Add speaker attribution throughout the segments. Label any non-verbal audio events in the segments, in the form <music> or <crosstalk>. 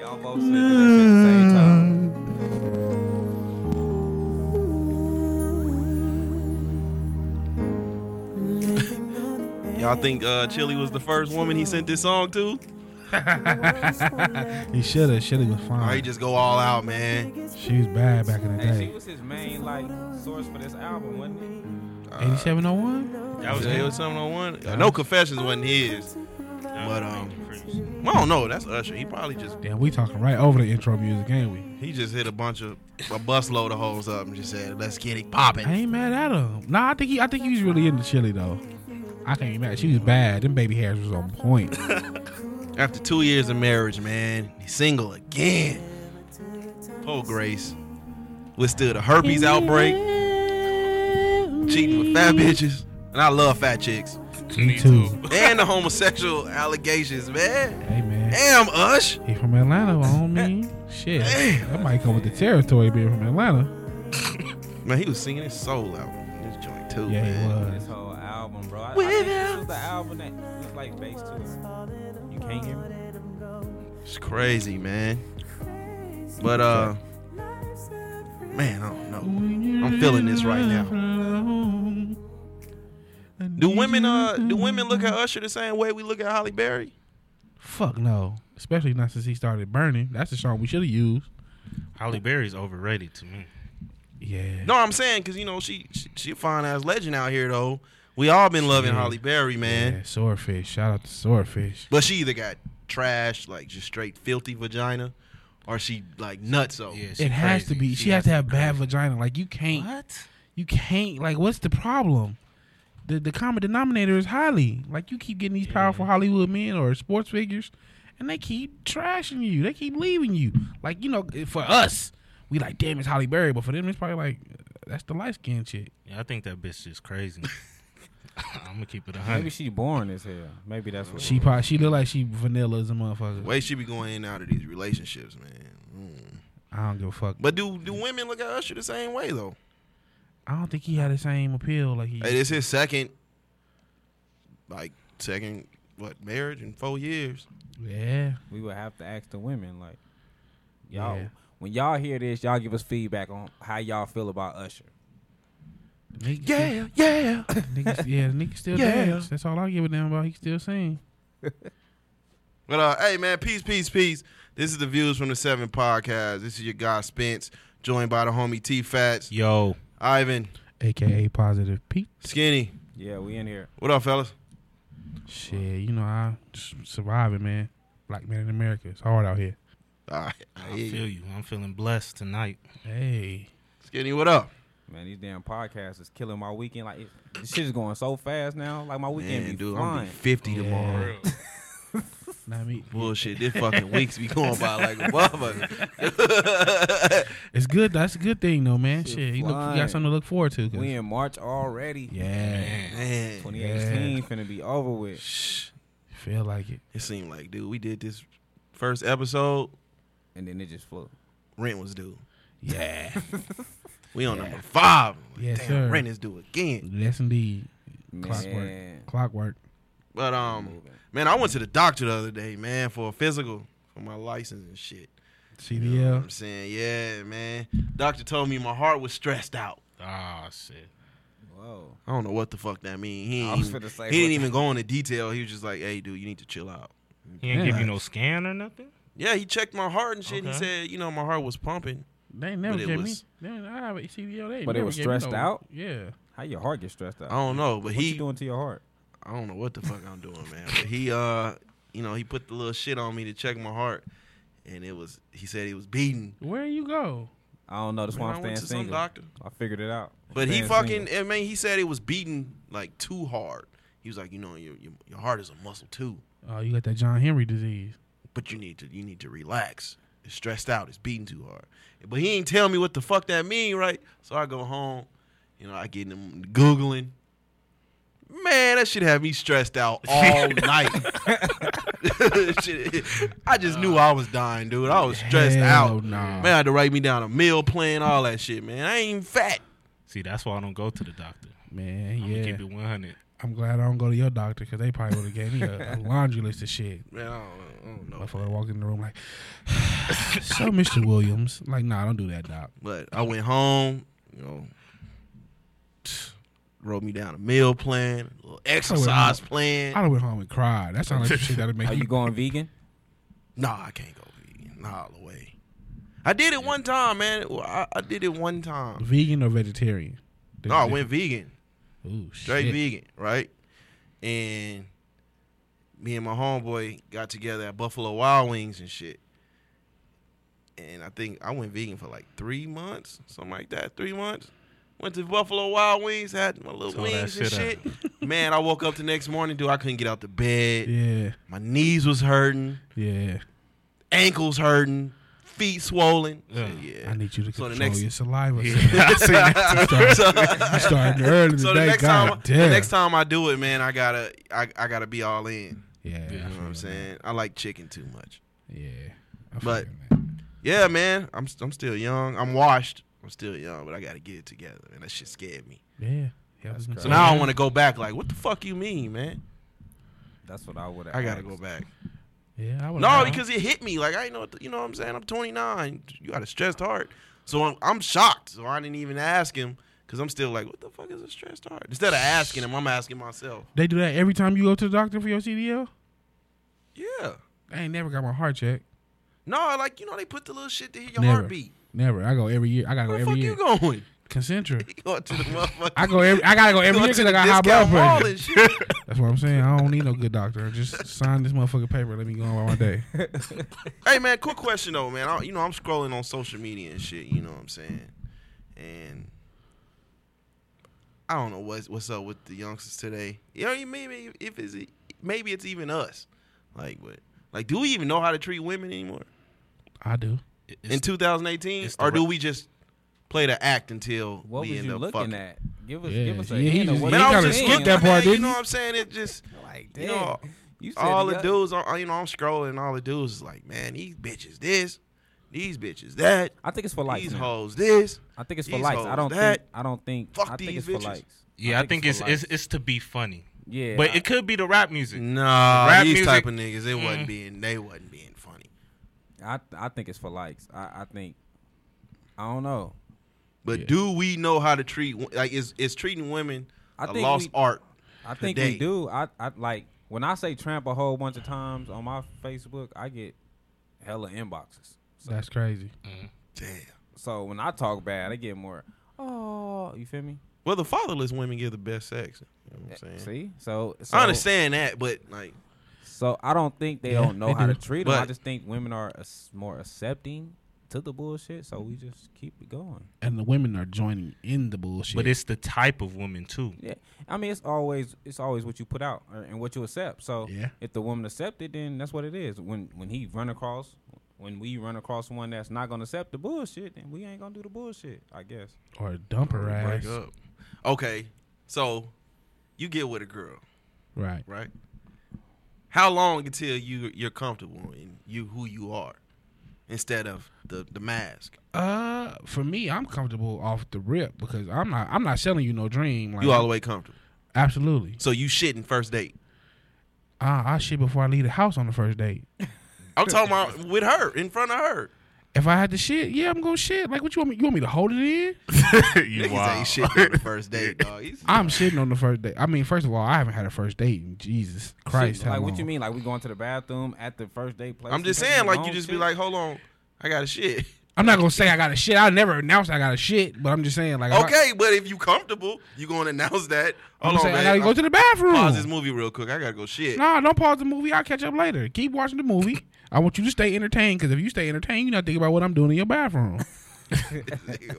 Speaker 1: Y'all both singing this shit at the same time. Y'all think uh, Chili was the first woman he sent this song to?
Speaker 2: He should have. Should have was
Speaker 1: Or he
Speaker 2: fine.
Speaker 1: just go all out, man?
Speaker 2: She was bad back in the
Speaker 3: Hey, she
Speaker 2: day.
Speaker 3: was his main like source for this album, wasn't it?
Speaker 1: uh,
Speaker 2: Eighty-seven oh one.
Speaker 1: That was Hell 701. Uh, no confessions wasn't his. But um, I don't know. That's Usher. He probably just
Speaker 2: Damn, we talking right over the intro music, ain't we?
Speaker 1: he just hit a bunch of a busload of hoes up and just said, "Let's get it popping."
Speaker 2: I ain't mad at him. Nah, I think he. I think he was really into Chili though. I can't even mad. She was bad. Them baby hairs was on
Speaker 1: <laughs>
Speaker 2: point.
Speaker 1: After two years of marriage, man, he's single again. Poor Grace withstood a herpes outbreak, cheating with fat bitches, and I love fat chicks,
Speaker 2: Me too.
Speaker 1: and the homosexual allegations, man.
Speaker 2: Hey man,
Speaker 1: Damn, Ush.
Speaker 2: he from
Speaker 1: <laughs>
Speaker 2: Atlanta, homie. Shit,
Speaker 1: Damn.
Speaker 2: that might come with the territory being from Atlanta.
Speaker 1: Man, he was singing his soul out in this joint too,
Speaker 2: Yeah, he
Speaker 1: man.
Speaker 2: was.
Speaker 3: This whole album, bro. I, I think this was the album that was like based to it. You can't hear me.
Speaker 1: It's crazy, man. But uh, man, I don't know. I'm feeling this right
Speaker 2: now.
Speaker 1: Do women uh do women look at Usher the same way we look at Holly Berry?
Speaker 2: Fuck no. Especially not since he started burning. That's the song we should have used.
Speaker 4: Holly Berry's overrated to me.
Speaker 2: Yeah.
Speaker 1: No, I'm saying because you know she, she she a fine ass legend out here though. We all been loving
Speaker 2: Yeah.
Speaker 1: Holly Berry, man.
Speaker 2: Yeah, swordfish. Shout out to swordfish.
Speaker 1: But she either got trashed like just straight filthy vagina, or she like nuts. So
Speaker 4: Yeah, she
Speaker 2: It has to
Speaker 4: crazy.
Speaker 2: be. She, has to have bad vagina. Like you can't.
Speaker 4: What?
Speaker 2: You can't. Like what's the problem? The the common denominator is Holly. Like you keep getting these powerful Hollywood men or sports figures, and they keep trashing you. They keep leaving you. Like you know, for us, we like damn it's Holly Berry, but for them it's probably like that's the light skinned chick.
Speaker 4: Yeah, I think that bitch is crazy. I'm gonna keep it a
Speaker 3: Maybe
Speaker 4: hundred.
Speaker 3: she born as hell. Maybe that's what.
Speaker 2: She probably she look like she vanilla as a motherfucker.
Speaker 1: the way she be going in and out of these relationships, man. Mm.
Speaker 2: I don't give a fuck.
Speaker 1: But do do women look at Usher the same way though?
Speaker 2: I don't think he had the same appeal. Like he,
Speaker 1: Hey, this his second, like second what marriage in four years.
Speaker 2: yeah,
Speaker 3: we would have to ask the women like, y'all.
Speaker 2: Yeah.
Speaker 3: When y'all hear this, y'all give us feedback on how y'all feel about Usher.
Speaker 2: nigga,
Speaker 1: Yeah, yeah.
Speaker 2: nigga, yeah, the nigga still
Speaker 1: Yeah.
Speaker 2: dance. That's all I give a damn about. He still sing.
Speaker 1: But uh, hey man, peace, peace, peace. This is the Views from the Seven podcast. This is your guy Spence, joined by the homie T Fats,
Speaker 4: Yo,
Speaker 1: Ivan,
Speaker 2: AKA positive Pete.
Speaker 1: Skinny.
Speaker 3: Yeah, we in here.
Speaker 1: What up, fellas?
Speaker 2: Shit, you know I s- surviving, man. Black man in America, it's hard out here.
Speaker 1: All right, I
Speaker 4: I
Speaker 1: hear you.
Speaker 4: feel you. I'm feeling blessed tonight.
Speaker 2: Hey,
Speaker 1: Skinny, what up?
Speaker 3: Man, these damn podcasts is killing my weekend. Like, it, this shit is going so fast now. Like, my weekend
Speaker 1: Man,
Speaker 3: be
Speaker 1: dude, I'm gonna
Speaker 3: flying.
Speaker 1: be 50
Speaker 2: Yeah.
Speaker 1: tomorrow.
Speaker 2: <laughs> not me.
Speaker 1: Bullshit, this fucking weeks be going by like <laughs> a motherfucker.
Speaker 2: It's good. That's a good thing though, man.
Speaker 3: Shit
Speaker 2: Shit, you, look, you
Speaker 3: flying.
Speaker 2: got something to look forward to. 'cause-
Speaker 3: we in March already.
Speaker 2: yeah,
Speaker 1: Man,
Speaker 3: 2018 finna be over with.
Speaker 1: shh.
Speaker 2: feel like it.
Speaker 1: It seemed like, dude, we did this first episode.
Speaker 3: And then it just flew.
Speaker 1: Rent was due.
Speaker 2: Yeah,
Speaker 1: We on number five.
Speaker 2: Yes,
Speaker 1: Damn,
Speaker 2: sir.
Speaker 1: rent is due again.
Speaker 2: yes indeed.
Speaker 3: Man.
Speaker 2: Clockwork.
Speaker 1: But um, man, I went to the doctor the other day, man, for a physical for my license and shit. You know what
Speaker 2: CDL.
Speaker 1: I'm saying, yeah, man. Doctor told me my heart was stressed out.
Speaker 4: Ah, shit.
Speaker 3: Whoa.
Speaker 1: I don't know what the fuck that mean. He,
Speaker 3: I
Speaker 1: ain't
Speaker 3: was
Speaker 1: even-
Speaker 3: finna say,
Speaker 1: he didn't
Speaker 3: what-
Speaker 1: even go into detail. He was just like, "Hey, dude, you need to chill out."
Speaker 4: He ain't
Speaker 2: Yeah.
Speaker 4: give you no scan or nothing.
Speaker 1: Yeah, he checked my heart and shit. And he
Speaker 4: Okay.
Speaker 1: said, "You know, my heart was pumping."
Speaker 2: They never
Speaker 1: But it
Speaker 2: gave me.
Speaker 1: was-
Speaker 2: They, I have a CDL. They
Speaker 3: But they
Speaker 2: never
Speaker 3: were
Speaker 2: gave me
Speaker 3: stressed
Speaker 2: no-
Speaker 3: out?
Speaker 2: Yeah.
Speaker 3: How your heart get stressed out?
Speaker 1: I don't know, but
Speaker 3: what
Speaker 1: he,
Speaker 3: you doing to your heart?
Speaker 1: I don't know what the fuck I'm doing, man. But he, uh, you know, he put the little shit on me to check my heart, and it was. He said he was beating.
Speaker 2: Where you go?
Speaker 3: I don't know. That's why
Speaker 1: Man, I
Speaker 3: I'm
Speaker 1: went
Speaker 3: staying
Speaker 1: to some
Speaker 3: single.
Speaker 1: doctor.
Speaker 3: I figured it out. I'm
Speaker 1: But he
Speaker 3: staying
Speaker 1: fucking,
Speaker 3: single.
Speaker 1: I mean, he said it was beating like too hard. He was like, you know, your your, your heart is a muscle too,
Speaker 2: Oh, you got that John Henry disease.
Speaker 1: but you need to you need to relax. It's stressed out. It's beating too hard. But he ain't tell me what the fuck that mean, right? So I go home, you know, I get him googling. Man, that shit had me stressed out
Speaker 2: <laughs>
Speaker 1: all night. <laughs> Shit, I just knew I was dying, dude. I was stressed
Speaker 2: Hell
Speaker 1: out.
Speaker 2: nah.
Speaker 1: Man, I had to write me down a meal plan, all that shit, man. I ain't even fat.
Speaker 4: See, that's why I don't go to the doctor.
Speaker 2: Man,
Speaker 4: I'm
Speaker 2: yeah.
Speaker 4: gonna keep it 100.
Speaker 2: I'm glad I don't go to your doctor because they probably would have gave
Speaker 1: <laughs>
Speaker 2: me a, a laundry list of shit.
Speaker 1: Man, I don't, I don't know.
Speaker 2: Motherfucker walked in the room like, <sighs> so Mr. Williams, like, nah, don't do that, doc.
Speaker 1: But I went home, you know, wrote me down a meal plan, a little exercise
Speaker 2: I
Speaker 1: plan.
Speaker 2: done went home and cried. That sounds like some shit that'll make
Speaker 3: Are you
Speaker 2: you.
Speaker 3: going vegan?
Speaker 1: Nah, I can't go vegan. Nah, all the way. I did it one time, man. Well, I, I did it one time.
Speaker 2: <laughs> Vegan or vegetarian?
Speaker 1: No, I went vegan,
Speaker 2: Ooh,
Speaker 1: straight
Speaker 2: shit.
Speaker 1: vegan, right? And me and my homeboy got together at Buffalo Wild Wings and shit. And I think I went vegan for like three months, something like that. Three months. Went to Buffalo Wild Wings, had my little
Speaker 4: Tore that
Speaker 1: wings and shit.
Speaker 4: shit
Speaker 1: Man, I woke up the next morning, dude. I couldn't get out the bed.
Speaker 2: Yeah,
Speaker 1: My knees was hurting,
Speaker 2: yeah.
Speaker 1: ankles hurting, feet swollen.
Speaker 4: Yeah.
Speaker 1: Shit, Yeah.
Speaker 2: I need you to
Speaker 1: So
Speaker 2: control
Speaker 1: the next-
Speaker 2: your saliva.
Speaker 1: <laughs>
Speaker 2: <laughs>
Speaker 4: Yeah, <laughs> I seen that too.
Speaker 2: Start,
Speaker 1: So-
Speaker 2: you starting early
Speaker 1: so the
Speaker 2: today.
Speaker 1: next
Speaker 2: God
Speaker 1: time,
Speaker 2: damn.
Speaker 1: the next time I do it, man, I gotta, I, I gotta be all in.
Speaker 2: yeah,
Speaker 4: Yeah.
Speaker 2: I
Speaker 1: You know
Speaker 2: feel
Speaker 1: what I'm
Speaker 2: that.
Speaker 1: saying? I like chicken too much.
Speaker 2: Yeah, I feel
Speaker 1: But-
Speaker 2: that.
Speaker 1: Yeah, man. I'm, I'm still young. I'm washed. I'm still young, but I gotta get it together. And that shit scared me.
Speaker 2: yeah, yeah. I was gonna
Speaker 1: So
Speaker 2: say
Speaker 1: now I
Speaker 2: that.
Speaker 1: want to go back. Like, what the fuck you mean, man?
Speaker 3: That's what I would.
Speaker 1: I gotta go back.
Speaker 2: Yeah, I would.
Speaker 1: No, because it hit me. Like I know, what the- you know what I'm saying. I'm 29. You got a stressed heart, so I'm, I'm shocked. So I didn't even ask him because I'm still like, what the fuck is a stressed heart? Instead of asking him, I'm asking myself.
Speaker 2: they do that every time you go to the doctor for your CDL.
Speaker 1: Yeah.
Speaker 2: I ain't never got my heart checked.
Speaker 1: No, like you know, they put the little shit to hear your
Speaker 2: Never.
Speaker 1: heartbeat.
Speaker 2: Never. I go every year. I gotta go
Speaker 1: Where the
Speaker 2: every
Speaker 1: fuck
Speaker 2: year.
Speaker 1: you going? <laughs>
Speaker 2: Concentra.
Speaker 1: You going to the motherfucker?
Speaker 2: I go every. I gotta go every year because I got high blood pressure. <laughs> That's what I'm saying. I don't need no good doctor. Just sign this motherfucking paper. Let me go on with my day.
Speaker 1: <laughs> hey man, quick question though, man. I, you know, I'm scrolling on social media and shit. You know what I'm saying? And I don't know what's what's up with the youngsters today. You know, what I mean? maybe if it's maybe it's even us. Like, but like, do we even know how to treat women anymore
Speaker 2: I do.
Speaker 1: in
Speaker 4: It's-
Speaker 1: 2018,
Speaker 4: it's the
Speaker 1: or do
Speaker 4: re-
Speaker 1: we just play the act until
Speaker 3: What
Speaker 1: we
Speaker 3: was
Speaker 1: end
Speaker 3: you
Speaker 1: up
Speaker 3: looking
Speaker 1: fucking?
Speaker 3: at? Give us,
Speaker 2: Yeah,
Speaker 3: give us a
Speaker 2: yeah, he
Speaker 3: hint of
Speaker 2: just-
Speaker 3: what
Speaker 1: Man,
Speaker 2: You
Speaker 3: it
Speaker 1: I
Speaker 2: kinda
Speaker 3: is.
Speaker 1: was just
Speaker 2: skipped
Speaker 1: looking
Speaker 2: that
Speaker 1: that
Speaker 2: part,
Speaker 1: part, You
Speaker 2: didn't
Speaker 1: know
Speaker 2: you?
Speaker 1: what I'm saying? It just
Speaker 3: Like, damn.
Speaker 1: You know,
Speaker 3: You said
Speaker 1: all the
Speaker 3: other-
Speaker 1: dudes, are, you know, I'm scrolling. All the dudes is like, man, these bitches this, these bitches that,
Speaker 3: I think it's for likes.
Speaker 1: these
Speaker 3: now.
Speaker 1: hoes this.
Speaker 3: I think it's for
Speaker 1: these
Speaker 3: likes.
Speaker 1: hoes
Speaker 3: I don't
Speaker 1: that.
Speaker 3: think. I don't think.
Speaker 1: Fuck
Speaker 3: I think it's
Speaker 1: these bitches.
Speaker 3: for likes.
Speaker 4: yeah, I think it's
Speaker 3: for
Speaker 4: it's,
Speaker 3: likes.
Speaker 4: it's to be funny,
Speaker 3: yeah.
Speaker 4: but
Speaker 3: I-
Speaker 4: it could be the rap music.
Speaker 1: Mm, Nah,
Speaker 4: Rap
Speaker 1: these
Speaker 4: music-
Speaker 1: type of niggas, it wasn't
Speaker 4: Mm.
Speaker 1: being, they wasn't being funny.
Speaker 3: I I think it's for likes. I, I think I don't know.
Speaker 1: But
Speaker 2: Yeah.
Speaker 1: do we know how to treat wo- like is is treating women
Speaker 3: I
Speaker 1: a
Speaker 3: think
Speaker 1: lost
Speaker 3: we-
Speaker 1: art?
Speaker 3: I think
Speaker 1: Today.
Speaker 3: we do. I, I like when I say tramp a whole bunch of times on my Facebook, I get hella inboxes. So,
Speaker 2: That's crazy.
Speaker 1: Damn.
Speaker 3: so when I talk bad, I get more. Oh, you feel me?
Speaker 1: Well, the fatherless women give the best sex. You know what I'm saying?
Speaker 3: See, so, so
Speaker 1: I understand that, but like,
Speaker 3: So I don't think they
Speaker 2: Yeah,
Speaker 3: don't know
Speaker 2: they
Speaker 3: how to
Speaker 2: do.
Speaker 3: treat them. I
Speaker 1: But-
Speaker 3: just think women are as- more accepting to the bullshit. So we just keep it going.
Speaker 2: And the women are joining in the bullshit.
Speaker 4: But it's the type of
Speaker 3: <laughs>
Speaker 4: woman too.
Speaker 3: Yeah, I mean it's always it's always what you put out or, and what you accept. So
Speaker 2: Yeah.
Speaker 3: if the woman accept it, then that's what it is. When when he run across, when we run across one that's not gonna accept the bullshit, then we ain't gonna do the bullshit. I guess.
Speaker 2: or dump her ass.
Speaker 1: break up. Okay, so you get with a girl.
Speaker 2: Right.
Speaker 1: right? How long until you you're comfortable in you who you are, instead of the the mask?
Speaker 2: Uh, for me, I'm comfortable off the rip because I'm not. I'm not selling you no dream. Like
Speaker 1: You all the way comfortable,
Speaker 2: absolutely.
Speaker 1: so you shitting first date.
Speaker 2: I, I shit before I leave the house on the first date.
Speaker 1: I'm talking about with her in front of her.
Speaker 2: If I had to shit, yeah, I'm gonna shit. Like, what you want me? You want me to hold it in?
Speaker 4: you
Speaker 1: Niggas
Speaker 4: wild.
Speaker 1: ain't shitting on the first <laughs> date, dog.
Speaker 2: I'm shitting on the first date. I mean, first of all, I haven't had a first date. in Jesus Christ,
Speaker 3: Shit,
Speaker 2: how
Speaker 3: like what
Speaker 2: long?
Speaker 3: you mean? Like we going to the bathroom at the first date place?
Speaker 1: I'm just
Speaker 3: taking
Speaker 1: saying,
Speaker 3: your
Speaker 1: like you
Speaker 3: own
Speaker 1: just be
Speaker 3: shit?
Speaker 1: like, hold on, I got to shit.
Speaker 2: I'm not gonna say I got a shit. I never announced I got a shit, but I'm just saying like. if I-
Speaker 1: Okay, but if you comfortable, you gonna announce that. Hold
Speaker 2: I'm
Speaker 1: on,
Speaker 2: saying, I gotta
Speaker 1: man.
Speaker 2: go to the
Speaker 1: Pause this
Speaker 2: bathroom.
Speaker 1: movie real quick. I gotta go shit. <laughs>
Speaker 2: No, don't pause the movie. I'll catch up later. Keep watching the movie. I want you to stay entertained because if you stay entertained, you're not thinking about what I'm doing in your bathroom.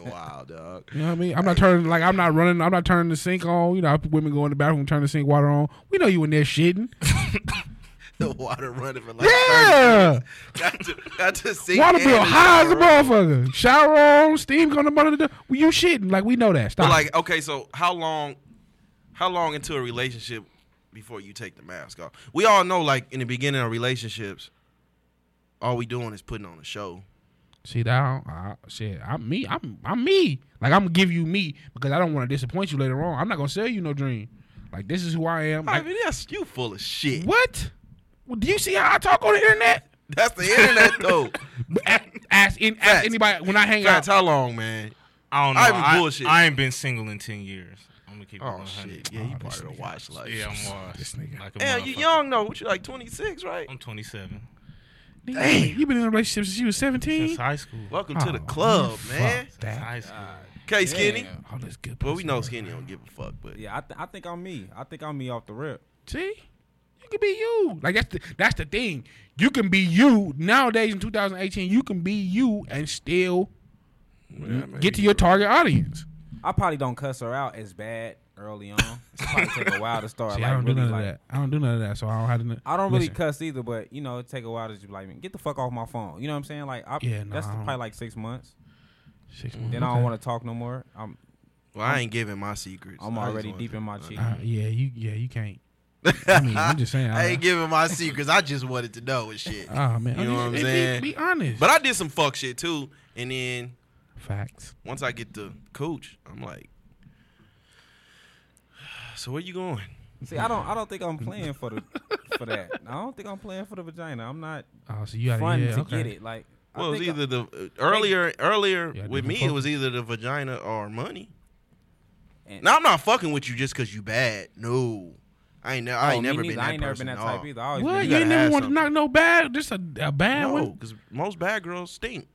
Speaker 1: wow, dog.
Speaker 2: You know what I mean? I'm not turning like I'm not running. I'm not turning the sink on. You know, women go in the bathroom, turn the sink water on. We know you in there shitting.
Speaker 1: The water running for like
Speaker 2: Yeah,
Speaker 1: 30 minutes. Got to, got to sink
Speaker 2: water
Speaker 1: in
Speaker 2: bill
Speaker 1: and
Speaker 2: high as a
Speaker 1: shower.
Speaker 2: motherfucker. Shower on, steam going to the door. Well, you shitting like we know that. Stop.
Speaker 1: But like, okay, so how long, how long into a relationship before you take the mask off? We all know, like in the beginning of relationships, all we doing is putting on a show.
Speaker 2: See that? I, don't- I, shit, I'm me. I'm I'm me. Like I'm gonna give you me because I don't want to disappoint you later on. I'm not gonna sell you no dream. Like this is who I am.
Speaker 1: I
Speaker 2: Like
Speaker 1: mean, that's you full of shit.
Speaker 2: what? Well, do you see how I talk on the internet?
Speaker 1: That's the internet though.
Speaker 2: ask ask, in, ask
Speaker 1: Facts.
Speaker 2: anybody when I hang
Speaker 1: Facts,
Speaker 2: out.
Speaker 1: how long, man?
Speaker 4: I don't know.
Speaker 1: I even
Speaker 4: I,
Speaker 1: bullshit.
Speaker 4: I ain't been single in ten years. I'm gonna keep it
Speaker 1: Oh
Speaker 4: 100.
Speaker 1: shit! Yeah, you part of the watch life.
Speaker 4: Yeah, I'm washed.
Speaker 2: This nigga.
Speaker 4: Like a
Speaker 1: Damn, you
Speaker 4: motherfucker. Oh.
Speaker 1: young though. What you like? Twenty six, right?
Speaker 4: I'm 27.
Speaker 2: Damn, you been in a relationship since you was seventeen.
Speaker 4: Since high school.
Speaker 1: Welcome
Speaker 2: Oh,
Speaker 1: to the club, man.
Speaker 4: Since
Speaker 2: That.
Speaker 4: high school.
Speaker 1: Okay, skinny.
Speaker 3: Yeah.
Speaker 2: All this good.
Speaker 1: Well, we
Speaker 2: pussy,
Speaker 1: know
Speaker 2: bro.
Speaker 1: skinny don't give a fuck, but
Speaker 3: Yeah, I, th- I think I'm me. I think I'm me off the rip.
Speaker 2: See, you can be you. Like that's the that's the thing. You can be you nowadays in 2018. You can be you and still get to your target audience.
Speaker 3: I probably don't cuss her out as bad early on. It probably take a while to start.
Speaker 2: See,
Speaker 3: like,
Speaker 2: I don't
Speaker 3: really,
Speaker 2: do none
Speaker 3: like,
Speaker 2: of that. I don't do none of that. So I don't have to.
Speaker 3: I don't really
Speaker 2: Listen,
Speaker 3: cuss either, but you know, it take a while to just be like, man, get the fuck off my phone. You know what I'm saying? Like, I,
Speaker 2: Yeah, no,
Speaker 3: that's
Speaker 2: I don't. Mm-hmm.
Speaker 3: probably like six months.
Speaker 2: six
Speaker 3: Mm-hmm. Then I don't want to talk no more. I'm
Speaker 1: well, I ain't giving my secrets.
Speaker 3: I'm
Speaker 1: I just
Speaker 3: already
Speaker 1: wanted
Speaker 3: deep
Speaker 1: to-
Speaker 3: in my cheek.
Speaker 2: Uh, yeah, you. Yeah, you can't. I mean, I'm just saying.
Speaker 1: I
Speaker 2: I,
Speaker 3: Uh-huh.
Speaker 1: ain't giving my secrets. I just wanted to know and shit.
Speaker 2: oh man,
Speaker 1: You know what I'm
Speaker 2: Be-
Speaker 1: saying?
Speaker 2: Be, honest.
Speaker 1: But I did some fuck shit too, and then
Speaker 2: Facts.
Speaker 1: once I get the coach, I'm like, <sighs> so where you going?
Speaker 3: See, I don't I don't think
Speaker 2: <laughs>
Speaker 3: I'm playing for the for that. I don't think I'm playing for the vagina. I'm not
Speaker 2: Oh, so you got
Speaker 3: fun
Speaker 2: yeah,
Speaker 3: to
Speaker 2: okay.
Speaker 3: get it. Like, I
Speaker 1: Well, it was
Speaker 3: think I-
Speaker 1: either the uh, earlier earlier
Speaker 2: Yeah,
Speaker 1: with
Speaker 2: different
Speaker 1: me, it
Speaker 2: focus.
Speaker 1: was either the vagina or money.
Speaker 3: And-
Speaker 1: Now I'm not fucking with you just cause you bad. No, I ain't. ne- I
Speaker 3: Oh,
Speaker 1: ain't
Speaker 3: me
Speaker 1: never
Speaker 3: neither.
Speaker 1: been that
Speaker 3: I ain't never
Speaker 1: person.
Speaker 3: been that
Speaker 1: at
Speaker 3: type
Speaker 1: all.
Speaker 3: either. I always
Speaker 2: What?
Speaker 3: been
Speaker 2: You,
Speaker 1: gotta
Speaker 2: ain't never
Speaker 1: have
Speaker 2: want to
Speaker 1: something.
Speaker 2: knock no bad, just a, a bad
Speaker 1: No,
Speaker 2: one,
Speaker 1: because most bad girls stink.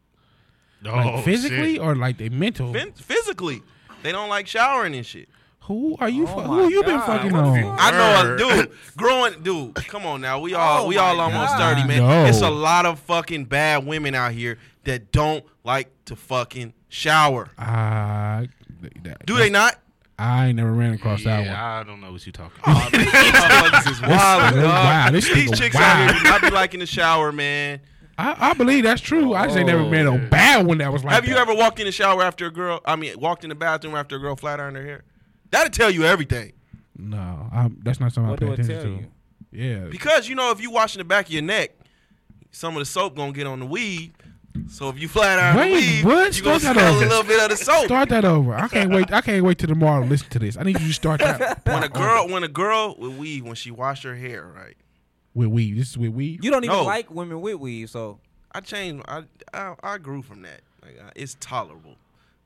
Speaker 2: like
Speaker 4: Oh,
Speaker 2: physically
Speaker 4: shit.
Speaker 2: or like they
Speaker 3: Oh.
Speaker 2: mental.
Speaker 1: Phy- physically, they don't like showering and shit.
Speaker 2: Who are you?
Speaker 3: Oh
Speaker 2: fu-
Speaker 3: my
Speaker 2: who you been
Speaker 3: God,
Speaker 2: fucking
Speaker 3: what the fuck?
Speaker 2: on?
Speaker 1: I know, a
Speaker 4: Word.
Speaker 1: dude. Growing, dude. Come on now, we all
Speaker 3: Oh
Speaker 1: we all
Speaker 3: my
Speaker 1: almost
Speaker 3: God.
Speaker 1: thirty, man.
Speaker 2: No.
Speaker 1: It's a lot of fucking bad women out here that don't like to fucking shower.
Speaker 2: I, that,
Speaker 1: Do
Speaker 3: <laughs>
Speaker 1: they not?
Speaker 2: I ain't never ran across that one.
Speaker 4: Yeah, I don't know what you talking
Speaker 1: Aw,
Speaker 4: about.
Speaker 1: these motherfuckers is wild,
Speaker 2: This- wow,
Speaker 1: dog.
Speaker 2: this
Speaker 1: These
Speaker 2: nigga
Speaker 1: chicks out
Speaker 2: wild.
Speaker 1: here do not be like in the shower, man.
Speaker 2: I, I believe that's true. I just ain't never
Speaker 4: Oh,
Speaker 2: been a
Speaker 4: yeah.
Speaker 2: bad one that was like.
Speaker 1: Have you
Speaker 2: that.
Speaker 1: ever walked in the shower after a girl? I mean, walked in the bathroom after a girl flat ironed her hair. That'll tell you everything.
Speaker 2: No, i that's not something
Speaker 3: What
Speaker 2: I pay
Speaker 3: do it
Speaker 2: attention
Speaker 3: tell
Speaker 2: to.
Speaker 3: you?
Speaker 2: Yeah,
Speaker 1: Because you know, if you washing the back of your neck, some of the soap gonna get on the weed. So if you flat iron
Speaker 2: Wait,
Speaker 1: the weed,
Speaker 2: what?
Speaker 1: you gonna
Speaker 2: Start that
Speaker 1: smell a
Speaker 2: over.
Speaker 1: little bit of the soap.
Speaker 2: start that over. I can't wait. I can't wait till tomorrow to listen to this. I need you to
Speaker 1: <laughs>
Speaker 2: start that
Speaker 1: when a girl, when a girl with weed, when she washed her hair, right?
Speaker 2: with weed. This is with weed.
Speaker 3: You don't even
Speaker 1: No.
Speaker 3: like women with weave, so
Speaker 1: I changed. I I, I grew from that. Like I, it's tolerable,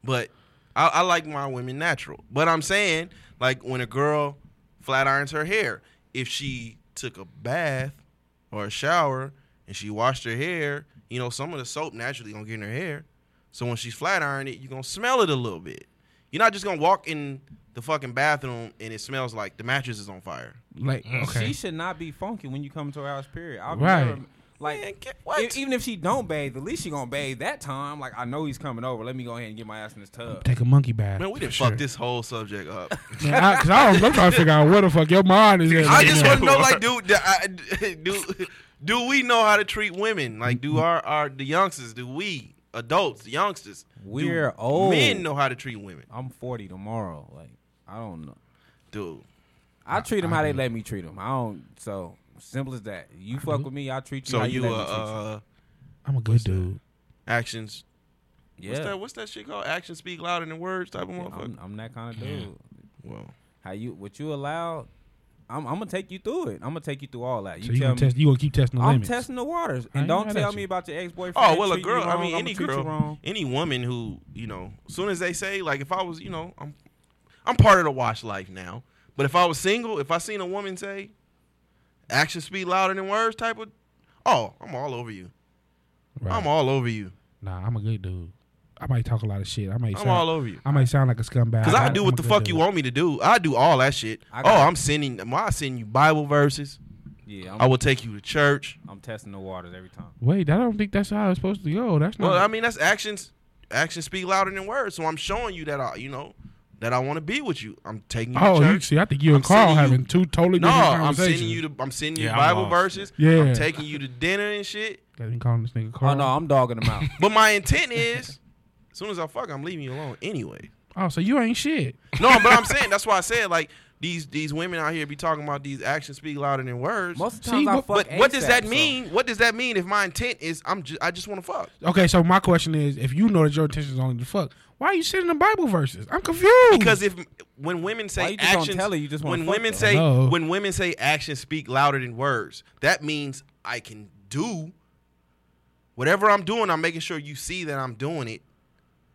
Speaker 1: but I, I like my women natural. But I'm saying, like when a girl flat irons her hair, if she took a bath or a shower and she washed her hair, you know, some of the soap naturally gonna get in her hair. So when she's flat ironed it, you're gonna smell it a little bit. You're not just gonna walk in the fucking bathroom and it smells like the mattress is on fire.
Speaker 2: like
Speaker 1: Mm,
Speaker 2: okay.
Speaker 3: she should not be funky when you come to her house. Period. I've
Speaker 2: Right.
Speaker 3: never like
Speaker 1: Man, get- what?
Speaker 3: e- even if she don't bathe, at least she gonna bathe that time. Like I know he's coming over. Let me go ahead and get my ass in this tub.
Speaker 2: Take a monkey bath.
Speaker 1: Man, we
Speaker 2: for
Speaker 1: didn't
Speaker 2: sure.
Speaker 1: fuck this whole
Speaker 3: <laughs>
Speaker 1: subject up.
Speaker 2: Man, I, Cause I don't, I'm trying to figure out where the fuck your mind is. At
Speaker 1: I
Speaker 2: right
Speaker 1: just
Speaker 2: now.
Speaker 1: want to know, like, do, do, I- <laughs> do do we know how to treat women? Like,
Speaker 3: Mm-hmm.
Speaker 1: do our, our the youngsters, do we adults, youngsters, do
Speaker 3: We're old. Uh,
Speaker 1: men know how to treat women?
Speaker 3: I'm 40 tomorrow. Like I don't know.
Speaker 1: Dude,
Speaker 3: I treat them how they let me treat them. I don't. So simple as that. You fuck with me, I treat you.
Speaker 1: so
Speaker 3: how
Speaker 1: you
Speaker 3: let
Speaker 1: uh,
Speaker 3: me treat you.
Speaker 1: uh
Speaker 2: I'm a good dude.
Speaker 1: actions?
Speaker 3: yeah.
Speaker 1: What's that? What's that shit called? Actions speak louder than words, type of
Speaker 3: Yeah,
Speaker 1: motherfucker.
Speaker 3: I'm, I'm that kind of dude.
Speaker 1: well,
Speaker 3: How you? What you allow? I'm, I'm gonna take you through it. I'm gonna take you through all that. You
Speaker 2: So you
Speaker 3: tell
Speaker 2: gonna
Speaker 3: me.
Speaker 2: test? You gonna keep testing the
Speaker 3: I'm
Speaker 2: limits?
Speaker 3: testing the waters,
Speaker 2: I ain't
Speaker 3: and don't
Speaker 2: mad
Speaker 3: tell
Speaker 2: at
Speaker 3: me
Speaker 2: you.
Speaker 3: about your ex boyfriend.
Speaker 1: oh well, a
Speaker 3: treating you
Speaker 1: girl. I
Speaker 3: wrong.
Speaker 1: mean,
Speaker 3: I'ma
Speaker 1: any
Speaker 3: treat you
Speaker 1: girl,
Speaker 3: wrong.
Speaker 1: any woman who you know, as soon as they say, like, if I was, you know, I'm I'm part of the watch life now. But if I was single, if I seen a woman say, "Actions speak louder than words," type of, oh, I'm all over you.
Speaker 2: Right.
Speaker 1: I'm all over you.
Speaker 2: Nah, I'm a good dude. I might talk a lot of shit. I might.
Speaker 1: I'm
Speaker 2: sound,
Speaker 1: all over you.
Speaker 2: I might sound like a scumbag.
Speaker 1: Cause I,
Speaker 2: I'm
Speaker 1: do
Speaker 2: a
Speaker 1: what the
Speaker 2: good
Speaker 1: fuck
Speaker 2: dude.
Speaker 1: you want me to do. I do all that shit.
Speaker 3: I
Speaker 1: oh,
Speaker 3: got-
Speaker 1: I'm sending. I send you Bible verses.
Speaker 3: Yeah, I'm,
Speaker 1: I will take you to church.
Speaker 3: I'm testing the waters every time.
Speaker 2: Wait, I don't think that's how it's supposed to go. That's not.
Speaker 1: Well, I mean that's actions. Actions speak louder than words. So I'm showing you that I, you know, that I want to be with you. I'm taking you to
Speaker 2: oh, you
Speaker 1: church.
Speaker 2: see, I think you and
Speaker 1: I'm
Speaker 2: Carl
Speaker 1: sending you-
Speaker 2: having two totally
Speaker 1: no,
Speaker 2: different
Speaker 1: I'm
Speaker 2: conversations.
Speaker 1: sending you. To, I'm sending you
Speaker 4: Yeah, I'm
Speaker 1: Bible
Speaker 4: lost.
Speaker 1: verses.
Speaker 2: Yeah.
Speaker 1: I'm taking you to dinner and shit.
Speaker 2: I've been calling this nigga Carl.
Speaker 3: Oh no, I'm dogging them out.
Speaker 1: But my intent is, as soon as I fuck, I'm leaving you alone anyway.
Speaker 2: Oh, so you ain't shit.
Speaker 1: No, but I'm saying that's why I said like, these these women out here be talking about these actions speak louder than words.
Speaker 3: Most of the
Speaker 2: See,
Speaker 3: times I
Speaker 2: what-
Speaker 3: fuck
Speaker 1: but what does
Speaker 3: ASAP,
Speaker 1: that
Speaker 3: so-
Speaker 1: mean? What does that mean if my intent is I'm just I just want to fuck?
Speaker 2: Okay, so my question is, if you know that your intention is only to fuck, why are you sitting in Bible verses? I'm confused.
Speaker 1: Because if when women
Speaker 3: Why
Speaker 1: say
Speaker 3: you just gonna
Speaker 1: actions,
Speaker 3: tell her you just wanna
Speaker 1: when
Speaker 3: fuck,
Speaker 1: women
Speaker 3: though?
Speaker 1: say
Speaker 2: No.
Speaker 1: when women say actions speak louder than words, that means I can do whatever I'm doing. I'm making sure you see that I'm doing it,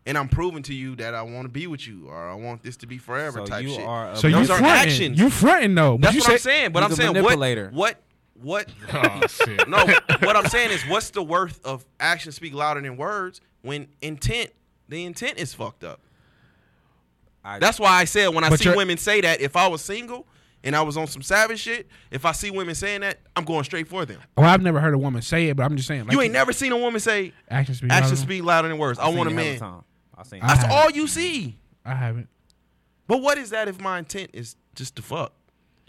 Speaker 1: and I'm proving to you that I want to be with you or I want this to be forever
Speaker 3: So
Speaker 1: type
Speaker 3: you
Speaker 1: shit.
Speaker 3: are a
Speaker 2: so you
Speaker 1: Those are
Speaker 2: fronting.
Speaker 1: actions.
Speaker 2: You fronting though. but
Speaker 1: That's
Speaker 2: you
Speaker 1: what
Speaker 2: say-
Speaker 1: I'm saying. But
Speaker 3: He's
Speaker 1: I'm
Speaker 3: a
Speaker 1: saying
Speaker 3: manipulator.
Speaker 1: what what what
Speaker 4: Oh
Speaker 3: <laughs>
Speaker 1: <laughs>
Speaker 4: shit.
Speaker 1: no, what I'm saying is, what's the worth of actions speak louder than words when intent, the intent is fucked up.
Speaker 3: I-
Speaker 1: That's why I said when I
Speaker 2: But
Speaker 1: see
Speaker 2: you're-
Speaker 1: women say that, if I was single and I was on some savage shit, if I see women saying that, I'm going straight for them.
Speaker 2: Well, I've never heard a woman say it, but I'm just saying. Like,
Speaker 1: you ain't never seen a woman say
Speaker 2: Actions speak. louder
Speaker 1: actions
Speaker 2: than-
Speaker 1: speak louder than words. I,
Speaker 3: seen
Speaker 1: want a
Speaker 3: it hella
Speaker 1: man.
Speaker 3: time. I seen.
Speaker 2: I-
Speaker 1: That's all you see.
Speaker 2: I haven't.
Speaker 1: But what is that if my intent is just to fuck?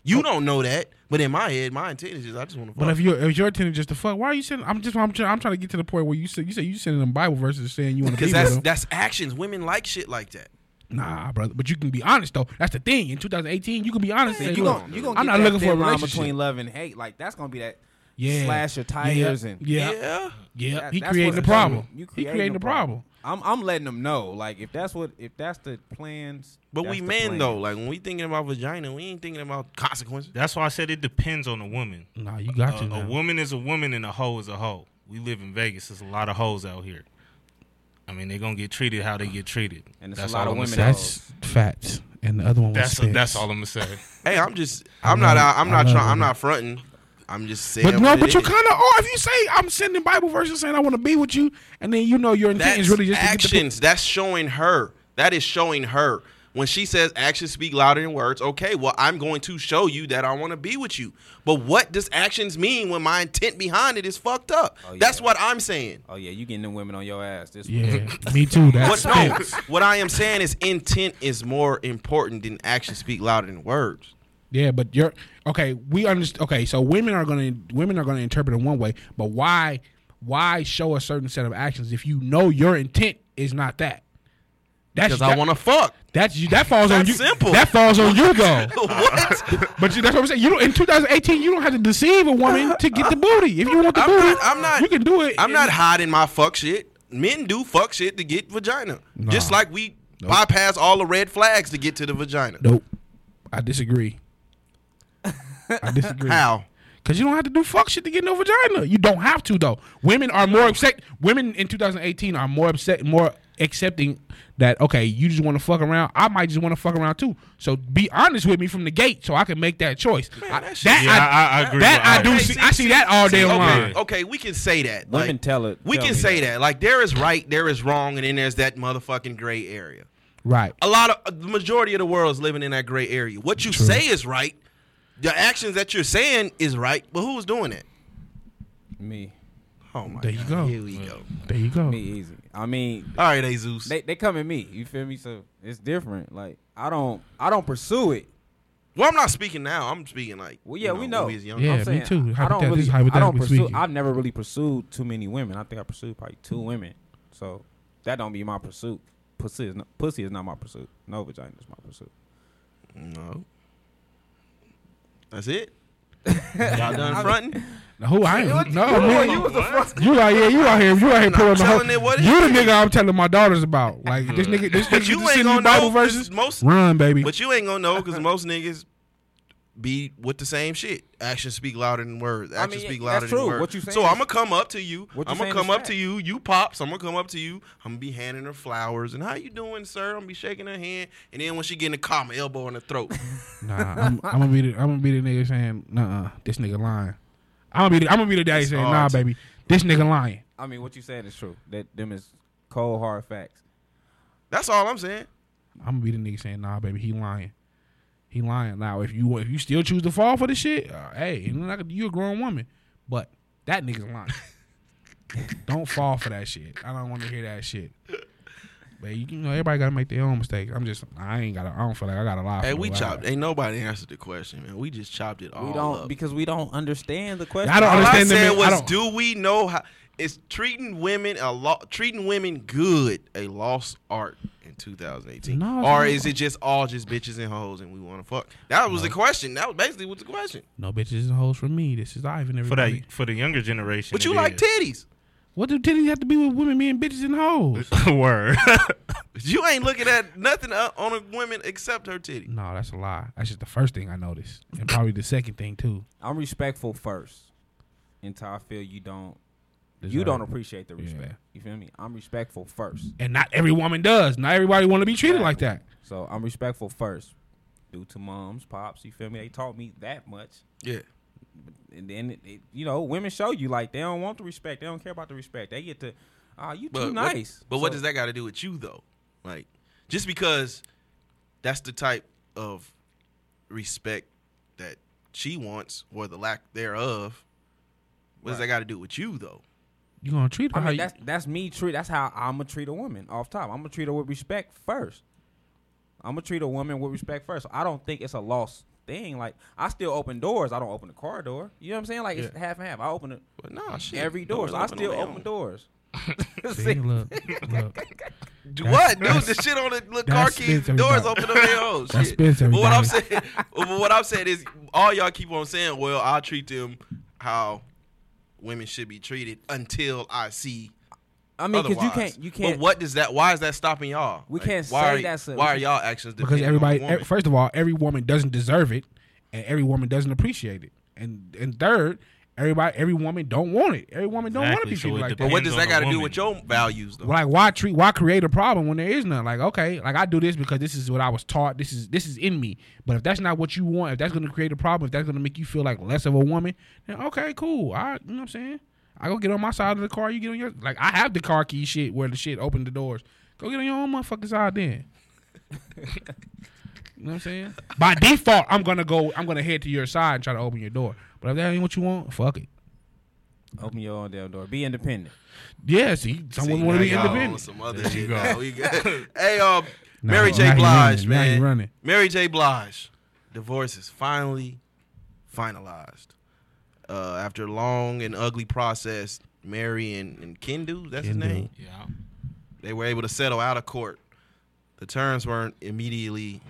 Speaker 1: You don't know that, but in my head, my intent is just I just want to fuck.
Speaker 2: Oh. But if you if your intention just to fuck, why are you sending? I'm just I'm trying, I'm trying to get to the point where you said you say you sending them Bible verses saying you want to
Speaker 1: because
Speaker 2: be with
Speaker 1: that's
Speaker 2: them.
Speaker 1: that's actions. Women like shit like that.
Speaker 2: Nah, brother. But you can be honest though. That's the thing. In 2018, you can be honest. and say,
Speaker 3: you
Speaker 2: "Look,
Speaker 3: gonna, you gonna
Speaker 2: I'm
Speaker 3: get
Speaker 2: not
Speaker 3: that
Speaker 2: looking for a
Speaker 3: thin line
Speaker 2: relationship.
Speaker 3: between love and hate. Like that's gonna be that
Speaker 2: yeah.
Speaker 3: slash your tires and
Speaker 2: yeah, yeah.
Speaker 1: yeah.
Speaker 2: yeah.
Speaker 3: That-
Speaker 2: He
Speaker 3: that's what
Speaker 2: creating the
Speaker 3: it's gonna
Speaker 2: problem.
Speaker 3: be. You
Speaker 2: He creating the problem.
Speaker 3: I'm I'm letting them know. Like if that's what if that's the plans.
Speaker 1: But
Speaker 3: that's
Speaker 1: we
Speaker 3: the
Speaker 1: men
Speaker 3: plan.
Speaker 1: though, like when we thinking about vagina, we ain't thinking about consequences.
Speaker 4: That's why I said it depends on the woman.
Speaker 2: Nah, you got
Speaker 4: A,
Speaker 1: Uh,
Speaker 2: to.
Speaker 4: a
Speaker 2: now.
Speaker 4: woman is a woman, and a hoe is a hoe. We live in Vegas. There's a lot of hoes out here. I mean, they're gonna get treated how they get treated.
Speaker 3: And it's a
Speaker 4: that's
Speaker 3: lot of
Speaker 4: all I'ma
Speaker 3: women
Speaker 4: say.
Speaker 3: out-
Speaker 2: That's facts. And the other one was
Speaker 4: That's
Speaker 2: sticks.
Speaker 4: that's all I'm gonna say.
Speaker 2: <laughs>
Speaker 1: Hey, I'm just,
Speaker 2: I
Speaker 1: I'm not,
Speaker 2: love-
Speaker 1: I'm
Speaker 2: I
Speaker 1: not
Speaker 2: love
Speaker 1: trying, I'm
Speaker 2: women.
Speaker 1: not fronting. I'm just saying.
Speaker 2: But no,
Speaker 1: what
Speaker 2: but
Speaker 1: it
Speaker 2: you
Speaker 1: is.
Speaker 2: kind of are. If you say I'm sending Bible verses saying I want to be with you, and then you know your intent
Speaker 1: That's
Speaker 2: is really just to get
Speaker 1: actions. that's showing her. That is showing her. When she says actions speak louder than words, okay, well, I'm going to show you that I want to be with you. But what does actions mean when my intent behind it is fucked up?
Speaker 3: Oh, yeah.
Speaker 1: That's what I'm saying.
Speaker 3: Oh yeah, you getting them women on your ass. This
Speaker 2: the,
Speaker 3: yeah.
Speaker 2: yeah, me too.
Speaker 1: <laughs>
Speaker 2: That's
Speaker 1: What, no,
Speaker 2: facts.
Speaker 1: what I am saying is intent is more important than actions speak louder than words.
Speaker 2: Yeah, but you're okay. We understand. Okay, so women are gonna women are gonna interpret it one way, but why why show a certain set of actions if you know your intent is not that? That's
Speaker 1: Because I
Speaker 2: that-
Speaker 1: want to
Speaker 2: <laughs>
Speaker 1: fuck.
Speaker 2: That's you. That falls on
Speaker 1: That's
Speaker 2: you.
Speaker 1: simple.
Speaker 2: That falls on
Speaker 1: <laughs>
Speaker 2: you though.
Speaker 1: what?
Speaker 2: But you, that's what I'm saying. You don't, in 2018, you don't have to deceive a woman to get the booty. If you want the
Speaker 1: I'm
Speaker 2: booty,
Speaker 1: not- I'm not-
Speaker 2: You can do it.
Speaker 1: I'm
Speaker 2: in-
Speaker 1: not hiding my fuck shit. Men do fuck shit to get vagina.
Speaker 2: Nah.
Speaker 1: Just like we bypass all the red flags to get to the vagina.
Speaker 2: Nope. I disagree. I
Speaker 1: <laughs>
Speaker 2: disagree.
Speaker 1: How?
Speaker 2: Because you don't have to do fuck shit to get no vagina. You don't have to though. Women are more upset. Women in 2018 are more upset, more accepting that okay, you just want to fuck around. I might just want to fuck around too. So be honest with me from the gate, so I can make that choice. I,
Speaker 1: that
Speaker 2: that
Speaker 1: shit-
Speaker 4: Yeah, I- I
Speaker 2: I,
Speaker 4: agree
Speaker 2: That
Speaker 4: with
Speaker 2: I
Speaker 4: Ira.
Speaker 2: do.
Speaker 1: Okay,
Speaker 2: see, I see that all day
Speaker 1: okay,
Speaker 2: long.
Speaker 1: Okay, we can say that.
Speaker 3: Women tell it-
Speaker 1: We
Speaker 3: tell
Speaker 1: can
Speaker 3: me
Speaker 1: say
Speaker 3: that.
Speaker 1: that. Like there is right, there is wrong, and then there's that motherfucking gray area.
Speaker 2: Right.
Speaker 1: A lot of uh, the majority of the world is living in that gray area. What you say is right. The actions that you're saying is right, but who's doing it?
Speaker 3: me,
Speaker 1: Oh my
Speaker 2: There you
Speaker 1: God,
Speaker 2: go.
Speaker 1: Here we go.
Speaker 2: There you go.
Speaker 3: me easy. I mean,
Speaker 1: All right, Jesus.
Speaker 3: they they come at me. You feel me? So it's different. Like I don't I don't pursue it.
Speaker 1: well, I'm not speaking now. I'm speaking like
Speaker 3: Well, yeah,
Speaker 1: you know,
Speaker 3: we know.
Speaker 1: When we was young.
Speaker 2: Yeah,
Speaker 3: I'm
Speaker 2: me
Speaker 3: saying,
Speaker 2: too.
Speaker 3: I
Speaker 2: Hypothet-
Speaker 3: don't
Speaker 2: this is
Speaker 3: really. I don't
Speaker 2: hypothetically
Speaker 3: pursue.
Speaker 2: speaking.
Speaker 3: I've never really pursued too many women. I think I pursued probably two women. So that don't be my pursuit. Pussy is not, pussy is not my pursuit. No vagina is my pursuit.
Speaker 1: No.
Speaker 3: <laughs>
Speaker 1: That's it. Y'all done fronting?
Speaker 2: Who I am? No, man.
Speaker 3: you was the front.
Speaker 2: You out here, you out here, you out here pulling the
Speaker 1: telling it
Speaker 2: whole.
Speaker 1: what it
Speaker 2: You the nigga I'm telling my daughters about. Like this nigga, this
Speaker 1: But <laughs>
Speaker 2: nigga
Speaker 1: you
Speaker 2: just
Speaker 1: ain't
Speaker 2: sending
Speaker 1: gonna
Speaker 2: you Bible
Speaker 1: know
Speaker 2: verses.
Speaker 1: verses. Most,
Speaker 2: Run, baby.
Speaker 1: but you ain't gonna know because most niggas be with the same shit. Actions speak louder than words.
Speaker 3: I
Speaker 1: Actions
Speaker 3: mean,
Speaker 1: speak
Speaker 3: that's
Speaker 1: louder than
Speaker 3: true.
Speaker 1: words.
Speaker 3: What you saying
Speaker 1: so
Speaker 3: is-
Speaker 1: I'm gonna come up to you.
Speaker 3: What you
Speaker 1: I'm gonna
Speaker 3: saying
Speaker 1: come
Speaker 3: is
Speaker 1: up
Speaker 3: fact.
Speaker 1: to you. You pops. I'm gonna come up to you. I'm gonna be handing her flowers and how you doing, sir? I'm gonna be shaking her hand. And then when she get in the car, my elbow in
Speaker 3: <laughs>
Speaker 1: her throat.
Speaker 2: Nah, I'm, I'm gonna be the I'm gonna be the nigga saying, nah, this nigga lying. I'm gonna be the, I'm gonna be the daddy
Speaker 1: It's
Speaker 2: saying,
Speaker 1: hard
Speaker 2: nah,
Speaker 1: to-
Speaker 2: baby, this nigga lying.
Speaker 3: I mean, what you said is true. That them is cold hard facts.
Speaker 1: That's all I'm saying.
Speaker 2: I'm gonna be the nigga saying, nah, baby, he lying. He lying. Now, if you if you still choose to fall for this shit, uh, hey, and like, you a grown woman, but that nigga's
Speaker 1: <laughs>
Speaker 2: lying. don't fall for that shit. I don't want to hear that shit. But you know, everybody gotta make their own mistakes. I'm just, I ain't gotta. I don't feel like I gotta lie.
Speaker 1: Hey,
Speaker 2: for
Speaker 1: we
Speaker 2: nobody.
Speaker 1: chopped. Ain't nobody answered the question, man. We just chopped it all
Speaker 3: we don't
Speaker 1: up.
Speaker 3: because we don't understand the question.
Speaker 2: I don't
Speaker 1: All I
Speaker 2: understand the
Speaker 1: said
Speaker 2: men- I
Speaker 1: was,
Speaker 2: don't-
Speaker 1: do we know how? it's treating women a lot treating women good a lost art in 2018
Speaker 2: No, it's
Speaker 1: or
Speaker 2: not.
Speaker 1: is it just all just bitches and hoes and we want to fuck that was the question that was basically what the question
Speaker 2: No bitches and hoes for me. This is Ivan.
Speaker 4: for that
Speaker 2: Everybody.
Speaker 4: for the younger generation.
Speaker 1: but
Speaker 4: it
Speaker 1: you like
Speaker 4: is.
Speaker 1: titties
Speaker 2: What do titties have to be with women being bitches and hoes?
Speaker 4: <laughs>
Speaker 2: <laughs>
Speaker 4: word.
Speaker 1: you ain't looking at nothing o- on a woman except her titty
Speaker 2: no, that's a lie. That's just the first thing I noticed, and probably the second thing too.
Speaker 3: I'm respectful first until I feel you don't
Speaker 2: That's
Speaker 3: you
Speaker 2: right.
Speaker 3: don't appreciate the
Speaker 2: Yeah.
Speaker 3: respect. You feel me? I'm respectful first.
Speaker 2: And not every woman does. Not everybody want to be treated like that.
Speaker 3: So I'm respectful first. Due to moms, pops, you feel me? They taught me that much.
Speaker 1: yeah
Speaker 3: And then, it, it, you know, women show you like they don't want the respect. They don't care about the respect. They get to, ah, you too
Speaker 1: but what-
Speaker 3: nice.
Speaker 1: but what
Speaker 3: So-
Speaker 1: does that got to do with you though like just because that's the type of respect that she wants or the lack thereof what does
Speaker 3: Right.
Speaker 1: that got to do with you though
Speaker 2: You gonna treat her?
Speaker 3: I
Speaker 2: how
Speaker 3: mean,
Speaker 2: you-
Speaker 3: that's that's me treat. That's how I'm gonna treat a woman off top. I'm gonna treat her with respect first. I'm gonna treat a woman with respect first. I don't think it's a lost thing. Like I still open doors. I don't open the car door. You know what I'm saying? Like it's half and half. I open it
Speaker 1: But nah, shit.
Speaker 3: every door. So I still open doors.
Speaker 2: See,
Speaker 3: See?
Speaker 2: look, look.
Speaker 1: Do
Speaker 2: That's-
Speaker 1: what, dude? The shit on the, the
Speaker 2: that's
Speaker 1: car keys,
Speaker 2: Spence,
Speaker 1: doors open
Speaker 2: everybody.
Speaker 1: up their own
Speaker 2: That's
Speaker 1: shit.
Speaker 2: Spence,
Speaker 1: but what I'm
Speaker 2: everybody.
Speaker 1: saying, <laughs> but what I'm saying is, all y'all keep on saying, "Well, I'll treat them how women should be treated until I see."
Speaker 3: I mean, because
Speaker 1: otherwise.
Speaker 3: you can't. You can't.
Speaker 1: But what does that? Why is that stopping y'all?
Speaker 3: We can't
Speaker 1: why
Speaker 3: say
Speaker 1: are,
Speaker 3: that's a-
Speaker 1: why are y'all actions
Speaker 2: because
Speaker 1: dependent
Speaker 2: everybody.
Speaker 1: On the woman?
Speaker 2: e- first of all, every woman doesn't deserve it, and every woman doesn't appreciate it, and and third, everybody, every woman don't want it. Every woman don't want to
Speaker 4: Exactly,
Speaker 2: be
Speaker 4: so
Speaker 2: treated
Speaker 4: it
Speaker 2: like that.
Speaker 1: but what
Speaker 4: depends
Speaker 1: does
Speaker 4: on
Speaker 1: that got
Speaker 4: the
Speaker 1: to do
Speaker 4: woman.
Speaker 1: with your values, though?
Speaker 2: Well, like why treat why create a problem when there is none like okay like i do this because this is what i was taught this is this is in me but if that's not what you want if that's going to create a problem if that's going to make you feel like less of a woman then okay cool i you know what i'm saying i go get on my side of the car you get on your like i have the car key shit where the shit open the doors go get on your own motherfucking side then <laughs> you know what i'm saying by default i'm going to go i'm going to head to your side and try to open your door but if that ain't what you want fuck it
Speaker 3: Open your own damn door. Be independent.
Speaker 2: yeah see some women want to be
Speaker 1: Now y'all on
Speaker 2: independent
Speaker 1: Some other
Speaker 4: There you
Speaker 1: shit.
Speaker 4: go.
Speaker 1: now. <laughs> We got-
Speaker 2: <laughs>
Speaker 1: hey, um,
Speaker 2: Nah,
Speaker 1: Mary
Speaker 2: now
Speaker 1: J.
Speaker 2: he
Speaker 1: Blige,
Speaker 2: running, now he
Speaker 1: man.
Speaker 2: running.
Speaker 1: Mary J. Blige, divorce is finally finalized. Uh, after a long and ugly process, Mary and, and Kendu, that's his
Speaker 2: Kendu.
Speaker 1: name,
Speaker 4: yeah.
Speaker 1: they were able to settle out of court. The terms weren't immediately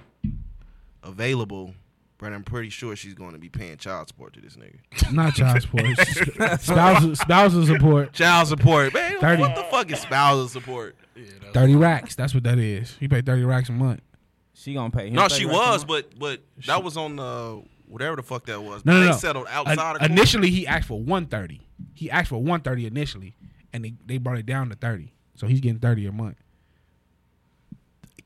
Speaker 1: available, but I'm pretty sure she's going to be paying child support to this nigga.
Speaker 2: Not child
Speaker 1: <laughs>
Speaker 2: support. It's spousal, spousal support.
Speaker 1: Child support, man.
Speaker 2: 30.
Speaker 1: What the fuck is spousal support?
Speaker 4: yeah that-
Speaker 2: Thirty racks. That's what that is. You pay thirty racks a month.
Speaker 3: She gonna pay him.
Speaker 1: No,
Speaker 3: thirty
Speaker 1: she
Speaker 3: racks a
Speaker 1: was,
Speaker 3: month.
Speaker 1: but but that was on the whatever the fuck that was.
Speaker 2: No, no,
Speaker 1: they
Speaker 2: no.
Speaker 1: settled
Speaker 2: In-
Speaker 1: outside of court.
Speaker 2: initially, he asked for one thirty. He asked for one thirty initially, and they, they brought it down to thirty. So he's getting thirty a month.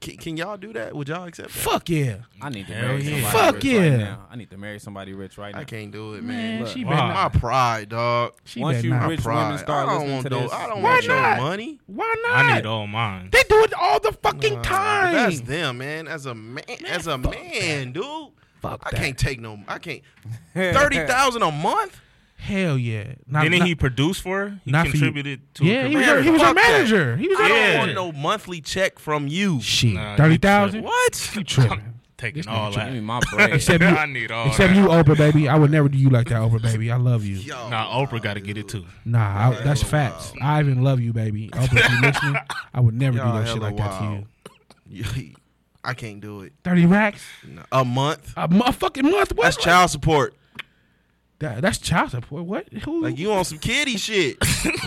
Speaker 1: Can, can y'all do that? Would y'all accept that?
Speaker 2: Fuck yeah,
Speaker 3: I need to
Speaker 4: Hell
Speaker 3: marry
Speaker 4: yeah.
Speaker 3: somebody.
Speaker 2: Fuck
Speaker 3: rich
Speaker 2: yeah.
Speaker 3: Right now. I need to marry somebody rich right now.
Speaker 1: I can't do it, man.
Speaker 2: man.
Speaker 3: Look,
Speaker 2: she
Speaker 4: why?
Speaker 2: better
Speaker 1: My
Speaker 2: not.
Speaker 1: pride, dog.
Speaker 2: She
Speaker 3: Once
Speaker 2: better
Speaker 3: you
Speaker 2: not.
Speaker 1: My
Speaker 3: rich-
Speaker 1: pride.
Speaker 3: women start
Speaker 1: I don't
Speaker 3: listening
Speaker 1: want
Speaker 3: to
Speaker 1: no-
Speaker 3: this.
Speaker 1: I don't
Speaker 2: Why
Speaker 1: want
Speaker 2: not?
Speaker 1: your money.
Speaker 2: Why not?
Speaker 4: I need all mine.
Speaker 2: They do it all the fucking
Speaker 1: Nah,
Speaker 2: time.
Speaker 1: That's them, man. As a man, as a man, dude.
Speaker 2: Fuck
Speaker 1: I
Speaker 2: that.
Speaker 1: can't take no. I can't. Thirty thousand a month.
Speaker 2: Hell yeah. Not,
Speaker 4: Didn't
Speaker 2: not-
Speaker 4: he produce for her? He
Speaker 2: not for you.
Speaker 4: contributed to
Speaker 2: Yeah,
Speaker 4: her
Speaker 2: he was,
Speaker 4: career.
Speaker 2: her, he was her
Speaker 1: Fuck that.
Speaker 2: manager. He was her
Speaker 1: I
Speaker 4: Yeah.
Speaker 1: don't
Speaker 2: manager.
Speaker 1: want no monthly check from you.
Speaker 2: Shit,
Speaker 4: Nah, you
Speaker 2: thirty thousand.
Speaker 1: What?
Speaker 2: You tripping? This
Speaker 4: taking
Speaker 2: nigga
Speaker 4: all
Speaker 3: Give me <laughs>
Speaker 4: that.
Speaker 3: my bread.
Speaker 2: Except you-
Speaker 4: I need all
Speaker 2: Except
Speaker 4: Oh, that.
Speaker 2: you, Oprah baby. I would never do you like that, Oprah baby. I love you.
Speaker 1: Yo,
Speaker 4: Nah, Oprah got to get it too.
Speaker 2: Nah, I,
Speaker 1: Yeah,
Speaker 2: that's
Speaker 1: hella
Speaker 2: facts. I even love you, baby. Oprah, if you listening, I would never
Speaker 1: Y'all
Speaker 2: do that shit
Speaker 1: hella
Speaker 2: like that to you.
Speaker 1: wild. I can't do it.
Speaker 2: Thirty racks
Speaker 1: No. A month.
Speaker 2: a motherfucking month. What?
Speaker 1: That's child support.
Speaker 2: That- that's child support. What? Who?
Speaker 1: Like you on some kiddie shit.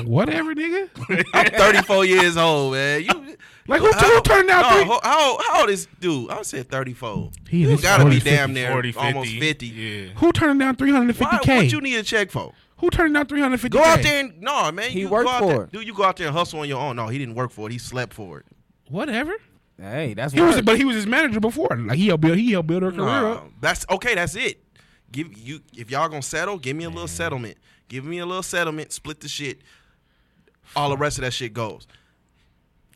Speaker 2: whatever, nigga.
Speaker 1: <laughs> I'm 34 years old, man. You
Speaker 2: Like who, who turned down
Speaker 1: no,
Speaker 2: three?
Speaker 1: ho- how how old is dude? I said 34.
Speaker 2: He
Speaker 1: you
Speaker 2: is
Speaker 1: gotta be
Speaker 2: 40,
Speaker 1: damn near
Speaker 4: 40, 50.
Speaker 1: almost 50.
Speaker 4: Yeah.
Speaker 2: Who turned down three hundred and
Speaker 1: Why?
Speaker 2: fifty
Speaker 1: What
Speaker 2: k?
Speaker 1: you need a check for?
Speaker 2: Who turned down three hundred fifty
Speaker 1: Go
Speaker 2: k?
Speaker 1: out there and no, man.
Speaker 3: He
Speaker 1: you
Speaker 3: worked
Speaker 1: go out
Speaker 3: for
Speaker 1: there,
Speaker 3: it.
Speaker 1: Dude, you go out there and hustle on your own. No, he didn't work for it. He slept for it.
Speaker 2: Whatever.
Speaker 3: hey, that's
Speaker 2: He was,
Speaker 3: work.
Speaker 2: but he was his manager before. Like he helped build, he helped build her career
Speaker 1: Nah,
Speaker 2: up.
Speaker 1: that's okay. That's it. Give you if y'all gonna settle, give me a little settlement. Give me a little settlement. Split the shit. All the rest of that shit goes.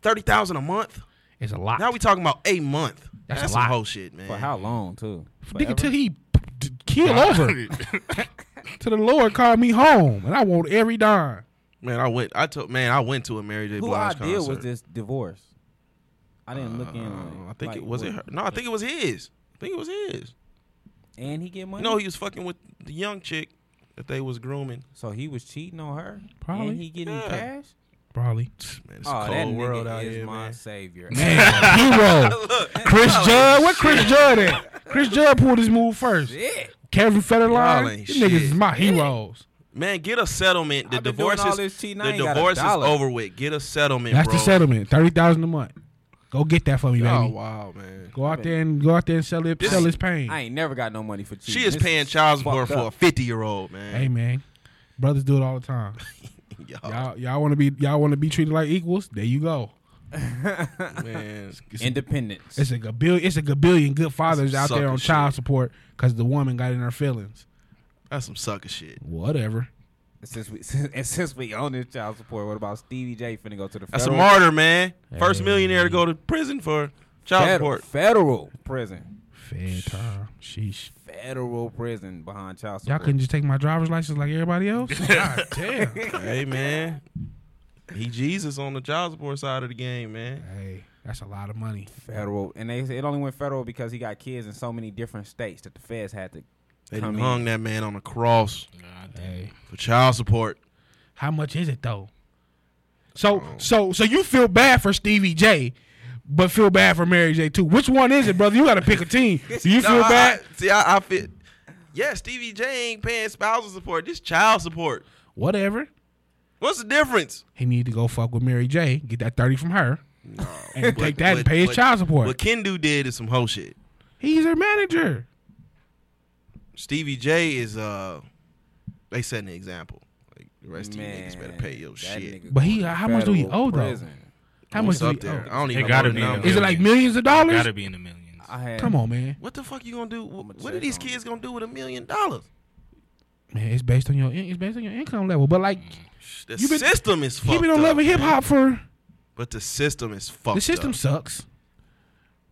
Speaker 1: Thirty thousand a month.
Speaker 2: It's a lot.
Speaker 1: Now we talking about a month.
Speaker 2: That's
Speaker 1: That's,
Speaker 2: a
Speaker 1: some
Speaker 2: lot.
Speaker 1: whole shit, man.
Speaker 3: for how long too?
Speaker 2: nigga
Speaker 3: Forever?
Speaker 2: till he p- t- keel
Speaker 4: <laughs>
Speaker 2: over. to the Lord, call me home, and I want every dime.
Speaker 1: Man, I went. I took. Man, I went to a Mary J.
Speaker 3: Who
Speaker 1: Blige
Speaker 3: idea
Speaker 1: concert.
Speaker 3: was this divorce? I didn't look in.
Speaker 1: Uh, I think
Speaker 3: like,
Speaker 1: it was it.
Speaker 3: what-
Speaker 1: Her? No, I think it was his. I think it was his.
Speaker 3: And he get money.
Speaker 1: You know, he was fucking with the young chick. that they was grooming.
Speaker 3: So he was cheating on her.
Speaker 2: Probably.
Speaker 3: And he getting
Speaker 1: Yeah.
Speaker 3: cash.
Speaker 2: Probably.
Speaker 1: Man, it's
Speaker 3: oh,
Speaker 1: a
Speaker 3: that
Speaker 1: cold
Speaker 3: nigga
Speaker 1: world out
Speaker 3: is
Speaker 1: here,
Speaker 3: my
Speaker 1: man.
Speaker 3: savior.
Speaker 2: Man, hero. <laughs>
Speaker 1: <laughs>
Speaker 2: Chris Judd. Where Chris Judd at? Chris Judd pulled his move
Speaker 3: <laughs>
Speaker 2: first.
Speaker 3: Shit.
Speaker 1: Y'all
Speaker 2: Kevin Federline.
Speaker 1: ain't
Speaker 2: These niggas
Speaker 1: shit.
Speaker 2: is my heroes.
Speaker 1: Man, get a settlement. The
Speaker 3: I've been
Speaker 1: divorce
Speaker 3: doing all
Speaker 1: is
Speaker 3: this cheating. I
Speaker 1: the
Speaker 3: ain't got a
Speaker 1: divorce is
Speaker 3: dollar.
Speaker 1: over with. Get a settlement,
Speaker 2: That's
Speaker 1: bro.
Speaker 2: the settlement. Thirty thousand a month. Go get that for me,
Speaker 1: Oh
Speaker 2: baby.
Speaker 1: wow, man.
Speaker 2: Go out there and go out there and sell it.
Speaker 1: This-
Speaker 2: sell his pain.
Speaker 3: I ain't never got no money for cheating.
Speaker 1: She is
Speaker 3: This
Speaker 1: paying child support
Speaker 3: fucked
Speaker 1: for a
Speaker 3: up.
Speaker 1: fifty year old man.
Speaker 2: Hey man, brothers do it all
Speaker 1: <laughs>
Speaker 2: the time.
Speaker 1: Y'all,
Speaker 2: Y'all, y'all want to be y'all want to be treated like equals. There you go.
Speaker 1: man,
Speaker 2: It's,
Speaker 3: independence.
Speaker 2: it's a gabil- It's a gabillion good fathers out there
Speaker 1: Sucker
Speaker 2: on
Speaker 1: shit.
Speaker 2: child support because the woman got in her feelings.
Speaker 1: that's some sucker shit.
Speaker 2: Whatever.
Speaker 3: since we <laughs> and since we own this child support, what about Stevie J finna go to the
Speaker 1: That's a
Speaker 3: federal,
Speaker 1: martyr, man. First
Speaker 2: Hey.
Speaker 1: millionaire to go to prison for child
Speaker 3: federal, <laughs>
Speaker 1: support.
Speaker 3: federal prison,
Speaker 2: Fair time. Sheesh.
Speaker 3: federal prison behind child
Speaker 2: Y'all
Speaker 3: support?
Speaker 2: couldn't just take my driver's license like everybody else. God damn.
Speaker 1: <laughs> hey, man. He Jesus on the child support side of the game, man.
Speaker 2: Hey, that's a lot of money.
Speaker 3: federal, and they said it only went federal because he got kids in so many different states that the feds had to.
Speaker 1: They
Speaker 3: Come
Speaker 1: done
Speaker 3: in.
Speaker 1: hung that man on a cross
Speaker 4: God damn.
Speaker 2: Hey,
Speaker 1: for child support.
Speaker 2: how much is it though? So,
Speaker 1: Um,
Speaker 2: so, so you feel bad for Stevie J, but feel bad for Mary J too. Which one is it, brother? You got to pick
Speaker 1: <laughs>
Speaker 2: a team. Do you
Speaker 1: No,
Speaker 2: feel
Speaker 1: I-
Speaker 2: bad?
Speaker 1: I- see, I, I feel. Yeah, Stevie J ain't paying spousal support. This child support.
Speaker 2: Whatever.
Speaker 1: What's the difference?
Speaker 2: He need to go fuck with Mary J, get that thirty from her,
Speaker 1: No,
Speaker 2: and take that and pay his child support.
Speaker 1: What Kendu did is some whole shit.
Speaker 2: He's her manager.
Speaker 1: Stevie J is uh, they setting an example. Like the rest of you
Speaker 3: Man,
Speaker 1: niggas better pay your
Speaker 3: that
Speaker 1: shit.
Speaker 3: nigga
Speaker 2: But he-
Speaker 3: going to
Speaker 2: how much do he
Speaker 3: federal
Speaker 2: owe, though?
Speaker 3: prison.
Speaker 2: How much
Speaker 1: What's
Speaker 2: do
Speaker 1: up
Speaker 2: up
Speaker 1: there? I don't
Speaker 4: It
Speaker 1: even.
Speaker 4: gotta
Speaker 1: wanna
Speaker 4: be in
Speaker 1: know.
Speaker 4: the
Speaker 2: Is it like millions of dollars?
Speaker 4: Gotta be in the millions.
Speaker 3: I had,
Speaker 2: Come on, man.
Speaker 1: What the fuck you gonna do?
Speaker 3: I'ma
Speaker 1: What, what
Speaker 3: check
Speaker 1: are these
Speaker 3: on it.
Speaker 1: kids gonna do with a million dollars?
Speaker 2: Man, it's based on your in- it's based on your income level. But like,
Speaker 1: The
Speaker 2: You been-
Speaker 1: system is fucked
Speaker 2: he been on
Speaker 1: up,
Speaker 2: Love and Hip
Speaker 1: man.
Speaker 2: Hop for
Speaker 1: but the system is fucked.
Speaker 2: the system
Speaker 1: up.
Speaker 2: sucks.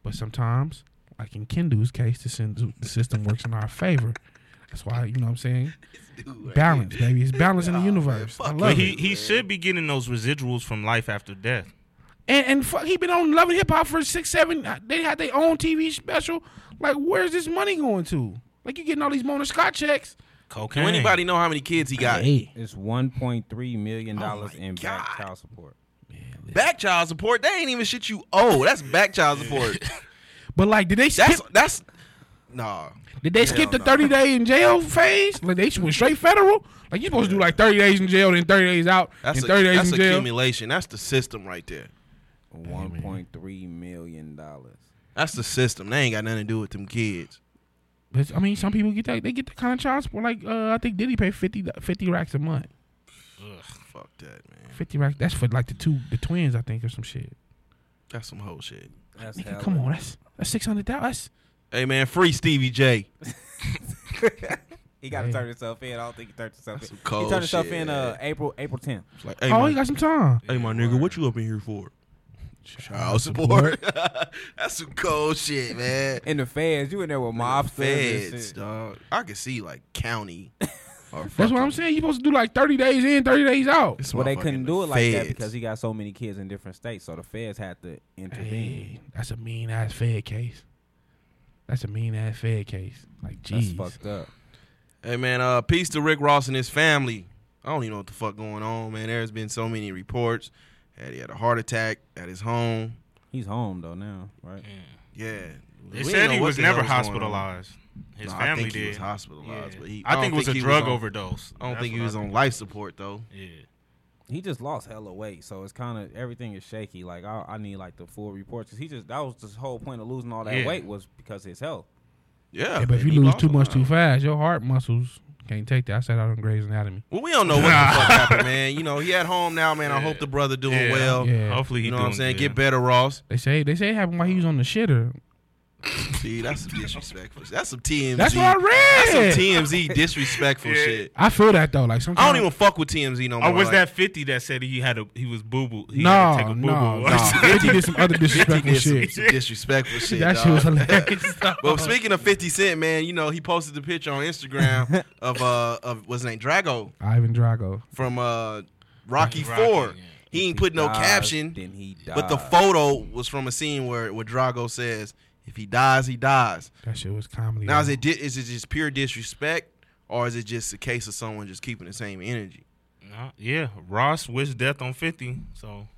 Speaker 2: But sometimes, like in Kendu's case, the, syn- the system works in our favor. That's why you know what I'm saying. Balance,
Speaker 1: <laughs>
Speaker 2: baby. It's balance in the
Speaker 1: Nah, man,
Speaker 2: universe. I
Speaker 1: fuck
Speaker 2: love
Speaker 4: But
Speaker 1: it.
Speaker 4: he,
Speaker 2: it.
Speaker 4: he should be getting those residuals from life after death.
Speaker 2: And and fuck, he been on Love and Hip Hop for six, seven. uh, They had their own TV special. Like, where's this money going to? Like, you getting all these Mona Scott checks?
Speaker 1: Do
Speaker 4: Cocaine.
Speaker 1: anybody know how many kids he got?
Speaker 2: Hey,
Speaker 3: It's one point three million dollars
Speaker 1: Oh my
Speaker 3: in back
Speaker 1: God.
Speaker 3: child support.
Speaker 1: Back child support. That ain't even shit you owe. That's back child support.
Speaker 2: but like, did they skip? <laughs>
Speaker 1: That's that's nah.
Speaker 2: Did they skip the
Speaker 1: no.
Speaker 2: thirty day in jail phase? Like they went straight federal? Like you supposed to do like thirty days in jail, then thirty days out,
Speaker 1: That's
Speaker 2: and
Speaker 1: a,
Speaker 2: thirty days
Speaker 1: that's
Speaker 2: in jail.
Speaker 1: accumulation. That's the system right there.
Speaker 3: One point three million dollars.
Speaker 1: That's the system. They ain't got nothing to do with them kids.
Speaker 2: But I mean, some people get that they get that kind of child support. Like uh, I think Diddy pay 50, 50 racks a month.
Speaker 1: Fuck that, man.
Speaker 2: Fifty racks. That's for like the two the twins, I think, or some shit.
Speaker 1: That's some whole shit.
Speaker 3: That's
Speaker 2: Nigga,
Speaker 3: hella.
Speaker 2: come on, that's that's six hundred thousand.
Speaker 1: Hey man, free Stevie J.
Speaker 3: He got to
Speaker 2: Hey.
Speaker 3: turn himself in. I don't think he turned himself in.
Speaker 1: cold
Speaker 3: He turned himself
Speaker 1: shit.
Speaker 3: in uh, April April 10th.
Speaker 1: It's like, hey,
Speaker 2: Oh,
Speaker 1: my,
Speaker 2: he got some time.
Speaker 1: hey, my nigga, what you up in here for? Child support. <laughs> That's some cold shit, man.
Speaker 3: In the feds, you in there with <laughs>
Speaker 1: Mob
Speaker 3: mobsters. and
Speaker 1: feds,
Speaker 3: shit.
Speaker 1: dog. I can see like
Speaker 2: <laughs>
Speaker 1: county. or
Speaker 2: That's what
Speaker 1: fucking-
Speaker 2: I'm saying. You supposed to do like thirty days in, thirty days out.
Speaker 1: This
Speaker 3: Well, they
Speaker 1: motherfucker in
Speaker 3: couldn't
Speaker 1: the
Speaker 3: do it like that
Speaker 1: feds.
Speaker 3: because he got so many kids in different states, so the feds had to intervene.
Speaker 2: Hey, that's a mean ass Fed case. That's a mean ass Fed case. Like,
Speaker 3: That's
Speaker 2: jeez.
Speaker 3: fucked up.
Speaker 1: Hey man, uh, peace to Rick Ross and his family. I don't even know what the fuck going on, man. There's been so many reports. Had he had a heart attack at his home.
Speaker 3: He's home though now, right?
Speaker 4: Yeah.
Speaker 1: Yeah,
Speaker 4: They
Speaker 1: We
Speaker 4: said
Speaker 1: know
Speaker 4: he
Speaker 1: what
Speaker 4: was
Speaker 1: the hell
Speaker 4: never
Speaker 1: going on.
Speaker 4: hospitalized. His
Speaker 1: No,
Speaker 4: family
Speaker 1: I think
Speaker 4: did.
Speaker 1: he was hospitalized,
Speaker 4: Yeah.
Speaker 1: but he.
Speaker 4: I, think it
Speaker 1: don't
Speaker 4: was a
Speaker 1: he
Speaker 4: drug
Speaker 1: on-
Speaker 4: overdose.
Speaker 1: I don't
Speaker 4: That's
Speaker 1: think he
Speaker 4: what
Speaker 1: was on life support though.
Speaker 4: Yeah.
Speaker 3: He just lost hella weight, so it's kind of everything is shaky. Like I, I need like the full reports 'cause he just that was the whole point of losing all that
Speaker 4: Yeah.
Speaker 3: weight was because his health.
Speaker 1: Yeah,
Speaker 2: Yeah, but
Speaker 1: and
Speaker 2: if you
Speaker 1: he
Speaker 2: lose
Speaker 1: lost
Speaker 2: too
Speaker 1: a
Speaker 2: much
Speaker 1: lot.
Speaker 2: too fast, your heart muscles can't take that. I said that on Grey's Anatomy.
Speaker 1: Well, we don't know what the
Speaker 4: <laughs>
Speaker 1: fuck happened, man. You know, he at home now, man. I
Speaker 4: Yeah.
Speaker 1: hope the brother doing
Speaker 4: Yeah.
Speaker 1: well.
Speaker 2: Yeah.
Speaker 4: Hopefully he
Speaker 1: You know
Speaker 4: doing
Speaker 1: what I'm saying?
Speaker 4: good.
Speaker 1: Get better, Ross.
Speaker 2: They say they say it happened while he was on the shitter.
Speaker 1: See, that's some disrespectful. That's some TMZ.
Speaker 2: That's what I
Speaker 1: That's
Speaker 2: read.
Speaker 1: some
Speaker 2: <laughs>
Speaker 1: TMZ disrespectful
Speaker 4: Yeah.
Speaker 1: shit.
Speaker 2: I feel that though. Like sometimes
Speaker 1: I don't even fuck with TMZ
Speaker 2: Oh,
Speaker 1: no more.
Speaker 4: Or was
Speaker 1: Like,
Speaker 4: that fifty that said he had a he was boo boo?
Speaker 2: No,
Speaker 4: take a boo
Speaker 2: no,
Speaker 4: boo.
Speaker 2: no. <laughs> Fifty did some other disrespectful
Speaker 1: Fifty did
Speaker 2: shit.
Speaker 1: <laughs> some, some disrespectful shit.
Speaker 2: That shit
Speaker 1: dawg. <laughs>
Speaker 2: was hilarious.
Speaker 1: But speaking of Fifty Cent, man, you know he posted the picture on
Speaker 2: <laughs>
Speaker 1: Instagram of uh of what's his name Drago
Speaker 2: Ivan Drago.
Speaker 1: from uh Rocky,
Speaker 4: Rocky,
Speaker 1: Four.
Speaker 4: yeah.
Speaker 1: He ain't put no
Speaker 3: Dies,
Speaker 1: caption,
Speaker 3: Then he died.
Speaker 1: but the photo was from a scene where where Drago says, "If he dies, he dies."
Speaker 2: That shit was comedy.
Speaker 1: Now
Speaker 2: though.
Speaker 1: is it di- is it just pure disrespect, or is it just a case of someone just keeping the same energy?
Speaker 4: Nah, <laughs> yeah, Ross wished death on fifty. So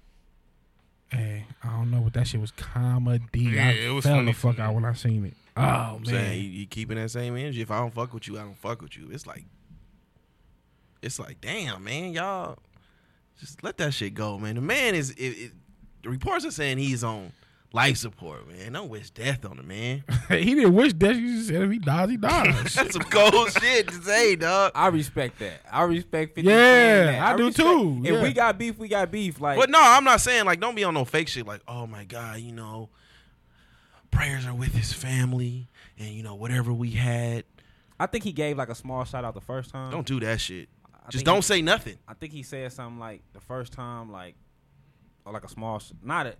Speaker 2: Hey, I don't know what that shit was comedy.
Speaker 4: Yeah,
Speaker 2: I
Speaker 4: it was
Speaker 2: fell
Speaker 4: funny
Speaker 2: the fuck
Speaker 4: to me.
Speaker 2: out when I seen it. Oh
Speaker 1: I'm
Speaker 2: man,
Speaker 1: saying you, you keeping that same energy. If I don't fuck with you, I don't fuck with you. It's like, it's like, damn, man, y'all, just let that shit go, man. The man is. It, it, the reports are saying he's on life support, man. Don't wish death on the man. <laughs>
Speaker 2: <laughs> he didn't wish that. He just said if he dies, he dies.
Speaker 1: That's some cold <laughs> shit to say, dog.
Speaker 3: I respect that. I respect 50.
Speaker 2: Yeah,
Speaker 3: saying that.
Speaker 2: I do
Speaker 3: respect-
Speaker 2: too.
Speaker 3: If
Speaker 2: Yeah.
Speaker 3: we got beef, we got beef. Like,
Speaker 1: But no, I'm not saying like don't be on no fake shit. Like, oh my god, you know, prayers are with his family, and you know whatever we had.
Speaker 3: I think he gave like a small shout out the first time.
Speaker 1: Don't do that shit.
Speaker 3: I
Speaker 1: Just
Speaker 3: think
Speaker 1: don't
Speaker 3: he-
Speaker 1: say nothing.
Speaker 3: I think he said something like the first time, like, or like a small, sh- not a.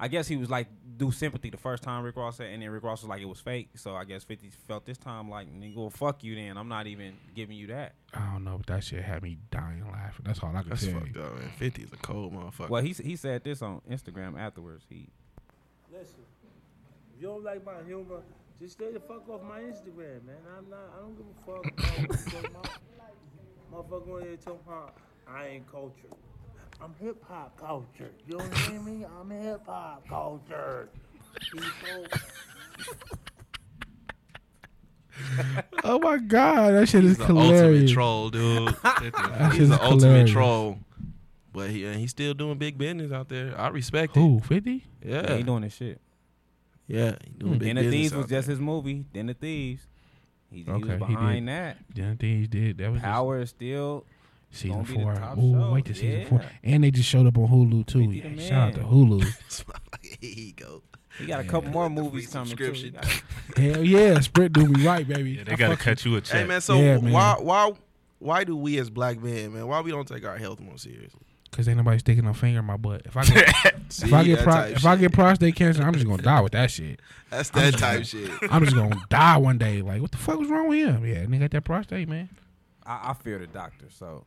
Speaker 3: I guess he was like do sympathy the first time Rick Ross said, and then Rick Ross was like it was fake. So I guess Fifty felt this time like nigga, well, fuck you. Then I'm not even giving you that.
Speaker 2: <laughs> I don't know, but that shit had me dying laughing. That's all I can
Speaker 1: That's
Speaker 2: tell you.
Speaker 1: fucked up, man. Fifty is a cold motherfucker.
Speaker 3: Well, he s- he said this on Instagram afterwards. He
Speaker 5: Listen, if you don't like my humor, just stay the fuck off my Instagram, man. I'm not. I don't give a fuck. about what you talking about. Motherfucker on here talking about I ain't culture. I'm hip hop culture. You don't hear me? I'm hip hop culture. People.
Speaker 2: Oh my god, that shit is
Speaker 1: He's the ultimate
Speaker 2: hilarious.
Speaker 1: troll, <laughs> dude. He's
Speaker 2: shit's
Speaker 1: the ultimate
Speaker 2: hilarious.
Speaker 1: troll. But he, and he's still doing big business out there. I respect it.
Speaker 2: Who fifty?
Speaker 1: Yeah, Hmm,
Speaker 3: he doing this shit.
Speaker 1: yeah. He doing big
Speaker 3: Then the
Speaker 1: business
Speaker 3: Thieves
Speaker 1: out
Speaker 3: was just his movie. Then the Thieves. He, he
Speaker 2: Okay,
Speaker 3: was
Speaker 2: he
Speaker 3: behind that.
Speaker 2: Then things did. That was just
Speaker 3: Power is still.
Speaker 2: season
Speaker 3: gonna be the
Speaker 2: four.
Speaker 3: top
Speaker 2: Oh,
Speaker 3: show.
Speaker 2: wait to season
Speaker 3: Yeah.
Speaker 2: four. And they just showed up on Hulu too.
Speaker 3: 50 the
Speaker 2: Yeah, shout out to
Speaker 3: man.
Speaker 2: Hulu.
Speaker 1: there. <laughs> Here he go.
Speaker 3: He got a couple more
Speaker 1: The free
Speaker 3: movies coming too. He
Speaker 1: subscription.
Speaker 3: got-
Speaker 2: Hell yeah, Sprint do me right, baby.
Speaker 4: yeah, they
Speaker 2: I
Speaker 4: gotta
Speaker 2: fuck with-
Speaker 4: cut you a check.
Speaker 1: Hey man, so
Speaker 2: Yeah, man.
Speaker 1: why why why do we as black men, man, why we don't take our health more seriously?
Speaker 2: Cause ain't nobody sticking no finger in my butt. If I
Speaker 1: <laughs>
Speaker 2: get, if
Speaker 1: See,
Speaker 2: I get,
Speaker 1: that
Speaker 2: pro-
Speaker 1: type
Speaker 2: if I
Speaker 1: shit.
Speaker 2: get prostate cancer, I'm just gonna die with that shit.
Speaker 1: that's that <laughs> type shit.
Speaker 2: I'm just gonna <laughs> die one day. Like, what the fuck was wrong with him? Yeah, nigga got that prostate, man.
Speaker 3: I, I fear the doctor, so.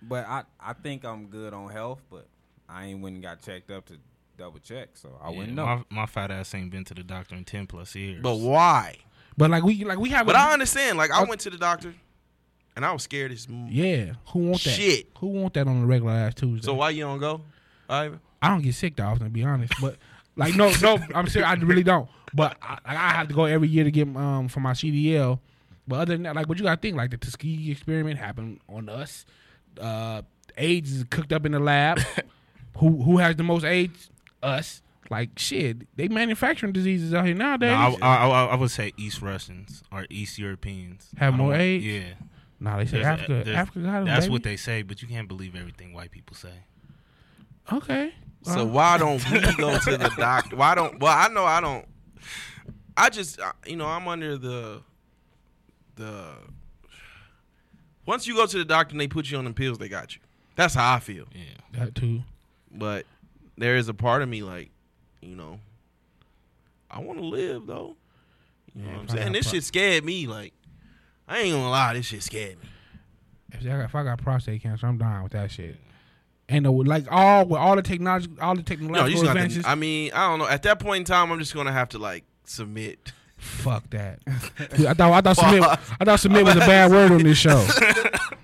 Speaker 3: But I, I think I'm good on health, but I ain't went and got checked up to double check, so I
Speaker 4: Yeah,
Speaker 3: wouldn't know.
Speaker 4: My, my fat ass ain't been to the doctor in ten plus years.
Speaker 1: But why?
Speaker 2: But like we, like we have.
Speaker 1: But
Speaker 2: a-
Speaker 1: I understand. Like I went to the doctor and I was scared as m-
Speaker 2: yeah, who want that?
Speaker 1: shit.
Speaker 2: Who want that on a regular ass Tuesday?
Speaker 1: So why you don't go? Ivan?
Speaker 2: I don't get sick that often, to be honest. But like, no, no, I'm serious. I really don't. But I, like, I have to go every year to get um for my CDL. But other than that, like, what you gotta think? Like the Tuskegee experiment happened on us. Uh, AIDS is cooked up in the
Speaker 4: <laughs>
Speaker 2: lab. who who has the most AIDS? Us. Like shit, they manufacturing diseases out here nowadays.
Speaker 4: No, I, I, I, I would say East Russians or East Europeans
Speaker 2: Have
Speaker 4: I
Speaker 2: more
Speaker 4: don't-
Speaker 2: AIDS?
Speaker 4: Yeah,
Speaker 2: Nah, they say
Speaker 4: There's a-
Speaker 2: Africa.
Speaker 4: there's-
Speaker 2: Africa got 'em,
Speaker 4: that's
Speaker 2: baby.
Speaker 4: what they say, but you can't believe everything white people say.
Speaker 2: Okay.
Speaker 1: So
Speaker 2: Uh,
Speaker 1: why don't we go to the doctor? Why don't? Well, I know I don't. I just I- you know I'm under the the. Once you go to the doctor and they put you on the pills, they got you. That's how I feel.
Speaker 4: Yeah,
Speaker 2: that too.
Speaker 1: But there is a part of me like, you know, I want to live though. You know
Speaker 2: Yeah,
Speaker 1: what I'm
Speaker 2: probably
Speaker 1: saying?
Speaker 2: not
Speaker 1: This
Speaker 2: pro-
Speaker 1: shit scared me. Like, I ain't gonna lie, this shit scared me.
Speaker 2: If I, got, if I got prostate cancer, I'm dying with that shit. And the, like all with all the technology, all the
Speaker 1: No, you
Speaker 2: technological
Speaker 1: just gonna have
Speaker 2: advances.
Speaker 1: to, I mean, I don't know. At that point in time, I'm just gonna have to like
Speaker 2: <laughs>
Speaker 1: submit. <laughs>
Speaker 2: fuck that. Dude, I thought I thought submit,
Speaker 1: Fuck.
Speaker 2: I thought submit was a bad word on
Speaker 1: <laughs>
Speaker 2: this show.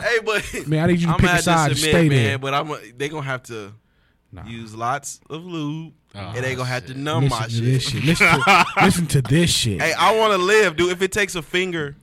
Speaker 1: hey, but
Speaker 2: Man, I need you to
Speaker 1: I'm
Speaker 2: pick
Speaker 1: gonna
Speaker 2: a side
Speaker 1: have to
Speaker 2: and stay
Speaker 1: submit,
Speaker 2: there.
Speaker 1: man. But I'm they gonna have to
Speaker 2: Nah.
Speaker 1: use lots of lube,
Speaker 4: Oh,
Speaker 1: and they gonna have to
Speaker 4: shit.
Speaker 1: numb
Speaker 2: Listen
Speaker 1: my
Speaker 2: to this
Speaker 1: shit.
Speaker 2: shit. Listen to, listen to this
Speaker 1: <laughs>
Speaker 2: shit.
Speaker 1: Hey, I want to live, dude. If it takes a finger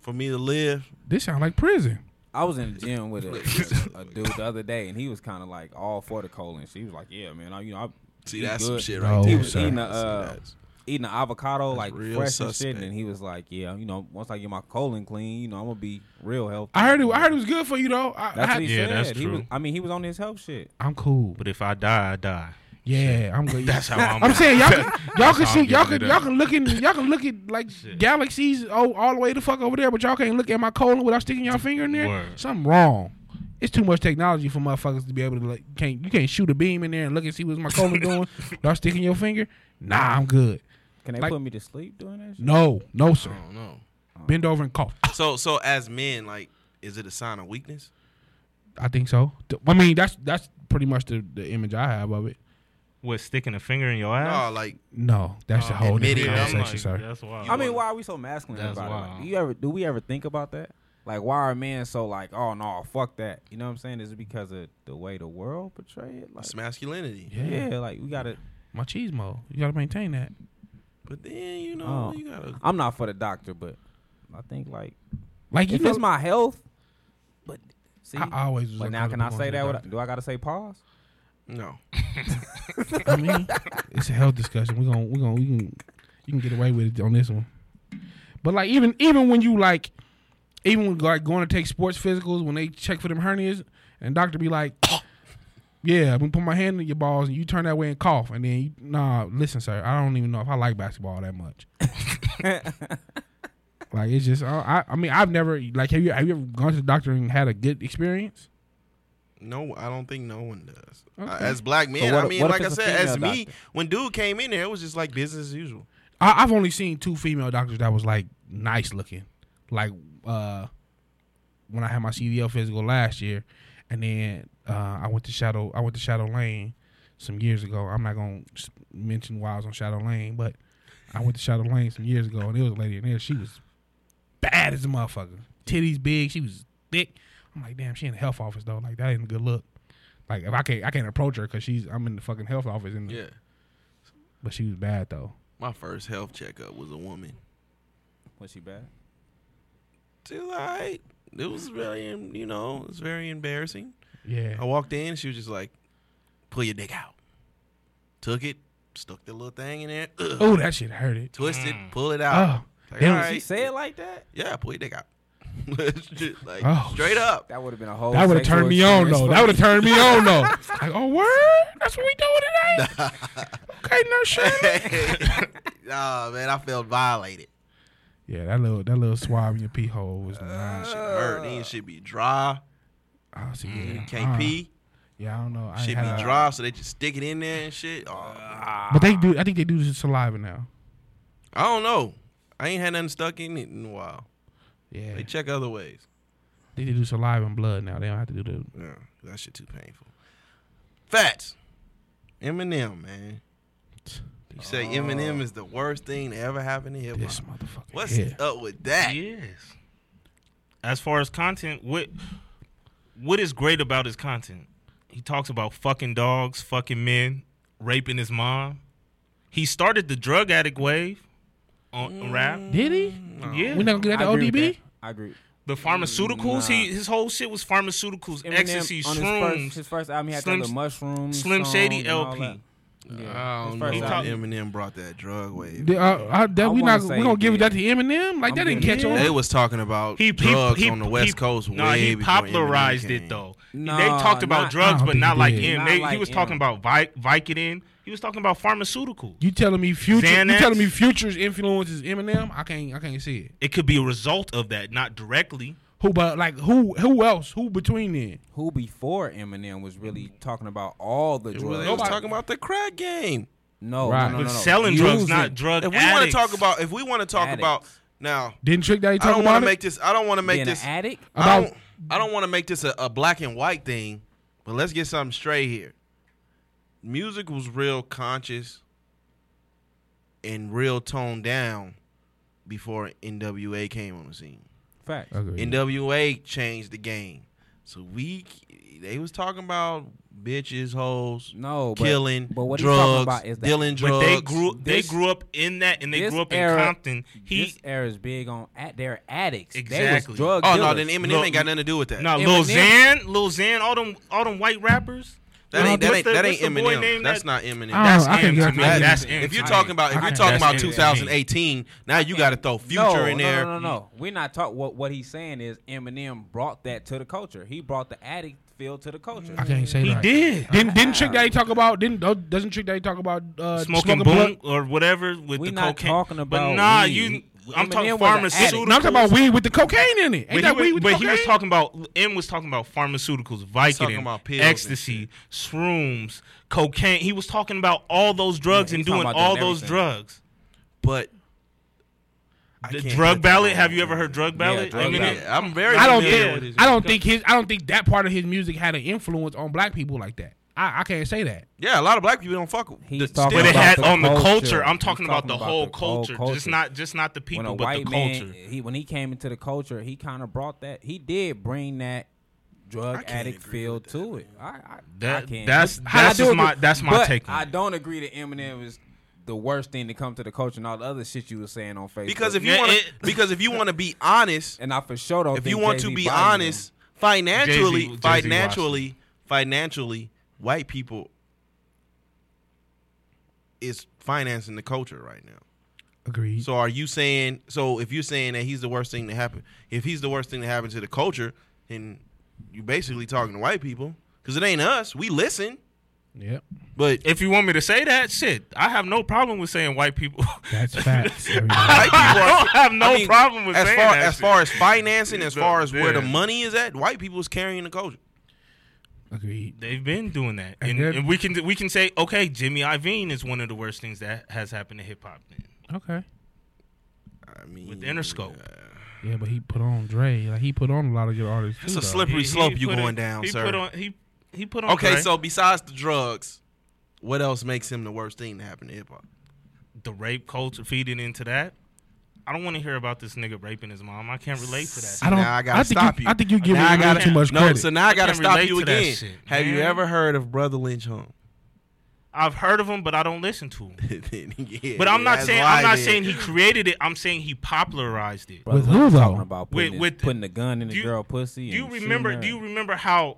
Speaker 1: for me to live,
Speaker 2: This sound like prison.
Speaker 3: I was in the gym with a, a, dude the other day, and he was kind of like all for the colon. She was like, "Yeah, man, I, you know, I
Speaker 1: see
Speaker 3: eat
Speaker 1: that's some
Speaker 3: good."
Speaker 1: shit
Speaker 2: No,
Speaker 1: right there.
Speaker 2: He was
Speaker 3: eating a,
Speaker 1: See,
Speaker 3: uh,
Speaker 1: that's-
Speaker 3: eating an avocado like
Speaker 1: real
Speaker 3: fresh and
Speaker 1: suspect.
Speaker 3: shit." And he was like, "Yeah, you know, once I get my colon clean, you know, I'm gonna be real healthy."
Speaker 2: I heard it. I heard it was good for you though. I,
Speaker 3: That's what he
Speaker 4: Yeah,
Speaker 3: said.
Speaker 4: that's
Speaker 3: He was,
Speaker 4: true.
Speaker 3: I mean, he was on his health shit.
Speaker 2: am cool.
Speaker 4: but if I die, I die.
Speaker 2: Yeah, I'm
Speaker 1: <laughs>
Speaker 2: good.
Speaker 4: That's how I'm.
Speaker 2: I'm saying y'all
Speaker 4: <laughs>
Speaker 2: can, y'all can
Speaker 4: how I'm
Speaker 2: see y'all can
Speaker 4: giving it
Speaker 2: y'all
Speaker 4: up.
Speaker 2: can look in y'all can look at like
Speaker 4: Shit.
Speaker 2: galaxies oh all the way the fuck over there, but y'all can't look at my colon without sticking your finger in there.
Speaker 4: Word.
Speaker 2: Something wrong. It's too much technology for motherfuckers to be able to like can't you can't shoot a beam in there and look and see what's my colon
Speaker 4: <laughs>
Speaker 2: doing without sticking your finger. Nah, I'm good.
Speaker 3: Can they
Speaker 2: Like-
Speaker 3: put me to sleep doing that? Shit?
Speaker 2: No, no
Speaker 1: I
Speaker 2: sir.
Speaker 4: Uh-uh.
Speaker 1: don't know.
Speaker 2: Bend over and cough.
Speaker 1: So, so as men, like, is it a sign of weakness?
Speaker 2: I think so. Th- I mean that's that's pretty much the, the image I have of it.
Speaker 4: What sticking a finger in your
Speaker 1: Nah,
Speaker 4: ass?
Speaker 1: like
Speaker 2: No, that's a
Speaker 4: Uh,
Speaker 2: whole
Speaker 1: admit
Speaker 2: different
Speaker 1: it, I'm
Speaker 2: conversation,
Speaker 1: like,
Speaker 2: sir.
Speaker 4: That's wild.
Speaker 3: I mean, why are we so masculine
Speaker 4: That's
Speaker 3: about it? Like,
Speaker 4: wild.
Speaker 3: do you ever do we ever think about that? Like, why are men so like, oh no, fuck that? You know what I'm saying? Is it because of the way the world portray it? Like,
Speaker 1: it's masculinity.
Speaker 2: Yeah.
Speaker 3: yeah, like we gotta.
Speaker 2: Machismo. You gotta maintain that.
Speaker 1: But then you know
Speaker 3: Oh.
Speaker 1: you
Speaker 2: Uh,
Speaker 1: gotta
Speaker 3: I'm not for the doctor, but I think like
Speaker 2: Like you
Speaker 3: if
Speaker 2: know,
Speaker 3: it's my health, but see,
Speaker 2: I always. Was
Speaker 3: but
Speaker 2: like,
Speaker 3: now
Speaker 2: "Oh,
Speaker 3: can
Speaker 2: the
Speaker 3: I
Speaker 2: boy
Speaker 3: say
Speaker 2: said
Speaker 3: that?
Speaker 2: that."
Speaker 3: Without, do I gotta say pause?
Speaker 1: no.
Speaker 2: <laughs> I mean, it's a health discussion. We're gonna we're gonna we can you can get away with it on this one. But like even even when you like even when like going to take sports physicals when they check for them hernias and doctor be like <coughs> Yeah, I'm gonna put my hand in your balls and you turn that way and cough and then you nah listen sir, I don't even know if I like basketball that much. like it's just I I I mean I've never like have you have you ever gone to the doctor and had a good experience?
Speaker 1: No, I don't think no one does. I-
Speaker 2: Okay.
Speaker 1: As black men,
Speaker 3: what
Speaker 1: I
Speaker 3: if-
Speaker 1: mean,
Speaker 3: what if
Speaker 1: like I
Speaker 3: it's a
Speaker 1: said, as
Speaker 3: female
Speaker 1: me,
Speaker 3: doctor?
Speaker 1: when dude came in there, it was just like business as usual.
Speaker 2: I, I've only seen two female doctors that was like nice looking, like uh, when I had my CDL physical last year, and then uh, I went to Shadow. I went to Shadow Lane some years ago. I'm not gonna s- mention why I was on Shadow Lane, but I went to Shadow Lane some years ago, and there was a lady in there. She was bad as a motherfucker. Titties big. She was thick. I'm like, damn, she in the health office though. Like that ain't a good look. Like if I can't, I can't approach her because she's I'm in the fucking health office. And
Speaker 1: Yeah.
Speaker 2: but she was bad though.
Speaker 1: My first health checkup was a woman.
Speaker 3: Was she bad?
Speaker 1: She was all right. It was very, em- you know, it was very embarrassing.
Speaker 2: Yeah.
Speaker 1: I walked in, she was just like, pull your dick out. Took it, stuck the little thing in there, ugh,
Speaker 2: Oh, that shit hurt it.
Speaker 1: twisted,
Speaker 4: Mm.
Speaker 1: pull it out.
Speaker 2: Oh,
Speaker 1: Like,
Speaker 2: damn.
Speaker 1: all
Speaker 3: She
Speaker 1: right.
Speaker 3: said it like that.
Speaker 1: Yeah, pull your dick out. <laughs> Just like,
Speaker 2: Oh,
Speaker 1: straight up. <laughs>
Speaker 3: That would have been a whole.
Speaker 2: That would have
Speaker 3: sexual
Speaker 2: turned me on
Speaker 3: experience
Speaker 2: though.
Speaker 3: for
Speaker 2: That
Speaker 3: me.
Speaker 2: would have turned me on though. <laughs> Like, oh word, that's what we doing today.
Speaker 1: <laughs>
Speaker 2: okay, nurse Shirley.
Speaker 1: oh, man, I felt violated.
Speaker 2: Yeah, that little that little swab in your pee hole was
Speaker 1: That
Speaker 2: nice.
Speaker 1: shit hurt. Then shit be dry.
Speaker 2: Oh, see, yeah.
Speaker 1: Can't
Speaker 2: uh,
Speaker 1: pee.
Speaker 2: Yeah, I don't know. I ain't
Speaker 1: Shit
Speaker 2: had
Speaker 1: be
Speaker 2: a-
Speaker 1: dry, so they just stick it in there and shit. Oh, I
Speaker 2: But they do. I think they do this with saliva now.
Speaker 1: don't know. I ain't had nothing stuck in it in a while.
Speaker 2: Yeah,
Speaker 1: They check other ways.
Speaker 2: I think they do saliva and blood now. They don't have to do the.
Speaker 1: Yeah, that shit too painful. Fats, Eminem, man. You say Eminem is the worst thing to ever happen to hip
Speaker 2: This
Speaker 1: hop.
Speaker 2: motherfucker.
Speaker 1: What's
Speaker 2: here.
Speaker 1: up with that?
Speaker 4: Yes. As far as content, what what is great about his content? He talks about fucking dogs, fucking men, raping his mom. He started the drug addict wave on
Speaker 3: Mm.
Speaker 4: rap.
Speaker 2: Did he?
Speaker 1: Mm.
Speaker 4: Yeah.
Speaker 2: We not gonna get
Speaker 3: I
Speaker 2: that
Speaker 3: agree
Speaker 2: to
Speaker 3: with
Speaker 2: ODB.
Speaker 3: that. I agree.
Speaker 4: The pharmaceuticals, he his whole shit was pharmaceuticals,
Speaker 3: Eminem
Speaker 4: ecstasy,
Speaker 3: on his first,
Speaker 4: shrooms,
Speaker 3: his first album, he had
Speaker 4: Slim-
Speaker 3: that little mushroom.
Speaker 4: Slim
Speaker 3: song
Speaker 4: Shady
Speaker 3: and all
Speaker 4: LP.
Speaker 3: that.
Speaker 1: I
Speaker 3: His
Speaker 1: don't know.
Speaker 3: first
Speaker 4: album.
Speaker 1: Eminem brought that drug wave.
Speaker 2: Did, uh, uh, that
Speaker 3: I
Speaker 2: we
Speaker 3: wanna
Speaker 2: not
Speaker 3: say
Speaker 2: we gonna
Speaker 3: he
Speaker 2: give
Speaker 3: did.
Speaker 2: that to Eminem? Like
Speaker 3: I'm
Speaker 2: that
Speaker 3: giving
Speaker 2: didn't catch
Speaker 3: it-
Speaker 2: on.
Speaker 1: They was talking about
Speaker 4: He, he-
Speaker 1: drugs
Speaker 4: he-
Speaker 1: on the West
Speaker 4: he-
Speaker 1: Coast.
Speaker 4: No,
Speaker 1: way
Speaker 4: he
Speaker 1: before
Speaker 4: popularized
Speaker 1: Eminem
Speaker 4: it
Speaker 1: came.
Speaker 4: though.
Speaker 3: No,
Speaker 4: they talked about
Speaker 3: not-
Speaker 2: I
Speaker 4: drugs,
Speaker 2: don't
Speaker 4: but
Speaker 2: think
Speaker 4: not
Speaker 2: he
Speaker 4: like
Speaker 2: did.
Speaker 4: him.
Speaker 3: Not
Speaker 4: They, he
Speaker 3: like
Speaker 4: was
Speaker 3: him.
Speaker 4: talking about Vic, Vicodin. He was talking about pharmaceuticals.
Speaker 2: You telling me future? You
Speaker 4: Xanax?
Speaker 2: telling me future's influence is Eminem? I can't. I can't see it.
Speaker 4: It could be a result of that, not directly.
Speaker 2: Who but like who? Who else? Who between then?
Speaker 3: Who before Eminem was really talking about all the
Speaker 1: It
Speaker 3: drugs?
Speaker 1: was, they was
Speaker 2: Nobody-
Speaker 1: talking about the crack game.
Speaker 3: No,
Speaker 2: Right.
Speaker 3: no, no,
Speaker 4: But
Speaker 3: no, no.
Speaker 4: selling drugs,
Speaker 3: Using-
Speaker 4: not drug
Speaker 1: If we
Speaker 4: addicts.
Speaker 1: want to talk about, if we want to talk
Speaker 3: Addicts.
Speaker 1: about now,
Speaker 2: Didn't trick that he
Speaker 1: I
Speaker 2: talked
Speaker 1: don't want
Speaker 2: about
Speaker 1: to
Speaker 2: it?
Speaker 1: make this. I don't want to make
Speaker 3: being
Speaker 1: this.
Speaker 3: an addict.
Speaker 1: I
Speaker 2: About-
Speaker 1: don't, I don't want to make this a, a black and white thing, but let's get something straight here. Music was real conscious and real toned down before NWA came on the scene.
Speaker 3: Facts.
Speaker 2: Agreed.
Speaker 1: NWA changed the game. So we they was talking about bitches, hoes,
Speaker 3: No, but,
Speaker 1: killing,
Speaker 3: but what
Speaker 1: drugs,
Speaker 3: he's talking about is that
Speaker 1: dealing drugs.
Speaker 4: But they grew
Speaker 3: This-
Speaker 4: they grew up in that and they
Speaker 3: this
Speaker 4: grew up in
Speaker 3: era-
Speaker 4: Compton. He
Speaker 3: this era is big on at they're addicts. They
Speaker 4: Exactly.
Speaker 3: was drug
Speaker 1: Oh
Speaker 3: dealers.
Speaker 1: no, then Eminem
Speaker 4: Look,
Speaker 1: ain't got nothing to do with that.
Speaker 4: no
Speaker 3: Eminem-
Speaker 4: Lil Xan, Lil Xan, all them all them white rappers.
Speaker 1: that ain't that
Speaker 4: What's
Speaker 1: ain't,
Speaker 4: the-
Speaker 1: that
Speaker 4: what's
Speaker 1: ain't
Speaker 4: the boy
Speaker 1: Eminem.
Speaker 4: named
Speaker 1: That's
Speaker 4: that-
Speaker 1: not Eminem.
Speaker 2: I
Speaker 4: That's
Speaker 2: don't- Oh, I can
Speaker 4: him
Speaker 2: get
Speaker 4: to
Speaker 2: with
Speaker 4: me.
Speaker 2: that.
Speaker 4: That's him.
Speaker 1: if you're
Speaker 4: to
Speaker 1: talking
Speaker 4: me.
Speaker 1: about if
Speaker 2: I
Speaker 1: you're
Speaker 2: can't-
Speaker 1: talking
Speaker 4: that's
Speaker 1: about
Speaker 4: him.
Speaker 1: 2018, now you got to throw Future
Speaker 3: no,
Speaker 1: in
Speaker 3: no,
Speaker 1: there.
Speaker 3: No, no, no, We're not talking. What what he's saying is Eminem brought that to the culture. He brought the addict feel to the culture.
Speaker 2: I can't say
Speaker 4: He
Speaker 2: that.
Speaker 4: did.
Speaker 2: Didn't didn't trick that he talk about? Didn't oh, doesn't trick that he talk about uh,
Speaker 4: Smoking boom or whatever with
Speaker 3: We
Speaker 4: the
Speaker 3: not
Speaker 4: cocaine.
Speaker 3: talking
Speaker 4: but
Speaker 3: about
Speaker 4: nah,
Speaker 3: weed.
Speaker 4: you I'm
Speaker 3: Eminem
Speaker 4: talking
Speaker 3: was an addict.
Speaker 4: pharmaceuticals.
Speaker 2: No, I'm talking about weed with the cocaine in it. Ain't
Speaker 4: But,
Speaker 2: that
Speaker 4: he
Speaker 2: weed
Speaker 4: was,
Speaker 2: with
Speaker 4: but
Speaker 2: cocaine?
Speaker 4: he was talking about M was talking about pharmaceuticals,
Speaker 1: talking
Speaker 4: Vicodin,
Speaker 1: about pills and
Speaker 4: ecstasy, shrooms, cocaine. He was talking about all those drugs
Speaker 3: Yeah,
Speaker 4: and
Speaker 3: he talking
Speaker 4: doing
Speaker 3: about
Speaker 4: all
Speaker 3: doing
Speaker 4: those
Speaker 3: everything.
Speaker 4: drugs.
Speaker 1: But I
Speaker 4: The
Speaker 1: can't
Speaker 4: drug
Speaker 1: put that
Speaker 4: ballad.
Speaker 1: on
Speaker 4: Have you ever
Speaker 1: Eminem.
Speaker 4: heard drug ballad?
Speaker 3: drug
Speaker 4: Eminem-
Speaker 3: ballad.
Speaker 1: Yeah, I'm very.
Speaker 2: I don't
Speaker 1: familiar
Speaker 4: Yeah.
Speaker 1: with
Speaker 2: think.
Speaker 1: his
Speaker 2: I don't think his. I don't think that part of his music had an influence on black people like that. I, I can't say that.
Speaker 1: Yeah, a lot of black people don't fuck with.
Speaker 3: He's
Speaker 1: the-
Speaker 3: talking
Speaker 1: still-
Speaker 4: But it
Speaker 3: about
Speaker 4: had
Speaker 3: the
Speaker 4: on the culture.
Speaker 3: culture.
Speaker 4: I'm talking
Speaker 3: He's
Speaker 4: about the
Speaker 3: talking
Speaker 4: whole
Speaker 3: about the whole
Speaker 4: culture, just
Speaker 3: culture.
Speaker 4: not just not the people,
Speaker 3: when a
Speaker 4: but the
Speaker 3: white
Speaker 4: culture.
Speaker 3: man, he when he came into the culture, he kind of brought that. He did bring that
Speaker 1: I
Speaker 3: drug
Speaker 1: can't
Speaker 3: addict
Speaker 1: agree
Speaker 3: feel to it. I, I, I
Speaker 4: That-
Speaker 3: can't.
Speaker 4: that's-
Speaker 3: I
Speaker 4: that's
Speaker 3: do
Speaker 4: just my-
Speaker 3: agree,
Speaker 4: that's my
Speaker 3: but
Speaker 4: take on
Speaker 3: I
Speaker 4: it.
Speaker 3: don't agree that Eminem is the worst thing to come to the culture and all the other shit you were saying on Facebook.
Speaker 1: Because if you
Speaker 4: Yeah,
Speaker 1: want to,
Speaker 4: it-
Speaker 1: because if you want to be honest,
Speaker 3: and I for sure don't.
Speaker 1: if
Speaker 3: think
Speaker 1: you want
Speaker 3: Jay-Z
Speaker 1: to be
Speaker 3: bodied him.
Speaker 1: honest, financially,
Speaker 4: Jay-Z watched it.
Speaker 1: financially, financially, white people is financing the culture right now.
Speaker 2: Agreed.
Speaker 1: So are you saying? So if you're saying that he's the worst thing to happen, if he's the worst thing to happen to the culture, then you basically talking to white people because it ain't us. We <laughs> listen,
Speaker 2: yep.
Speaker 1: but
Speaker 4: If you want me to say that shit, I have no problem with saying white people. <laughs>
Speaker 2: That's facts. everybody.
Speaker 1: white people are.
Speaker 4: I have no
Speaker 1: I mean,
Speaker 4: problem with
Speaker 1: as
Speaker 4: saying
Speaker 1: far
Speaker 4: that
Speaker 1: as
Speaker 4: shit.
Speaker 1: far as financing, as
Speaker 4: Yeah.
Speaker 1: far as where the
Speaker 4: Yeah.
Speaker 1: money is at, white people is carrying the culture.
Speaker 2: Agreed.
Speaker 4: They've been doing that,
Speaker 2: And
Speaker 4: and,
Speaker 2: they're-
Speaker 4: and we can we can say, okay, Jimmy Iovine is one of the worst things that has happened to hip hop. Then
Speaker 2: Okay.
Speaker 1: I mean,
Speaker 4: with Interscope,
Speaker 2: Yeah, but he put on Dre. Like he put on a lot of good artists.
Speaker 1: It's
Speaker 2: too,
Speaker 1: a
Speaker 2: though.
Speaker 1: slippery
Speaker 4: He- he
Speaker 1: slope you
Speaker 4: put
Speaker 1: going
Speaker 4: in-
Speaker 1: down,
Speaker 4: he
Speaker 1: sir.
Speaker 4: Put on, he he put on.
Speaker 1: okay,
Speaker 4: Dre.
Speaker 1: so besides the drugs, what else makes him the worst thing to happen to hip hop?
Speaker 4: the rape culture feeding into that. I don't want to hear about this nigga raping his mom. I can't relate to that.
Speaker 2: I don't.
Speaker 1: Now I gotta
Speaker 2: I think
Speaker 1: stop
Speaker 2: you,
Speaker 1: you.
Speaker 2: I think you give
Speaker 4: Now I
Speaker 2: him
Speaker 4: gotta-
Speaker 2: too much
Speaker 1: No,
Speaker 2: credit.
Speaker 1: so now I
Speaker 4: I
Speaker 1: got to
Speaker 4: can't
Speaker 1: stop
Speaker 4: relate
Speaker 1: you
Speaker 4: to that
Speaker 1: again.
Speaker 4: shit,
Speaker 1: Have you
Speaker 4: man.
Speaker 1: ever heard of Brother Lynch <laughs> Home?
Speaker 4: I've heard of him, but I don't listen to him.
Speaker 1: Yeah,
Speaker 4: But I'm not
Speaker 1: that's
Speaker 4: saying
Speaker 1: why
Speaker 4: I'm not
Speaker 1: then.
Speaker 4: saying he created it. I'm saying he popularized it.
Speaker 3: Brother,
Speaker 2: With
Speaker 3: what
Speaker 2: who,
Speaker 3: you
Speaker 2: though?
Speaker 3: Talking about
Speaker 4: With-
Speaker 3: putting, his-
Speaker 4: with the-
Speaker 3: putting the gun in the
Speaker 4: Do you-
Speaker 3: girl pussy.
Speaker 4: Do you
Speaker 3: and shooting
Speaker 4: remember?
Speaker 3: her
Speaker 4: Do you
Speaker 3: and-
Speaker 4: remember how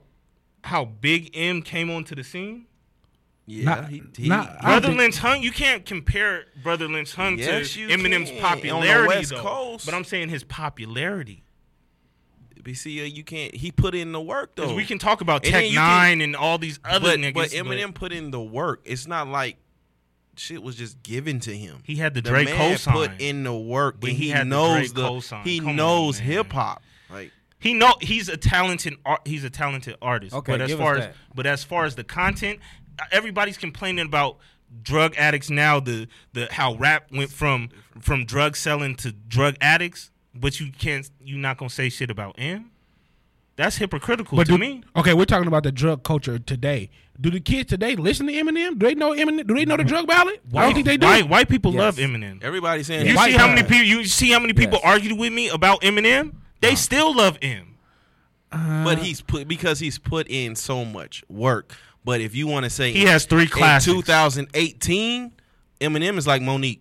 Speaker 4: how Big M came onto the scene?
Speaker 1: Yeah,
Speaker 2: Not-
Speaker 1: he, he,
Speaker 2: not- I don't
Speaker 4: Brother
Speaker 2: think-
Speaker 4: Lynch Hunt. You can't compare Brother Lynch Hunt
Speaker 1: Yes,
Speaker 4: to
Speaker 1: you
Speaker 4: Eminem's
Speaker 1: can.
Speaker 4: popularity,
Speaker 1: On the West
Speaker 4: though.
Speaker 1: Coast.
Speaker 4: But I'm saying his popularity.
Speaker 1: but see, uh, you can't. He put in the work though.
Speaker 4: Because we can talk about
Speaker 1: And then
Speaker 4: Tech
Speaker 1: you
Speaker 4: Nine and all these other
Speaker 1: but,
Speaker 4: niggas.
Speaker 1: but Eminem put in the work. It's not like shit was just given to him.
Speaker 4: he had the,
Speaker 1: the
Speaker 4: Drake
Speaker 1: man
Speaker 4: cosign.
Speaker 1: put in the work,
Speaker 4: But
Speaker 1: and
Speaker 4: he
Speaker 1: he,
Speaker 4: had the
Speaker 1: knows
Speaker 4: Drake
Speaker 1: the,
Speaker 4: cosign.
Speaker 1: he
Speaker 4: Come on,
Speaker 1: knows
Speaker 4: man.
Speaker 1: hip hop. Like
Speaker 4: He know he's a talented ar- he's a talented artist.
Speaker 3: Okay,
Speaker 4: but as
Speaker 3: give us
Speaker 4: far as
Speaker 3: that.
Speaker 4: but as far as the content, everybody's complaining about drug addicts now. The the how rap went from from drug selling to drug addicts, but you can't you not gonna say shit about M. That's hypocritical
Speaker 2: But
Speaker 4: to
Speaker 2: do,
Speaker 4: me.
Speaker 2: okay, we're talking about the drug culture today. Do the kids today listen to Eminem? Do they know Eminem? Do they
Speaker 1: Mm-hmm.
Speaker 2: know the drug ballad? I don't think they do.
Speaker 4: White, white people
Speaker 3: Yes.
Speaker 4: love Eminem.
Speaker 1: everybody's saying,
Speaker 4: You
Speaker 2: White
Speaker 4: see how many
Speaker 2: guy.
Speaker 4: people you see how many people
Speaker 3: Yes.
Speaker 4: argued with me about Eminem? They still love M.
Speaker 1: but he's put because he's put in so much work. But if you want to say
Speaker 4: He has three
Speaker 1: in
Speaker 4: classes.
Speaker 1: 2018, Eminem is like Monique.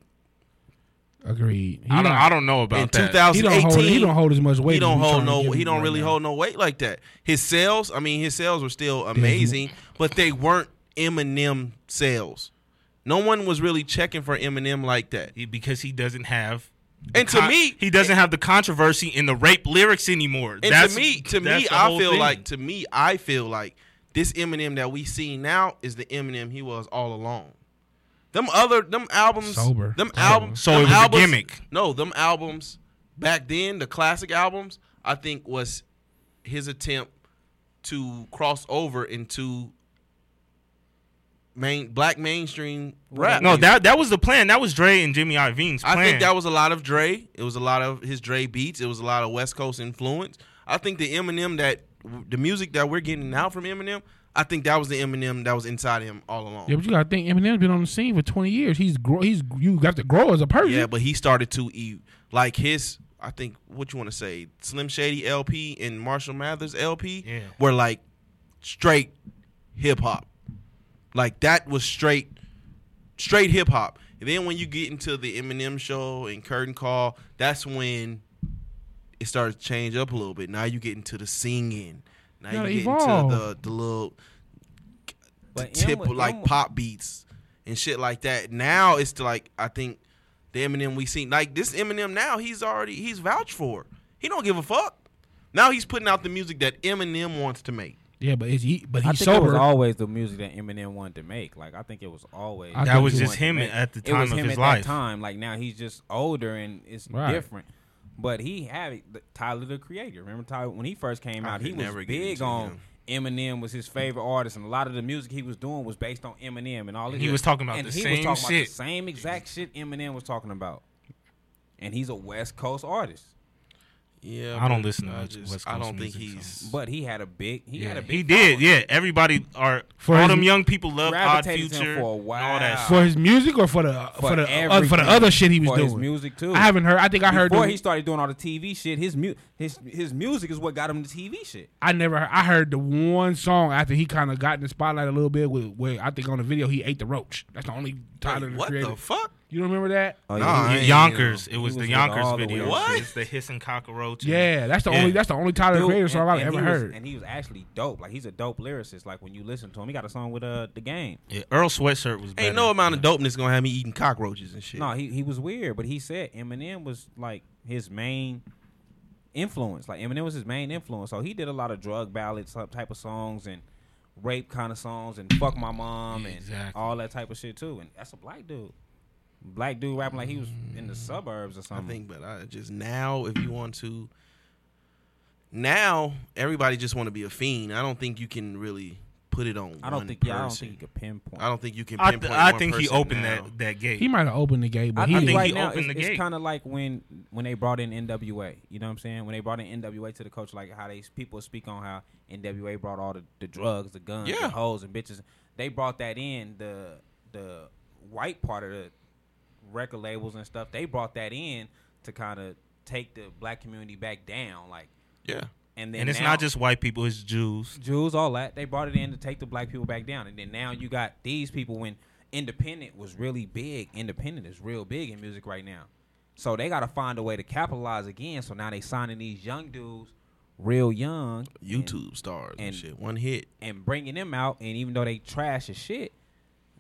Speaker 2: Agreed. He
Speaker 4: I don't
Speaker 2: not-
Speaker 4: I don't know about
Speaker 1: in
Speaker 4: that.
Speaker 2: He don't
Speaker 1: 2018,
Speaker 2: hold. He don't hold as much weight.
Speaker 1: he don't
Speaker 2: as we
Speaker 1: hold
Speaker 2: trying to
Speaker 1: no
Speaker 2: give
Speaker 1: he
Speaker 2: him
Speaker 1: don't
Speaker 2: right
Speaker 1: really
Speaker 2: now.
Speaker 1: hold no weight like that. His sales, I mean, his sales were still amazing, but they weren't Eminem sales. No one was really checking for Eminem like that.
Speaker 4: He- because he doesn't have. the
Speaker 1: And to me-
Speaker 4: he doesn't have the controversy in the rape lyrics anymore.
Speaker 1: And
Speaker 4: that's,
Speaker 1: to me, to
Speaker 4: that's
Speaker 1: me,
Speaker 4: the
Speaker 1: I
Speaker 4: whole
Speaker 1: feel
Speaker 4: thing.
Speaker 1: like to me, I feel like this Eminem that we see now is the Eminem he was all along. Them other them albums,
Speaker 2: Sober.
Speaker 1: them
Speaker 2: Sober.
Speaker 1: albums.
Speaker 4: So
Speaker 1: them
Speaker 4: it was a
Speaker 1: albums-
Speaker 4: gimmick.
Speaker 1: No, them albums back then, the classic albums, I think was his attempt to cross over into main black mainstream rap.
Speaker 4: no,
Speaker 1: music.
Speaker 4: that that was the plan. That was Dre and Jimmy Iovine's plan.
Speaker 1: I think that was a lot of Dre. It was a lot of his Dre beats. It was a lot of West Coast influence. I think the Eminem that the music that we're getting now from Eminem, I think that was the Eminem that was inside him all along.
Speaker 2: Yeah, but you gotta think Eminem's been on the scene for twenty years. He's grow. He's you got to grow as a person.
Speaker 1: Yeah, but he started to eat like his. I think what you want to say, Slim Shady LP and Marshall Mathers LP
Speaker 4: Yeah.
Speaker 1: were like straight hip hop. Like that was straight, straight hip hop. And then when you get into the Eminem show and Curtain Call, that's when it started to change up a little bit. Now you get into the singing. Now
Speaker 2: Gotta
Speaker 1: you get
Speaker 2: evolve.
Speaker 1: into the the little the
Speaker 3: But M
Speaker 1: tip
Speaker 3: was-
Speaker 1: like
Speaker 3: M-
Speaker 1: pop beats and shit like that. Now it's to like I think the Eminem we seen like this Eminem now he's already he's vouched for. He don't give a fuck. Now he's putting out the music that Eminem wants to make.
Speaker 2: yeah, but is he? But
Speaker 3: I
Speaker 2: he's
Speaker 3: think it was
Speaker 2: sober.
Speaker 3: always the music that Eminem wanted to make. Like I think it was always
Speaker 2: I
Speaker 4: That
Speaker 2: think
Speaker 4: was
Speaker 2: he
Speaker 4: just
Speaker 3: wanted to
Speaker 4: him
Speaker 3: make.
Speaker 4: at the
Speaker 3: It was
Speaker 4: time of
Speaker 3: him
Speaker 4: his
Speaker 3: at
Speaker 4: life.
Speaker 3: That time, like now he's just older and it's
Speaker 2: Right.
Speaker 3: different. But he had it. The- Tyler the Creator. Remember Tyler when he first came
Speaker 1: I
Speaker 3: out, he
Speaker 1: could
Speaker 3: was
Speaker 1: never get
Speaker 3: big
Speaker 1: into
Speaker 3: on Eminem was his favorite artist, and a lot of the music he was doing was based on Eminem and all.
Speaker 4: And
Speaker 3: this
Speaker 4: he
Speaker 3: shit.
Speaker 4: was talking about
Speaker 3: And
Speaker 4: the
Speaker 3: he
Speaker 4: same
Speaker 3: was talking About
Speaker 4: shit.
Speaker 3: the same exact shit Eminem was talking about, and he's a West Coast artist.
Speaker 1: Yeah,
Speaker 4: I don't
Speaker 1: but
Speaker 4: listen to
Speaker 1: I
Speaker 4: much
Speaker 1: just-
Speaker 4: West
Speaker 1: I
Speaker 4: Coast
Speaker 1: don't think
Speaker 4: music,
Speaker 1: he's.
Speaker 3: But he had a big. He had a big.
Speaker 4: he did.
Speaker 3: following.
Speaker 4: Yeah, everybody are
Speaker 2: For
Speaker 4: all
Speaker 2: his-
Speaker 4: them young people love Odd
Speaker 3: Gravitated to him
Speaker 4: Future
Speaker 3: for a
Speaker 4: and all that.
Speaker 3: while.
Speaker 4: shit.
Speaker 2: for his music or for the for, the uh, for the
Speaker 3: everything.
Speaker 2: other shit he was
Speaker 3: For
Speaker 2: doing.
Speaker 3: his music too.
Speaker 2: I haven't heard. I think I heard.
Speaker 3: Before
Speaker 2: the-
Speaker 3: he started doing all the TV shit, his mu- his his music is what got him the TV shit.
Speaker 2: I never. Heard, I heard the one song after he kind of got in the spotlight a little bit. With where I think on the video he ate the roach. That's the only title
Speaker 1: Like,
Speaker 2: the
Speaker 1: what
Speaker 2: creator.
Speaker 1: the fuck?
Speaker 2: you don't remember that?
Speaker 3: Oh,
Speaker 1: Nah, I ain't,
Speaker 4: Yonkers. It
Speaker 3: He
Speaker 4: was,
Speaker 3: was
Speaker 4: the
Speaker 3: with
Speaker 4: Yonkers
Speaker 3: all the
Speaker 4: video.
Speaker 3: weird
Speaker 4: What?
Speaker 1: shit.
Speaker 4: It's the hissing cockroach. and-
Speaker 2: Yeah, that's the
Speaker 4: Yeah.
Speaker 2: only. That's the only title the
Speaker 3: Dude,
Speaker 2: creator song I've
Speaker 3: he
Speaker 2: ever
Speaker 3: was-
Speaker 2: heard.
Speaker 3: and he was actually dope. Like he's a dope lyricist. Like when you listen to him, he got a song with uh the game.
Speaker 4: Yeah, Earl Sweatshirt was. Better.
Speaker 1: Ain't no amount of dopeness gonna have me eating cockroaches and shit.
Speaker 3: No, he he was weird, but he said Eminem was like his main influence. Like Eminem was his main influence. So he did a lot of drug ballads type type of songs and rape kind of songs and fuck my mom and
Speaker 4: Exactly.
Speaker 3: all that type of shit too. And that's a black dude. Black dude rapping like he was in the suburbs or
Speaker 1: I
Speaker 3: something.
Speaker 1: think, but I just now, if you want to, now everybody just want to be a fiend. I don't think you can really put it on.
Speaker 3: I don't
Speaker 1: one
Speaker 3: think
Speaker 1: person.
Speaker 3: yeah, I don't think you could pinpoint.
Speaker 1: I don't think you can.
Speaker 4: I,
Speaker 1: Pinpoint
Speaker 4: th- I
Speaker 1: one
Speaker 4: think he
Speaker 1: person
Speaker 4: opened
Speaker 1: now.
Speaker 4: that that gate.
Speaker 2: He might have opened the gate, but
Speaker 3: I
Speaker 2: he
Speaker 3: think
Speaker 2: didn't.
Speaker 3: right
Speaker 4: he
Speaker 3: now
Speaker 4: opened
Speaker 3: it's,
Speaker 4: the gate.
Speaker 3: it's kind of like when when they brought in NWA. You know what I'm saying? When they brought in NWA to the coach, like how they people speak on how NWA brought all the, the drugs, the guns,
Speaker 1: Yeah.
Speaker 3: the hoes, and bitches. They brought that in the the white part of the record labels and stuff. They brought that in to kind of take the black community back down, like
Speaker 1: Yeah,
Speaker 3: and then
Speaker 4: and it's
Speaker 3: now-
Speaker 4: not just white people; it's Jews.
Speaker 3: Jews, all that. They brought it in to take the black people back down, and then now you got these people. When independent was really big, independent is real big in music right now. So they got to find a way to capitalize again. So now they signing these young dudes, real young,
Speaker 1: YouTube stars and,
Speaker 3: and-
Speaker 1: shit. One hit.
Speaker 3: and, and bringing them out. And even though they trash as shit,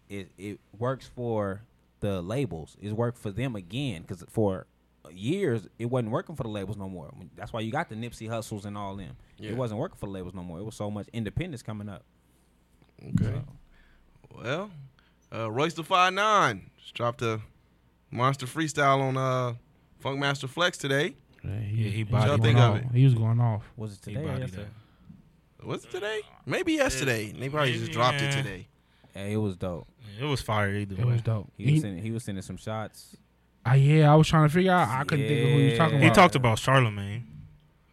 Speaker 3: it it works for the labels. It worked for them again because for years it wasn't working for the labels no more. That's why you got the Nipsey Hustles and all them.
Speaker 1: Yeah.
Speaker 3: It wasn't working for the labels no more. It was so much independence coming up.
Speaker 1: Okay. Well, uh, Royce the Five Nine just dropped a monster freestyle on uh, Funkmaster Flex today.
Speaker 2: Yeah,
Speaker 4: Yeah, he
Speaker 2: was
Speaker 4: bodied
Speaker 2: going
Speaker 1: think of
Speaker 2: off.
Speaker 1: it.
Speaker 2: He was going off.
Speaker 3: Was it
Speaker 4: He
Speaker 3: today? or
Speaker 4: bodied
Speaker 3: yesterday?
Speaker 1: Was it today? Maybe yesterday. They probably just dropped it
Speaker 4: Yeah.
Speaker 1: today.
Speaker 3: Yeah, it was dope.
Speaker 4: that. It was fire either
Speaker 2: It
Speaker 4: way.
Speaker 2: was dope.
Speaker 3: He was
Speaker 2: He,
Speaker 3: sending, he was sending some shots.
Speaker 2: I, yeah, I was trying to figure out. I couldn't think of who he was talking
Speaker 4: He
Speaker 2: about.
Speaker 3: Yeah.
Speaker 4: talked about Charlemagne.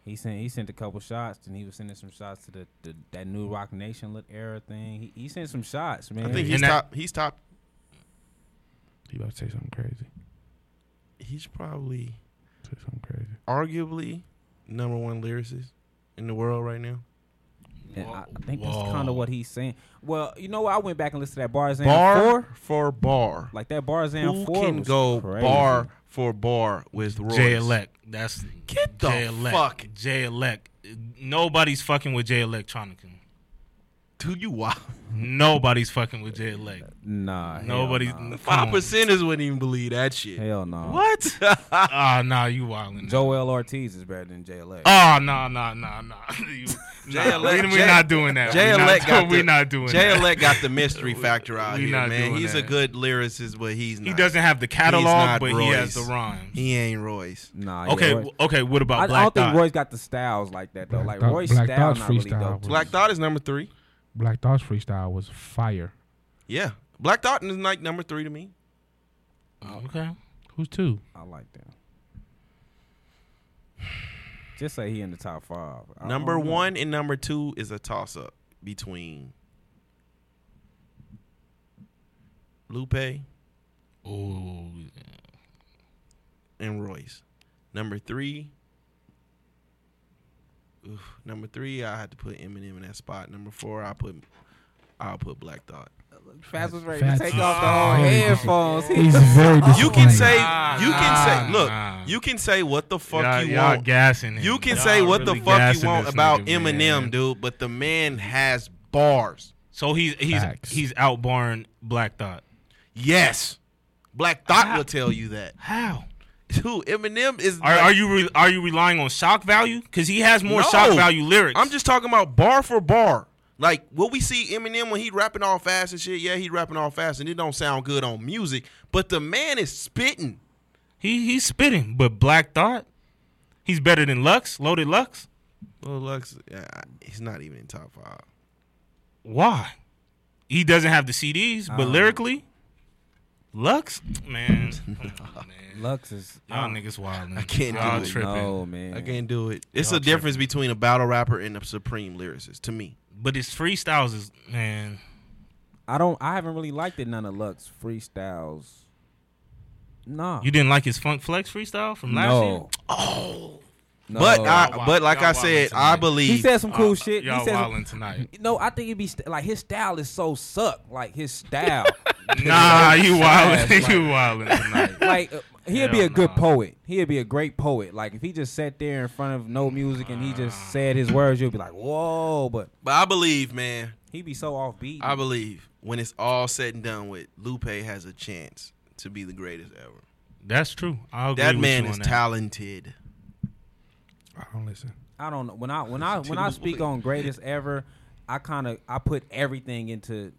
Speaker 3: He sent he sent a couple shots, and he was sending some shots to the, the that new Rock Nation look era thing. He, he sent some shots, man.
Speaker 1: I think he's
Speaker 4: And that-
Speaker 1: top. He's top.
Speaker 2: he about to say something crazy.
Speaker 1: He's probably
Speaker 2: Say something crazy.
Speaker 1: arguably number one lyricist in the world right now.
Speaker 3: And I, I think
Speaker 4: Whoa.
Speaker 3: that's kind of what he's saying. Well, you know what? I went back and listened to that Barzan
Speaker 1: Bar
Speaker 3: four.
Speaker 1: for bar.
Speaker 3: Like that Barzan
Speaker 1: Who
Speaker 3: four
Speaker 1: can
Speaker 3: was
Speaker 1: go
Speaker 3: crazy.
Speaker 1: bar for bar with Royce?
Speaker 4: J Elect. That's
Speaker 1: Get the
Speaker 4: J Elect.
Speaker 1: fuck-
Speaker 4: J Elect. Nobody's fucking with J Electronica.
Speaker 1: Do you <laughs> wow?
Speaker 4: Nobody's fucking with J Elect.
Speaker 3: Nah, hell
Speaker 4: Nobody's
Speaker 3: nah.
Speaker 1: Five percenters wouldn't even believe that shit.
Speaker 3: Hell no.
Speaker 1: <laughs> What?
Speaker 4: Ah, nah, you wildin'.
Speaker 3: Joel Ortiz is better than JLA.
Speaker 4: Oh no no no no! <laughs> You- nah,
Speaker 1: Elect-
Speaker 4: we- We're
Speaker 1: J-
Speaker 4: not doing that.
Speaker 1: Jay
Speaker 4: We're
Speaker 1: Elect
Speaker 4: not,
Speaker 1: got
Speaker 4: <laughs> we're
Speaker 1: the,
Speaker 4: not doing
Speaker 1: Jay
Speaker 4: that.
Speaker 1: Elect got the mystery factor out
Speaker 4: <laughs> we
Speaker 1: here,
Speaker 4: not
Speaker 1: man.
Speaker 4: doing
Speaker 1: He's a
Speaker 4: that.
Speaker 1: good lyricist, but he's not.
Speaker 4: He doesn't have the
Speaker 1: not
Speaker 4: catalog, but he has
Speaker 1: Royce.
Speaker 4: the rhymes.
Speaker 1: He ain't Royce.
Speaker 3: Nah. yeah,
Speaker 4: okay,
Speaker 3: Roy-
Speaker 4: w- okay. What
Speaker 3: I, I
Speaker 4: about
Speaker 3: don't
Speaker 4: Black
Speaker 3: think
Speaker 4: Thought?
Speaker 3: Roy's got the styles like that though. Like
Speaker 2: Black Thought-
Speaker 3: Roy's
Speaker 2: Black
Speaker 3: style
Speaker 2: Thought's
Speaker 3: not really
Speaker 2: freestyle
Speaker 3: dope.
Speaker 2: was-
Speaker 1: Black Thought is number three.
Speaker 2: Black Thought's freestyle was fire.
Speaker 1: Yeah, Black Thought is like number three to me.
Speaker 4: Okay.
Speaker 2: Who's two?
Speaker 3: I like that. Just say he in the top five. I
Speaker 1: Number
Speaker 3: don't know.
Speaker 1: one and number two is a toss up between Lupe
Speaker 4: Ooh.
Speaker 1: and Royce. Number three. oof, number three, I had to put Eminem in that spot. Number four, I put I'll put Black Thought.
Speaker 3: Fast was ready
Speaker 2: Fast
Speaker 3: to take
Speaker 2: is-
Speaker 3: off the
Speaker 4: Oh,
Speaker 3: whole
Speaker 2: he's-
Speaker 3: headphones.
Speaker 2: He's very.
Speaker 1: You can
Speaker 2: disappointing.
Speaker 1: say
Speaker 4: Nah,
Speaker 1: you can say
Speaker 4: nah,
Speaker 1: look,
Speaker 4: nah.
Speaker 1: you can say what the fuck
Speaker 4: y'all,
Speaker 1: you
Speaker 4: y'all
Speaker 1: want.
Speaker 4: gassing him.
Speaker 1: You can
Speaker 4: Y'all
Speaker 1: say what
Speaker 4: really
Speaker 1: the fuck you
Speaker 4: gassing
Speaker 1: want
Speaker 4: this
Speaker 1: about
Speaker 4: nigga,
Speaker 1: Eminem,
Speaker 4: man.
Speaker 1: dude, but the man has bars.
Speaker 4: So he's he's
Speaker 2: Facts.
Speaker 4: he's outborn Black Thought.
Speaker 1: Yes. Black Thought will tell you that.
Speaker 4: How?
Speaker 1: Dude, Eminem is
Speaker 4: Are,
Speaker 1: like-
Speaker 4: are you re- are you relying on shock value? Because he has more shock
Speaker 1: No.
Speaker 4: value lyrics.
Speaker 1: I'm just talking about bar for bar. Like what we see Eminem when he rapping all fast and shit. Yeah, he rapping all fast and it don't sound good on music, but the man is spitting.
Speaker 4: he he's spitting, but Black Thought, he's better than Lux, Loaded Lux.
Speaker 1: Lil Lux, yeah, I- he's not even in top five.
Speaker 4: Why? He doesn't have the CDs, but
Speaker 3: Um,
Speaker 4: lyrically, Lux, man, come on, man.
Speaker 3: Lux is
Speaker 4: y'all niggas wild.
Speaker 1: I can't
Speaker 4: y'all
Speaker 1: do it.
Speaker 4: tripping.
Speaker 3: No man.
Speaker 1: I can't do it. It's
Speaker 4: Y'all
Speaker 1: a difference between a battle rapper and a supreme lyricist to me.
Speaker 4: But his freestyles is man.
Speaker 3: I don't. I haven't really liked it. None of Lux freestyles. Nah.
Speaker 4: You didn't like his Funk Flex freestyle from last
Speaker 3: no. Oh.
Speaker 4: year?
Speaker 3: No.
Speaker 1: But I,
Speaker 4: Y'all wild-
Speaker 1: but like
Speaker 4: y'all
Speaker 1: I
Speaker 4: wildin'
Speaker 1: said,
Speaker 4: tonight.
Speaker 1: I believe
Speaker 3: He said some cool shit. He
Speaker 4: Oh, Y'all
Speaker 3: said some-
Speaker 4: wilding
Speaker 1: <laughs>
Speaker 4: tonight.
Speaker 3: No, I think it'd be st- like his style is so suck. Like his
Speaker 4: <laughs>
Speaker 3: style.
Speaker 4: nah, you <laughs> wilding.
Speaker 3: Like-
Speaker 4: you wilding tonight.
Speaker 3: like uh, he'd be
Speaker 4: Hell
Speaker 3: a good
Speaker 4: nah.
Speaker 3: poet. He'd be a great poet. Like if he just sat there in front of no music and he just said his words, you'd be like, whoa. But
Speaker 1: But I believe, man,
Speaker 3: he'd be so offbeat.
Speaker 1: I believe when it's all said and done with, Lupe has a chance to be the greatest ever.
Speaker 4: That's true. I agree
Speaker 1: That
Speaker 4: with
Speaker 1: man
Speaker 4: you
Speaker 1: is
Speaker 4: on that.
Speaker 1: talented.
Speaker 2: I don't listen.
Speaker 3: I don't know. When I when I
Speaker 1: Listen
Speaker 3: when
Speaker 1: to
Speaker 3: I
Speaker 1: the
Speaker 3: speak
Speaker 1: boy.
Speaker 3: on greatest ever, I kind of I put everything into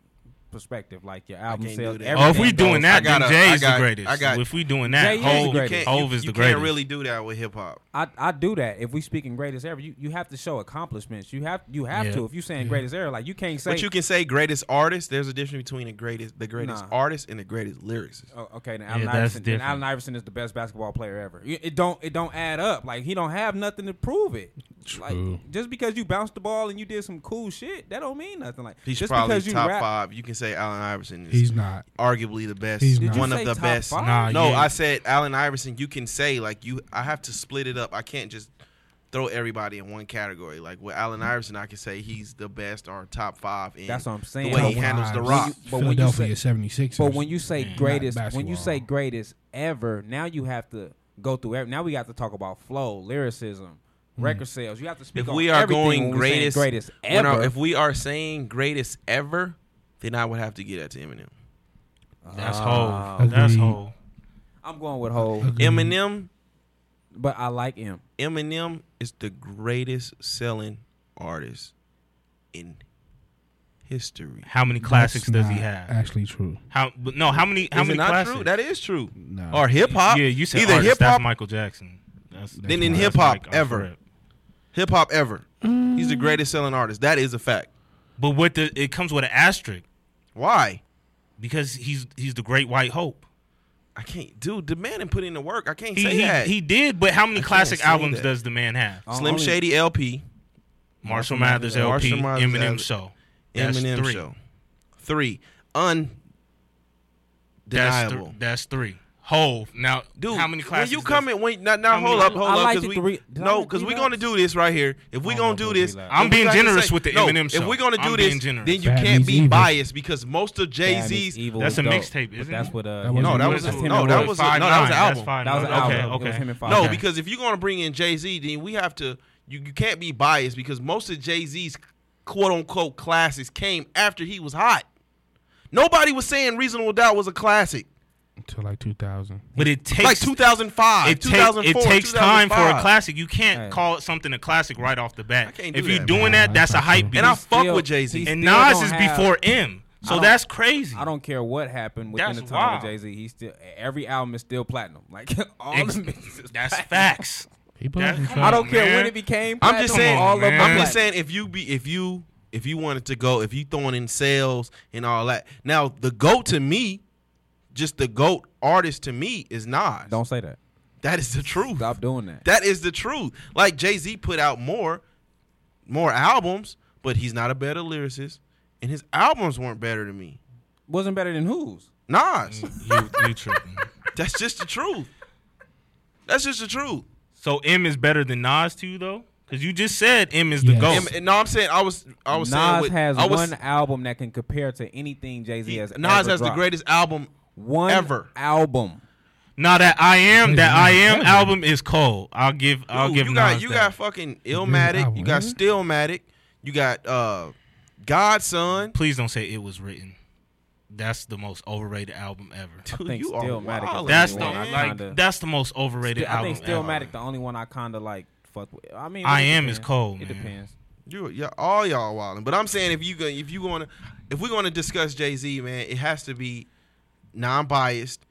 Speaker 3: perspective. Like your album
Speaker 1: can't
Speaker 3: sales.
Speaker 1: do that.
Speaker 3: everything
Speaker 4: Oh, if we
Speaker 3: goes-
Speaker 4: doing that,
Speaker 1: I
Speaker 4: then
Speaker 1: gotta-
Speaker 4: Jay
Speaker 1: I
Speaker 4: is the
Speaker 1: got-
Speaker 4: greatest.
Speaker 1: I got-
Speaker 4: if we doing that,
Speaker 3: Jay is the
Speaker 4: Hove,
Speaker 3: greatest.
Speaker 4: Hove is
Speaker 1: Oh, you
Speaker 4: the greatest.
Speaker 1: can't really do that with hip hop.
Speaker 3: I, I do that. If we speaking greatest ever, you, you have to show accomplishments. You have you have
Speaker 4: Yeah.
Speaker 3: to. If you saying greatest ever, like you can't say.
Speaker 1: But you can say greatest artist. There's a difference between the greatest, the greatest
Speaker 3: Nah.
Speaker 1: artist, and the greatest lyricist.
Speaker 3: Oh, okay, now Allen
Speaker 4: that's
Speaker 3: Iverson. Then
Speaker 4: different.
Speaker 3: Allen Iverson is the best basketball player ever. It it don't it don't add up. Like he don't have nothing to prove it.
Speaker 2: True.
Speaker 3: Like just because you bounced the ball and you did some cool shit, that don't mean nothing. Like
Speaker 1: He's
Speaker 3: just
Speaker 1: probably
Speaker 3: because you
Speaker 1: top
Speaker 3: rap,
Speaker 1: five. You can say Allen Iverson is
Speaker 2: He's not.
Speaker 1: arguably the best.
Speaker 2: He's
Speaker 3: Did
Speaker 2: not.
Speaker 3: you
Speaker 1: one of
Speaker 3: say
Speaker 1: the
Speaker 3: top
Speaker 1: best.
Speaker 3: Five?
Speaker 4: Nah,
Speaker 1: No,
Speaker 4: yeah.
Speaker 1: I said Allen Iverson. You can say like you. I have to split it up. I can't just throw everybody in one category. Like with Allen Iverson, I can say he's the best or top five. In
Speaker 3: Mm-hmm. That's what I'm saying.
Speaker 1: The way
Speaker 3: Top
Speaker 1: he handles the
Speaker 2: fives.
Speaker 1: rock.
Speaker 3: But when you
Speaker 2: Philadelphia
Speaker 3: say-
Speaker 2: 76
Speaker 3: But when you say
Speaker 4: not
Speaker 3: greatest, when you
Speaker 2: basketball.
Speaker 3: say greatest ever, now you have to go through. Every, now we got to talk about flow, lyricism, record sales. You have to speak.
Speaker 1: If
Speaker 3: on
Speaker 1: we are
Speaker 3: everything
Speaker 1: going
Speaker 3: when we saying
Speaker 1: greatest,
Speaker 3: greatest
Speaker 1: when I-
Speaker 3: ever.
Speaker 1: if we are saying greatest ever, then I would have to get that to Eminem.
Speaker 4: That's
Speaker 3: Ah.
Speaker 4: Hove. That's
Speaker 2: Agreed.
Speaker 4: Hove.
Speaker 3: I'm going with Hov,
Speaker 2: Mm-hmm.
Speaker 1: Eminem,
Speaker 3: but I like him.
Speaker 1: Eminem is the greatest selling artist in history.
Speaker 4: How many classics
Speaker 2: That's
Speaker 4: does he
Speaker 2: not
Speaker 4: have?
Speaker 2: Actually, true.
Speaker 4: How but no? How many? How
Speaker 1: is
Speaker 4: many
Speaker 1: it not
Speaker 4: classics?
Speaker 1: true? That is true.
Speaker 2: No.
Speaker 1: Or hip hop.
Speaker 4: Yeah, you said
Speaker 1: either
Speaker 4: artist,
Speaker 1: hip hop,
Speaker 4: That's Michael Jackson. That's, that's
Speaker 1: Then in
Speaker 4: my- that's
Speaker 1: hip-hop,
Speaker 4: Mike off
Speaker 1: ever.
Speaker 4: rip.
Speaker 1: hip hop ever. He's the greatest selling artist. That is a fact.
Speaker 4: But with the it comes with an asterisk
Speaker 1: Why?
Speaker 4: because he's he's the great white hope.
Speaker 1: I can't, dude. The man and put in the work. I can't
Speaker 4: He
Speaker 1: say
Speaker 4: he,
Speaker 1: that.
Speaker 4: he did, but how many
Speaker 1: can't
Speaker 4: classic
Speaker 1: say
Speaker 4: albums
Speaker 1: that.
Speaker 4: does the man have?
Speaker 3: Oh,
Speaker 1: Slim
Speaker 3: only-
Speaker 1: Shady LP,
Speaker 4: Marshall Mathers LP,
Speaker 1: Marshall Mathers
Speaker 4: Eminem
Speaker 1: Mathers.
Speaker 4: Show. That's
Speaker 1: Eminem
Speaker 4: three.
Speaker 1: show, three undeniable.
Speaker 4: That's, th- that's three. Hove. Now,
Speaker 1: Dude,
Speaker 4: how many
Speaker 1: when
Speaker 4: classics?
Speaker 1: you
Speaker 4: does-
Speaker 1: come in, when now, now
Speaker 4: how many-
Speaker 1: hold up, hold
Speaker 3: I
Speaker 1: up,
Speaker 3: like
Speaker 1: because
Speaker 3: the
Speaker 1: we
Speaker 3: three- did I
Speaker 1: no,
Speaker 3: like
Speaker 1: because we're
Speaker 3: three
Speaker 1: gonna do this right here. If we're
Speaker 3: I don't
Speaker 1: gonna
Speaker 3: know
Speaker 1: do
Speaker 3: about
Speaker 1: this,
Speaker 3: three laps.
Speaker 4: I'm
Speaker 1: if we
Speaker 4: being
Speaker 1: gotta
Speaker 4: generous
Speaker 1: say-
Speaker 4: with the
Speaker 1: no,
Speaker 4: Eminem
Speaker 1: If
Speaker 4: show.
Speaker 1: we're gonna do
Speaker 4: I'm
Speaker 1: this,
Speaker 4: being generous.
Speaker 1: then you
Speaker 2: Bad
Speaker 1: can't
Speaker 2: Meets
Speaker 1: be
Speaker 2: Evil.
Speaker 1: biased because most of Jay
Speaker 3: Damn, it's
Speaker 1: Z's.
Speaker 3: evil
Speaker 4: That's
Speaker 3: is
Speaker 4: a
Speaker 3: dope.
Speaker 4: mixtape,
Speaker 3: But
Speaker 4: isn't
Speaker 3: That's
Speaker 4: it?
Speaker 3: what. Uh,
Speaker 2: That
Speaker 3: him
Speaker 1: No,
Speaker 3: and
Speaker 1: that
Speaker 3: Will-
Speaker 1: was
Speaker 3: that's
Speaker 1: a-
Speaker 3: him
Speaker 1: no,
Speaker 3: and
Speaker 1: that
Speaker 3: Will.
Speaker 1: was a-
Speaker 4: five
Speaker 1: no, that was an
Speaker 4: Nine. That's
Speaker 1: album.
Speaker 4: Five
Speaker 3: That was an
Speaker 4: Nine.
Speaker 3: album.
Speaker 4: Okay,
Speaker 3: It was
Speaker 4: okay.
Speaker 3: him and Five
Speaker 1: No,
Speaker 3: Okay.
Speaker 1: because if you're gonna bring in Jay Z, then we have to. You, you can't be biased because most of Jay Z's quote unquote classics came after he was hot. Nobody was saying Reasonable Doubt was a classic.
Speaker 2: Until like 2000.
Speaker 4: but it takes
Speaker 1: like 2005,
Speaker 4: it, take-
Speaker 1: 2004,
Speaker 4: it takes time for a
Speaker 1: 2005.
Speaker 4: classic. You can't
Speaker 3: Hey.
Speaker 4: call it something a classic right off the bat.
Speaker 1: I can't
Speaker 4: if
Speaker 1: do
Speaker 4: you're
Speaker 1: that,
Speaker 4: doing
Speaker 2: man.
Speaker 4: that, that's a hype beat.
Speaker 1: And I
Speaker 4: And,
Speaker 1: fuck
Speaker 3: still-
Speaker 1: with Jay Z.
Speaker 3: he's- still
Speaker 4: Nas
Speaker 3: don't
Speaker 4: is
Speaker 3: have-
Speaker 4: before M, so
Speaker 3: don't-
Speaker 4: that's crazy.
Speaker 3: I don't care what happened within
Speaker 4: That's
Speaker 3: the time
Speaker 4: wild.
Speaker 3: of Jay Z. He's still every album is still platinum. Like <laughs> all
Speaker 4: Ex-
Speaker 3: the mixes.
Speaker 4: <laughs> that's facts.
Speaker 2: People
Speaker 4: That-
Speaker 2: have
Speaker 4: come
Speaker 2: control.
Speaker 3: I don't care
Speaker 4: man.
Speaker 3: when it became.
Speaker 1: I'm just
Speaker 3: platinum,
Speaker 1: saying.
Speaker 3: all of
Speaker 4: man.
Speaker 3: them
Speaker 1: I'm just
Speaker 3: platinum.
Speaker 1: saying if you be if you if you wanted to go if you throwing in sales and all that. Now the goat to me, just the goat artist to me is Nas.
Speaker 3: Don't say that.
Speaker 1: That is the truth.
Speaker 3: Stop doing that.
Speaker 1: That is the truth. Like Jay Z put out more, more albums, but he's not a better lyricist, and his albums weren't better than me.
Speaker 3: Wasn't better than whose?
Speaker 1: Nas.
Speaker 4: you, you tripping.
Speaker 1: That's just the truth. That's just the truth.
Speaker 4: So M is better than Nas too, though, because you just said M is the
Speaker 2: Yes.
Speaker 4: goat.
Speaker 1: And, and no, I'm saying I was, I was
Speaker 3: Nas
Speaker 1: saying with,
Speaker 3: has
Speaker 1: I was,
Speaker 3: one album that can compare to anything Jay Z
Speaker 1: he-
Speaker 3: has.
Speaker 1: Nas
Speaker 3: ever
Speaker 1: has the
Speaker 3: dropped.
Speaker 1: greatest album.
Speaker 3: one
Speaker 1: ever.
Speaker 3: album.
Speaker 4: now that I am, that I am
Speaker 2: Incredible.
Speaker 4: album is cold. I'll give, I'll
Speaker 1: Dude,
Speaker 4: give
Speaker 1: you
Speaker 4: Nas
Speaker 1: got, you
Speaker 4: that.
Speaker 1: got fucking Illmatic. You
Speaker 2: album,
Speaker 1: got
Speaker 2: isn't it?
Speaker 1: Stillmatic. You got uh, Godson.
Speaker 4: Please don't say it was written. That's the most overrated album ever.
Speaker 3: I
Speaker 1: Dude,
Speaker 3: think
Speaker 1: you are
Speaker 3: Stillmatic is
Speaker 1: wild,
Speaker 4: That's the
Speaker 1: Only one
Speaker 3: I
Speaker 4: like.
Speaker 3: kinda-
Speaker 4: That's the most overrated
Speaker 3: I
Speaker 4: album.
Speaker 3: think Stillmatic
Speaker 4: ever.
Speaker 3: the only one I kind of like fuck with. I mean,
Speaker 4: I
Speaker 3: it
Speaker 4: Am
Speaker 3: depends.
Speaker 4: is cold,
Speaker 3: It
Speaker 4: man.
Speaker 3: depends.
Speaker 1: You, yeah, all y'all wilding. But I'm saying if you go, if you going to, if we're going to discuss Jay Z, man, it has to be non-biased,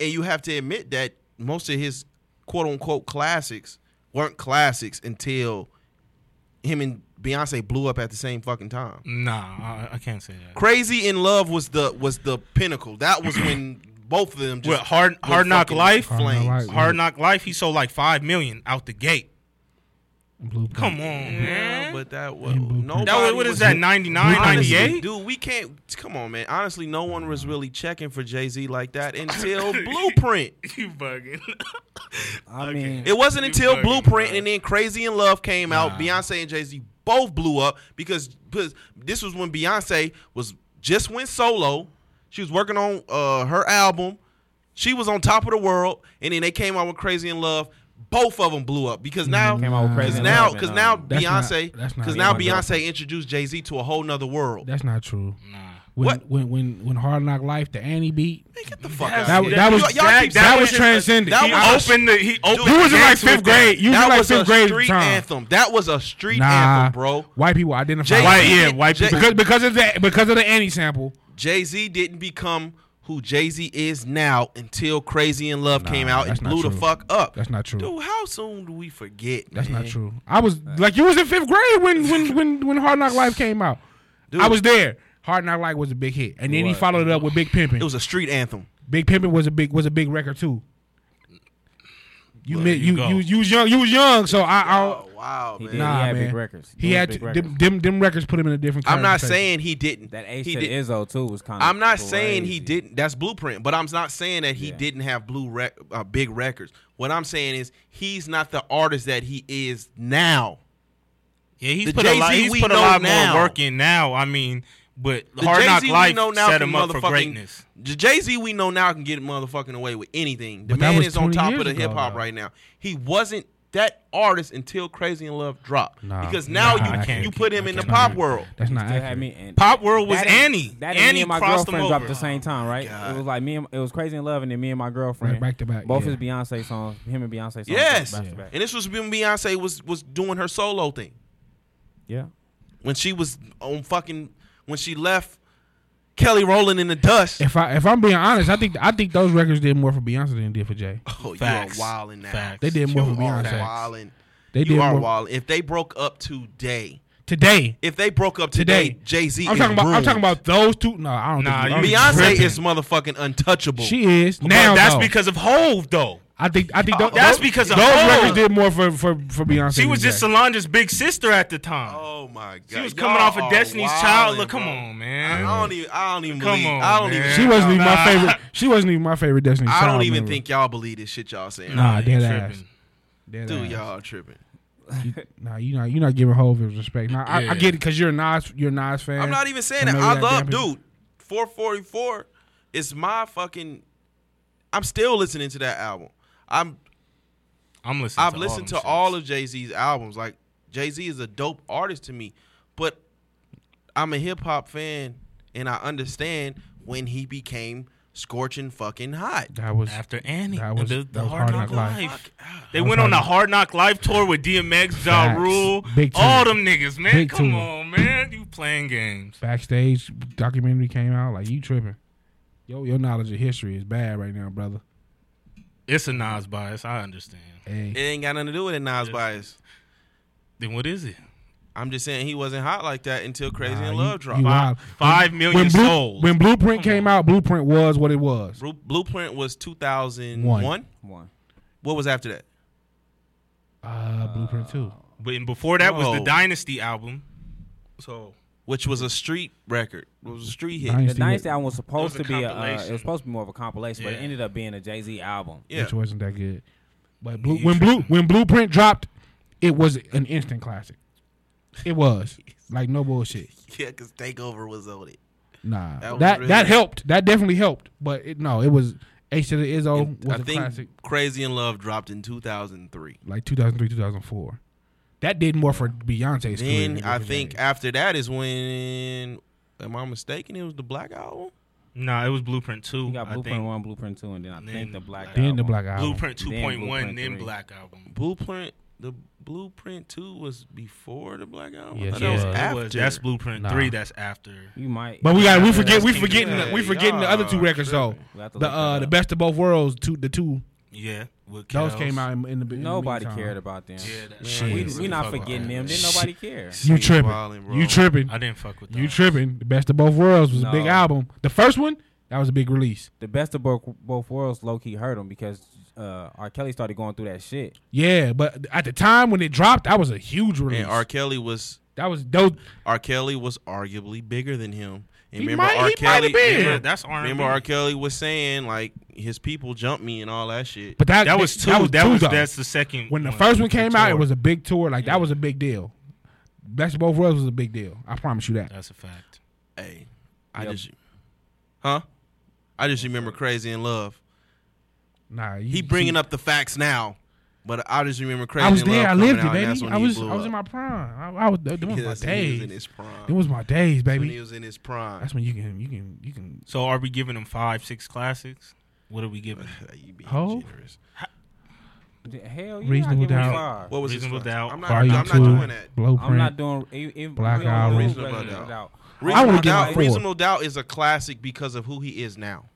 Speaker 1: and you have to admit that most of his quote unquote classics weren't classics until him and Beyonce blew up at the same fucking time.
Speaker 4: Nah, I, I can't say that.
Speaker 1: Crazy in Love was the was the pinnacle. That was when <clears throat> both of them. Just
Speaker 4: With Hard-
Speaker 1: were
Speaker 4: Hard Knock
Speaker 1: fucking
Speaker 4: Life?
Speaker 2: Hard Knock
Speaker 1: flames.
Speaker 2: Life.
Speaker 4: Hard Knock Life, he sold like five million out the gate.
Speaker 2: Blueprint.
Speaker 4: Come on,
Speaker 1: Yeah,
Speaker 4: man.
Speaker 1: but that was
Speaker 2: And Blueprint.
Speaker 1: nobody.
Speaker 4: That was, what is that? 99,
Speaker 1: Honestly,
Speaker 4: 98?
Speaker 1: dude. We can't. Come on, man. Honestly, no one was really checking for Jay Z like that until Blueprint.
Speaker 4: You bugging.
Speaker 3: I
Speaker 4: Okay.
Speaker 3: mean,
Speaker 1: It wasn't
Speaker 4: You
Speaker 1: until
Speaker 4: bugging,
Speaker 1: Blueprint
Speaker 4: bro.
Speaker 1: and then Crazy in Love came out. Beyonce and Jay Z both blew up because, because this was when Beyonce was just went solo. She was working on uh, her album. She was on top of the world, and then they came out with Crazy in Love. Both of them blew up because now,
Speaker 3: came out with Crazy
Speaker 1: because
Speaker 3: in
Speaker 1: now,
Speaker 3: Love and,
Speaker 1: because now
Speaker 3: um,
Speaker 2: That's not-
Speaker 1: Beyonce,
Speaker 2: that's not
Speaker 1: because now
Speaker 3: even my girlfriend.
Speaker 1: Beyonce introduced Jay Z to a whole nother world.
Speaker 2: That's not true.
Speaker 4: Nah.
Speaker 2: When,
Speaker 1: What?
Speaker 2: When when when Hard Knock Life, the Annie beat,
Speaker 1: Man, get the fuck
Speaker 4: That's-
Speaker 1: out. of
Speaker 2: that was
Speaker 1: here.
Speaker 2: that was
Speaker 1: Y'all- y'all
Speaker 2: that,
Speaker 1: keep-
Speaker 2: that was
Speaker 1: that was-
Speaker 2: transcending.
Speaker 1: that
Speaker 4: He
Speaker 1: was a-
Speaker 4: opened the. He opened.
Speaker 2: Oh, you was in like
Speaker 4: gates with
Speaker 2: fifth
Speaker 4: that.
Speaker 2: grade. You was in
Speaker 1: that
Speaker 2: like
Speaker 1: was a
Speaker 2: fifth grade at the
Speaker 1: street
Speaker 2: time.
Speaker 1: anthem. That was a street
Speaker 2: Nah,
Speaker 1: anthem, bro.
Speaker 2: White people identify.
Speaker 1: Jay-
Speaker 4: White, yeah, white
Speaker 1: Jay-
Speaker 4: people.
Speaker 2: because because of that because of the Annie sample.
Speaker 1: Jay Z didn't become who Jay Z is now until Crazy in Love came out and
Speaker 2: that's not
Speaker 1: blew the
Speaker 2: true.
Speaker 1: fuck up.
Speaker 2: That's not true.
Speaker 1: Dude, how soon do we forget?
Speaker 2: That's
Speaker 1: man?
Speaker 2: not true. I was like you was in fifth grade when when when when Hard Knock Life came out. I was there. Hard Knock Life was a big hit, and then he
Speaker 3: was.
Speaker 2: followed it up with Big Pimpin'.
Speaker 1: It was a street anthem.
Speaker 2: Big Pimpin' was a big was a big record too. You
Speaker 4: Well,
Speaker 2: mi-
Speaker 4: there you
Speaker 2: you,
Speaker 4: go.
Speaker 2: you you was young you was young, so I, I don't-
Speaker 1: Oh wow,
Speaker 3: he,
Speaker 1: man.
Speaker 3: did,
Speaker 2: Nah,
Speaker 3: he had
Speaker 2: man.
Speaker 3: big records.
Speaker 2: he
Speaker 3: was
Speaker 2: had to,
Speaker 3: big records.
Speaker 2: them, them them records put him in a different.
Speaker 1: I'm not
Speaker 2: conversation.
Speaker 1: saying he didn't.
Speaker 3: that Ace
Speaker 1: he
Speaker 3: to
Speaker 1: did.
Speaker 3: Izzo too was kind of.
Speaker 1: I'm not saying he didn't. That's blueprint, but I'm not saying that he
Speaker 3: Yeah.
Speaker 1: didn't have blue rec- uh, big records. What I'm saying is he's not the artist that he is now.
Speaker 4: Yeah,
Speaker 1: The
Speaker 4: he's put
Speaker 1: Jay-Z
Speaker 4: a lot. He's
Speaker 1: we
Speaker 4: put a
Speaker 1: know
Speaker 4: lot
Speaker 1: now.
Speaker 4: more work in now. I mean, but
Speaker 1: The
Speaker 4: Hard Knock
Speaker 1: Jay-Z we
Speaker 4: Life
Speaker 1: know now
Speaker 4: set
Speaker 1: can
Speaker 4: him up for
Speaker 1: motherfucking-
Speaker 4: greatness.
Speaker 1: The Jay Z we know now can get motherfucking away with anything. The
Speaker 2: But that
Speaker 1: man
Speaker 2: was
Speaker 1: is on
Speaker 2: 20
Speaker 1: top of
Speaker 2: years
Speaker 1: the
Speaker 2: ago,
Speaker 1: hip hop
Speaker 2: though.
Speaker 1: right now. He wasn't that artist until Crazy in Love dropped.
Speaker 2: Nah.
Speaker 1: because now
Speaker 4: Nah,
Speaker 1: you
Speaker 4: I can't-
Speaker 1: you put him
Speaker 4: I
Speaker 1: in the
Speaker 4: can't
Speaker 1: pop
Speaker 4: do that.
Speaker 1: world.
Speaker 2: that's not
Speaker 3: Still had
Speaker 2: accurate.
Speaker 3: me and
Speaker 4: Pop World was
Speaker 3: that and-
Speaker 4: Annie.
Speaker 3: That and
Speaker 4: Annie
Speaker 3: me and my
Speaker 4: crossed him
Speaker 3: girlfriend dropped
Speaker 4: over. Oh,
Speaker 3: the same time, right? It was like me. And, it was crazy in love, and then me and my girlfriend
Speaker 2: Right, back to back,
Speaker 3: Both
Speaker 2: yeah.
Speaker 3: his Beyonce songs, him and Beyonce songs.
Speaker 1: Yes,
Speaker 3: back to back.
Speaker 1: and this was when Beyonce was was doing her solo thing
Speaker 3: yeah.
Speaker 1: when she was on fucking when she left Kelly Rowland in the dust.
Speaker 2: If I if I'm being honest, I think I think those records did more for Beyonce than it did for Jay.
Speaker 1: Oh,
Speaker 4: Facts.
Speaker 1: you are wildin' now.
Speaker 4: Facts.
Speaker 2: They did
Speaker 1: You
Speaker 2: more
Speaker 1: are
Speaker 2: for Beyonce.
Speaker 1: wildin'.
Speaker 2: They did
Speaker 1: You are
Speaker 2: more
Speaker 1: wildin'. If they broke up today,
Speaker 2: today.
Speaker 1: if they broke up today,
Speaker 2: Today,
Speaker 1: Jay Z.
Speaker 2: I'm talking about I'm talking about those two. No, I don't.
Speaker 4: Nah,
Speaker 2: think
Speaker 4: you-
Speaker 1: Beyonce
Speaker 4: Tripping.
Speaker 1: is motherfucking untouchable.
Speaker 2: She is
Speaker 4: Now
Speaker 2: now.
Speaker 4: that's
Speaker 2: though.
Speaker 4: because of Hove though.
Speaker 2: I think I
Speaker 1: Oh,
Speaker 2: think tho-
Speaker 4: That's
Speaker 2: those,
Speaker 4: because of
Speaker 2: those
Speaker 4: Hov.
Speaker 2: records did more for for for Beyonce.
Speaker 4: She
Speaker 2: than
Speaker 4: was just
Speaker 2: Jay.
Speaker 4: Solange's big sister at the time.
Speaker 1: Oh my god.
Speaker 4: she was coming
Speaker 1: Y'all
Speaker 4: off of
Speaker 1: are
Speaker 4: Destiny's
Speaker 1: wildin',
Speaker 4: Child. Look,
Speaker 1: bro.
Speaker 4: come on, man.
Speaker 1: I don't even. I don't even
Speaker 4: Come
Speaker 1: believe.
Speaker 4: on,
Speaker 1: I don't even.
Speaker 4: man.
Speaker 2: she wasn't even
Speaker 4: Nah.
Speaker 2: my favorite. She wasn't even my favorite Destiny.
Speaker 1: I
Speaker 2: Child
Speaker 1: don't even
Speaker 2: member.
Speaker 1: think y'all believe this shit y'all saying.
Speaker 2: Nah,
Speaker 4: Tripping.
Speaker 2: dead ass. Dead
Speaker 1: Dude,
Speaker 2: ass.
Speaker 1: y'all tripping.
Speaker 2: Nah, you not you not giving Hov his respect. Nah, I,
Speaker 4: Yeah.
Speaker 2: I get it because you're a Nas you're a Nas fan.
Speaker 1: I'm not even saying that.
Speaker 2: Familiar
Speaker 1: I
Speaker 2: with
Speaker 1: love,
Speaker 2: damn
Speaker 1: dude. 444 is my fucking. I'm still listening to that album. I'm.
Speaker 4: I'm listening.
Speaker 1: I've listened to all of Jay Z's albums. Like Jay Z is a dope artist to me, but I'm a hip hop fan, and I understand when he became scorching fucking hot.
Speaker 2: That was
Speaker 4: after Annie.
Speaker 2: That was-
Speaker 4: the, the
Speaker 2: that was
Speaker 4: Hard Knock Life. They
Speaker 2: That was
Speaker 4: went on a
Speaker 2: Hard
Speaker 4: Hard Knock Live tour with DMX, Ja
Speaker 2: Facts.
Speaker 4: Rule,
Speaker 2: Big
Speaker 4: all
Speaker 2: tour.
Speaker 4: them niggas, man.
Speaker 2: Big
Speaker 4: Come
Speaker 2: tour.
Speaker 4: on, man. You playing games.
Speaker 2: backstage documentary came out. Like you tripping. Yo, your knowledge of history is bad right now, brother.
Speaker 4: It's a Nas bias. I understand.
Speaker 1: It
Speaker 2: Hey,
Speaker 1: ain't got nothing to do with it, Nas bias.
Speaker 4: Then what is it?
Speaker 1: I'm just saying he wasn't hot like that until Crazy
Speaker 2: Nah,
Speaker 1: in
Speaker 2: you-
Speaker 1: Love dropped.
Speaker 2: you
Speaker 1: Wow.
Speaker 2: wild.
Speaker 4: Five million
Speaker 2: when, Blue-
Speaker 4: souls.
Speaker 2: when Blueprint came out, Blueprint was what it was.
Speaker 1: Bru- Blueprint was 2001.
Speaker 2: One.
Speaker 3: One.
Speaker 1: What was after that?
Speaker 2: Uh, Blueprint too.
Speaker 4: But and before that was
Speaker 1: Whoa.
Speaker 4: the Dynasty album. So
Speaker 1: Which was a street record. It was a street hit.
Speaker 2: Dynasty.
Speaker 3: The Dynasty album was supposed
Speaker 4: It was a
Speaker 3: to be a, uh,
Speaker 4: compilation.
Speaker 3: it was supposed to be more of a compilation, but it
Speaker 4: Yeah.
Speaker 3: ended up being a Jay Z album.
Speaker 1: Yeah.
Speaker 2: which wasn't that good. But blue,
Speaker 4: You
Speaker 2: when blue when Blueprint dropped, it was an instant classic.
Speaker 1: <laughs>
Speaker 2: It was like no bullshit.
Speaker 1: <laughs> Yeah, because Takeover was on it. That
Speaker 2: Nah, that
Speaker 1: was
Speaker 2: that,
Speaker 1: really-
Speaker 2: helped. That definitely helped. But it, no, it was Ace to the Izzo
Speaker 1: And
Speaker 2: Oh, was
Speaker 1: I
Speaker 2: a
Speaker 1: think
Speaker 2: classic.
Speaker 1: Crazy in Love dropped in 2003.
Speaker 2: Like 2003, 2004. That did more for Beyonce's career.
Speaker 1: Then
Speaker 2: than
Speaker 1: I
Speaker 2: for
Speaker 1: think
Speaker 2: Jay.
Speaker 1: after that is when, am I mistaken? It was the Black Album.
Speaker 4: nah, it was Blueprint Two.
Speaker 3: You got
Speaker 4: I
Speaker 3: Blueprint
Speaker 4: think.
Speaker 3: One, Blueprint Two, and then I
Speaker 4: Then
Speaker 3: think the Black.
Speaker 2: then the
Speaker 3: Album.
Speaker 2: Black Album.
Speaker 4: Blueprint Two
Speaker 3: Then
Speaker 4: Point One,
Speaker 3: Blueprint
Speaker 4: then
Speaker 3: three.
Speaker 4: Black Album.
Speaker 1: Blueprint. The Blueprint Two was before the Black Album. I
Speaker 2: Yes,
Speaker 1: thought
Speaker 2: it
Speaker 1: that was
Speaker 2: was.
Speaker 1: after.
Speaker 4: It was, that's Blueprint
Speaker 2: Nah.
Speaker 4: Three. That's after.
Speaker 3: You might.
Speaker 2: But we got we forget we
Speaker 4: King
Speaker 2: forgetting
Speaker 4: James.
Speaker 2: the, we forgetting the other two
Speaker 1: Y'all
Speaker 2: records though.
Speaker 1: tripping.
Speaker 3: We'll have to
Speaker 2: The
Speaker 3: look
Speaker 2: uh
Speaker 3: that
Speaker 2: the
Speaker 3: up.
Speaker 2: best of both worlds, two the two
Speaker 4: Yeah, with
Speaker 2: those
Speaker 4: Kels.
Speaker 2: came out in, in the in the
Speaker 3: Nobody
Speaker 2: meantime.
Speaker 3: cared about them.
Speaker 4: Yeah, that,
Speaker 1: Shit.
Speaker 4: I
Speaker 3: We,
Speaker 4: didn't
Speaker 3: we
Speaker 4: fuck
Speaker 3: not
Speaker 4: with
Speaker 3: forgetting
Speaker 4: that.
Speaker 3: them. Didn't nobody care.
Speaker 2: You
Speaker 1: Shit,
Speaker 2: tripping?
Speaker 1: wildin', bro.
Speaker 2: you tripping?
Speaker 4: I didn't fuck with that.
Speaker 2: You tripping? The best of both worlds was a big
Speaker 3: No.
Speaker 2: album. The first one, That was a big release.
Speaker 3: The best of both, both worlds low key hurt him because uh, R. Kelly started going through that shit.
Speaker 2: Yeah, but at the time when it dropped, that was a huge release.
Speaker 1: And R. Kelly was
Speaker 2: that was dope.
Speaker 1: R. Kelly was arguably bigger than him. And
Speaker 2: He
Speaker 1: remember
Speaker 2: might-
Speaker 1: R.
Speaker 2: he might
Speaker 1: Kelly
Speaker 2: have been.
Speaker 4: Yeah,
Speaker 1: Remember,
Speaker 4: that's R.
Speaker 1: remember R. Kelly was saying like his people jumped me and all that shit.
Speaker 2: But that
Speaker 4: That was two.
Speaker 2: That was, two, though.
Speaker 4: that's the second.
Speaker 2: when the
Speaker 4: one,
Speaker 2: first one came out, it
Speaker 4: tour.
Speaker 2: was a big tour. Like that was a big deal. Best of both worlds was a big deal. I promise you that.
Speaker 4: That's a fact.
Speaker 1: hey, I
Speaker 3: Yep.
Speaker 1: just Huh? I just remember Crazy in Love.
Speaker 2: Nah,
Speaker 1: He bringing up the facts now. But I just remember Crazy
Speaker 2: I was
Speaker 1: in
Speaker 2: there.
Speaker 1: Love
Speaker 2: I
Speaker 1: coming
Speaker 2: lived
Speaker 1: out,
Speaker 2: it,
Speaker 1: and that's
Speaker 2: baby.
Speaker 1: when
Speaker 2: I
Speaker 1: he
Speaker 2: was.
Speaker 1: blew
Speaker 2: I was
Speaker 1: up.
Speaker 2: in my prime. I, I was. Them was
Speaker 1: Yeah,
Speaker 2: my
Speaker 1: that's when <laughs> he was in
Speaker 2: days.
Speaker 1: his prime.
Speaker 2: Them was my days,
Speaker 1: When he
Speaker 2: baby.
Speaker 1: was in his prime.
Speaker 2: That's when you can. You can. You can.
Speaker 4: So are we giving him five, six classics? What are we giving?
Speaker 1: you being
Speaker 2: Ho?
Speaker 1: generous.
Speaker 3: Hell yeah,
Speaker 2: Reasonable
Speaker 3: Reasonable I give him
Speaker 2: doubt.
Speaker 3: five.
Speaker 1: What was his
Speaker 4: Reasonable
Speaker 1: class?
Speaker 4: doubt.
Speaker 1: I'm not, I'm
Speaker 2: Volume
Speaker 1: not
Speaker 2: two.
Speaker 1: doing that.
Speaker 2: Blueprint.
Speaker 3: I'm not doing if, if
Speaker 2: Black
Speaker 3: we don't
Speaker 2: Eyed
Speaker 3: do
Speaker 2: Reasonable
Speaker 3: Reasonable
Speaker 1: Doubt.
Speaker 3: Doubt.
Speaker 2: I
Speaker 1: Reasonable
Speaker 2: wanna give him
Speaker 1: doubt.
Speaker 2: four.
Speaker 1: Reasonable doubt is a classic because of who he is now.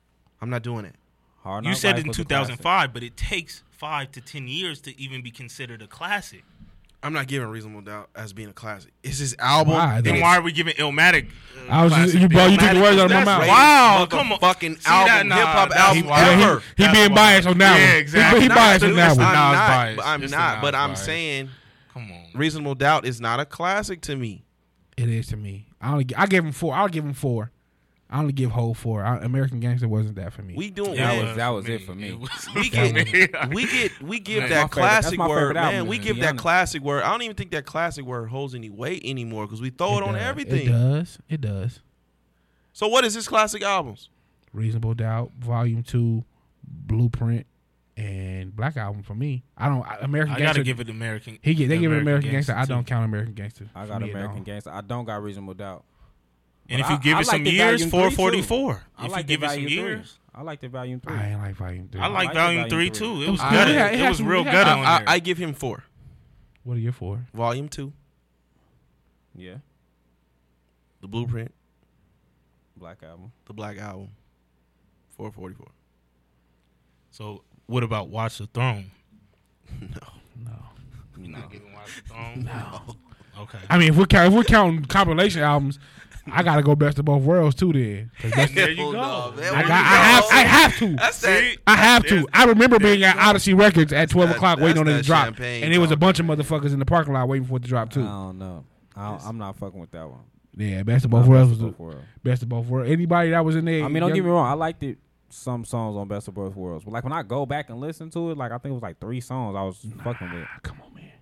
Speaker 1: I'm not doing it.
Speaker 3: Hard
Speaker 4: You
Speaker 3: Knock
Speaker 4: said
Speaker 3: Life
Speaker 4: in
Speaker 3: was a
Speaker 4: 2005, but it takes five to ten years to even be considered a classic.
Speaker 1: I'm not giving Reasonable Doubt as being a classic. It's his album. and
Speaker 2: Why, though?
Speaker 4: Then
Speaker 1: it's-
Speaker 4: why are we giving Illmatic? Uh,
Speaker 2: I was just-
Speaker 4: classic?
Speaker 2: you- bro, you took the
Speaker 4: Illmatic
Speaker 2: words
Speaker 4: was
Speaker 2: out of my
Speaker 4: that's
Speaker 2: mouth.
Speaker 4: rated
Speaker 1: Wow,
Speaker 4: motherfucking
Speaker 1: come on. Fucking
Speaker 4: See, that-
Speaker 1: album,
Speaker 4: nah,
Speaker 1: hip-hop
Speaker 4: that's
Speaker 1: album
Speaker 4: wild.
Speaker 2: Yeah, he-
Speaker 1: ever.
Speaker 2: he,
Speaker 4: That's
Speaker 2: being
Speaker 4: why.
Speaker 2: biased on that
Speaker 4: Yeah,
Speaker 2: one. He-
Speaker 4: exactly.
Speaker 2: He
Speaker 4: Nah,
Speaker 2: biased
Speaker 1: I'm
Speaker 2: on
Speaker 1: not,
Speaker 2: that one.
Speaker 6: Nas bias.
Speaker 1: I'm not, but I'm,
Speaker 6: It's the
Speaker 1: not,
Speaker 6: Nas
Speaker 1: but I'm
Speaker 6: bias.
Speaker 1: saying
Speaker 4: Come on.
Speaker 1: Reasonable Doubt is not a classic to me.
Speaker 2: It is to me. I only. gi- I gave him four. I'll give him four. I only give whole four. I, American Gangster wasn't that for me.
Speaker 1: We doing
Speaker 3: That
Speaker 1: man,
Speaker 3: was- that was it for me.
Speaker 1: we get we get we give
Speaker 3: my
Speaker 1: that
Speaker 4: Man,
Speaker 3: favorite- that's
Speaker 1: classic
Speaker 3: my
Speaker 1: word,
Speaker 3: favorite
Speaker 1: man.
Speaker 3: album,
Speaker 1: we
Speaker 3: to
Speaker 1: give
Speaker 3: be
Speaker 1: that
Speaker 3: honest.
Speaker 1: classic word. I don't even think that classic word holds any weight anymore because we throw it, on
Speaker 2: does.
Speaker 1: everything.
Speaker 2: It does. It does.
Speaker 1: So what is his classic albums?
Speaker 2: Reasonable Doubt, Volume Two, Blueprint, and Black Album for me. I don't I, American
Speaker 4: I
Speaker 2: Gangster.
Speaker 4: gotta give it American.
Speaker 2: he get they give it American Gangster.
Speaker 4: Gangster,
Speaker 2: I don't
Speaker 4: too.
Speaker 2: count American Gangster.
Speaker 3: I
Speaker 2: For
Speaker 3: got
Speaker 2: me, it
Speaker 3: American
Speaker 2: don't.
Speaker 3: Gangster. I don't got Reasonable Doubt.
Speaker 4: And if
Speaker 3: But
Speaker 4: you
Speaker 3: I-
Speaker 4: give
Speaker 3: I
Speaker 4: it some
Speaker 3: like the
Speaker 4: years,
Speaker 3: Volume Three, too.
Speaker 4: 444.
Speaker 3: I
Speaker 4: If
Speaker 3: like
Speaker 4: you give
Speaker 3: the
Speaker 4: it some
Speaker 3: Volume Three.
Speaker 4: years.
Speaker 3: I like the Volume Three.
Speaker 2: I ain't like Volume Three.
Speaker 4: I like
Speaker 3: like
Speaker 4: Volume
Speaker 3: Volume
Speaker 4: three
Speaker 3: Three.
Speaker 4: too.
Speaker 2: It
Speaker 4: It was
Speaker 2: was
Speaker 4: gutted.
Speaker 2: good. It
Speaker 4: It
Speaker 2: had
Speaker 4: was
Speaker 2: some-
Speaker 4: real
Speaker 2: it had
Speaker 4: gutted
Speaker 2: some-
Speaker 4: on
Speaker 1: I,
Speaker 4: there.
Speaker 1: I give him four.
Speaker 2: What are you for?
Speaker 1: Volume two,
Speaker 3: Yeah,
Speaker 1: The Blueprint,
Speaker 3: Black Album.
Speaker 1: The Black Album, four forty four.
Speaker 4: so what about Watch the Throne?
Speaker 2: No.
Speaker 4: No. Watch the Throne. No. Okay.
Speaker 2: I mean, if we're count, if we're counting compilation albums, I gotta go Best of Both Worlds too. Then 'Cause that's-
Speaker 4: There you go.
Speaker 2: I, got, I have I have to.
Speaker 1: That's that.
Speaker 2: I have to. I remember being at Odyssey Records at twelve
Speaker 1: that-
Speaker 2: o'clock waiting
Speaker 1: that's
Speaker 2: on it to
Speaker 1: that
Speaker 2: drop,
Speaker 1: champagne
Speaker 2: and it was a
Speaker 1: talking,
Speaker 2: bunch of motherfuckers in the parking lot waiting for it to drop
Speaker 3: I
Speaker 2: too.
Speaker 3: don't know. I don't, I'm not fucking with that one.
Speaker 2: Yeah, Best of
Speaker 3: Not
Speaker 2: Both Worlds
Speaker 3: Best
Speaker 2: was
Speaker 3: of Both
Speaker 2: the
Speaker 3: Worlds.
Speaker 2: Best of Both Worlds. Anybody that was in there,
Speaker 3: I mean, don't
Speaker 2: young-
Speaker 3: get me wrong. I liked it. Some songs on Best of Both Worlds, but like when I go back and listen to it, like I think it was like three songs I was fucking with.
Speaker 2: Ah, Come on, man.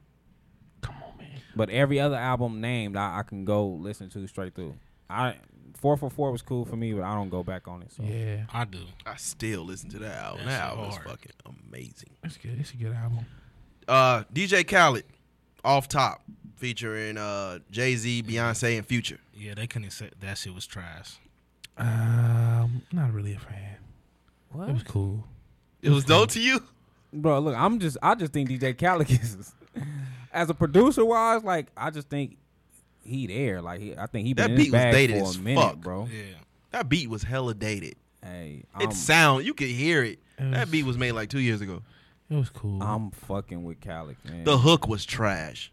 Speaker 2: Come on, man.
Speaker 3: But every other album named, I, I can go listen to straight through. I four for four was cool for me, but I don't go back on it. So
Speaker 2: Yeah,
Speaker 4: I do.
Speaker 1: I still listen to that album.
Speaker 4: That's
Speaker 1: That album is
Speaker 4: hard.
Speaker 1: fucking amazing.
Speaker 2: it's good. It's a good album.
Speaker 1: uh, DJ Khaled, off top, featuring uh, Jay Z, Beyonce, and Future.
Speaker 4: Yeah, they couldn't say that shit was trash.
Speaker 2: Um, not really a fan. It was cool.
Speaker 1: It was dope to you.
Speaker 3: bro. Look, I'm just I just think DJ Khaled is, <laughs> as a producer wise, like I just think he there. Like he, I think he been
Speaker 1: That
Speaker 3: in
Speaker 1: beat
Speaker 3: his
Speaker 1: was
Speaker 3: bag
Speaker 1: dated
Speaker 3: for
Speaker 1: as
Speaker 3: a minute,
Speaker 1: fuck.
Speaker 3: bro.
Speaker 4: Yeah.
Speaker 1: That beat was hella dated.
Speaker 3: Hey, I'm,
Speaker 1: It sound you could hear it.
Speaker 2: It
Speaker 1: That
Speaker 2: was-
Speaker 1: beat was made like two years ago.
Speaker 2: It was cool.
Speaker 3: I'm fucking with Khaled, man.
Speaker 1: The hook was trash.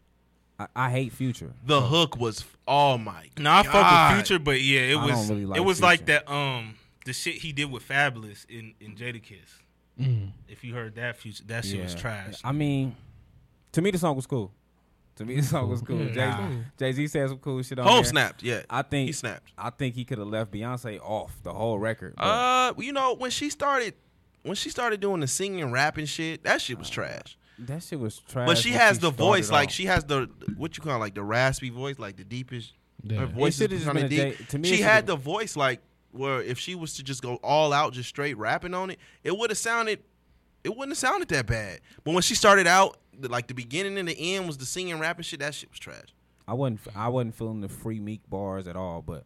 Speaker 3: I, I hate Future.
Speaker 1: The hook was oh my.
Speaker 4: No, I
Speaker 1: God.
Speaker 4: fuck with Future, but yeah, it
Speaker 3: I
Speaker 4: was
Speaker 3: don't really like
Speaker 4: it was
Speaker 3: Future.
Speaker 4: like that um the shit he did with Fabulous in in Jadakiss.
Speaker 2: Mm.
Speaker 4: If you heard that Future, that shit was
Speaker 3: Yeah.
Speaker 4: trash.
Speaker 3: I mean, to me the song was cool. To me the song was cool.
Speaker 4: Nah.
Speaker 3: Jay Z said some cool shit on
Speaker 1: Hov
Speaker 3: there.
Speaker 1: snapped. Yeah,
Speaker 3: I think
Speaker 1: he snapped.
Speaker 3: I think he could have left Beyonce off the whole record. but-
Speaker 1: Uh, you know when she started, when she started doing the singing, rapping shit, that shit was trash.
Speaker 3: That shit was trash.
Speaker 1: But she
Speaker 3: when
Speaker 1: has the
Speaker 3: started
Speaker 1: voice, like
Speaker 3: off.
Speaker 1: she has the what you call it, like the raspy voice, like the deepest.
Speaker 2: Yeah.
Speaker 1: Her voice
Speaker 3: should've
Speaker 1: is
Speaker 3: just
Speaker 1: kind of
Speaker 3: been a
Speaker 1: deep.
Speaker 3: J- to me, it
Speaker 1: she
Speaker 3: should've
Speaker 1: had
Speaker 3: been-
Speaker 1: the voice like where if she was to just go all out, just straight rapping on it, it would have sounded, it wouldn't have sounded that bad. But when she started out, the- like the beginning and the end was the singing, rapping shit. That shit was trash.
Speaker 3: I wasn't. I wasn't feeling the free meek bars at all. But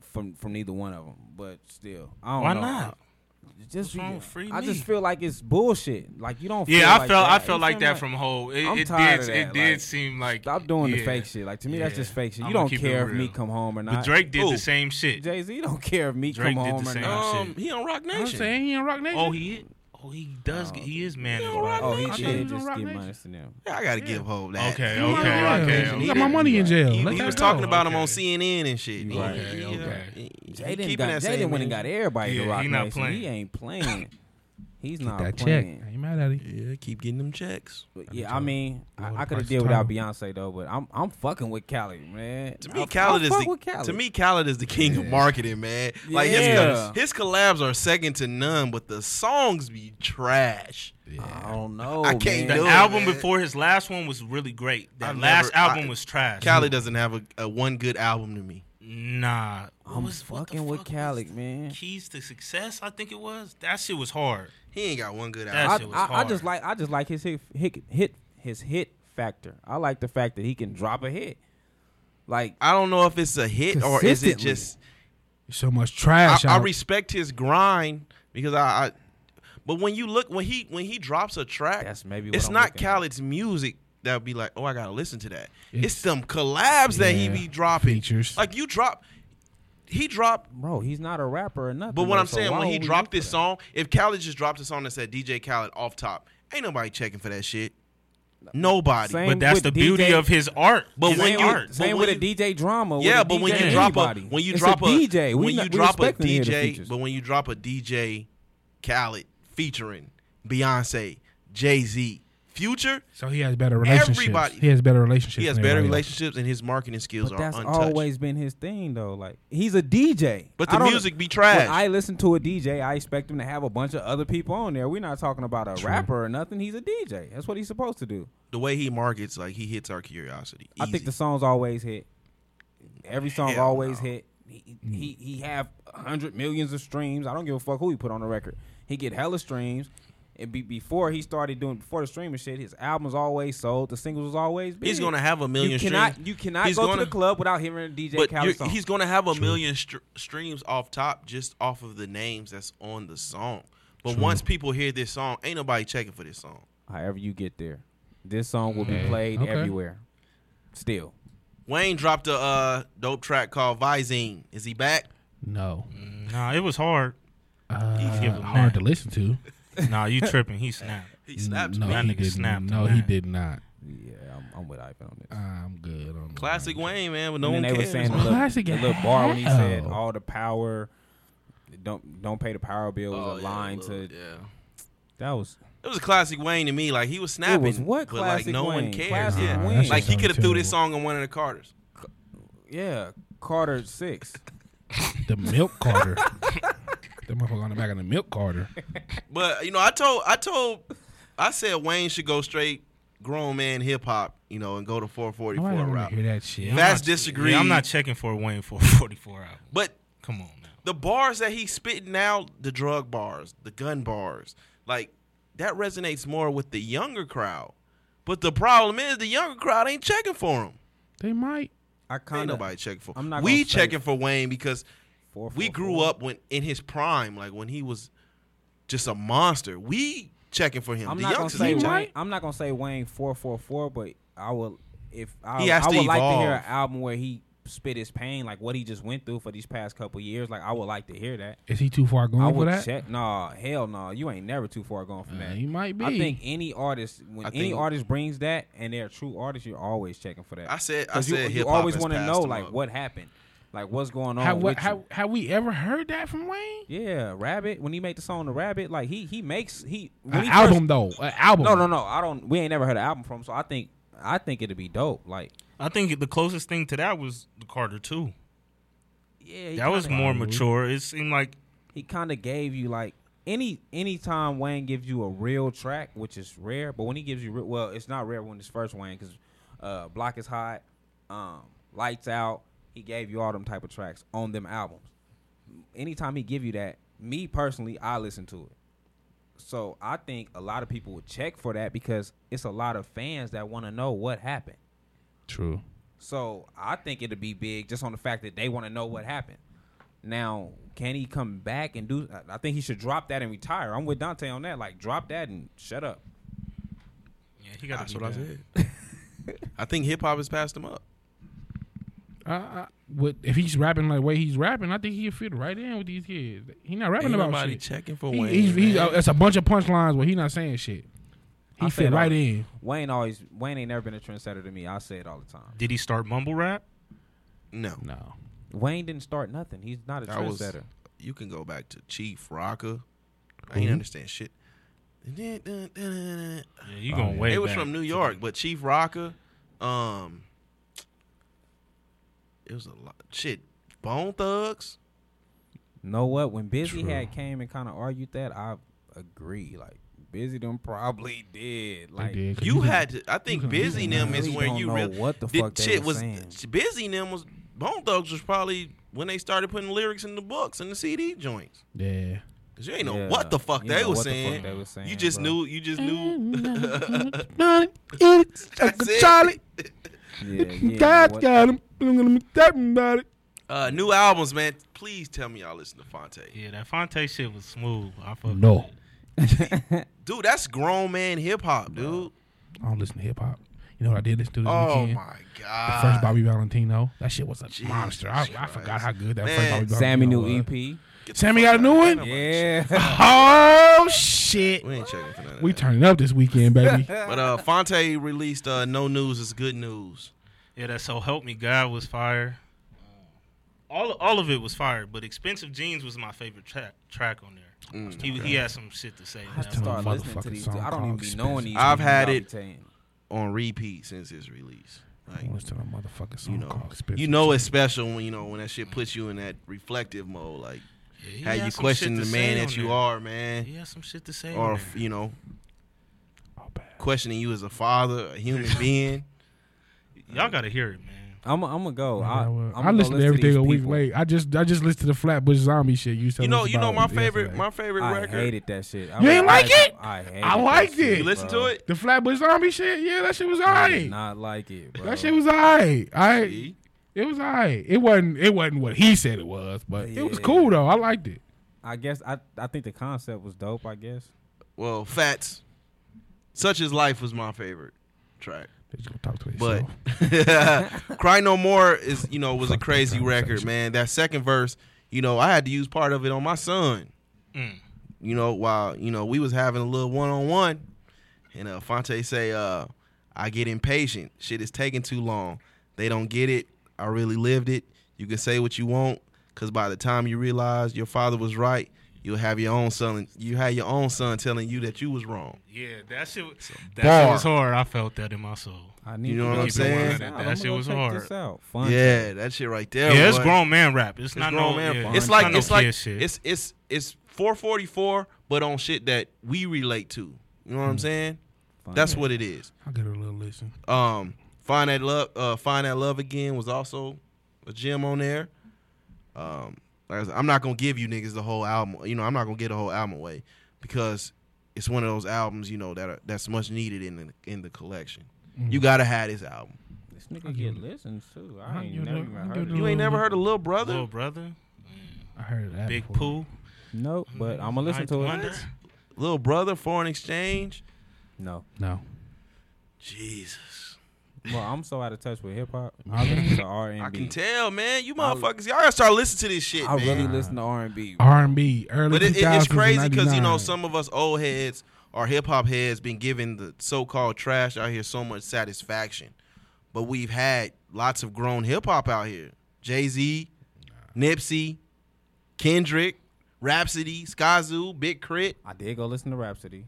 Speaker 3: from from neither one of them. But still, I don't
Speaker 4: Why
Speaker 3: know.
Speaker 4: not?
Speaker 3: Just
Speaker 4: wrong with Free
Speaker 3: I just
Speaker 4: Meek?
Speaker 3: feel like it's bullshit. Like you don't. feel
Speaker 4: yeah, I
Speaker 3: like
Speaker 4: felt
Speaker 3: that.
Speaker 4: I
Speaker 3: You
Speaker 4: felt like
Speaker 3: feel <laughs>
Speaker 4: that from whole. It,
Speaker 3: I'm
Speaker 4: it
Speaker 3: tired
Speaker 4: did
Speaker 3: of
Speaker 4: it
Speaker 3: that,
Speaker 4: did
Speaker 3: like,
Speaker 4: seem like
Speaker 3: Stop doing the
Speaker 4: yeah.
Speaker 3: fake shit. Like to me, that's
Speaker 4: Yeah.
Speaker 3: just fake shit. You
Speaker 4: I'ma
Speaker 3: don't
Speaker 4: keep it
Speaker 3: care if
Speaker 4: real.
Speaker 3: Meek come home or not.
Speaker 4: But Drake did
Speaker 1: Who?
Speaker 4: the same shit.
Speaker 3: Jay Z don't <laughs> care if Meek
Speaker 4: Drake
Speaker 3: come
Speaker 4: did the
Speaker 3: home or
Speaker 4: same
Speaker 3: not.
Speaker 4: Oh, shit.
Speaker 1: Um, he on Rock
Speaker 2: I'm
Speaker 1: Nation.
Speaker 2: saying he ain't Rock Nation.
Speaker 4: Oh, he oh he does get- he is man.
Speaker 1: all right,
Speaker 3: Oh, he
Speaker 1: I thought
Speaker 2: he
Speaker 3: did
Speaker 2: was on
Speaker 3: just
Speaker 2: Rock
Speaker 3: get
Speaker 2: Nation.
Speaker 3: minus to them.
Speaker 1: I gotta give Hov that.
Speaker 4: Okay,
Speaker 2: He on
Speaker 4: okay,
Speaker 2: Rock
Speaker 4: okay,
Speaker 2: Nation. He got
Speaker 4: okay.
Speaker 2: my money in jail.
Speaker 1: He,
Speaker 2: Let
Speaker 1: he
Speaker 2: that
Speaker 1: was
Speaker 2: go.
Speaker 1: talking about him
Speaker 4: Okay.
Speaker 1: on CNN and shit.
Speaker 3: You right.
Speaker 1: He- he, uh,
Speaker 4: Okay, okay.
Speaker 1: he-
Speaker 3: Jaden
Speaker 1: keeping
Speaker 3: got
Speaker 1: that same
Speaker 3: Jaden went and
Speaker 1: energy.
Speaker 3: got everybody
Speaker 4: Yeah,
Speaker 3: to rock
Speaker 4: he not
Speaker 3: Nation. He
Speaker 4: playing.
Speaker 3: ain't playing. He's not
Speaker 2: that check.
Speaker 3: playing.
Speaker 2: I ain't mad at it.
Speaker 1: Yeah, keep getting them checks.
Speaker 3: But yeah, I mean,
Speaker 2: Lord,
Speaker 3: I, I could
Speaker 2: price
Speaker 3: have did
Speaker 2: of
Speaker 3: without Beyonce though, but I'm I'm fucking with Cali, man.
Speaker 1: To
Speaker 3: I-
Speaker 1: me,
Speaker 3: I
Speaker 1: Khaled is
Speaker 3: fuck with
Speaker 1: the
Speaker 3: Khaled.
Speaker 1: to me Khaled is the king of marketing, man. Like his,
Speaker 3: Yeah.
Speaker 1: his collabs are second to none, but the songs be trash.
Speaker 3: I don't know.
Speaker 1: I can't
Speaker 4: The
Speaker 3: Oh,
Speaker 1: do it,
Speaker 4: album
Speaker 1: man.
Speaker 4: before his last one was really great. That
Speaker 1: I've
Speaker 4: last
Speaker 1: never-
Speaker 4: album
Speaker 1: I-
Speaker 4: was trash.
Speaker 1: Khaled doesn't have a, a one good album to me.
Speaker 4: Nah. What
Speaker 3: I'm
Speaker 4: was- what the
Speaker 3: fucking with
Speaker 4: fuck
Speaker 3: Khaled,
Speaker 4: was
Speaker 3: man.
Speaker 4: Keys to Success, I think it was. That shit was hard.
Speaker 1: He ain't got one good
Speaker 4: That's-
Speaker 3: I,
Speaker 1: album.
Speaker 4: That shit was
Speaker 3: I, I
Speaker 4: hard.
Speaker 3: just like I just like his hit, hit hit his hit factor. I like the fact that he can drop a hit. Like
Speaker 1: I don't know if it's a hit or is it
Speaker 3: Consistently.
Speaker 1: just
Speaker 2: So much
Speaker 1: I,
Speaker 2: trash.
Speaker 1: I
Speaker 2: out.
Speaker 1: respect his grind because I, I but when you look when he when he drops a track
Speaker 3: that's maybe what
Speaker 1: it's
Speaker 3: I'm
Speaker 1: not
Speaker 3: looking at.
Speaker 1: Khaled's music that'll be like, oh, I gotta listen to that. It's,
Speaker 2: It's-
Speaker 1: some collabs that he
Speaker 2: yeah,
Speaker 1: be dropping.
Speaker 2: features.
Speaker 1: Like you drop, he dropped.
Speaker 3: Bro, he's not a rapper or nothing.
Speaker 1: But what
Speaker 3: though,
Speaker 1: I'm
Speaker 3: so
Speaker 1: saying,
Speaker 3: why
Speaker 1: when he
Speaker 3: would we
Speaker 1: dropped
Speaker 3: do
Speaker 1: this
Speaker 3: that?
Speaker 1: song, if Khaled just dropped a song that said DJ Khaled off top, ain't nobody checking for that shit. Nobody.
Speaker 3: Same
Speaker 4: But that's
Speaker 3: with
Speaker 4: the
Speaker 3: DJ
Speaker 4: beauty of his art.
Speaker 1: But
Speaker 4: His
Speaker 1: when
Speaker 3: same
Speaker 1: you-
Speaker 4: art.
Speaker 1: but
Speaker 3: same
Speaker 1: when
Speaker 3: with a
Speaker 1: you-
Speaker 3: DJ drama. with
Speaker 1: yeah,
Speaker 3: a
Speaker 1: but when
Speaker 3: DJ
Speaker 1: you drop
Speaker 3: anybody.
Speaker 1: a when you
Speaker 3: It's
Speaker 1: drop a,
Speaker 3: DJ, we
Speaker 1: when
Speaker 3: not-
Speaker 1: you
Speaker 3: we
Speaker 1: drop a
Speaker 3: respecting here the
Speaker 1: DJ,
Speaker 3: features.
Speaker 1: but when you drop a DJ Khaled featuring Beyonce, Jay Z, Future,
Speaker 2: So he has better relationships.
Speaker 1: Everybody-
Speaker 2: He has better relationships.
Speaker 1: he has
Speaker 2: than
Speaker 1: better
Speaker 2: everybody else.
Speaker 1: relationships and his marketing skills
Speaker 3: But
Speaker 1: are
Speaker 3: that's
Speaker 1: untouched.
Speaker 3: always been his thing, though. Like he's a DJ,
Speaker 1: But
Speaker 3: I
Speaker 1: the
Speaker 3: don't-
Speaker 1: music be trash.
Speaker 3: When I listen to a DJ, I expect him to have a bunch of other people on there. We're not talking about a rapper or nothing. He's a DJ. That's what he's supposed to do.
Speaker 1: the way he markets, like he hits our curiosity.
Speaker 3: I think
Speaker 1: Easy.
Speaker 3: the songs always hit. Every song
Speaker 1: Hell
Speaker 3: always
Speaker 1: no. Mm-hmm.
Speaker 3: hit. He he, he have hundred millions of streams. I don't give a fuck who he put on the record. He get hella streams. And be, before he started doing before the streaming shit, his albums always sold. The singles was always big.
Speaker 1: he's gonna have a million
Speaker 3: you cannot,
Speaker 1: streams.
Speaker 3: You cannot
Speaker 1: He's
Speaker 3: go
Speaker 1: gonna-
Speaker 3: to the club without hearing a DJ
Speaker 1: but
Speaker 3: Khaled
Speaker 1: you're-
Speaker 3: song.
Speaker 1: he's gonna have a million str- streams off top just off of the names that's on the song. But once people hear this song, ain't nobody checking for this song.
Speaker 3: However you get there, this song will be played
Speaker 2: Okay.
Speaker 3: everywhere. Still,
Speaker 1: Wayne dropped a uh, dope track called Visine. Is he back?
Speaker 2: No,
Speaker 4: Nah, it was hard.
Speaker 2: uh,
Speaker 4: give him
Speaker 2: hard
Speaker 4: that.
Speaker 2: to listen to.
Speaker 4: Nah, you tripping. He snapped.
Speaker 1: He snapped
Speaker 2: no,
Speaker 1: me.
Speaker 4: That
Speaker 2: he
Speaker 4: nigga
Speaker 2: didn't.
Speaker 4: snapped
Speaker 2: no,
Speaker 4: on
Speaker 2: he
Speaker 4: that.
Speaker 2: did not.
Speaker 3: yeah, I'm, I'm with Ivan
Speaker 2: Uh,
Speaker 3: on this.
Speaker 2: I'm good on that.
Speaker 1: Classic Wayne, man. But no
Speaker 3: and
Speaker 1: one
Speaker 3: then they
Speaker 1: cares.
Speaker 3: were saying the
Speaker 1: man.
Speaker 3: little,
Speaker 2: Classic
Speaker 3: the little bar when he
Speaker 2: hell.
Speaker 3: said all the power, don't don't pay the power bill was
Speaker 1: <laughs> Oh,
Speaker 3: a
Speaker 1: yeah,
Speaker 3: line
Speaker 1: look,
Speaker 3: to
Speaker 1: yeah.
Speaker 3: that was
Speaker 1: It was a classic Wayne to me. Like he was snapping.
Speaker 3: was what
Speaker 1: but like
Speaker 3: classic
Speaker 1: no one
Speaker 3: Wayne?
Speaker 1: cares.
Speaker 3: Classic
Speaker 1: yeah.
Speaker 2: Wayne. That
Speaker 1: Like
Speaker 2: shit
Speaker 1: he could have threw this
Speaker 2: sounded
Speaker 1: song on one of the Carters.
Speaker 3: yeah Carter six.
Speaker 2: The milk Carter. the motherfucker on the back of the milk Carter.
Speaker 1: But you know, I told I told I said Wayne should go straight grown man hip hop, you know, and go to
Speaker 2: Nobody
Speaker 1: 444
Speaker 2: want to
Speaker 1: route.
Speaker 2: hear that shit.
Speaker 4: I'm
Speaker 1: That's
Speaker 4: not-
Speaker 1: disagreed.
Speaker 4: Yeah, I'm not checking for a Wayne for a <laughs> 44 album.
Speaker 1: But
Speaker 4: Come on now.
Speaker 1: the bars that he's spitting now, the drug bars, the gun bars, like that resonates more with the younger crowd. But the problem is the younger crowd ain't checking for him.
Speaker 2: They might.
Speaker 3: I
Speaker 1: Ain't
Speaker 3: kind of
Speaker 1: nobody checking for him.
Speaker 3: I'm not
Speaker 1: we
Speaker 3: gonna say-
Speaker 1: checking for Wayne because we grew up when in his prime, like when he was just a monster. We checking for him.
Speaker 3: I'm
Speaker 1: the
Speaker 3: not gonna
Speaker 1: youngsters
Speaker 3: say
Speaker 1: ain't checking.
Speaker 3: Wayne. I'm not gonna say Wayne four four four, but I will if I,
Speaker 1: He has
Speaker 3: I
Speaker 1: to
Speaker 3: would like to hear
Speaker 1: evolve.
Speaker 3: an album where he spit his pain, like what he just went through for these past couple years. Like I would like to hear that.
Speaker 2: Is he too far
Speaker 3: I
Speaker 2: gone for
Speaker 3: would
Speaker 2: that?
Speaker 3: check. Nah, hell no. You ain't never too far gone from
Speaker 2: Uh,
Speaker 3: that.
Speaker 2: he might be.
Speaker 3: I think any artist, when
Speaker 1: I
Speaker 3: any
Speaker 1: think-
Speaker 3: artist brings that, and they're a true artist, you're always checking for that.
Speaker 1: I said, I
Speaker 3: 'Cause
Speaker 1: said,
Speaker 3: you, you
Speaker 1: hip-hop
Speaker 3: always
Speaker 1: has
Speaker 3: want to
Speaker 1: passed
Speaker 3: know
Speaker 1: him
Speaker 3: like
Speaker 1: up.
Speaker 3: what happened, like what's going on.
Speaker 2: Have,
Speaker 3: with
Speaker 2: what,
Speaker 3: you.
Speaker 2: have, have we ever heard that from Wayne?
Speaker 3: Yeah, Rabbit. When he made the song "The Rabbit," like he he makes he when
Speaker 2: An
Speaker 3: he
Speaker 2: album though. An album.
Speaker 3: First, no, no, no. I don't. We ain't never heard an album from. him, So I think I think it'd be dope. Like
Speaker 4: I think the closest thing to that was the Carter 2.
Speaker 3: yeah, he
Speaker 4: That was
Speaker 3: kinda-
Speaker 4: more mature. It seemed like
Speaker 3: He kind of gave you like any any time Wayne gives you a real track, which is rare. But when he gives you real, well, it's not rare when it's first Wayne because uh, Block is Hot, um, Lights Out. He gave you all them type of tracks on them albums. Anytime he give you that, me personally, I listen to it. So I think a lot of people would check for that because it's a lot of fans that want to know what happened.
Speaker 2: True.
Speaker 3: So I think it'll be big just on the fact that they want to know what happened. Now, can he come back and do? I- I think he should drop that and retire. I'm with Dante on that. Like, drop that and shut up.
Speaker 4: yeah, he got
Speaker 1: That's what I said. <laughs> I think hip hop has passed him up.
Speaker 2: Uh, uh, what if he's rapping like the way he's rapping? I think he'll fit right in with these kids. He not rapping
Speaker 1: Ain't
Speaker 2: about
Speaker 1: nobody
Speaker 2: shit.
Speaker 1: checking for
Speaker 2: He-
Speaker 1: Wayne.
Speaker 2: he's, he's,
Speaker 1: man.
Speaker 2: uh, it's a bunch of punchlines where he not saying shit.
Speaker 3: I
Speaker 2: He fit
Speaker 3: said
Speaker 2: right
Speaker 3: all-
Speaker 2: in.
Speaker 3: Wayne always Wayne ain't never been a trendsetter to me. I say it all the time.
Speaker 4: Did he start mumble rap?
Speaker 1: no.
Speaker 2: No,
Speaker 3: Wayne didn't start nothing. He's not a
Speaker 1: I was-
Speaker 3: trendsetter.
Speaker 1: You can go back to Chief Rocker. I ain't
Speaker 2: Who?
Speaker 1: understand shit. It
Speaker 4: Yeah, you going
Speaker 2: Oh, yeah.
Speaker 4: way
Speaker 1: was
Speaker 4: back.
Speaker 1: from New York, but Chief Rocker, um, it was a lot. Shit, Bone Thugs.
Speaker 3: Know what? When Busy
Speaker 2: True.
Speaker 3: had came and kind of argued that, I agree. Like Busy them probably did.
Speaker 2: They
Speaker 3: Like
Speaker 2: did, 'cause
Speaker 1: You
Speaker 2: can-
Speaker 1: had to. I think
Speaker 2: can-
Speaker 1: Busy
Speaker 3: Man,
Speaker 1: them
Speaker 3: I
Speaker 1: is
Speaker 3: really
Speaker 1: where
Speaker 3: don't
Speaker 1: you
Speaker 3: know
Speaker 1: really
Speaker 3: what the
Speaker 1: did
Speaker 3: fuck they
Speaker 1: shit
Speaker 3: were
Speaker 1: was.
Speaker 3: saying.
Speaker 1: Busy them was Bone Thugs was probably when they started putting lyrics in the books and the CD joints.
Speaker 2: Yeah.
Speaker 1: Cause you ain't know
Speaker 3: Yeah.
Speaker 1: what the fuck
Speaker 3: You
Speaker 1: they
Speaker 3: know
Speaker 1: was
Speaker 3: what the fuck
Speaker 1: saying.
Speaker 3: they was saying,
Speaker 1: You just
Speaker 3: bro.
Speaker 1: knew. You just <laughs> knew.
Speaker 2: Money, eat it,
Speaker 1: That's it.
Speaker 2: Charlie.
Speaker 3: yeah,
Speaker 2: <laughs>
Speaker 3: yeah,
Speaker 2: God
Speaker 3: what-
Speaker 2: got him. I'm gonna be talking about it.
Speaker 1: <laughs> Uh, new albums, man. Please tell me y'all listen to Fonte.
Speaker 4: Yeah, that Fonte shit was smooth. I fuck
Speaker 2: No.
Speaker 4: with it.
Speaker 1: Dude, that's grown man hip hop, dude.
Speaker 2: I don't listen to hip hop. You know what I did listen to this
Speaker 1: Oh
Speaker 2: weekend?
Speaker 1: my
Speaker 2: The
Speaker 1: god.
Speaker 2: first Bobby Valentino. That shit was a
Speaker 1: Jesus
Speaker 2: monster. I, I forgot
Speaker 1: Christ.
Speaker 2: how good that
Speaker 1: Man. E
Speaker 2: first Bobby Valentino
Speaker 3: Sammy new
Speaker 2: was.
Speaker 3: EP.
Speaker 1: Get the
Speaker 2: Sammy
Speaker 1: fuck
Speaker 2: got a
Speaker 1: out
Speaker 2: new
Speaker 1: of here.
Speaker 2: one?
Speaker 1: Nobody
Speaker 3: Yeah.
Speaker 2: Oh shit!
Speaker 1: shit. We ain't checking for none of
Speaker 2: We
Speaker 1: that.
Speaker 2: turning up this
Speaker 1: <laughs>
Speaker 2: weekend, baby.
Speaker 1: But uh, Fonte released uh, "No News Is Good News."
Speaker 4: Yeah, that so help me God was fire. All all of it was fire, but expensive jeans was my favorite track track on there.
Speaker 1: Mm.
Speaker 4: He he had some shit to say.
Speaker 3: I
Speaker 4: in
Speaker 3: have
Speaker 4: that
Speaker 3: to
Speaker 4: one.
Speaker 3: start listening to
Speaker 2: motherfucking
Speaker 3: these.
Speaker 2: song
Speaker 3: dudes. I don't even
Speaker 2: called
Speaker 3: be
Speaker 2: Expensive.
Speaker 3: knowing these.
Speaker 1: I've
Speaker 3: dudes,
Speaker 1: had
Speaker 3: I'll be
Speaker 1: it.
Speaker 3: telling.
Speaker 1: On repeat since his release, like
Speaker 2: What's to my motherfucking song
Speaker 1: you know,
Speaker 2: called? Expensive
Speaker 1: you know it's special when you know when that shit puts you in that reflective mode, like
Speaker 4: Yeah, he
Speaker 1: how
Speaker 4: had
Speaker 1: you
Speaker 4: some
Speaker 1: question
Speaker 4: shit
Speaker 1: the
Speaker 4: to
Speaker 1: man
Speaker 4: say
Speaker 1: that
Speaker 4: on
Speaker 1: you
Speaker 4: there.
Speaker 1: are, man,
Speaker 4: He had some shit to say.
Speaker 1: or
Speaker 4: on
Speaker 1: f-
Speaker 4: there.
Speaker 1: you know
Speaker 2: Oh, bad.
Speaker 1: questioning you as a father,
Speaker 3: <laughs>
Speaker 1: a human being.
Speaker 4: y'all gotta hear it, man.
Speaker 3: I'm I'm gonna go.
Speaker 2: Yeah,
Speaker 3: I,
Speaker 2: well,
Speaker 3: I'm
Speaker 2: I,
Speaker 3: gonna go
Speaker 2: listen to
Speaker 3: these
Speaker 2: everything a week
Speaker 3: people.
Speaker 2: late. I just I just listened to the Flatbush Zombie shit. You, was
Speaker 1: You
Speaker 2: telling
Speaker 1: know,
Speaker 2: us
Speaker 1: you know my
Speaker 2: about
Speaker 1: favorite,
Speaker 2: yesterday.
Speaker 1: my favorite
Speaker 3: I
Speaker 1: record.
Speaker 3: hated that shit. I
Speaker 2: You ain't
Speaker 3: really-
Speaker 2: like
Speaker 3: I-
Speaker 2: it?
Speaker 3: I hated.
Speaker 2: I
Speaker 3: that
Speaker 2: liked
Speaker 3: shit,
Speaker 2: it.
Speaker 1: You listen
Speaker 3: bro.
Speaker 1: to it?
Speaker 2: the Flatbush Zombie shit. Yeah, that shit was
Speaker 3: I did
Speaker 2: alright.
Speaker 3: not like it, bro.
Speaker 2: That shit was alright. I
Speaker 1: See?
Speaker 2: it was alright. It wasn't it wasn't what he said it was, but it was
Speaker 3: Yeah.
Speaker 2: cool though. I liked it.
Speaker 3: I guess I I think the concept was dope. I guess.
Speaker 1: Well, Fats, such is life was my favorite track,
Speaker 2: They just gonna talk to
Speaker 1: but
Speaker 2: themselves.
Speaker 1: <laughs> Cry No More is you know was a
Speaker 2: Fuck this
Speaker 1: crazy record,
Speaker 2: conversation.
Speaker 1: man. That second verse, you know, I had to use part of it on my son.
Speaker 4: Mm.
Speaker 1: You know, while you know we was having a little one on one, and uh, Fonte say, uh, "I get impatient. Shit is taking too long. They don't get it. I really lived it. You can say what you want, cause by the time you realize your father was right, you'll have your own son. You had your own son telling you that you was wrong."
Speaker 4: Yeah, that shit. was- That
Speaker 1: bar.
Speaker 4: shit was hard. I felt that in my soul.
Speaker 3: I need
Speaker 1: You know
Speaker 3: to
Speaker 1: what
Speaker 3: go
Speaker 1: I'm
Speaker 3: check
Speaker 1: saying?
Speaker 3: this out.
Speaker 4: That
Speaker 3: I'm gonna
Speaker 4: shit
Speaker 3: go
Speaker 4: was
Speaker 3: check
Speaker 4: hard.
Speaker 3: This out. Fun.
Speaker 1: Yeah, that shit right there.
Speaker 4: yeah, it's
Speaker 1: boy.
Speaker 4: grown man rap. It's,
Speaker 1: It's
Speaker 4: not
Speaker 1: grown
Speaker 4: no.
Speaker 1: man.
Speaker 4: yeah,
Speaker 1: It's
Speaker 4: it's
Speaker 1: like
Speaker 4: not no
Speaker 1: it's like
Speaker 4: kid shit.
Speaker 1: it's it's it's 444, but on shit that we relate to. You know what
Speaker 4: Hmm.
Speaker 1: I'm saying?
Speaker 3: Fun.
Speaker 1: That's what it is.
Speaker 2: I'll give it a little listen.
Speaker 1: Um, find that love. Uh, find that love again was also a gem on there. Um, like I said, I'm not gonna give you niggas the whole album. You know, I'm not gonna get the whole album away because it's one of those albums. You know that are, that's much needed in the in the collection.
Speaker 4: Mm-hmm.
Speaker 1: You gotta have this album.
Speaker 3: This nigga get listens too.
Speaker 2: I'll
Speaker 3: I ain't
Speaker 2: give it
Speaker 3: never
Speaker 2: a-
Speaker 3: even
Speaker 2: I'll give
Speaker 3: heard
Speaker 2: it
Speaker 3: of
Speaker 2: a
Speaker 1: You
Speaker 3: it.
Speaker 1: ain't
Speaker 4: Mm-hmm.
Speaker 1: never heard of Little Brother?
Speaker 4: little brother,
Speaker 2: I heard that.
Speaker 4: big
Speaker 2: before.
Speaker 4: poo.
Speaker 3: Nope, but I'm gonna listen
Speaker 4: Ninth
Speaker 3: to
Speaker 4: Wonder.
Speaker 3: it.
Speaker 1: Little Brother, Foreign Exchange.
Speaker 3: No,
Speaker 2: No.
Speaker 1: Jesus.
Speaker 3: well, I'm so out of touch with hip hop.
Speaker 2: I
Speaker 3: I listen to R
Speaker 1: I
Speaker 3: and
Speaker 1: can
Speaker 3: B.
Speaker 1: tell, man. You motherfuckers, y'all gotta start listening to this shit,
Speaker 3: I
Speaker 1: man.
Speaker 3: really listen to R and B.
Speaker 2: R and B early.
Speaker 1: but it, it- it's
Speaker 2: 2000s,
Speaker 1: crazy because you know
Speaker 2: 99.
Speaker 1: some of us old heads or hip hop heads been giving the so called trash out here so much satisfaction, but we've had lots of grown hip hop out here: Jay Z, Nipsey, Kendrick, Rhapsody, Skazoo, Big Crit.
Speaker 3: I did go listen to Rhapsody.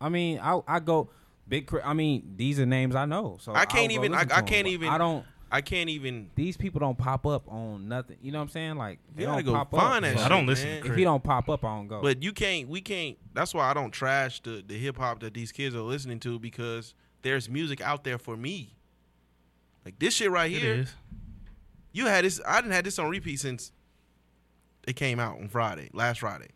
Speaker 3: I mean, I I go big. Cri- I mean, these are names I know. So
Speaker 1: I can't
Speaker 3: I'll go
Speaker 1: even-
Speaker 3: listen
Speaker 1: I-
Speaker 3: to
Speaker 1: I
Speaker 3: 'em,
Speaker 1: can't
Speaker 3: but
Speaker 1: even-
Speaker 3: I don't.
Speaker 1: I can't even.
Speaker 3: These people don't pop up on nothing. You know what I'm saying? Like
Speaker 1: They
Speaker 3: they
Speaker 1: gotta
Speaker 3: don't
Speaker 1: go
Speaker 3: pop
Speaker 1: find
Speaker 3: up.
Speaker 1: that.
Speaker 4: I
Speaker 1: shit,
Speaker 4: don't listen
Speaker 1: man.
Speaker 4: to
Speaker 3: If he don't pop up, I don't
Speaker 4: Oh.
Speaker 3: go.
Speaker 1: But you can't. We can't. That's why I don't trash the the hip hop that these kids are listening to because there's music out there for me. Like this shit right
Speaker 4: It
Speaker 1: here.
Speaker 4: is.
Speaker 1: You had this. I didn't had this on repeat since it came out on Friday, last Friday.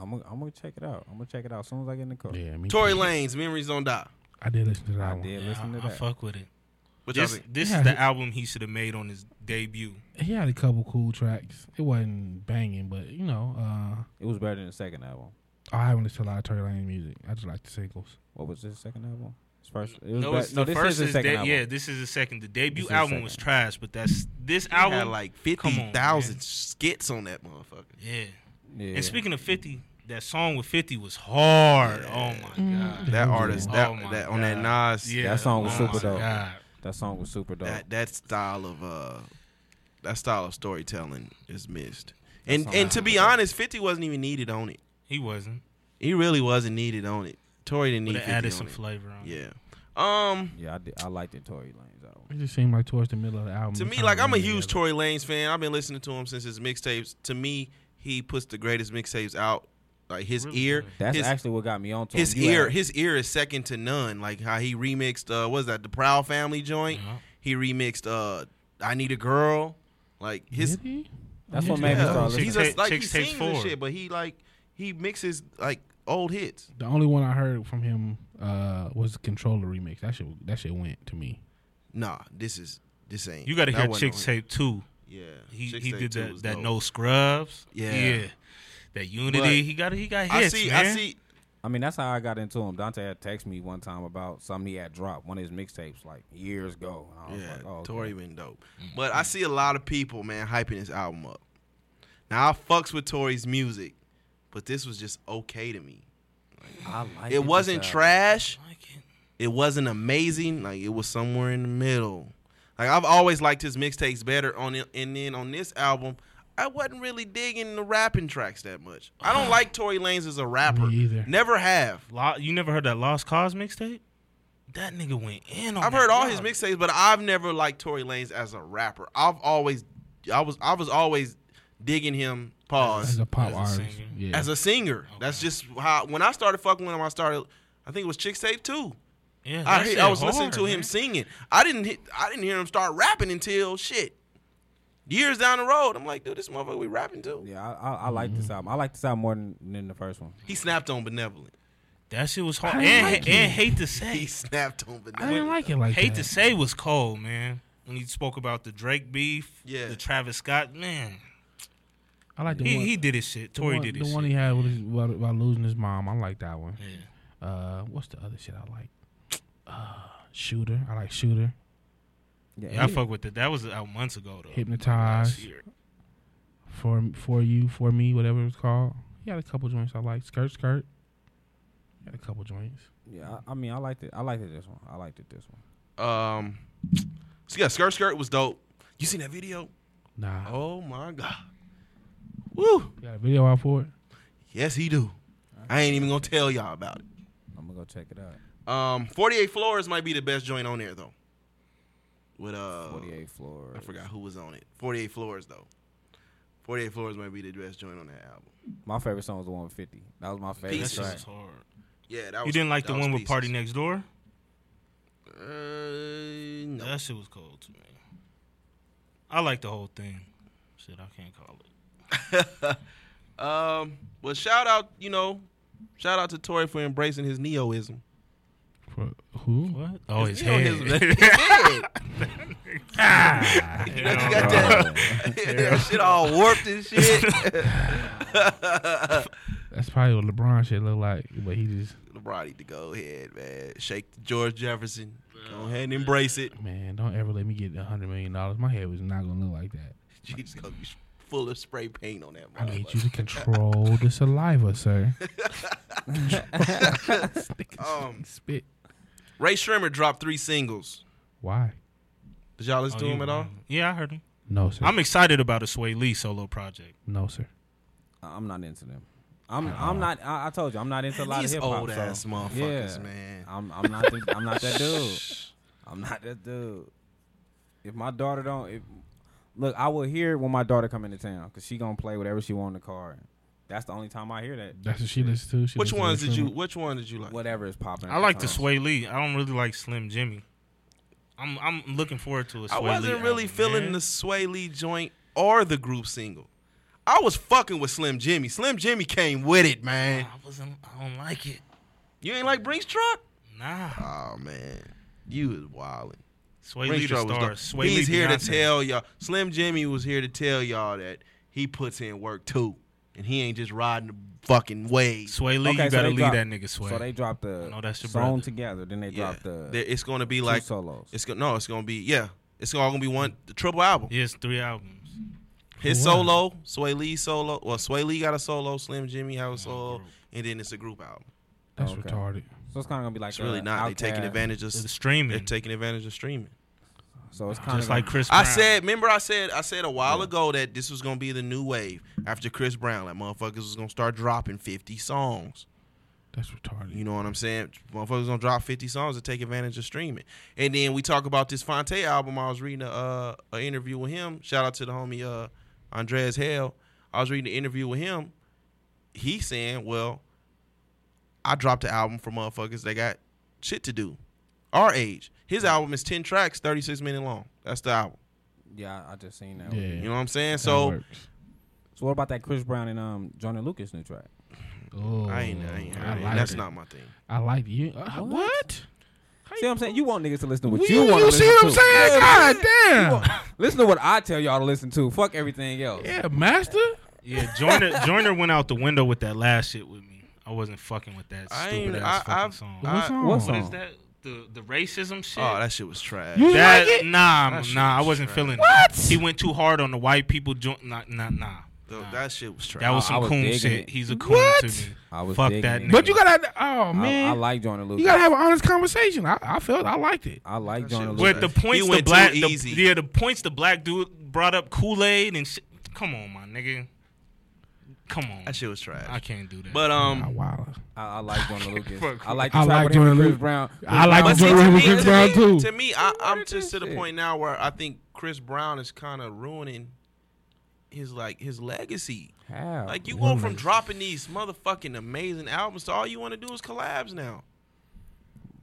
Speaker 3: I'm gonna I'm gonna check it out. I'm gonna check it out as soon as I get in the car.
Speaker 2: Yeah, me.
Speaker 1: Tory
Speaker 2: too.
Speaker 1: Lanez, Memories Don't Die.
Speaker 2: I did listen to that
Speaker 3: I
Speaker 2: one.
Speaker 3: did
Speaker 4: Yeah,
Speaker 3: listen to
Speaker 4: I, I
Speaker 3: that.
Speaker 4: fuck with it.
Speaker 1: Which I
Speaker 4: This
Speaker 1: think-
Speaker 4: this
Speaker 2: Yeah,
Speaker 4: is the
Speaker 2: he-
Speaker 4: album he should have made on his debut.
Speaker 2: He had a couple cool tracks. It wasn't banging, but you know, uh,
Speaker 3: It was better than the second album.
Speaker 2: I haven't listened to a lot of Tory Lanez music. I just like the singles.
Speaker 3: What was his second album? His first. It was
Speaker 4: No,
Speaker 3: ba-
Speaker 4: it's
Speaker 3: no,
Speaker 4: the
Speaker 3: this
Speaker 4: first
Speaker 3: is his second
Speaker 4: de-
Speaker 3: album.
Speaker 4: yeah, this is the second. The
Speaker 3: This
Speaker 4: debut
Speaker 3: is the
Speaker 4: album was
Speaker 3: second.
Speaker 4: trash, but that's this
Speaker 1: he had
Speaker 4: album.
Speaker 1: like
Speaker 4: Come on,
Speaker 1: fifty thousand
Speaker 4: man.
Speaker 1: skits on that motherfucker.
Speaker 4: yeah.
Speaker 3: Yeah.
Speaker 4: And speaking of Fifty, that song with Fifty was hard.
Speaker 1: Yeah.
Speaker 4: Oh my god.
Speaker 2: Yeah,
Speaker 1: That
Speaker 2: he
Speaker 1: artist,
Speaker 2: did.
Speaker 1: that
Speaker 4: Oh my
Speaker 1: that on that
Speaker 4: God.
Speaker 1: Nas,
Speaker 4: Yeah.
Speaker 3: That song was
Speaker 4: oh
Speaker 3: super
Speaker 4: my
Speaker 3: dope.
Speaker 4: God.
Speaker 3: that song was super dope.
Speaker 1: that that style of uh, that style of storytelling is missed. And and to be honest, Fifty wasn't even needed on it.
Speaker 4: He wasn't.
Speaker 1: He really wasn't needed on it. Tory didn't
Speaker 4: But
Speaker 1: need
Speaker 4: it
Speaker 1: 50
Speaker 4: added
Speaker 1: on
Speaker 4: some
Speaker 1: it.
Speaker 4: flavor on it.
Speaker 1: Yeah. Um.
Speaker 3: Yeah, I did. I liked the Tory Lanez album.
Speaker 2: It just seemed like towards the middle of the album.
Speaker 1: To
Speaker 2: it
Speaker 1: me,
Speaker 2: kinda
Speaker 1: like I'm a
Speaker 2: went
Speaker 1: huge Tory
Speaker 2: together.
Speaker 1: Lanez fan. I've been listening to him since his mixtapes. To me, he puts the greatest mixtapes out. Like his
Speaker 4: Really
Speaker 1: ear,
Speaker 4: good.
Speaker 3: That's
Speaker 1: his,
Speaker 3: actually what got me on to
Speaker 1: his
Speaker 3: him. You
Speaker 1: ear,
Speaker 3: had-
Speaker 1: his ear is second to none. Like how he remixed, uh, what was that the Proud Family joint?
Speaker 4: Yeah.
Speaker 1: He remixed, uh, I Need a Girl. Like his,
Speaker 2: Did he?
Speaker 3: That's what
Speaker 2: Yeah.
Speaker 3: made me
Speaker 1: yeah,
Speaker 3: start
Speaker 1: he's
Speaker 3: listening.
Speaker 1: a,
Speaker 4: Chicks
Speaker 1: like he
Speaker 4: Takes- Chicks Takes
Speaker 1: sings and
Speaker 4: Four.
Speaker 1: shit, but he like he mixes like old hits.
Speaker 2: The only one I heard from him uh, was the controller remix. That shit, that shit went to me.
Speaker 1: Nah, this is this ain't.
Speaker 4: You got to
Speaker 1: that
Speaker 4: hear
Speaker 1: wasn't
Speaker 4: Chicks
Speaker 1: on it.
Speaker 4: Tape too.
Speaker 1: Yeah,
Speaker 4: He
Speaker 1: Chicks
Speaker 4: he
Speaker 1: Tape
Speaker 4: did
Speaker 1: 2
Speaker 4: that
Speaker 1: was
Speaker 4: that
Speaker 1: dope.
Speaker 4: no scrubs.
Speaker 1: Yeah.
Speaker 4: That unity.
Speaker 1: But
Speaker 4: he got he got
Speaker 1: I
Speaker 4: hits,
Speaker 1: see.
Speaker 4: man.
Speaker 1: I see.
Speaker 3: I mean, that's how I got into him. Dante had texted me one time about something he had dropped, one of his mixtapes, like years ago. And I was
Speaker 1: Yeah,
Speaker 3: like, oh, okay.
Speaker 1: Tory been dope.
Speaker 4: Mm-hmm.
Speaker 1: But I see a lot of people, man, hyping his album up. Now I fucks with Tory's music, but this was just okay to me.
Speaker 3: I like
Speaker 1: It wasn't
Speaker 3: this album.
Speaker 1: trash.
Speaker 4: Like it.
Speaker 1: It wasn't amazing. Like it was somewhere in the middle. Like I've always liked his mixtapes better on it, and then on this album, I wasn't really digging the rapping tracks that much. I
Speaker 3: <sighs>
Speaker 1: don't like Tory Lanez as a rapper.
Speaker 2: Me either.
Speaker 1: Never have.
Speaker 4: Lo- you never heard that Lost Cause mixtape? That nigga went in on.
Speaker 1: I've
Speaker 4: that,
Speaker 1: heard all
Speaker 4: y'all.
Speaker 1: his mixtapes, but I've never liked Tory Lanez as a rapper. I've always, I was, I was always digging him. Pause.
Speaker 2: As a pop
Speaker 4: As a
Speaker 2: artist,
Speaker 4: singer.
Speaker 2: yeah.
Speaker 1: As a singer, that's just how. When I started fucking with him, I started. I think it was Chick Tape too.
Speaker 4: Yeah,
Speaker 1: I
Speaker 4: that
Speaker 1: hear-
Speaker 4: shit
Speaker 1: I was
Speaker 4: hard,
Speaker 1: listening to him
Speaker 4: man.
Speaker 1: singing. I didn't. Hit, I didn't hear him start rapping until shit. Years down the road, I'm like, dude, this motherfucker we rapping to.
Speaker 3: Yeah, I, I, I like this album. I like this album more than, than the first one.
Speaker 1: He snapped on Benevolent.
Speaker 4: That shit was hard.
Speaker 2: I
Speaker 4: And,
Speaker 2: didn't like it.
Speaker 4: and hate
Speaker 1: He
Speaker 4: to say,
Speaker 1: snapped on Benevolent.
Speaker 2: I didn't like it like
Speaker 4: hate
Speaker 2: that.
Speaker 4: to say was cold, man. When he spoke about the Drake beef,
Speaker 1: Yeah.
Speaker 4: the Travis Scott, man,
Speaker 2: I like the
Speaker 4: he,
Speaker 2: one.
Speaker 4: he did his shit. Tory
Speaker 2: the one,
Speaker 4: did
Speaker 2: the
Speaker 4: his
Speaker 2: one
Speaker 4: shit.
Speaker 2: he had with his, about, about losing his mom. I like that one.
Speaker 4: Yeah.
Speaker 2: Uh, what's the other shit I like? Uh, Shooter. I like Shooter.
Speaker 4: Yeah, I fuck with it. That was out months ago though.
Speaker 2: Hypnotized.
Speaker 4: Last year.
Speaker 2: for for you, for me, whatever it's called. He had a couple joints I like. Skirt, skirt. He had a couple joints.
Speaker 3: yeah. I, I mean, I liked it. I liked it this one. I liked it this one.
Speaker 1: Um. So yeah, Skirt Skirt was dope. You seen that video?
Speaker 2: Nah.
Speaker 1: Oh my god. Woo.
Speaker 2: You got a video out for it?
Speaker 1: Yes, he do. I ain't even gonna tell y'all about it.
Speaker 3: I'm gonna go check it out.
Speaker 1: Um, 48 Floors might be the best joint on there though. With uh,
Speaker 3: 48 floor.
Speaker 1: I forgot who was on it. 48 Floors though. 48 Floors might be the best joint on that album.
Speaker 3: My favorite song was the one with 50. That was my favorite
Speaker 4: That
Speaker 1: Pieces.
Speaker 4: shit
Speaker 3: track. <laughs>
Speaker 4: was hard.
Speaker 1: Yeah, that was.
Speaker 4: You didn't like
Speaker 1: that
Speaker 4: the
Speaker 1: was
Speaker 4: one with Party
Speaker 1: Pieces.
Speaker 4: Next Door?
Speaker 1: Uh, no.
Speaker 4: That shit was cold to me. I like the whole thing. Shit, I can't call it.
Speaker 1: um, well, shout out, you know, shout out to Tory for embracing his
Speaker 4: <laughs>
Speaker 1: neoism.
Speaker 2: For who?
Speaker 4: What? Oh, his
Speaker 1: You know,
Speaker 4: head.
Speaker 1: <laughs> his- his head. <laughs>
Speaker 4: You
Speaker 1: He
Speaker 4: know,
Speaker 1: got that, <laughs> that shit all warped and
Speaker 4: <laughs>
Speaker 1: shit.
Speaker 2: That's probably what LeBron shit look like, but he just
Speaker 1: LeBron need to go ahead, man. Shake the George Jefferson. Go ahead and embrace it. <laughs>
Speaker 2: man, don't ever let me get a hundred million dollars. My head was not gonna look like that.
Speaker 1: She's gonna be full of spray paint on that.
Speaker 2: I need
Speaker 1: motherfucker.
Speaker 2: you to control the
Speaker 1: <laughs>
Speaker 2: saliva, sir.
Speaker 1: Um,
Speaker 2: Spit.
Speaker 1: Ray Shrimmer dropped three singles.
Speaker 2: Why?
Speaker 1: Did y'all listen
Speaker 4: Oh,
Speaker 1: to
Speaker 4: you
Speaker 1: him at all?
Speaker 4: wrong. Yeah, I heard him.
Speaker 2: No, sir.
Speaker 4: I'm excited about a Sway Lee solo project.
Speaker 2: no, sir.
Speaker 3: I- I'm not into them. I'm I'm not. I, I told you I'm not into a lot
Speaker 1: These
Speaker 3: of hip hop.
Speaker 1: old ass
Speaker 3: so,
Speaker 1: motherfuckers, man.
Speaker 3: I'm I'm not the, I'm not that dude. <laughs> I'm not that dude. If my daughter don't, if, look, I will hear it when my daughter come into town because she gonna play whatever she want in the car. That's the only time I hear that.
Speaker 2: That's what she listens to. She
Speaker 1: Which
Speaker 2: listens to
Speaker 1: ones did you?
Speaker 2: Shrimmer.
Speaker 1: Which one did you like?
Speaker 3: Whatever is popping. at
Speaker 4: I like
Speaker 3: time.
Speaker 4: the Sway Lee. I don't really like Slim Jimmy. I'm I'm looking forward to a Sway
Speaker 1: I
Speaker 4: Lee.
Speaker 1: wasn't really
Speaker 4: album,
Speaker 1: feeling
Speaker 4: man.
Speaker 1: the Sway Lee joint or the group single. I was fucking with Slim Jimmy. Slim Jimmy came with it, man.
Speaker 4: I wasn't. I don't like it.
Speaker 1: You ain't like Brinks truck?
Speaker 4: Nah.
Speaker 1: Oh man, you is wildin'.
Speaker 4: Sway
Speaker 1: Brinks
Speaker 4: Lee the
Speaker 1: truck was
Speaker 4: star.
Speaker 1: dope.
Speaker 4: Sway
Speaker 1: He's
Speaker 4: Lee
Speaker 1: here
Speaker 4: Beyonce.
Speaker 1: to tell y'all. Slim Jimmy was here to tell y'all that he puts in work too, and he ain't just riding the fucking wave.
Speaker 4: Sway Lee.
Speaker 3: Okay,
Speaker 4: you
Speaker 3: so
Speaker 4: gotta
Speaker 3: they
Speaker 4: leave
Speaker 3: dropped-
Speaker 4: that nigga Sway.
Speaker 3: So they dropped the
Speaker 4: know that's your
Speaker 3: song
Speaker 4: brother.
Speaker 3: together. Then they
Speaker 1: Yeah,
Speaker 3: dropped
Speaker 4: uh,
Speaker 3: the
Speaker 1: There- it's gonna be
Speaker 3: two
Speaker 1: like
Speaker 3: solos.
Speaker 1: it's gonna no, it's gonna be yeah, it's all gonna be one the triple album.
Speaker 4: yeah, it's three albums.
Speaker 1: His
Speaker 2: Wow.
Speaker 1: solo, Sway Lee solo. Well, Sway Lee got a solo, Slim Jimmy
Speaker 4: Oh,
Speaker 1: had a solo,
Speaker 4: group.
Speaker 1: and then it's a group album. Oh,
Speaker 2: That's
Speaker 3: Okay.
Speaker 2: retarded.
Speaker 3: So it's kind of gonna be like
Speaker 1: It's really
Speaker 3: uh,
Speaker 1: not. They taking
Speaker 3: Outkast.
Speaker 1: advantage of
Speaker 4: The
Speaker 1: s-
Speaker 4: streaming.
Speaker 1: they're taking advantage of streaming.
Speaker 3: So it's kind
Speaker 4: Just
Speaker 3: of
Speaker 4: like Chris
Speaker 1: I
Speaker 4: Brown.
Speaker 1: said, remember, I said, I said a while ago that this was gonna be the new wave after Chris Brown. Like motherfuckers was gonna start dropping fifty songs.
Speaker 2: That's retarded.
Speaker 1: You know what I'm saying? Motherfuckers gonna drop 50 songs to take advantage of streaming. And then we talk about this Fonte album. I was reading a, uh, an interview with him. Shout out to the homie uh, Andreas Hell. I was reading the interview with him. He saying, "Well, I dropped the album for motherfuckers that got shit to do, our age. His album is 10 tracks, 36 minutes long. That's the album.
Speaker 3: yeah, I just seen that.
Speaker 2: yeah.
Speaker 3: One.
Speaker 1: You know what I'm saying?
Speaker 2: that
Speaker 1: So
Speaker 2: works.
Speaker 3: So what about that Chris Brown and um Jordan Lucas new track?
Speaker 2: oh,
Speaker 1: I ain't, I ain't, I ain't-
Speaker 2: like
Speaker 1: that's
Speaker 2: it.
Speaker 1: not my thing.
Speaker 2: I like you. Uh,
Speaker 3: What?
Speaker 2: what?
Speaker 3: See what I'm saying? You want niggas to listen to what
Speaker 2: We-
Speaker 3: you, want.
Speaker 2: see what I'm saying? God damn.
Speaker 3: Listen to what I tell y'all to listen to. Fuck everything else.
Speaker 2: Yeah, master.
Speaker 4: Yeah, Joyner Joyner went out the window with that last shit with me. I wasn't fucking with that
Speaker 1: I
Speaker 4: stupid
Speaker 1: ain't-
Speaker 4: ass
Speaker 1: I-
Speaker 4: fucking
Speaker 1: I've-
Speaker 4: song.
Speaker 1: I-
Speaker 2: What song?
Speaker 3: what
Speaker 4: what
Speaker 3: song?
Speaker 4: is that? The the racism shit.
Speaker 1: Oh, that shit was trash.
Speaker 2: You
Speaker 4: That-
Speaker 2: like it?
Speaker 4: nah,
Speaker 1: That shit
Speaker 4: nah, I
Speaker 1: was
Speaker 4: wasn't
Speaker 1: trash.
Speaker 4: feeling it.
Speaker 2: What?
Speaker 4: He went too hard on the white people. Jo- nah, nah, nah.
Speaker 1: Th- That shit was trash.
Speaker 4: That was
Speaker 3: I- I
Speaker 4: some
Speaker 3: was
Speaker 4: coon
Speaker 3: digging
Speaker 4: shit.
Speaker 3: it.
Speaker 4: He's a coon
Speaker 2: What?
Speaker 4: to me.
Speaker 3: I was
Speaker 4: Fuck
Speaker 3: digging
Speaker 4: that
Speaker 3: it.
Speaker 4: nigga.
Speaker 2: But you gotta. Oh
Speaker 3: I,
Speaker 2: man,
Speaker 3: I like Jordan Lucas.
Speaker 2: you gotta have an honest conversation. I, I felt I liked it.
Speaker 3: I like
Speaker 1: That shit
Speaker 3: Jordan
Speaker 1: was
Speaker 3: Lucas.
Speaker 4: But the
Speaker 1: He
Speaker 4: points the
Speaker 1: went too
Speaker 4: black, the,
Speaker 1: easy.
Speaker 4: yeah, the points the black dude brought up Kool Aid and shit. Come on, my nigga. Come on,
Speaker 1: That shit was trash.
Speaker 4: I can't do that.
Speaker 1: But um,
Speaker 2: Nah, wow.
Speaker 3: I, I like
Speaker 2: <laughs>
Speaker 3: Jordan Lucas.
Speaker 4: Fuck.
Speaker 3: I like the
Speaker 2: I
Speaker 3: track
Speaker 2: like
Speaker 3: with him and
Speaker 2: Jordan
Speaker 3: Chris
Speaker 2: Lucas.
Speaker 3: Brown.
Speaker 2: I like
Speaker 1: But see,
Speaker 2: Jordan
Speaker 1: to
Speaker 2: Lucas
Speaker 1: me, to
Speaker 2: Brown
Speaker 1: me-
Speaker 2: too.
Speaker 1: To me, I, I'm just to the
Speaker 3: shit.
Speaker 1: point now where I think Chris Brown is kind of ruining his like his legacy.
Speaker 3: How?
Speaker 1: Like you go from dropping these motherfucking amazing albums to all you want to do is collabs now.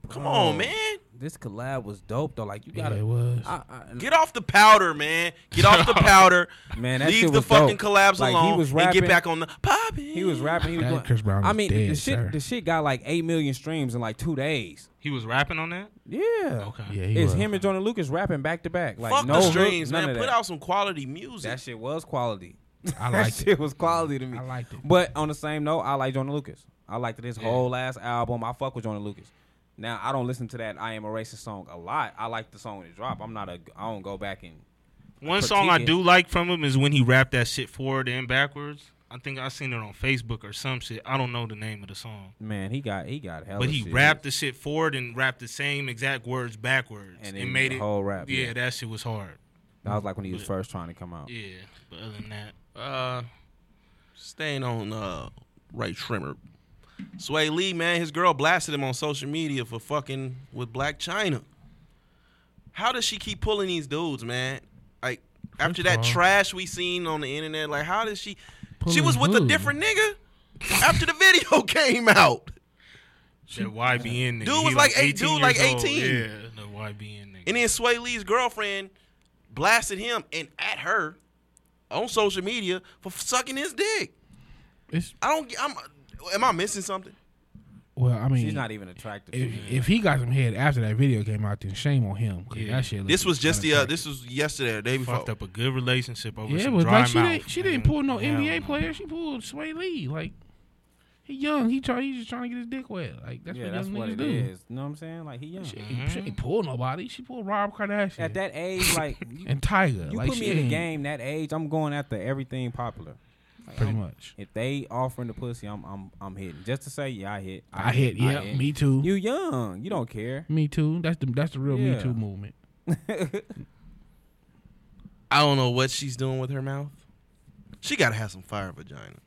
Speaker 1: Come on,
Speaker 3: Bro.
Speaker 1: man.
Speaker 3: this collab was dope though. Like you
Speaker 2: Yeah,
Speaker 3: gotta.
Speaker 2: it was.
Speaker 3: I, I,
Speaker 1: Get off the powder, man. Get off
Speaker 3: <laughs>
Speaker 1: the powder.
Speaker 3: Man, that
Speaker 1: leave
Speaker 3: shit
Speaker 1: the
Speaker 3: was
Speaker 1: fucking
Speaker 3: dope.
Speaker 1: collabs
Speaker 3: Like, he
Speaker 1: alone
Speaker 3: was
Speaker 1: and
Speaker 3: rapping-
Speaker 1: get back on the popping.
Speaker 3: he was rapping. He was
Speaker 2: That
Speaker 3: doing,
Speaker 2: Chris Brown
Speaker 3: I
Speaker 2: was
Speaker 3: mean, the
Speaker 2: dead,
Speaker 3: shit.
Speaker 2: sir.
Speaker 3: The shit got like eight million streams in like two days.
Speaker 4: he was rapping on that.
Speaker 3: Yeah.
Speaker 4: Okay.
Speaker 2: yeah, he
Speaker 3: It's
Speaker 2: was.
Speaker 3: him and Jordan Lucas rapping back to back. Like
Speaker 1: Fuck
Speaker 3: no
Speaker 1: the
Speaker 3: hook,
Speaker 1: streams,
Speaker 3: none
Speaker 1: man.
Speaker 3: of
Speaker 1: Put
Speaker 3: that.
Speaker 1: out some quality music.
Speaker 3: That shit was quality.
Speaker 2: I
Speaker 3: that
Speaker 2: liked
Speaker 3: shit
Speaker 2: it.
Speaker 3: was quality to me.
Speaker 2: I liked it.
Speaker 3: But on the same note, I like Jordan Lucas. I liked his whole last album. I fuck with Jordan Lucas. Now I don't listen to that "I Am a Racist" song a lot. I like the song to drop. I'm not a. I don't go back and.
Speaker 4: One
Speaker 3: critique
Speaker 4: song I
Speaker 3: it.
Speaker 4: do like from him is when he rapped that shit forward and backwards. I think I seen it on Facebook or some shit. I don't know the name of the song,
Speaker 3: Man, he got he got hell.
Speaker 4: but he rapped the shit forward and rapped the same exact words backwards
Speaker 3: And
Speaker 4: and,
Speaker 3: it was
Speaker 4: made
Speaker 3: a
Speaker 4: it
Speaker 3: whole rap,
Speaker 4: Yeah,
Speaker 3: yeah.
Speaker 4: that shit was hard.
Speaker 3: That was like when he was first trying to come out.
Speaker 4: Yeah, but other than that, uh,
Speaker 1: staying on uh Ray Trimmer. Sway Lee, man, his girl blasted him on social media for fucking with Black China. How does she keep pulling these dudes, man? Like after that
Speaker 2: off-
Speaker 1: trash we seen on the internet, like how does she? she
Speaker 2: Pulling
Speaker 1: was with a
Speaker 2: who?
Speaker 1: different nigga after the <laughs> video came out,
Speaker 4: that YBN nigga,
Speaker 1: Dude
Speaker 4: he
Speaker 1: was like eight- dude like
Speaker 4: years old.
Speaker 1: 18.
Speaker 4: Yeah, the YBN nigga.
Speaker 1: and then Sway Lee's girlfriend blasted him and at her on social media for sucking his dick.
Speaker 2: It's
Speaker 1: I don't. get- I'm. Am I missing something?
Speaker 2: well, I mean,
Speaker 3: She's not even attractive. to
Speaker 2: if,
Speaker 3: me.
Speaker 2: if he got some head after that video came out, then shame on him. 'cause
Speaker 4: Yeah.
Speaker 2: that shit
Speaker 1: This
Speaker 2: looked
Speaker 1: was just the. Uh,
Speaker 2: unattractive.
Speaker 1: this was yesterday, or the day before.
Speaker 4: fucked up a good relationship over
Speaker 2: Yeah,
Speaker 4: some
Speaker 2: but
Speaker 4: dry
Speaker 2: like she
Speaker 4: mouth.
Speaker 2: didn't she didn't
Speaker 4: nigga.
Speaker 2: pull no
Speaker 4: Hell
Speaker 2: NBA player. She pulled Sway Lee. Like he young. He try. He just trying to get his dick wet. Like that's
Speaker 3: yeah,
Speaker 2: what
Speaker 3: that's
Speaker 2: young
Speaker 3: what
Speaker 2: niggas
Speaker 3: it
Speaker 2: do.
Speaker 3: is. You know what I'm saying? Like he young.
Speaker 2: She, ain't- she ain't pull nobody. She pulled Rob Kardashian
Speaker 3: At that age, like
Speaker 2: <laughs>
Speaker 3: you,
Speaker 2: and Tiger.
Speaker 3: you
Speaker 2: like
Speaker 3: put
Speaker 2: she
Speaker 3: me in a
Speaker 2: ain't-
Speaker 3: game that age, I'm going after everything popular. Like,
Speaker 2: Pretty
Speaker 3: I'm-
Speaker 2: much.
Speaker 3: If they offering the pussy, I'm I'm I'm hitting. Just to say, yeah, I hit.
Speaker 2: I hit. Yeah, me too.
Speaker 3: You young. You don't care.
Speaker 2: me too. That's the that's the real
Speaker 3: Yeah.
Speaker 2: Me Too movement.
Speaker 1: I don't know what she's doing with her mouth. She gotta have some fire vagina.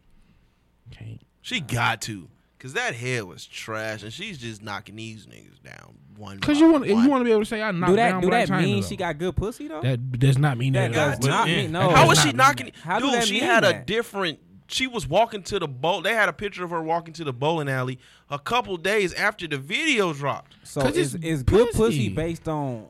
Speaker 2: Can't.
Speaker 1: She got to, cause that head was trash, and she's just knocking these niggas down one.
Speaker 2: Cause
Speaker 1: by
Speaker 2: you want if
Speaker 1: one.
Speaker 2: you want to be able to say I knocked
Speaker 3: do that?
Speaker 2: down
Speaker 3: Do
Speaker 2: Black
Speaker 3: that
Speaker 2: China,
Speaker 3: mean
Speaker 2: though.
Speaker 3: she got good pussy though?
Speaker 2: That does not mean
Speaker 3: That
Speaker 2: that.
Speaker 3: does
Speaker 2: at all.
Speaker 3: not
Speaker 4: Yeah.
Speaker 3: mean no.
Speaker 2: That
Speaker 1: How
Speaker 2: does
Speaker 1: was she
Speaker 2: not mean
Speaker 1: knocking?
Speaker 3: How do
Speaker 1: Dude,
Speaker 3: that
Speaker 1: she
Speaker 3: mean
Speaker 1: had a
Speaker 3: that?
Speaker 1: different. She was walking to the bowl. They had a picture of her walking to the bowling alley a couple days after the video dropped.
Speaker 3: So
Speaker 2: 'Cause
Speaker 3: is
Speaker 2: it's
Speaker 3: is good pussy
Speaker 2: pussy.
Speaker 3: based on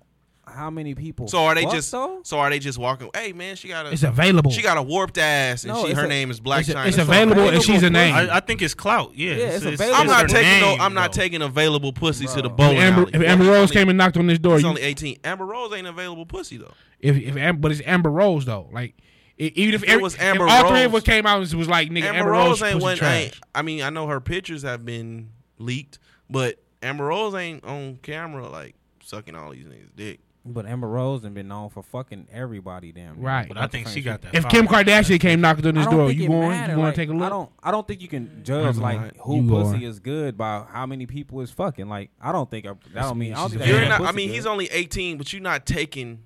Speaker 3: how many people?
Speaker 1: So are they
Speaker 3: fuck,
Speaker 1: just?
Speaker 3: though?
Speaker 1: So are they just walking? Hey man, she got a.
Speaker 2: It's available.
Speaker 1: she got a warped ass, and
Speaker 3: No,
Speaker 1: she
Speaker 3: it's
Speaker 1: her
Speaker 3: a-
Speaker 1: name is Black
Speaker 2: It's, a-
Speaker 1: China.
Speaker 2: it's available and
Speaker 3: available
Speaker 2: she's a name.
Speaker 4: I, I think it's clout. Yeah,
Speaker 3: it's available.
Speaker 1: I'm
Speaker 3: It's her
Speaker 1: not taking
Speaker 4: name,
Speaker 1: no. I'm not
Speaker 4: though.
Speaker 1: taking available pussy to
Speaker 3: Bro.
Speaker 1: the
Speaker 3: If
Speaker 1: bowling
Speaker 2: Amber,
Speaker 1: alley.
Speaker 2: if
Speaker 1: Well,
Speaker 2: Amber
Speaker 1: it's
Speaker 2: Rose
Speaker 1: only-
Speaker 2: came and knocked on this door,
Speaker 1: It's
Speaker 2: you-
Speaker 1: only 18. Amber Rose ain't available pussy though.
Speaker 2: If, if Am- but it's Amber Rose though. Like i- even
Speaker 1: If
Speaker 2: if,
Speaker 1: it
Speaker 2: every-
Speaker 1: was
Speaker 2: if
Speaker 1: Amber
Speaker 2: all three of
Speaker 1: Rose-
Speaker 2: us came out and was like, nigga,
Speaker 1: Amber, Rose ain't one. Ain't, I mean, I know her pictures have been leaked, but Amber Rose ain't on camera like sucking all these niggas' dick.
Speaker 3: But Amber Rose has been known for fucking everybody, damn. near.
Speaker 2: Right.
Speaker 4: But I think she got that.
Speaker 2: If
Speaker 4: fire.
Speaker 2: Kim Kardashian came knocking on
Speaker 3: I
Speaker 2: this
Speaker 3: don't
Speaker 2: door,
Speaker 3: think
Speaker 2: you
Speaker 3: it
Speaker 2: going?
Speaker 3: matter.
Speaker 2: You want
Speaker 3: Like,
Speaker 2: to take a look?
Speaker 3: I don't. I don't think you can judge
Speaker 2: I'm
Speaker 3: like
Speaker 2: not.
Speaker 3: who
Speaker 2: You
Speaker 3: pussy
Speaker 2: are.
Speaker 3: is good by how many people is fucking. Like I don't think I, that don't mean. I don't
Speaker 2: she's
Speaker 3: think
Speaker 2: a
Speaker 3: that
Speaker 1: You're
Speaker 3: makes
Speaker 1: not. I
Speaker 3: pussy
Speaker 1: mean,
Speaker 3: good.
Speaker 1: he's only 18, but you're not taking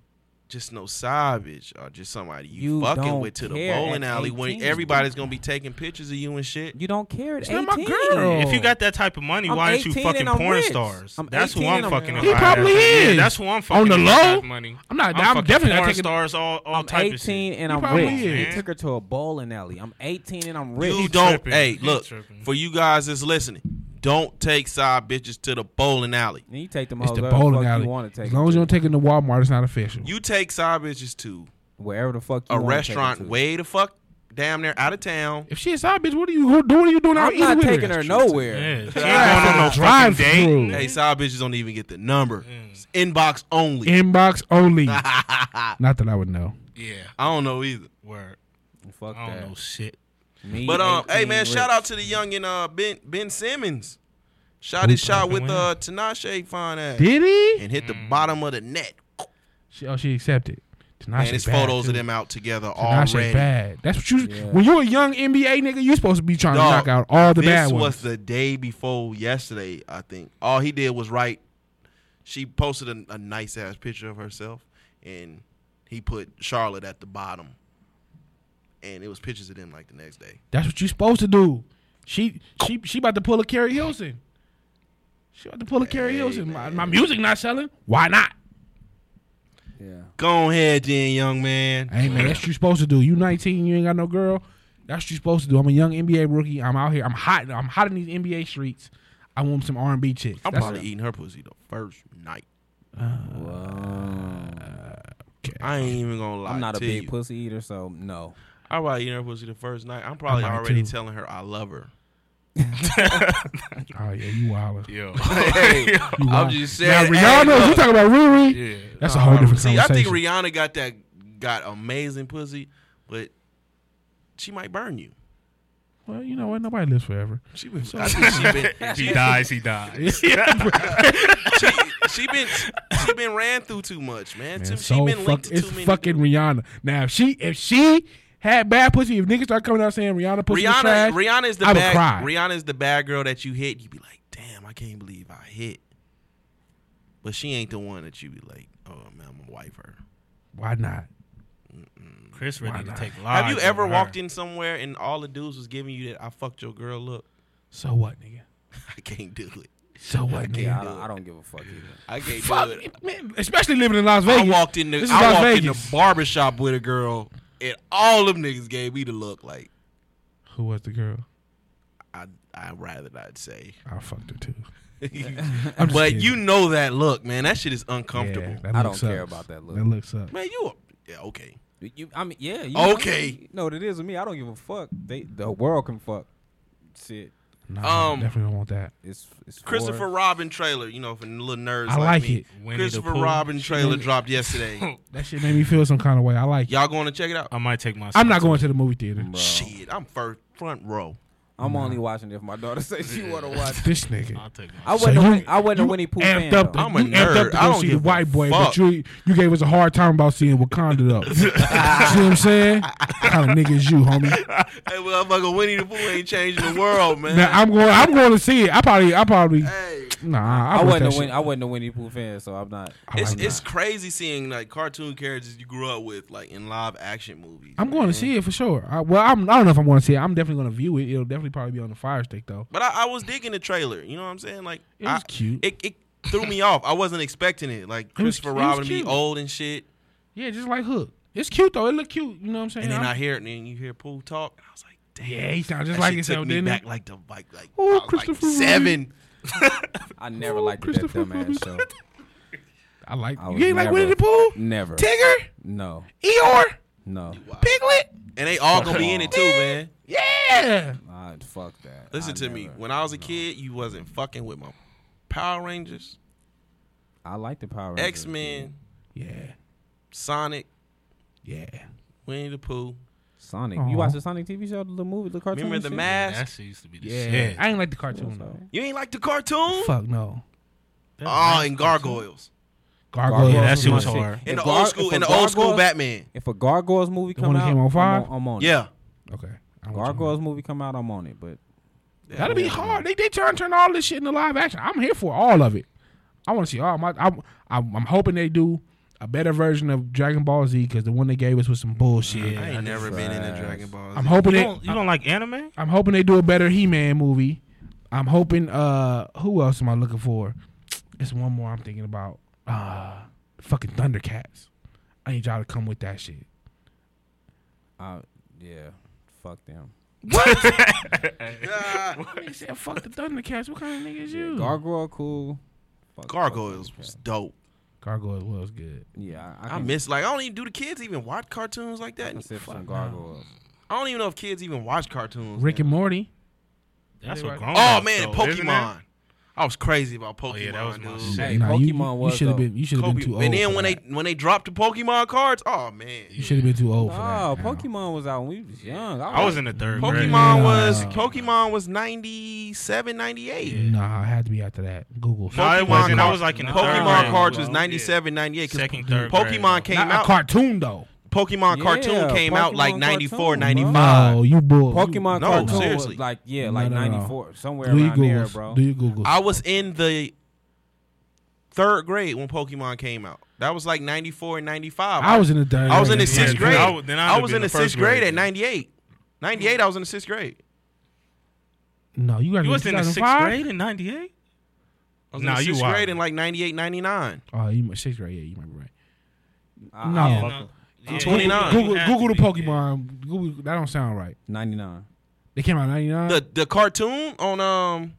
Speaker 1: just no savage or just somebody you,
Speaker 3: You
Speaker 1: fucking
Speaker 3: don't
Speaker 1: with to the
Speaker 3: care
Speaker 1: bowling
Speaker 3: at
Speaker 1: alley when
Speaker 3: 18.
Speaker 1: everybody's gonna be taking pictures of you and shit.
Speaker 3: You don't care at
Speaker 2: She's
Speaker 3: 18.
Speaker 2: not my girl.
Speaker 4: If you got that type of money,
Speaker 3: Oh. I'm
Speaker 4: why aren't you
Speaker 3: 18
Speaker 4: fucking
Speaker 3: and I'm
Speaker 4: porn
Speaker 3: rich.
Speaker 4: stars?
Speaker 3: I'm
Speaker 4: that's who
Speaker 3: 18
Speaker 4: I'm
Speaker 3: and I'm
Speaker 4: fucking.
Speaker 3: rich. He
Speaker 4: if I had
Speaker 2: probably
Speaker 4: that.
Speaker 2: is.
Speaker 4: Yeah, that's who I'm fucking.
Speaker 2: the
Speaker 4: if I had
Speaker 2: low?
Speaker 4: money.
Speaker 2: I'm not- I'm
Speaker 4: fucking
Speaker 2: definitely not
Speaker 4: porn
Speaker 2: taking-
Speaker 4: stars. All all
Speaker 3: I'm
Speaker 4: type of shit.
Speaker 3: 18 and
Speaker 2: You
Speaker 3: I'm
Speaker 2: probably
Speaker 3: rich.
Speaker 2: is.
Speaker 3: You took her to a bowling alley. I'm 18 and I'm rich.
Speaker 1: You
Speaker 4: He's
Speaker 1: don't.
Speaker 4: tripping.
Speaker 1: Hey,
Speaker 4: He's
Speaker 1: look
Speaker 4: tripping.
Speaker 1: for you guys that's listening. Don't take side bitches to the bowling alley.
Speaker 3: Then you take them
Speaker 2: It's
Speaker 3: hoes
Speaker 2: the
Speaker 3: wherever the
Speaker 2: bowling
Speaker 3: fuck
Speaker 2: alley.
Speaker 3: you want to take
Speaker 2: as long
Speaker 3: them
Speaker 2: as you
Speaker 3: to.
Speaker 2: don't take it to Walmart, it's not official.
Speaker 1: You take side bitches to
Speaker 3: wherever the fuck you
Speaker 1: a
Speaker 3: want
Speaker 1: restaurant
Speaker 3: to take them to.
Speaker 1: way the fuck damn near out of town.
Speaker 2: if she a side bitch, what are you go- doing? What are you doing out
Speaker 3: I'm
Speaker 2: eating
Speaker 3: not
Speaker 2: with
Speaker 3: taking her nowhere.
Speaker 4: Yeah, she ain't
Speaker 1: Yeah.
Speaker 4: going on no
Speaker 2: Drive
Speaker 4: fucking date.
Speaker 2: through.
Speaker 1: Hey, side bitches don't even get the number. It's inbox only.
Speaker 2: Inbox
Speaker 1: <laughs>
Speaker 2: only. not
Speaker 1: I
Speaker 2: that I would know.
Speaker 4: Yeah,
Speaker 1: don't know either.
Speaker 4: word.
Speaker 3: Fuck
Speaker 4: I
Speaker 3: that.
Speaker 4: don't know shit.
Speaker 3: Me,
Speaker 1: But um, hey
Speaker 3: 18
Speaker 1: man,
Speaker 3: rich.
Speaker 1: shout out to the young and uh Ben Ben Simmons. Shot his shot with
Speaker 4: fucking
Speaker 1: uh Tinashe fine ass
Speaker 2: Did he?
Speaker 1: and hit the bottom of the net.
Speaker 2: She, oh, she accepted. Tinashe
Speaker 1: And it's
Speaker 2: bad,
Speaker 1: photos
Speaker 2: too.
Speaker 1: of them out together
Speaker 2: Tinashe
Speaker 1: already.
Speaker 2: bad. That's what you.
Speaker 3: Yeah.
Speaker 2: When you're a young NBA nigga, you supposed to be trying
Speaker 1: Dog,
Speaker 2: to knock out all the
Speaker 1: This
Speaker 2: bad
Speaker 1: was
Speaker 2: ones.
Speaker 1: the day before yesterday, I think. All he did was write. She posted a, a nice ass picture of herself, and he put Charlotte at the bottom. And it was pictures of them like the next day.
Speaker 2: That's what you supposed to do. She she she about to pull a Carrie Hilson. She about to pull a Carrie
Speaker 1: Hey,
Speaker 2: Hilson. My,
Speaker 1: man.
Speaker 2: my music not selling. Why not?
Speaker 3: Yeah.
Speaker 1: Go ahead, then, young man.
Speaker 2: Hey man, that's what you supposed to do. You 19, you ain't got no girl. That's what you supposed to do. I'm a young NBA rookie. I'm out here. I'm hot. I'm hot in these NBA streets. I want some R&B chicks.
Speaker 1: I'm
Speaker 2: That's-
Speaker 1: probably eating her pussy the first night. I ain't even gonna lie.
Speaker 3: I'm not a
Speaker 1: to
Speaker 3: big
Speaker 1: you.
Speaker 3: pussy eater, so no.
Speaker 1: I probably eating her pussy the first night. I'm probably
Speaker 2: I might
Speaker 1: already
Speaker 2: too.
Speaker 1: telling her I love her.
Speaker 2: Oh yeah, you wildin'.
Speaker 4: Yo. <laughs>
Speaker 1: <laughs> Hey,
Speaker 2: You
Speaker 1: I'm
Speaker 2: wild.
Speaker 1: just
Speaker 2: Now
Speaker 1: saying. hey,
Speaker 2: Rihanna,
Speaker 1: look.
Speaker 2: you talking about Riri?
Speaker 4: yeah.
Speaker 2: That's a whole different
Speaker 1: Um, Uh, See, I
Speaker 2: conversation.
Speaker 1: think Rihanna got that got amazing pussy, but she might burn you.
Speaker 2: well, you know what? Nobody lives forever.
Speaker 1: She been, I
Speaker 2: <laughs>
Speaker 1: think she
Speaker 4: <laughs>
Speaker 1: been,
Speaker 4: He dies. He dies.
Speaker 1: she, she been, she been ran through too much, man.
Speaker 2: Man,
Speaker 1: too,
Speaker 2: so
Speaker 1: she been
Speaker 2: fuck,
Speaker 1: linked to
Speaker 2: it's
Speaker 1: too many.
Speaker 2: fucking Rihanna. Now if she if she had bad pussy, if niggas start coming out saying Rihanna pussy was
Speaker 1: Rihanna,
Speaker 2: trash,
Speaker 1: Rihanna is the
Speaker 2: I would
Speaker 1: bad.
Speaker 2: cry.
Speaker 1: Rihanna is the bad girl that you hit. You be like, damn, I can't believe I hit. But she ain't the one that you be like, oh man, I'm gonna wife her.
Speaker 2: why not?
Speaker 4: Chris
Speaker 2: Why
Speaker 4: ready to
Speaker 2: not?
Speaker 4: take lives.
Speaker 1: Have you ever
Speaker 4: over
Speaker 1: walked
Speaker 4: her.
Speaker 1: in somewhere and all the dudes was giving you that I fucked your girl look?
Speaker 2: So what, nigga?
Speaker 1: <laughs> I can't do it.
Speaker 2: So what, nigga?
Speaker 3: Yeah, I
Speaker 1: do
Speaker 3: don't,
Speaker 1: it.
Speaker 3: I don't give a fuck either.
Speaker 1: I can't
Speaker 2: Fuck,
Speaker 1: do it.
Speaker 2: man, especially living in Las
Speaker 1: I
Speaker 2: Vegas.
Speaker 1: walked in the
Speaker 2: This is
Speaker 1: I
Speaker 2: Las
Speaker 1: walked in the
Speaker 2: Vegas.
Speaker 1: barbershop with a girl and all them niggas gave me the look like
Speaker 2: Who was the girl?
Speaker 1: I I'd rather not say. <laughs>
Speaker 2: I fucked her too. I'm just
Speaker 1: but
Speaker 2: kidding.
Speaker 1: you know that look, man. That shit is uncomfortable.
Speaker 2: Yeah, that
Speaker 3: I
Speaker 2: look
Speaker 3: don't care
Speaker 2: sucks.
Speaker 3: about that look.
Speaker 2: That looks up.
Speaker 1: Man, you a- yeah, okay.
Speaker 3: You, I mean, yeah. You
Speaker 1: Okay.
Speaker 3: You know what it is with me? I don't give a fuck. They, the world can fuck. Shit.
Speaker 2: Nah,
Speaker 1: Um,
Speaker 2: definitely don't want that.
Speaker 3: It's, it's for-
Speaker 1: Christopher Robin trailer, you know, for little nerds
Speaker 2: I
Speaker 1: like
Speaker 2: like
Speaker 1: me.
Speaker 2: it.
Speaker 4: Winnie the
Speaker 1: Christopher
Speaker 4: Pooh.
Speaker 1: Robin trailer dropped
Speaker 2: <laughs>
Speaker 1: yesterday.
Speaker 2: That shit made me feel some kind of way. I like. it.
Speaker 1: Y'all going to check it out?
Speaker 4: <laughs> I might take my.
Speaker 2: I'm not going to the movie theater.
Speaker 3: Bro,
Speaker 1: Shit, I'm first front row. <laughs>
Speaker 3: I'm only watching if my daughter <laughs> says she want to watch.
Speaker 2: This nigga.
Speaker 4: I'll take my.
Speaker 3: I wasn't.
Speaker 2: you-
Speaker 3: a, Win- I wasn't a
Speaker 2: you
Speaker 3: Winnie Pooh
Speaker 2: amped
Speaker 3: fan.
Speaker 2: up.
Speaker 3: though.
Speaker 2: To,
Speaker 1: I'm a
Speaker 2: you amped up
Speaker 1: nerd. I
Speaker 2: to go
Speaker 1: don't
Speaker 2: see the
Speaker 1: give a
Speaker 2: white boy,
Speaker 1: fuck.
Speaker 2: but you you gave us a hard time about seeing Wakanda
Speaker 1: <laughs>
Speaker 2: up. you see what I'm saying? What kind of nigga is you, homie?
Speaker 1: Hey, well, motherfucker, Winnie the Pooh ain't changing the world, man.
Speaker 2: Now I'm going. I'm going to see it. I probably. I probably.
Speaker 1: hey,
Speaker 2: Nah. I,
Speaker 3: I
Speaker 2: wasn't.
Speaker 3: wasn't. A Win- I wasn't a Winnie Pooh fan, so I'm not.
Speaker 2: I
Speaker 1: it's
Speaker 2: like
Speaker 1: it's
Speaker 2: that.
Speaker 1: crazy seeing like cartoon characters you grew up with like in live action movies.
Speaker 2: I'm going
Speaker 1: man.
Speaker 2: to see it for sure. I, well, I'm, I don't know if I'm going to see it. I'm definitely going to view it. It'll definitely probably be on the fire stick though.
Speaker 1: But I, I was digging the trailer. You know what I'm saying? Like
Speaker 2: It was
Speaker 1: I-
Speaker 2: cute.
Speaker 1: It, it threw me off. I wasn't expecting it. Like
Speaker 2: was-
Speaker 1: Christopher
Speaker 2: <laughs> it was
Speaker 1: Robin be
Speaker 2: cute.
Speaker 1: old and shit.
Speaker 2: Yeah, just like Hook. It's cute though. It look cute. You know what I'm saying?
Speaker 1: And then
Speaker 2: I'm-
Speaker 1: I hear it, and then you hear Pooh talk, and I was like, damn.
Speaker 2: yeah, he sounds just
Speaker 1: that
Speaker 2: like
Speaker 1: shit
Speaker 2: himself,
Speaker 1: took me
Speaker 2: didn't
Speaker 1: back
Speaker 2: he?
Speaker 1: like the like like,
Speaker 2: Oh,
Speaker 1: I was like
Speaker 2: Christopher Reeve.
Speaker 1: seven.
Speaker 3: I never
Speaker 2: Oh,
Speaker 3: liked that
Speaker 2: Christopher
Speaker 3: dumbass show.
Speaker 2: I like.
Speaker 3: I was
Speaker 2: you ain't like
Speaker 3: never-
Speaker 2: Winnie the Pooh,
Speaker 3: Never.
Speaker 2: Tigger,
Speaker 3: No.
Speaker 2: Eeyore,
Speaker 3: No.
Speaker 2: Piglet.
Speaker 1: And they all gonna be in it too, man.
Speaker 2: Yeah.
Speaker 3: I, fuck that.
Speaker 1: Listen
Speaker 3: I
Speaker 1: to me.
Speaker 3: never-
Speaker 1: When I was a kid, you wasn't fucking with my Power Rangers,
Speaker 3: I like the Power Rangers.
Speaker 1: X Men,
Speaker 2: Yeah.
Speaker 1: Sonic,
Speaker 2: Yeah.
Speaker 1: Winnie the Pooh.
Speaker 3: Sonic.
Speaker 2: Aw.
Speaker 3: You watch the Sonic TV show, the little movie, the cartoon.
Speaker 1: Remember
Speaker 3: and
Speaker 1: the
Speaker 3: shit?
Speaker 1: mask?
Speaker 4: That used to be the
Speaker 2: Yeah.
Speaker 4: shit.
Speaker 2: I ain't like the cartoon
Speaker 3: That's all
Speaker 2: though.
Speaker 3: right.
Speaker 1: You ain't like the cartoon?
Speaker 2: Fuck no.
Speaker 1: Oh, and Gargoyles.
Speaker 2: Gargoyles.
Speaker 4: Yeah, that shit was
Speaker 3: Shit.
Speaker 4: hard.
Speaker 3: If
Speaker 1: In the
Speaker 3: Gar-
Speaker 1: old school,
Speaker 3: if
Speaker 1: in
Speaker 3: a
Speaker 1: the old school
Speaker 3: Gargoyles-
Speaker 1: Batman.
Speaker 3: If a Gargoyles movie
Speaker 2: The
Speaker 3: come
Speaker 2: one that
Speaker 3: out,
Speaker 2: came on Fire?
Speaker 3: I'm on, I'm on it.
Speaker 1: Yeah.
Speaker 2: Okay. I'm with you.
Speaker 3: Gargoyles movie come out, I'm on it. But
Speaker 2: That'll be hard. They they turn turn all this shit into live action. I'm here for all of it. I want to see all my. I, I, I'm hoping they do a better version of Dragon Ball Z because the one they gave us was some bullshit.
Speaker 1: I ain't never been in a
Speaker 3: Fries.
Speaker 1: Dragon Ball. Z.
Speaker 2: I'm hoping
Speaker 4: You
Speaker 2: they,
Speaker 4: don't, you don't like anime?
Speaker 2: I'm hoping they do a better He-Man movie. I'm hoping. Uh, who else am I looking for? It's one more I'm thinking about. Uh, fucking Thundercats. I need y'all to come with that shit.
Speaker 3: I, uh, yeah, fuck them.
Speaker 1: <laughs>
Speaker 2: Nigga said, "Fuck the Thundercats." What kind of nigga is you?
Speaker 3: Gargoyle cool. Fuck
Speaker 1: Gargoyles
Speaker 3: fuck
Speaker 1: was
Speaker 3: them.
Speaker 1: dope.
Speaker 2: Gargoyle was good.
Speaker 3: Yeah, I,
Speaker 1: I
Speaker 3: can-
Speaker 1: miss like I don't even do the kids even watch cartoons like
Speaker 3: I
Speaker 1: that.
Speaker 3: can sip some
Speaker 2: no.
Speaker 3: gargoyles.
Speaker 1: I don't even know if kids even watch cartoons.
Speaker 2: Rick and Morty.
Speaker 4: That's
Speaker 2: They
Speaker 4: what
Speaker 2: like-
Speaker 4: grown
Speaker 1: Oh
Speaker 4: ups
Speaker 1: man, and
Speaker 4: though, isn't it?
Speaker 1: Pokemon. I was crazy about Pokemon.
Speaker 4: yeah, that was my
Speaker 1: dude.
Speaker 4: shit.
Speaker 3: Hey,
Speaker 2: Nah, you-
Speaker 3: Pokemon
Speaker 2: you,
Speaker 3: was
Speaker 2: should have
Speaker 3: dope.
Speaker 2: been. You should have
Speaker 1: Kobe.
Speaker 2: been too old.
Speaker 1: and then
Speaker 2: for
Speaker 1: when
Speaker 2: that.
Speaker 1: they when they dropped the Pokemon cards, oh man,
Speaker 2: you should have been too old for
Speaker 3: Oh,
Speaker 2: that. now.
Speaker 3: Pokemon was out when we was young.
Speaker 4: I was in the third grade.
Speaker 1: Pokemon
Speaker 2: Yeah.
Speaker 1: was Pokemon was 97, 98.
Speaker 2: Nah, I had to be after that. Google.
Speaker 4: No, it
Speaker 1: Pokemon
Speaker 4: wasn't. I
Speaker 1: card-
Speaker 4: was like in the third
Speaker 1: Pokemon
Speaker 4: grade.
Speaker 1: cards was
Speaker 4: Yeah.
Speaker 1: 97, 98 'cause
Speaker 4: Second, third grade.
Speaker 1: Pokemon came
Speaker 2: Not
Speaker 1: out.
Speaker 2: a cartoon though.
Speaker 1: Pokemon
Speaker 3: Yeah,
Speaker 1: cartoon came out
Speaker 3: Pokemon
Speaker 1: like 94,
Speaker 3: cartoon, bro.
Speaker 1: 95.
Speaker 2: No, you bull.
Speaker 3: Pokemon
Speaker 1: No,
Speaker 3: cartoon
Speaker 1: seriously.
Speaker 3: was like yeah,
Speaker 2: No,
Speaker 3: like
Speaker 2: no, no.
Speaker 3: ninety four somewhere
Speaker 2: Do you
Speaker 3: around there,
Speaker 2: Google?
Speaker 3: bro.
Speaker 2: Do you Google?
Speaker 1: I was in the third grade when Pokemon came out. That was like 94 and 95.
Speaker 2: I was in the third.
Speaker 1: I was in
Speaker 2: grade.
Speaker 1: the sixth
Speaker 4: Yeah,
Speaker 1: grade.
Speaker 4: I
Speaker 1: I,
Speaker 4: would- then I'd have
Speaker 1: was
Speaker 4: been
Speaker 1: in the
Speaker 4: the
Speaker 1: sixth
Speaker 4: first
Speaker 1: grade,
Speaker 4: grade.
Speaker 1: at 98. 98, I was in the sixth grade.
Speaker 2: No, you got
Speaker 4: You was in the sixth
Speaker 2: 2005?
Speaker 4: grade in '98.
Speaker 1: I was in
Speaker 4: Nah,
Speaker 1: the
Speaker 4: you
Speaker 1: sixth
Speaker 4: wild.
Speaker 1: grade in like 98, 99.
Speaker 2: Oh, you might- sixth grade. Yeah, you might be right.
Speaker 3: I-
Speaker 2: No.
Speaker 3: I
Speaker 2: Yeah,
Speaker 3: fuck
Speaker 4: no.
Speaker 3: with
Speaker 1: I'm
Speaker 4: Yeah,
Speaker 1: 29.
Speaker 4: you
Speaker 2: Google,
Speaker 4: had
Speaker 2: Google the
Speaker 4: to be, yeah.
Speaker 2: Pokemon. Google that don't sound right.
Speaker 3: 99.
Speaker 2: They came out in '99.
Speaker 1: The the cartoon on um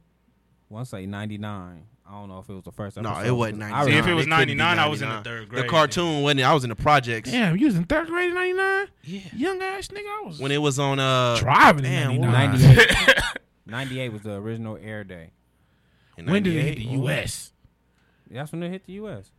Speaker 3: Once say 99. I don't know if it was the first episode.
Speaker 1: no, it wasn't
Speaker 3: I
Speaker 1: 99.
Speaker 4: See, if it
Speaker 1: couldn't
Speaker 4: was
Speaker 1: be
Speaker 4: 99, I was in the third grade.
Speaker 1: The cartoon wasn't. I was in the projects
Speaker 2: Damn, you was in third grade in '99.
Speaker 4: Yeah.
Speaker 2: Young ass nigga, I was
Speaker 1: when it was on uh
Speaker 2: driving
Speaker 1: Damn,
Speaker 2: in
Speaker 1: what-
Speaker 2: <laughs> '99.
Speaker 3: 98. 98 was the original air day.
Speaker 1: in
Speaker 2: When did it hit
Speaker 1: 98.
Speaker 2: the U.S.?
Speaker 3: That's when it hit the U.S.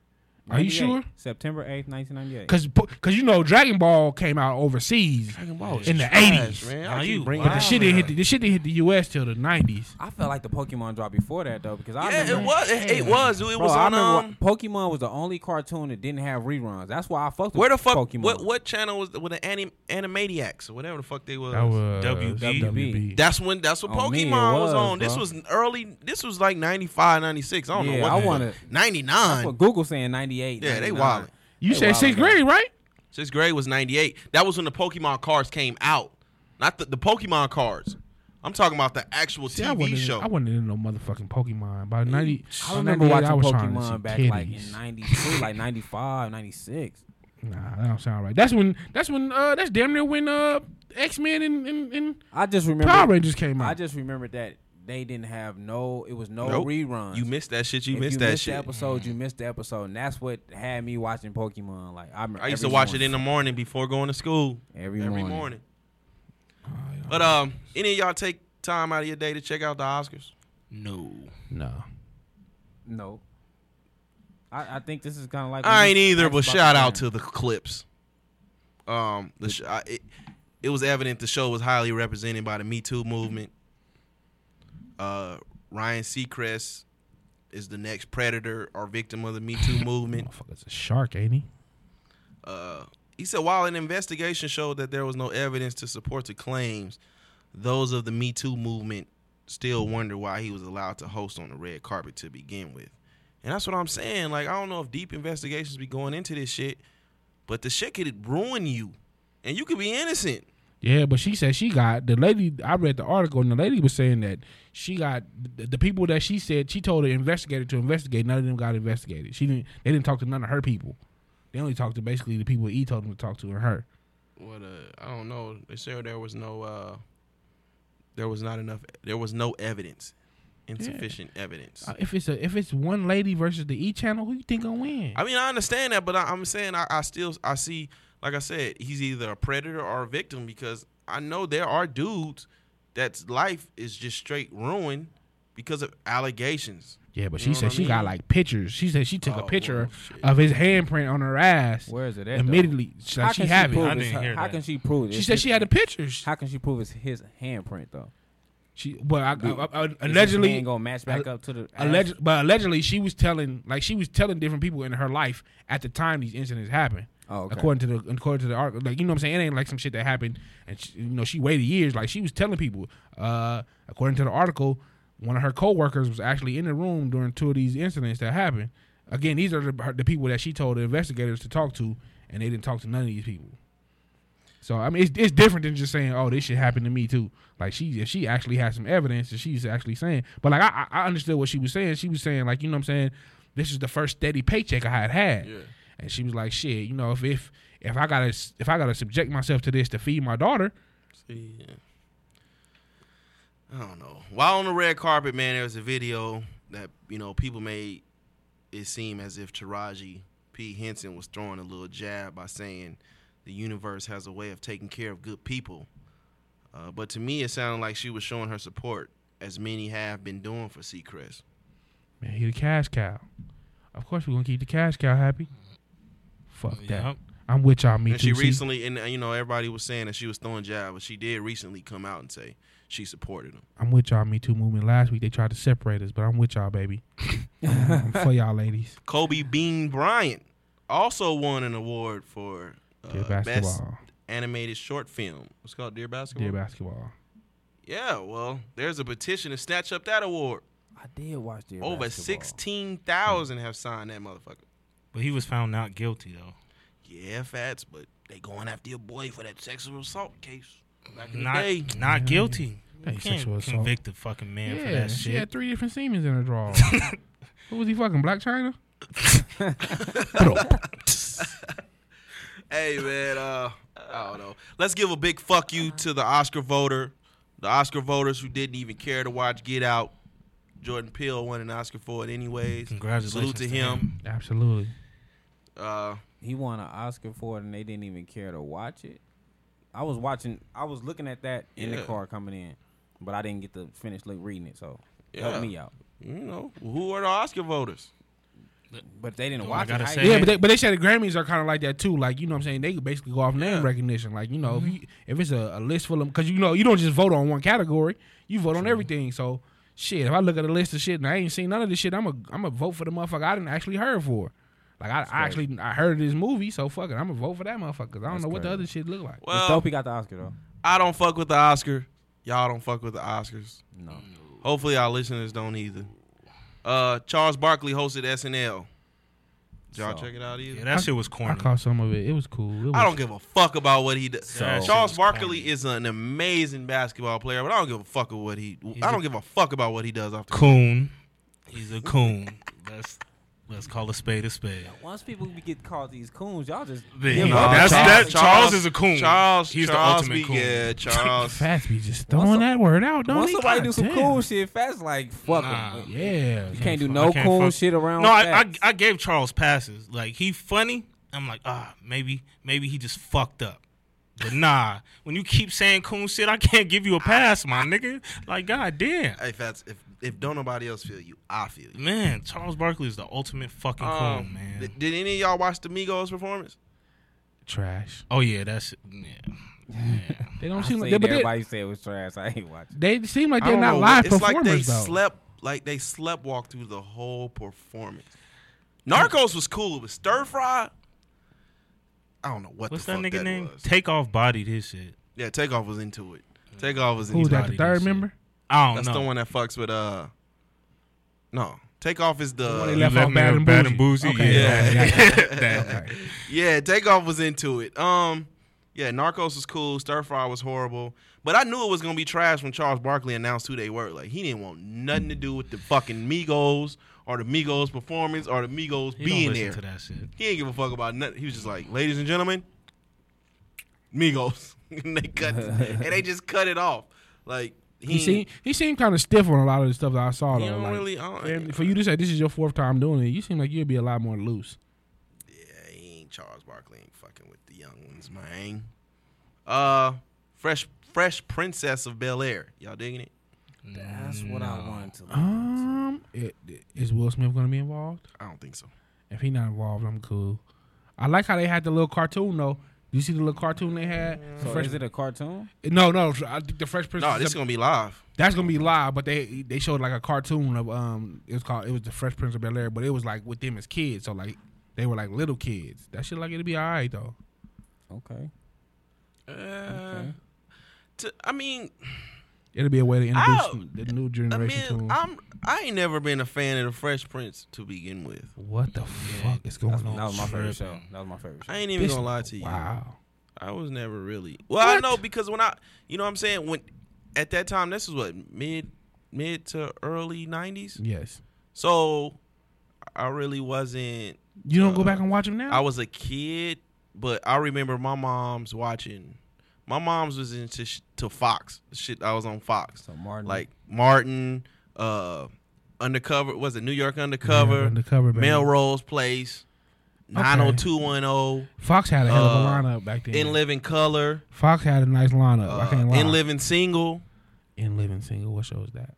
Speaker 2: Are you
Speaker 3: 98,
Speaker 2: sure?
Speaker 3: September 8th, 1998.
Speaker 2: Because because you know Dragon Ball came out overseas in the
Speaker 1: Trash,
Speaker 2: '80s.
Speaker 1: man.
Speaker 4: Nah,
Speaker 1: I keep
Speaker 4: you
Speaker 1: bringing
Speaker 2: But the
Speaker 1: it
Speaker 2: shit
Speaker 1: up.
Speaker 2: didn't hit the, the shit didn't hit the U.S. till the '90s.
Speaker 3: I felt like the Pokemon dropped before that, though, because I
Speaker 1: Yeah,
Speaker 3: remember.
Speaker 1: it was. It, it was. dude. It
Speaker 3: Bro,
Speaker 1: was
Speaker 3: I
Speaker 1: on
Speaker 3: remember
Speaker 1: um.
Speaker 3: wa- Pokemon was the only cartoon that didn't have reruns. That's why I fucked
Speaker 1: Where the
Speaker 3: with
Speaker 1: fuck?
Speaker 3: Pokemon.
Speaker 1: What what channel was the, with the anim, Animaniacs or whatever the fuck they was?
Speaker 2: That was
Speaker 4: WB.
Speaker 2: WB.
Speaker 1: That's when that's what
Speaker 3: On me, it
Speaker 1: Pokemon was,
Speaker 3: was,
Speaker 1: on. This
Speaker 3: bro.
Speaker 1: was early. This was like 95, 96. I don't know
Speaker 3: Yeah,
Speaker 1: what.
Speaker 3: I
Speaker 1: the-
Speaker 3: wanna-
Speaker 1: 99.
Speaker 3: That's what Google saying 98.
Speaker 1: Yeah, they
Speaker 3: 99.
Speaker 1: wild.
Speaker 2: You
Speaker 3: Hey,
Speaker 2: said
Speaker 3: wild
Speaker 2: sixth
Speaker 3: man.
Speaker 2: grade, right?
Speaker 1: Sixth grade was 98. That was when the Pokemon cards came out. Not the, the Pokemon cards. I'm talking about the actual
Speaker 2: See, I
Speaker 1: TV
Speaker 2: wasn't in-
Speaker 1: show.
Speaker 2: I wasn't in no motherfucking Pokemon. By ninety,
Speaker 3: I
Speaker 2: by
Speaker 3: remember
Speaker 2: 98,
Speaker 3: watching
Speaker 2: I was trying to see
Speaker 3: Pokemon back like in
Speaker 2: titties.
Speaker 3: 92, like 95, 96.
Speaker 2: Nah, that don't sound right. That's when. That's when. Uh, that's damn near when. Uh, X Men and, and, and
Speaker 3: I just remember.
Speaker 2: Power Rangers came
Speaker 1: Hmm.
Speaker 2: out.
Speaker 3: I just remembered that they didn't have no. It was no
Speaker 1: Nope.
Speaker 3: Oh, reruns.
Speaker 1: you missed that shit. You
Speaker 3: If
Speaker 1: missed
Speaker 3: you
Speaker 1: that
Speaker 3: missed
Speaker 1: shit.
Speaker 3: The episode
Speaker 2: Mm-hmm.
Speaker 3: you missed the episode, and that's what had me watching Pokemon. Like I, remember
Speaker 1: I used to
Speaker 3: every
Speaker 1: watch it
Speaker 3: morning.
Speaker 1: in the morning before going to school.
Speaker 3: every,
Speaker 1: Every
Speaker 3: morning.
Speaker 1: morning. But um, any of y'all take time out of your day to check out the Oscars?
Speaker 4: No.
Speaker 2: no.
Speaker 3: No, I, I think this is kind of like
Speaker 1: I ain't either,
Speaker 3: That's about
Speaker 1: but shout
Speaker 3: the
Speaker 1: out
Speaker 3: same.
Speaker 1: to the clips. Um, the sh- I, it, it was evident the show was highly represented by the Me Too movement. Uh, Ryan Seacrest is the next predator or victim of the Me Too movement.
Speaker 2: Motherfucker's a shark, ain't he?
Speaker 1: Uh, he said while an investigation showed that there was no evidence to support the claims, those of the Me Too movement still wonder why he was allowed to host on the red carpet to begin with. And that's what I'm saying. Like I don't know if deep investigations be going into this shit, but the shit could ruin you, and you could be innocent.
Speaker 2: Yeah, but she said she got the lady. I read the article, and the lady was saying that she got the, the people that she said she told the investigator to investigate. None of them got investigated. She didn't. They didn't talk to none of her people. They only talked to basically the people E told them to talk to and her.
Speaker 1: What uh, I don't know. They said there was no, uh, there was not enough. There was no evidence, insufficient evidence.
Speaker 2: Uh, if it's a if it's one lady versus the E channel, who you think gonna win?
Speaker 1: I mean, I understand that, but I, I'm saying I, I still I see, like I said, he's either a predator or a victim because I know there are dudes that's life is just straight ruined because of allegations.
Speaker 2: yeah, but
Speaker 1: you
Speaker 2: she
Speaker 1: know
Speaker 2: said
Speaker 1: what I
Speaker 2: she got
Speaker 1: mean?
Speaker 2: like pictures. She said she took
Speaker 1: Oh,
Speaker 2: a
Speaker 1: well,
Speaker 2: picture
Speaker 1: shit.
Speaker 2: of his handprint on her ass.
Speaker 3: Where is it at?
Speaker 2: Immediately, she,
Speaker 3: though?
Speaker 2: like,
Speaker 3: How
Speaker 2: she
Speaker 3: can
Speaker 2: have
Speaker 3: prove
Speaker 2: it.
Speaker 4: I didn't
Speaker 3: it's-
Speaker 4: hear
Speaker 3: How
Speaker 4: that.
Speaker 3: can she prove it?
Speaker 2: She
Speaker 3: It's
Speaker 2: said
Speaker 3: his-
Speaker 2: she had the pictures.
Speaker 3: How can she prove it's his handprint though?
Speaker 2: She, but I, I, I-
Speaker 3: Is his
Speaker 2: allegedly,
Speaker 3: hand gonna match back
Speaker 2: al-
Speaker 3: up to the
Speaker 2: alleged, but allegedly she was telling like she was telling different people in her life at the time these incidents happened.
Speaker 3: Oh, okay.
Speaker 2: According to the according to the article, like you know what I'm saying, it ain't like some shit that happened and she, you know she waited years. Like she was telling people. Uh, according to the article, one of her coworkers was actually in the room during two of these incidents that happened, Again, these are the, her- the people that she told the investigators to talk to, and they didn't talk to none of these people. So I mean, it's, it's different than just saying, "Oh, this shit happened to me too." Like she, if she actually has some evidence, and she's actually saying, but like I, I I understood what she was saying. She was saying like, you know, what I'm saying, this is the first steady paycheck I had had,
Speaker 1: Yeah.
Speaker 2: and she was like, "Shit, you know, if if if I gotta s- if I gotta subject myself to this to feed my daughter,
Speaker 1: See, yeah. I don't know. While on the red carpet, man, there was a video that you know people made it seem as if Taraji P Henson was throwing a little jab by saying the universe has a way of taking care of good people. Uh, but to me, it sounded like she was showing her support, as many have been doing for Seacrest.
Speaker 2: man, he the cash cow. Of course, we're gonna keep the cash cow happy. Fuck that.
Speaker 4: Yup.
Speaker 2: I'm with y'all. Me
Speaker 1: and
Speaker 2: too.
Speaker 1: she
Speaker 2: see?
Speaker 1: recently, and uh, you know, everybody was saying that she was throwing jab, but she did recently come out and say she supported him.
Speaker 2: I'm with y'all. Me too movement. Last week they tried to separate us, but I'm with y'all, baby. I'm for y'all, ladies.
Speaker 1: Kobe Bean Bryant also won an award for
Speaker 2: Dear
Speaker 1: uh, best
Speaker 2: basketball.
Speaker 1: animated short film. What's it called Dear Basketball.
Speaker 2: Dear basketball.
Speaker 1: yeah, well, there's a petition to snatch up that award.
Speaker 3: I did watch the
Speaker 1: Over sixteen thousand have signed that motherfucker.
Speaker 4: But he was found not guilty though.
Speaker 1: Yeah, fats, but they going after your boy for that sexual assault case back in
Speaker 4: Not
Speaker 1: the day.
Speaker 4: not guilty.
Speaker 2: Hey,
Speaker 4: You
Speaker 2: sexual
Speaker 4: can't
Speaker 2: assault.
Speaker 4: convict a fucking man for
Speaker 2: Yeah,
Speaker 4: that
Speaker 2: she
Speaker 4: shit.
Speaker 2: had three different semen in her <laughs> drawer. Who was he fucking? Black <laughs> China?
Speaker 1: Hey man, uh, I don't know. Let's give a big fuck you to the Oscar voter, the Oscar voters who didn't even care to watch Get Out. Jordan Peele won an Oscar for it, anyways.
Speaker 4: Congratulations
Speaker 1: Salute to
Speaker 4: to
Speaker 1: him.
Speaker 2: Absolutely.
Speaker 1: Uh,
Speaker 3: He won an Oscar for it, and they didn't even care to watch it. I was watching. I was looking at that in the
Speaker 1: Yeah.
Speaker 3: car coming in, but I didn't get to finish like, reading it. So
Speaker 1: Yeah.
Speaker 3: help me out.
Speaker 1: you know, who are the Oscar voters?
Speaker 3: But if they didn't
Speaker 4: Oh, I
Speaker 3: watch it.
Speaker 4: gotta
Speaker 3: how
Speaker 4: say-
Speaker 3: you-
Speaker 2: Yeah, but they, but they said the Grammys are kind of like that too. Like you know, what I'm saying they could basically go off name
Speaker 1: Yeah.
Speaker 2: recognition. Like you know, if, you, if it's a, a list full of because you know you don't just vote on one category, you vote on everything. So shit, if I look at a list of shit and I ain't seen none of this shit, I'm a I'm a vote for the motherfucker I didn't actually heard for. Like I, I actually I heard of this movie, so fuck it, I'm gonna vote for that motherfucker. 'cause I don't
Speaker 3: That's
Speaker 2: know what the
Speaker 3: crazy.
Speaker 2: other shit look like.
Speaker 3: it's
Speaker 1: Well,
Speaker 3: dope. He got the Oscar though.
Speaker 1: I don't fuck with the Oscar. Y'all don't fuck with the Oscars.
Speaker 3: No,
Speaker 1: Hopefully, our listeners don't either. Uh, Charles Barkley hosted SNL. Did y'all
Speaker 3: So.
Speaker 1: check it out either?
Speaker 4: Yeah, that shit was
Speaker 2: I
Speaker 4: corny.
Speaker 2: caught some of it. It was cool. It was,
Speaker 1: I don't give a fuck about what he does.
Speaker 4: So-
Speaker 1: Charles
Speaker 4: Shit's
Speaker 1: Barkley
Speaker 4: corny.
Speaker 1: is an amazing basketball player, but I don't give a fuck of what he. I don't
Speaker 4: a-
Speaker 1: give a fuck about what he does off the court.
Speaker 4: coon. He's a coon. Let's let's call a spade a spade.
Speaker 3: once people get called these coons, y'all just
Speaker 4: The-
Speaker 3: give
Speaker 4: No,
Speaker 3: up.
Speaker 4: <laughs> that's- that- Charles is a coon.
Speaker 1: Charles,
Speaker 4: He's the
Speaker 1: Charles
Speaker 4: ultimate
Speaker 1: be-
Speaker 4: coon.
Speaker 1: Yeah,
Speaker 4: <laughs>
Speaker 1: Charles.
Speaker 2: Fatsby just
Speaker 3: Once
Speaker 2: throwing
Speaker 3: a-
Speaker 2: that word out. Don't
Speaker 3: Once
Speaker 2: he?
Speaker 3: somebody
Speaker 2: God
Speaker 3: do some
Speaker 2: damn.
Speaker 3: cool shit, Fast like fuck 'em.
Speaker 4: Nah.
Speaker 3: You
Speaker 2: Yeah, you
Speaker 3: can't do
Speaker 4: fuck-
Speaker 3: no
Speaker 4: I can't
Speaker 3: cool
Speaker 4: fuck-
Speaker 3: shit around.
Speaker 4: No, I, I
Speaker 3: Fats.
Speaker 4: I gave Charles passes. Like he funny. I'm like ah maybe maybe he just fucked up. But nah, when you keep saying coon shit, I can't give you a pass, my nigga. Like god damn,
Speaker 1: hey, Fats. If if don't nobody else feel you, I feel you.
Speaker 4: man, Charles Barkley is the ultimate fucking
Speaker 1: Um,
Speaker 4: coon, man.
Speaker 1: did, did any of y'all watch the Migos performance?
Speaker 2: trash.
Speaker 4: oh yeah, that's yeah. yeah.
Speaker 2: They don't
Speaker 3: I
Speaker 2: seem
Speaker 3: seen
Speaker 2: like they, but they,
Speaker 3: everybody said it was trash. I ain't watching.
Speaker 2: they seem like
Speaker 1: I
Speaker 2: they're
Speaker 1: don't
Speaker 2: not
Speaker 1: know.
Speaker 2: live
Speaker 1: it's
Speaker 2: performers
Speaker 1: like they
Speaker 2: though.
Speaker 1: slept like they slept walk through the whole performance. Narcos was cool. It was stir fry. I don't know what
Speaker 4: What's
Speaker 1: the
Speaker 4: that
Speaker 1: fuck
Speaker 4: nigga
Speaker 1: that
Speaker 4: name?
Speaker 1: was.
Speaker 4: Takeoff bodied his shit.
Speaker 1: yeah, Takeoff was into it. Takeoff was into
Speaker 2: Who's
Speaker 1: it.
Speaker 2: that? The
Speaker 4: Body
Speaker 2: third
Speaker 4: and shit.
Speaker 2: member?
Speaker 4: I don't
Speaker 1: Mm. That's
Speaker 4: know.
Speaker 1: the one that fucks with uh. No, Takeoff is the,
Speaker 2: they
Speaker 4: He
Speaker 2: left off
Speaker 4: me
Speaker 2: Bad
Speaker 4: with
Speaker 2: and Bougie.
Speaker 4: Bougie,
Speaker 2: Okay.
Speaker 4: Yeah.
Speaker 1: Yeah.
Speaker 2: <laughs>
Speaker 4: That-
Speaker 2: Okay.
Speaker 1: yeah. Takeoff was into it. Um, yeah, Narcos was cool. Stir Fry was horrible, but I knew it was gonna be trash when Charles Barkley announced who they were. Like he didn't want nothing to do with the fucking Migos or the Migos performance or the Migos
Speaker 4: He don't
Speaker 1: being
Speaker 4: listen
Speaker 1: there.
Speaker 4: to that shit.
Speaker 1: He didn't give a fuck about nothing. He was just like, ladies and gentlemen, Migos. <laughs> and they cut and they just cut it off. Like he,
Speaker 2: He seemed he seemed kind of stiff on a lot of the stuff that I saw
Speaker 1: he
Speaker 2: though.
Speaker 1: don't
Speaker 2: like,
Speaker 1: really. I
Speaker 2: and
Speaker 1: don't,
Speaker 2: for you to say this is your fourth time doing it, you seem like you'd be a lot more loose.
Speaker 1: Yeah, he ain't Charles Barkley ain't fucking with the young ones, man. Uh, fresh, fresh princess of Bel Air. Y'all digging it?
Speaker 3: That's what I wanted to.
Speaker 4: Uh,
Speaker 2: Um, it, it- is Will Smith going to be involved?
Speaker 1: I don't think so.
Speaker 2: If he not involved, I'm cool. I like how they had the little cartoon though. You see the little cartoon they had? The
Speaker 3: So
Speaker 2: Fresh-
Speaker 3: is it a cartoon?
Speaker 2: no, no, I think the Fresh Prince.
Speaker 1: No,
Speaker 2: is
Speaker 1: this is
Speaker 2: a-
Speaker 1: gonna be live.
Speaker 2: that's gonna be live, but they they showed like a cartoon of um, it was called it was the Fresh Prince of Bel Air, but it was like with them as kids, so like they were like little kids. That shit like it'll be alright though.
Speaker 3: Okay.
Speaker 1: Uh, to- I mean,
Speaker 2: It'll be a way to introduce
Speaker 1: Oh,
Speaker 2: the new generation
Speaker 1: I
Speaker 2: to
Speaker 1: mean,
Speaker 2: him.
Speaker 1: I'm I ain't never been a fan of the Fresh Prince to begin with.
Speaker 2: what the fuck is going
Speaker 3: That's-
Speaker 2: on?
Speaker 3: that was my favorite show.
Speaker 4: tripping.
Speaker 3: That was my favorite show.
Speaker 1: I ain't even
Speaker 2: This-
Speaker 1: gonna lie to you.
Speaker 2: Wow.
Speaker 1: I was never really. Well, I
Speaker 2: What?
Speaker 1: know because when I, you know, what I'm saying when at that time this is what mid mid to early '90s.
Speaker 2: Yes.
Speaker 1: So I really wasn't.
Speaker 2: You don't
Speaker 1: Uh,
Speaker 2: go back and watch him now.
Speaker 1: I was a kid, but I remember my mom's watching. My mom's was into sh- to Fox shit. I was on Fox.
Speaker 3: So
Speaker 2: Mm-hmm.
Speaker 3: Martin,
Speaker 1: like Martin, uh, Undercover was it New York Undercover,
Speaker 2: Yeah, undercover baby.
Speaker 1: Melrose Place, nine hundred two one zero,
Speaker 2: Fox had a hell of a
Speaker 1: uh,
Speaker 2: lineup back then.
Speaker 1: In Living Color,
Speaker 2: Fox had a nice lineup. Oh, I
Speaker 1: uh,
Speaker 2: can't lie.
Speaker 1: In Living Single.
Speaker 2: in living single. What show is that?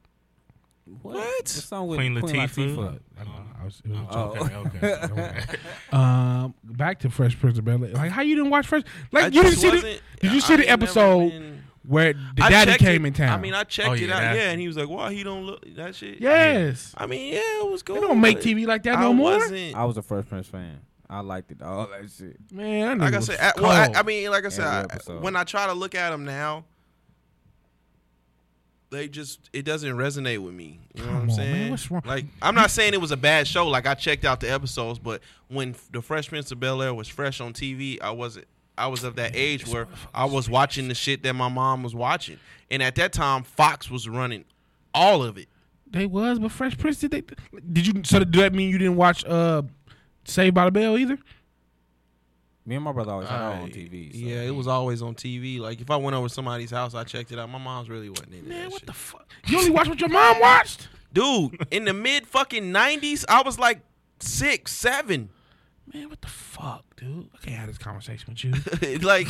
Speaker 3: what?
Speaker 1: what?
Speaker 3: What's song with
Speaker 4: Queen
Speaker 3: Queen
Speaker 4: Latifah?
Speaker 3: Latifah?
Speaker 2: I don't know. I was, it was a
Speaker 3: Oh.
Speaker 2: joke. okay,
Speaker 1: <laughs>
Speaker 2: okay, okay. um, back to Fresh Prince of Bel Air. Like, how you didn't watch Fresh?
Speaker 1: I
Speaker 2: Like, you didn't
Speaker 1: just
Speaker 2: see the,
Speaker 1: wasn't-
Speaker 2: did you
Speaker 1: I
Speaker 2: see the
Speaker 1: ain't never
Speaker 2: episode
Speaker 1: been-
Speaker 2: where the
Speaker 1: I
Speaker 2: daddy
Speaker 1: checked
Speaker 2: came
Speaker 1: it-
Speaker 2: in town?
Speaker 1: I mean, I checked
Speaker 4: Oh,
Speaker 1: it
Speaker 4: yeah,
Speaker 1: out,
Speaker 4: that-
Speaker 1: yeah, and he was like, "Why he don't look that shit?"
Speaker 2: yes,
Speaker 1: I mean, yeah, it was cool.
Speaker 2: they don't make
Speaker 1: but
Speaker 2: TV like that
Speaker 1: I
Speaker 2: no more.
Speaker 1: wasn't-
Speaker 3: I was a Fresh Prince fan. I liked it. All that shit.
Speaker 2: Man, that
Speaker 1: like
Speaker 2: nigga
Speaker 1: I
Speaker 2: was
Speaker 1: said, I, well, I,
Speaker 2: cold.
Speaker 1: I mean, like I said,
Speaker 3: Every
Speaker 1: I,
Speaker 3: episode.
Speaker 1: when I try to look at them now, they just it doesn't resonate with me. You know
Speaker 2: Come
Speaker 1: what I'm
Speaker 2: on,
Speaker 1: saying?
Speaker 2: man, what's wrong?
Speaker 1: Like, I'm not saying it was a bad show. Like, I checked out the episodes, but when the Fresh Prince of Bel Air was fresh on TV, I wasn't. I was of that age where I was watching the shit that my mom was watching, and at that time, Fox was running all of it.
Speaker 2: they was, but Fresh Prince did they? Did you? So did that mean you didn't watch uh, Saved by the Bell either?
Speaker 3: Me and my brother always had our
Speaker 1: I-
Speaker 3: own TV. So.
Speaker 1: Yeah, it was always on TV. Like if I went over to somebody's house, I checked it out. My mom's really wasn't into
Speaker 2: Man,
Speaker 1: that
Speaker 2: what
Speaker 1: shit.
Speaker 2: the fuck? You only watch what your mom watched?
Speaker 1: Dude, in the mid fucking nineties, I was like six, seven. <laughs>
Speaker 2: Man, what the fuck, dude? I can't have this conversation
Speaker 1: <laughs>
Speaker 2: with you. Oh,
Speaker 1: like,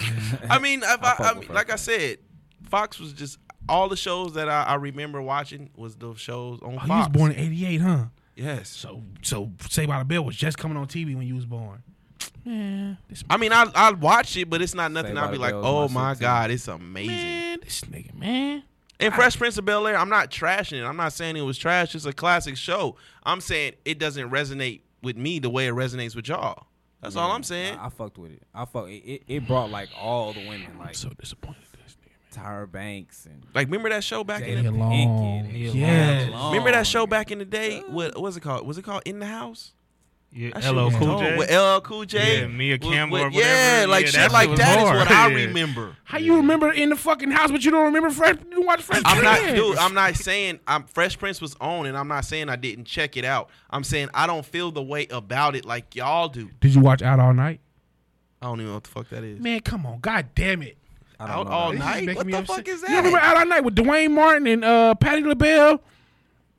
Speaker 1: I mean,
Speaker 3: <laughs>
Speaker 1: if I,
Speaker 3: fuck
Speaker 1: I
Speaker 3: with
Speaker 1: mean,
Speaker 3: her.
Speaker 1: like I said, Fox was just all the shows that I, I remember watching was the shows on
Speaker 2: Oh,
Speaker 1: Fox.
Speaker 2: you was born in '88, huh?
Speaker 1: yes.
Speaker 2: So, so Saved by the Bell was just coming on TV when you was born. Man, this
Speaker 1: I mean, I I watch it, but it's not nothing.
Speaker 3: Saved
Speaker 1: I'll
Speaker 3: by
Speaker 1: be
Speaker 3: the
Speaker 1: like,
Speaker 3: Bell is
Speaker 1: oh
Speaker 3: my
Speaker 1: my
Speaker 3: shit, too."
Speaker 1: god, it's amazing.
Speaker 2: man, this nigga, man.
Speaker 1: And Fresh Prince of Bel Air, I'm not trashing it. I'm not saying it was trash. It's a classic show. I'm saying it doesn't resonate with me the way it resonates with y'all. That's all
Speaker 3: Yeah,
Speaker 1: I'm saying.
Speaker 3: I, I fucked with it. I fuck. It, it, it brought like all the women, like
Speaker 2: I'm so disappointed. in This nigga,
Speaker 3: Tyra Banks and
Speaker 1: like, remember that show back in
Speaker 2: Jada
Speaker 1: the
Speaker 2: Leave it alone.
Speaker 3: Pinkett and
Speaker 2: Yes.
Speaker 3: Leave It Alone.
Speaker 1: Remember that show back in the day? What what was it called? Was it called In the House?
Speaker 4: Yeah,
Speaker 1: That shit
Speaker 4: LL
Speaker 1: was
Speaker 4: Cool
Speaker 1: dope.
Speaker 4: J.
Speaker 1: With LL Cool J.
Speaker 4: Yeah, Mia
Speaker 1: With-
Speaker 4: Khalifa
Speaker 1: with-
Speaker 4: or whatever.
Speaker 1: Yeah, like
Speaker 4: Yeah, that
Speaker 1: shit
Speaker 4: shit
Speaker 1: like
Speaker 4: was
Speaker 1: that is
Speaker 4: hard.
Speaker 1: what I
Speaker 4: Yeah. <laughs>
Speaker 1: remember.
Speaker 2: how you remember in the fucking house, but you don't remember Fresh? You didn't watch Fresh?
Speaker 1: I'm not,
Speaker 2: Prince?
Speaker 1: dude. I'm not saying I'm Fresh Prince was on, and I'm not saying I didn't check it out. I'm saying I don't feel the way about it like y'all do.
Speaker 2: Did you watch Out All Night?
Speaker 1: I don't even know what the fuck that is.
Speaker 2: Man, come on, god damn it!
Speaker 3: I don't
Speaker 1: Out
Speaker 3: know
Speaker 1: all
Speaker 3: that.
Speaker 2: This is
Speaker 1: night?
Speaker 2: making
Speaker 1: What
Speaker 2: me
Speaker 1: the
Speaker 2: upset.
Speaker 1: fuck is that?
Speaker 2: You remember Out All Night with Dwayne Martin and uh, Patty LaBelle?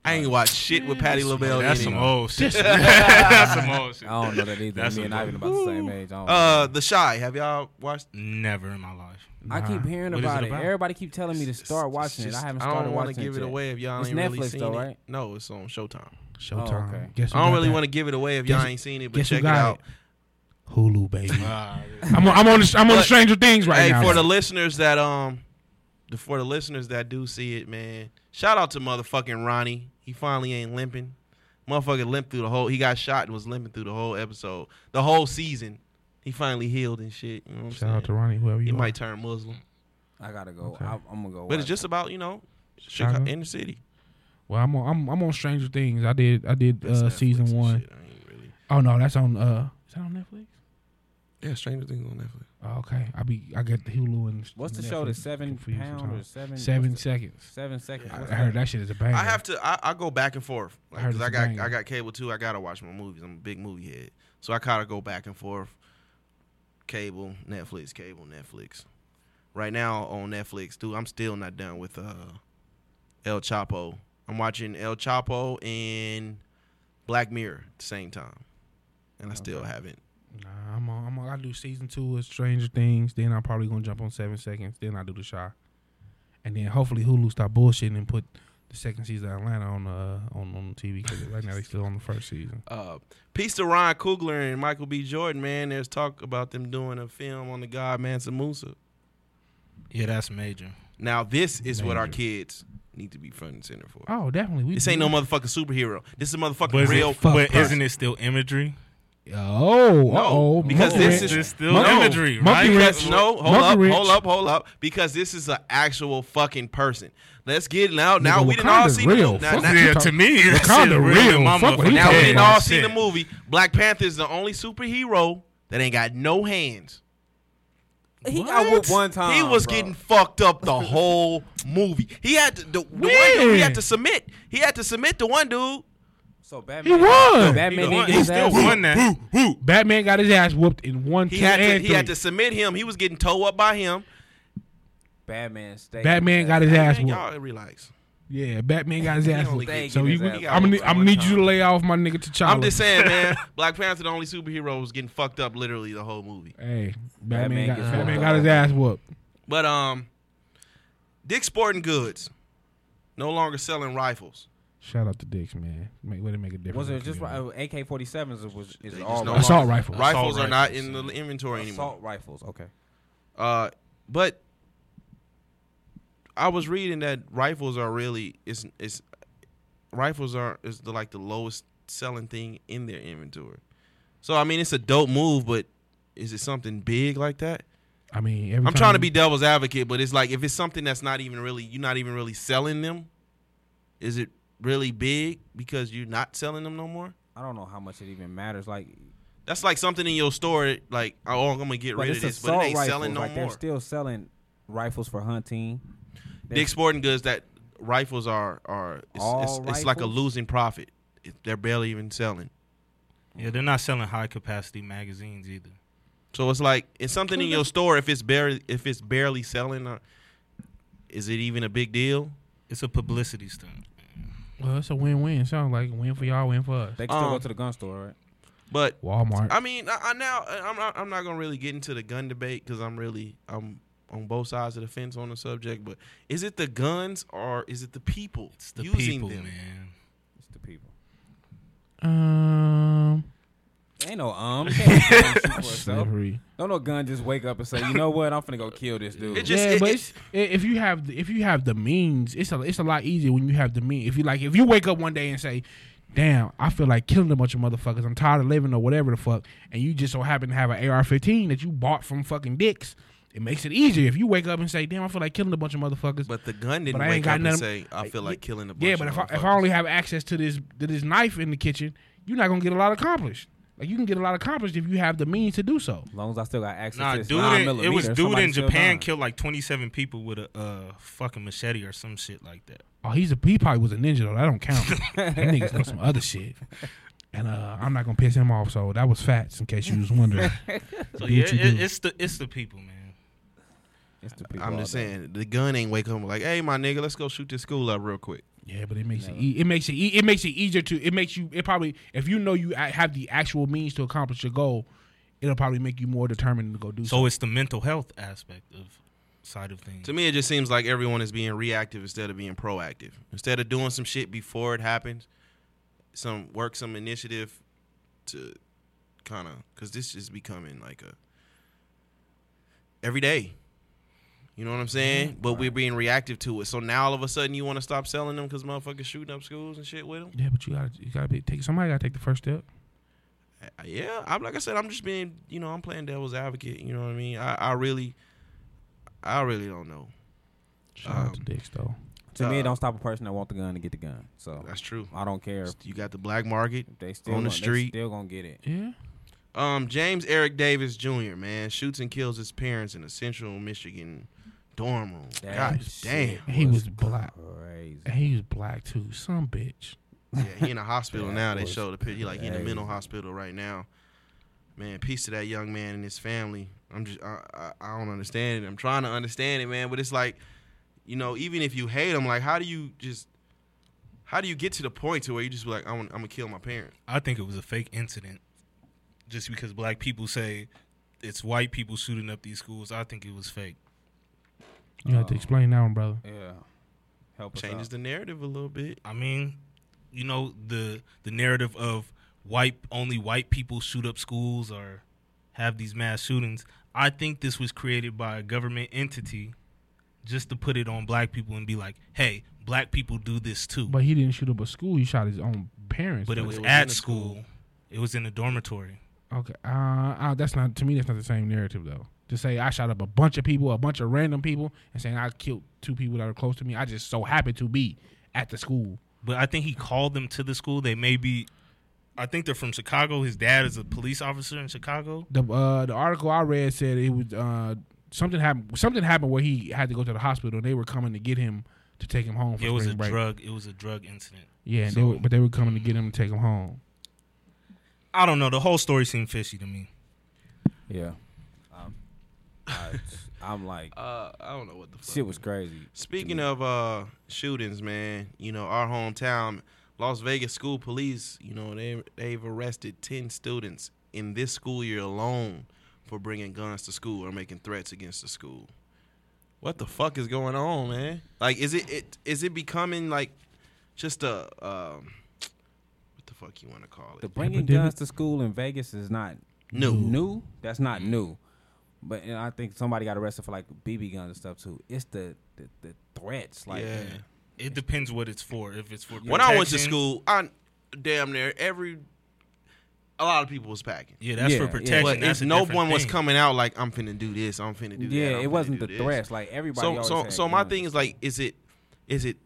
Speaker 1: I ain't watch shit with Patty LaBelle.
Speaker 4: That's
Speaker 1: in it.
Speaker 4: some
Speaker 1: <laughs>
Speaker 4: old shit. That's some old shit.
Speaker 3: I don't know that either.
Speaker 4: That's
Speaker 3: Me and
Speaker 4: some
Speaker 3: Ivan about the same age. I, don't
Speaker 1: Uh, The Shy. Have y'all watched?
Speaker 4: Never in my life.
Speaker 3: know. I keep hearing
Speaker 4: What is
Speaker 3: about
Speaker 4: it
Speaker 3: it.
Speaker 4: about?
Speaker 3: Everybody keep telling me to start
Speaker 1: It's
Speaker 3: watching it.
Speaker 1: just-
Speaker 3: I haven't
Speaker 1: I
Speaker 3: started
Speaker 1: don't wanna
Speaker 3: watching
Speaker 1: give it
Speaker 3: yet.
Speaker 1: away if y'all
Speaker 3: It's
Speaker 1: ain't really
Speaker 3: Netflix
Speaker 1: seen
Speaker 3: though,
Speaker 1: it.
Speaker 3: right?
Speaker 1: No, it's on Showtime.
Speaker 2: Showtime.
Speaker 3: okay.
Speaker 2: Guess who
Speaker 1: Oh, I don't
Speaker 2: got
Speaker 1: really
Speaker 2: that?
Speaker 1: want to give it away if
Speaker 2: Guess-
Speaker 1: y'all ain't seen it, but
Speaker 2: guess who
Speaker 1: check it
Speaker 2: got
Speaker 1: out.
Speaker 2: it? Hulu, baby. I'm on, I'm on, the, I'm on
Speaker 1: But-
Speaker 2: Stranger Things right
Speaker 1: hey,
Speaker 2: now.
Speaker 1: for the listeners that um, the- for the listeners that do see it, man, shout out to motherfucking Ronnie. He finally ain't limping. Motherfucker limped through the whole. He got shot and was limping through the whole episode, the whole season. He finally healed and shit. You know what I'm
Speaker 2: Shout
Speaker 1: saying?
Speaker 2: out to Ronnie, whoever you
Speaker 1: he
Speaker 2: are.
Speaker 1: might turn Muslim,
Speaker 3: I gotta go.
Speaker 2: Okay.
Speaker 3: I, am gonna go.
Speaker 1: but
Speaker 3: watch
Speaker 1: it's just about you know,
Speaker 2: Chicago?
Speaker 1: Chicago, inner city.
Speaker 2: Well, I'm on, I'm, I'm on Stranger Things. I did I did
Speaker 1: That's
Speaker 2: uh,
Speaker 1: Netflix
Speaker 2: season
Speaker 1: and
Speaker 2: one.
Speaker 1: shit. I ain't really-
Speaker 2: Oh no, that's on uh, is that on Netflix?
Speaker 1: Yeah, Stranger Things on Netflix.
Speaker 2: Oh, okay, I be I got the Hulu and
Speaker 3: What's the
Speaker 2: Netflix
Speaker 3: show? The seven
Speaker 2: confused
Speaker 3: pound or
Speaker 2: sometimes.
Speaker 3: seven?
Speaker 2: Seven
Speaker 3: what's the-
Speaker 2: seconds.
Speaker 3: Seven seconds.
Speaker 2: I,
Speaker 3: What's
Speaker 2: I heard that shit is a banger.
Speaker 1: I have to. I, I go back and forth
Speaker 2: I
Speaker 1: because
Speaker 2: heard it's
Speaker 1: I
Speaker 2: a
Speaker 1: got
Speaker 2: banger.
Speaker 1: I got cable too. I gotta watch my movies. I'm a big movie head, so I gotta go back and forth. Cable, Netflix, cable, Netflix. Right now on Netflix, dude, I'm still not done with uh, El Chapo. I'm watching El Chapo and Black Mirror at the same time, and I still haven't.
Speaker 2: Nah, I'm on, I'm on, I do season two of Stranger Things. Then I'm probably gonna jump on Seven Seconds. Then I do the Shy, and then hopefully Hulu stop bullshitting and put the second season of Atlanta on uh, on on TV. 'cause right now they still on the first season.
Speaker 1: Uh, peace to Ron Coogler and Michael B. Jordan, man. There's talk about them doing a film on the God Mansa Musa.
Speaker 4: Yeah, that's major.
Speaker 1: Now this is what our
Speaker 2: Major.
Speaker 1: kids need to be front and center for.
Speaker 2: Oh, definitely. We
Speaker 1: This ain't no motherfucking superhero. This is a motherfucking
Speaker 4: But, is
Speaker 1: real.
Speaker 4: it, but
Speaker 1: person.
Speaker 4: isn't it still imagery?
Speaker 2: Oh, oh,
Speaker 1: because this
Speaker 4: There's
Speaker 1: is-
Speaker 4: still
Speaker 2: Monkey-
Speaker 4: imagery,
Speaker 2: Monkey
Speaker 4: right?
Speaker 2: wrench.
Speaker 1: Because no, hold
Speaker 2: Monkey
Speaker 1: up,
Speaker 2: wrench.
Speaker 1: hold up, hold up. Because this is an actual fucking person. Let's get it out. Now
Speaker 2: Nigga,
Speaker 1: we didn't all
Speaker 2: Wakanda's
Speaker 1: see
Speaker 2: real.
Speaker 1: the
Speaker 2: Fuck
Speaker 1: now, now,
Speaker 2: you
Speaker 4: Yeah,
Speaker 2: talk-
Speaker 4: to me, it's
Speaker 2: Wakanda
Speaker 4: still
Speaker 2: real.
Speaker 4: than my
Speaker 2: Fuck what he
Speaker 4: motherfucking
Speaker 1: now we
Speaker 2: Yeah,
Speaker 1: didn't
Speaker 4: dad.
Speaker 1: all see the
Speaker 4: Shit.
Speaker 1: movie. Black Panther is the only superhero that ain't got no hands.
Speaker 3: He got whooped one time.
Speaker 1: he was
Speaker 3: bro.
Speaker 1: getting fucked up the whole movie. He had to, the, the one dude he had to submit. He had to submit the one dude.
Speaker 3: So Batman.
Speaker 2: He won.
Speaker 4: He,
Speaker 3: Batman didn't
Speaker 4: won- he
Speaker 3: get his
Speaker 4: still
Speaker 3: ass
Speaker 4: won that.
Speaker 2: Batman got his ass whooped in one,
Speaker 1: He
Speaker 2: two,
Speaker 1: had to
Speaker 2: and
Speaker 1: he
Speaker 2: three.
Speaker 1: had to submit him. He was getting towed up by him.
Speaker 3: Batman stayed.
Speaker 2: Batman got his ass
Speaker 1: Man,
Speaker 2: whooped.
Speaker 1: y'all relax.
Speaker 2: Yeah, Batman got his ass
Speaker 1: only
Speaker 2: whooped.
Speaker 1: get-
Speaker 2: So
Speaker 3: he
Speaker 2: you,
Speaker 3: got his ass
Speaker 2: I'm gonna,
Speaker 3: whooped
Speaker 2: I'm
Speaker 3: one
Speaker 2: gonna need you
Speaker 3: time.
Speaker 2: to lay off my nigga T'Challa.
Speaker 1: I'm just saying,
Speaker 2: <laughs>
Speaker 1: man. Black Panther, the only superhero, was getting fucked up literally the whole movie.
Speaker 2: Hey, Batman,
Speaker 3: Batman
Speaker 2: got,
Speaker 3: gets
Speaker 2: Batman
Speaker 3: whooped.
Speaker 2: got his ass whooped.
Speaker 1: But um, Dick's Sporting Goods no longer selling rifles.
Speaker 2: Shout out to Dicks, man. Make, way to make a difference.
Speaker 3: Was
Speaker 2: in
Speaker 3: it
Speaker 2: the
Speaker 3: just
Speaker 2: community.
Speaker 3: AK forty sevens? Was is
Speaker 1: They
Speaker 3: all
Speaker 1: just no
Speaker 3: rifles?
Speaker 2: Assault rifle.
Speaker 1: Rifles are
Speaker 4: rifles.
Speaker 1: not in the inventory anymore.
Speaker 3: assault rifles? Okay.
Speaker 1: Uh, but I was reading that rifles are really it's it's rifles are is the like the lowest selling thing in their inventory. So I mean, it's a dope move, but is it something big like that?
Speaker 2: I mean, every
Speaker 1: I'm
Speaker 2: time
Speaker 1: trying to
Speaker 2: you-
Speaker 1: be devil's advocate, but it's like if it's something that's not even really you're not even really selling them, is it really big because you're not selling them no more?
Speaker 3: I don't know how much it even matters. Like,
Speaker 1: That's like something in your store, like oh, I'm gonna get
Speaker 3: but
Speaker 1: rid of
Speaker 3: it's
Speaker 1: this,
Speaker 3: assault
Speaker 1: but it ain't
Speaker 3: rifles.
Speaker 1: selling no
Speaker 3: like
Speaker 1: more.
Speaker 3: they're still selling rifles for hunting. They're-
Speaker 1: Dick Sporting Goods that rifles are are it's, it's,
Speaker 3: All
Speaker 1: it's like a
Speaker 3: rifles?
Speaker 1: losing profit. It, they're barely even selling.
Speaker 4: Yeah, they're not selling high capacity magazines either.
Speaker 1: So it's like it's something in your store. If it's barely if it's barely selling, uh, is it even a big deal?
Speaker 4: It's a publicity stunt.
Speaker 2: Well, it's a win-win. Sounds like a win for y'all, win for us.
Speaker 3: They can still
Speaker 1: Um,
Speaker 3: go to the gun store, right?
Speaker 1: But
Speaker 2: Walmart.
Speaker 1: I mean, I, I now I'm not, I'm not gonna really get into the gun debate because I'm really I'm on both sides of the fence on the subject. But is it the guns or is it the people
Speaker 4: It's the
Speaker 1: using
Speaker 4: people,
Speaker 1: them?
Speaker 4: man.
Speaker 3: It's the people.
Speaker 2: Um,
Speaker 3: Ain't no
Speaker 1: <laughs>
Speaker 3: um. Can't no gun shoot for itself.
Speaker 2: <laughs> slavery.
Speaker 3: Don't no gun just wake up and say, you know what? I'm finna go kill this dude.
Speaker 1: It just-
Speaker 2: yeah,
Speaker 1: it-
Speaker 2: but
Speaker 1: it-
Speaker 2: it's, i- if you have the, if you have the means, it's a it's a lot easier when you have the means. If you like, if you wake up one day and say, "Damn, I feel like killing a bunch of motherfuckers. I'm tired of living or whatever the fuck," and you just so happen to have an AR-15 that you bought from fucking dicks, it makes it easier. If you wake up and say, "Damn, I feel like killing a bunch of motherfuckers,"
Speaker 1: But the gun didn't
Speaker 2: But I ain't
Speaker 1: wake
Speaker 2: got
Speaker 1: up and
Speaker 2: nothing-
Speaker 1: say, "I feel like killing a bunch."
Speaker 2: yeah, but
Speaker 1: of
Speaker 2: if I, if I
Speaker 1: motherfuckers."
Speaker 2: only have access to this to this knife in the kitchen, you're not gonna get a lot accomplished. Like you can get a lot accomplished if you have the means to do so.
Speaker 3: As long as I still got access
Speaker 4: Nah,
Speaker 3: to this
Speaker 4: dude,
Speaker 3: nine
Speaker 4: in, it
Speaker 3: millimeter,
Speaker 4: was dude
Speaker 3: somebody
Speaker 4: in
Speaker 3: still
Speaker 4: Japan
Speaker 3: dying.
Speaker 4: killed like 27 people with a uh, fucking machete or some shit like that.
Speaker 2: Oh, he's a he probably was a ninja though. That don't count. that nigga's on some other shit. And uh, I'm not gonna piss him off. So that was facts, in case you was wondering. <laughs>
Speaker 4: So
Speaker 2: Do
Speaker 4: yeah,
Speaker 2: what you
Speaker 4: it-
Speaker 2: do.
Speaker 4: it's the it's the people, man.
Speaker 3: It's the people
Speaker 1: I'm
Speaker 3: all
Speaker 1: just
Speaker 3: day.
Speaker 1: saying the gun ain't wake up like, "Hey, my nigga, let's go shoot this school up real quick."
Speaker 2: yeah, but it makes it
Speaker 3: Never.
Speaker 2: e- it makes it e- it makes it easier to it makes you it probably if you know you a- have the actual means to accomplish your goal, it'll probably make you more determined to go do so.
Speaker 4: So it's the mental health aspect of side of things.
Speaker 1: To me, it just seems like everyone is being reactive instead of being proactive. Instead of doing some shit before it happens, some work some initiative to kind of because this is becoming like a every day. You know what I'm saying? But we're being reactive to it. So now all of a sudden you want to stop selling them because motherfuckers shooting up schools and shit with them.
Speaker 2: Yeah, but you gotta you gotta be take somebody gotta take the first step.
Speaker 1: I- Uh, yeah, I'm like I said, I'm just being, you know, I'm playing devil's advocate. You know what I mean? I, I really, I really don't know.
Speaker 2: Shout out to
Speaker 1: Um,
Speaker 2: Dicks though.
Speaker 3: To me,
Speaker 1: Uh,
Speaker 3: it don't stop a person that want the gun to get the gun. So
Speaker 1: That's true.
Speaker 3: I don't care if
Speaker 1: You got the black market.
Speaker 3: they still
Speaker 1: On the
Speaker 3: gonna- they
Speaker 1: street.
Speaker 3: still gonna get it.
Speaker 2: Yeah.
Speaker 1: Um, James Eric Davis Jr. Man shoots and kills his parents in a Central Michigan dorm room.
Speaker 3: That
Speaker 1: God damn.
Speaker 3: shit
Speaker 2: damn. He was black.
Speaker 3: Crazy.
Speaker 2: And he was black too. Some bitch.
Speaker 1: <laughs> Yeah, he in a hospital
Speaker 3: That
Speaker 1: now. They
Speaker 3: was
Speaker 1: showed a picture. He like he in a mental
Speaker 3: crazy.
Speaker 1: hospital right now. Man, peace to that young man and his family. I'm just I, I, I don't understand it. I'm trying to understand it, man. But it's like, you know, even if you hate him, like how do you just how do you get to the point to where you just be like, I'm, I'm gonna kill my parents?
Speaker 4: I think it was a fake incident, just because black people say it's white people shooting up these schools. I think it was fake.
Speaker 2: You have to
Speaker 3: Oh.
Speaker 2: explain that one, brother.
Speaker 3: Yeah. Help us
Speaker 1: Changes
Speaker 3: out.
Speaker 1: the narrative a little bit.
Speaker 4: I mean, you know the the narrative of white only white people shoot up schools or have these mass shootings. I think this was created by a government entity just to put it on black people and be like, "Hey, black people do this too." But,
Speaker 2: But he didn't shoot up a school. He shot his own parents.
Speaker 4: it
Speaker 1: but
Speaker 4: was
Speaker 1: it was in
Speaker 4: at
Speaker 1: a
Speaker 4: school.
Speaker 1: school.
Speaker 4: It was in a dormitory.
Speaker 2: Okay. Uh, uh, that's not to me. That's not the same narrative though. To say I shot up a bunch of people, a bunch of random people, and saying I killed two people that are close to me. I just so happened to be at the school.
Speaker 4: But I think he called them to the school. They may be. I think they're from Chicago. His dad is a police officer in Chicago.
Speaker 2: The uh, the article I read said it was uh, something happened. Something happened where he had to go to the hospital, and they were coming to get him to take him home for
Speaker 4: It was
Speaker 2: spring
Speaker 4: a
Speaker 2: break.
Speaker 4: drug. It was a drug incident.
Speaker 2: Yeah, and they
Speaker 4: So-
Speaker 2: were, but they were coming to get him to take him home.
Speaker 4: I don't know. The whole story seemed fishy to me.
Speaker 3: Yeah. Um, <laughs> I, am like,
Speaker 1: Uh, I don't know what the fuck.
Speaker 3: shit was crazy.
Speaker 1: Speaking of uh, shootings, man, you know our hometown, Las Vegas school police. You know they they've arrested ten students in this school year alone for bringing guns to school or making threats against the school. What the fuck is going on, man? Like, is it, it is it becoming like just a um, what the fuck you want to call
Speaker 3: The
Speaker 1: it?
Speaker 3: bringing
Speaker 2: Epidemic.
Speaker 3: guns to school in Vegas is not
Speaker 1: New.
Speaker 3: New? That's not new. But and I think somebody got arrested for like BB guns and stuff too. It's the the, the threats. Like,
Speaker 1: yeah.
Speaker 4: It depends what it's for. If it's for
Speaker 1: When I went to
Speaker 4: protection-
Speaker 1: school, I damn near every a lot of people was packing.
Speaker 4: yeah, that's
Speaker 3: Yeah,
Speaker 4: for
Speaker 3: yeah.
Speaker 4: protection.
Speaker 1: But
Speaker 4: that's
Speaker 1: if
Speaker 4: a
Speaker 1: no
Speaker 4: different
Speaker 1: one was
Speaker 4: thing.
Speaker 1: coming out like I'm finna do this, I'm finna do that.
Speaker 3: yeah,
Speaker 1: I'm
Speaker 3: it
Speaker 1: finna
Speaker 3: wasn't
Speaker 1: do
Speaker 3: the
Speaker 1: this.
Speaker 3: threats. Like everybody.
Speaker 1: So
Speaker 3: always
Speaker 1: so
Speaker 3: had
Speaker 1: so my
Speaker 3: guns.
Speaker 1: thing is like, is it is it?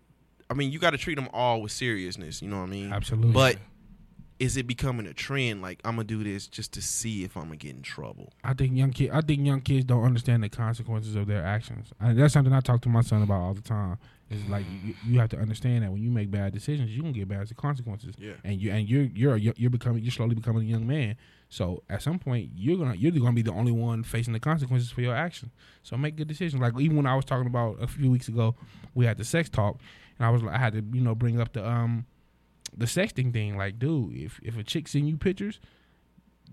Speaker 1: I mean, you got to treat them all with seriousness. You know what I mean?
Speaker 2: Absolutely.
Speaker 1: But is it becoming a trend? Like I'm gonna do this just to see if I'm gonna get in trouble.
Speaker 2: I think young kid. I think young kids don't understand the consequences of their actions. I, that's something I talk to my son about all the time. It's like you, you have to understand that when you make bad decisions, you can get bad consequences.
Speaker 1: Yeah.
Speaker 2: And you and you're you're you're becoming you're slowly becoming a young man. So at some point you're gonna you're gonna be the only one facing the consequences for your actions. So make good decisions. Like even when I was talking about a few weeks ago, we had the sex talk, and I was like I had to you know bring up the um the sexting thing. Like dude, if if a chick send you pictures,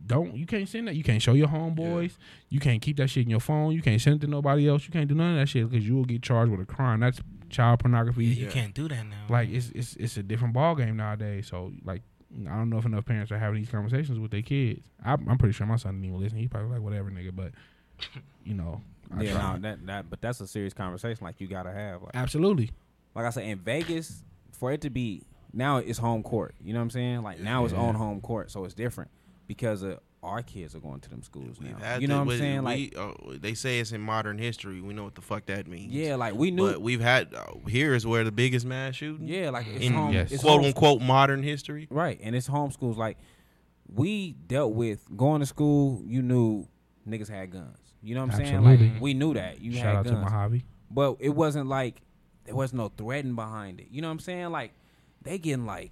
Speaker 2: don't you can't send that. You can't show your homeboys. You can't keep that shit in your phone. You can't send it to nobody else. You can't do none of that shit because you will get charged with a crime. That's child pornography.
Speaker 4: Yeah, you can't do that now.
Speaker 2: Like it's it's it's a different ball game nowadays. So like I don't know if enough parents are having these conversations with their kids. I, I'm pretty sure my son didn't even listen. He probably like whatever nigga, but you know, I
Speaker 3: Yeah,
Speaker 2: try.
Speaker 3: no, that, that, but that's a serious conversation. Like you gotta have. Like,
Speaker 2: absolutely.
Speaker 3: like I said, in Vegas, for it to be now it's home court. You know what I'm saying? Like now it's on home court, so it's different because of our kids are going to them schools
Speaker 1: We've
Speaker 3: now.
Speaker 1: had
Speaker 3: You know
Speaker 1: to-
Speaker 3: what I'm
Speaker 1: we-
Speaker 3: saying? Like
Speaker 1: we, uh, they say it's in modern history. We know what the fuck that means.
Speaker 3: yeah, like we knew.
Speaker 1: But we've had uh, here is where the biggest mass shooting.
Speaker 3: yeah, like it's
Speaker 1: in
Speaker 3: home.
Speaker 2: Yes.
Speaker 3: It's
Speaker 1: quote
Speaker 3: home-
Speaker 1: unquote modern history.
Speaker 3: Right, and it's homeschools. Like we dealt with going to school, you knew niggas had guns. You know what I'm saying?
Speaker 2: Absolutely.
Speaker 3: Like we knew that you
Speaker 2: Shout
Speaker 3: had
Speaker 2: out to
Speaker 3: guns,
Speaker 2: Mojave.
Speaker 3: but it wasn't like there was no threatening behind it. You know what I'm saying? Like they getting like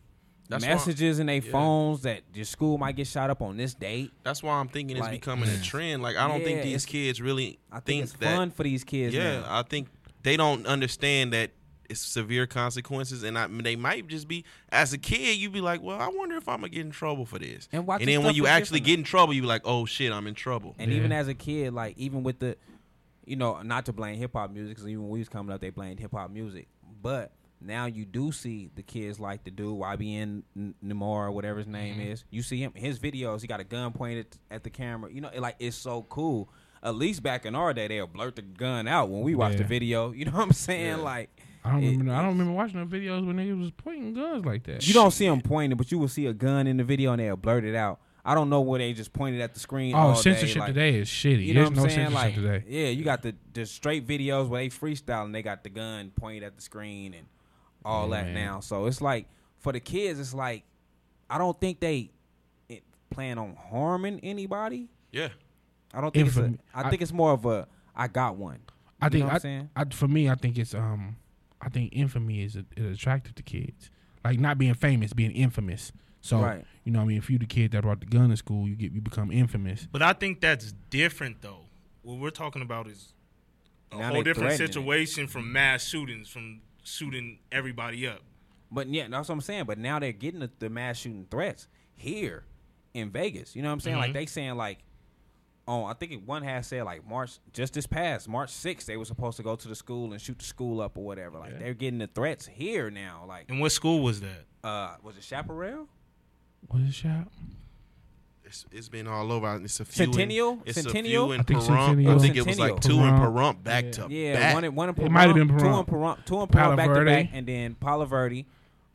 Speaker 1: That's why-
Speaker 3: messages in their
Speaker 1: yeah.
Speaker 3: phones that your school might get shot up on this date.
Speaker 1: That's why I'm thinking it's
Speaker 3: Like-
Speaker 1: becoming a
Speaker 3: <clears throat>
Speaker 1: trend. Like I don't
Speaker 3: Yeah,
Speaker 1: think these
Speaker 3: it's-
Speaker 1: kids really
Speaker 3: I think, it's
Speaker 1: that
Speaker 3: fun for these kids.
Speaker 1: Yeah,
Speaker 3: now.
Speaker 1: I think they don't understand that it's severe consequences, and I, they might just be as a kid. You'd be like, "Well, I wonder if I'm gonna get in trouble for this."
Speaker 3: And watching
Speaker 1: then when
Speaker 3: stuff
Speaker 1: you
Speaker 3: was
Speaker 1: actually
Speaker 3: different
Speaker 1: get in trouble, you be like, "Oh shit, I'm in trouble."
Speaker 3: And
Speaker 2: Yeah.
Speaker 3: even as a kid, like even with the, you know, not to blame hip hop music, because even when we was coming up, they blamed hip hop music. But now you do see the kids like the dude YBN N- Namor or whatever his name
Speaker 2: Mm-hmm.
Speaker 3: is. You see him his videos. He got a gun pointed at the camera. You know, it, like it's so cool. At least back in our day, they'll blurt the gun out when we watch the
Speaker 2: Yeah.
Speaker 3: video. <laughs> You know what I'm saying? Like
Speaker 2: I don't
Speaker 3: it-
Speaker 2: remember. I don't remember watching the videos when niggas was pointing guns like that.
Speaker 3: You don't see them pointing, but you will see a gun in the video and they'll blurt it out. I don't know where they just pointed at the screen.
Speaker 2: Oh,
Speaker 3: all day,
Speaker 2: censorship
Speaker 3: like-
Speaker 2: today is shitty.
Speaker 3: You know
Speaker 2: There's
Speaker 3: what I'm
Speaker 2: no
Speaker 3: saying?
Speaker 2: censorship
Speaker 3: Like,
Speaker 2: today.
Speaker 3: yeah, you got the, the straight videos where they freestyle and they got the gun pointed at the screen and all
Speaker 2: Yeah,
Speaker 3: that
Speaker 2: man.
Speaker 3: now. So it's like for the kids, it's like I don't think they it, plan on harming anybody.
Speaker 1: yeah,
Speaker 3: I don't think
Speaker 2: Infam-
Speaker 3: it's a, I
Speaker 2: I-
Speaker 3: think it's more of a I got one.
Speaker 2: I
Speaker 3: You
Speaker 2: think
Speaker 3: know what
Speaker 2: I,
Speaker 3: I'm saying?
Speaker 2: I, for me, I think it's um, I think infamy is, is attractive to kids. Like not being famous, being infamous. So
Speaker 3: Right.
Speaker 2: you know, what I mean, if you the kid that brought the gun to school, you get you become infamous.
Speaker 4: But I think that's different though. What we're talking about is a
Speaker 3: Now they
Speaker 4: whole different
Speaker 3: threatening it.
Speaker 4: situation from mass shootings, from shooting everybody up.
Speaker 3: But yeah, that's what I'm saying. But now they're getting the, the mass shooting threats here in Vegas. You know what I'm saying? Like
Speaker 2: Mm-hmm.
Speaker 4: Mhm.
Speaker 3: they saying like, oh, I think it- one has said like March just this past March 6th they were supposed to go to the school and shoot the school up or whatever. Like they're getting the threats here now. Like
Speaker 4: And what school was that?
Speaker 3: uh, was it Chaparral?
Speaker 2: What is that?
Speaker 1: it's, it's been all over. It's a few
Speaker 3: Centennial?
Speaker 1: In, it's
Speaker 3: Centennial?
Speaker 1: a few in
Speaker 2: I think
Speaker 1: Pahrump. I
Speaker 2: Centennial.
Speaker 1: think it was like two in
Speaker 2: Centennial.
Speaker 1: Pahrump back to
Speaker 3: Yeah,
Speaker 1: back.
Speaker 3: one in one in Pahrump,
Speaker 2: It might have been
Speaker 3: two in
Speaker 2: Pahrump.
Speaker 3: Pahrump, two in Pahrump
Speaker 2: Palo
Speaker 3: back to back,
Speaker 2: Verde.
Speaker 3: and then Palo Verde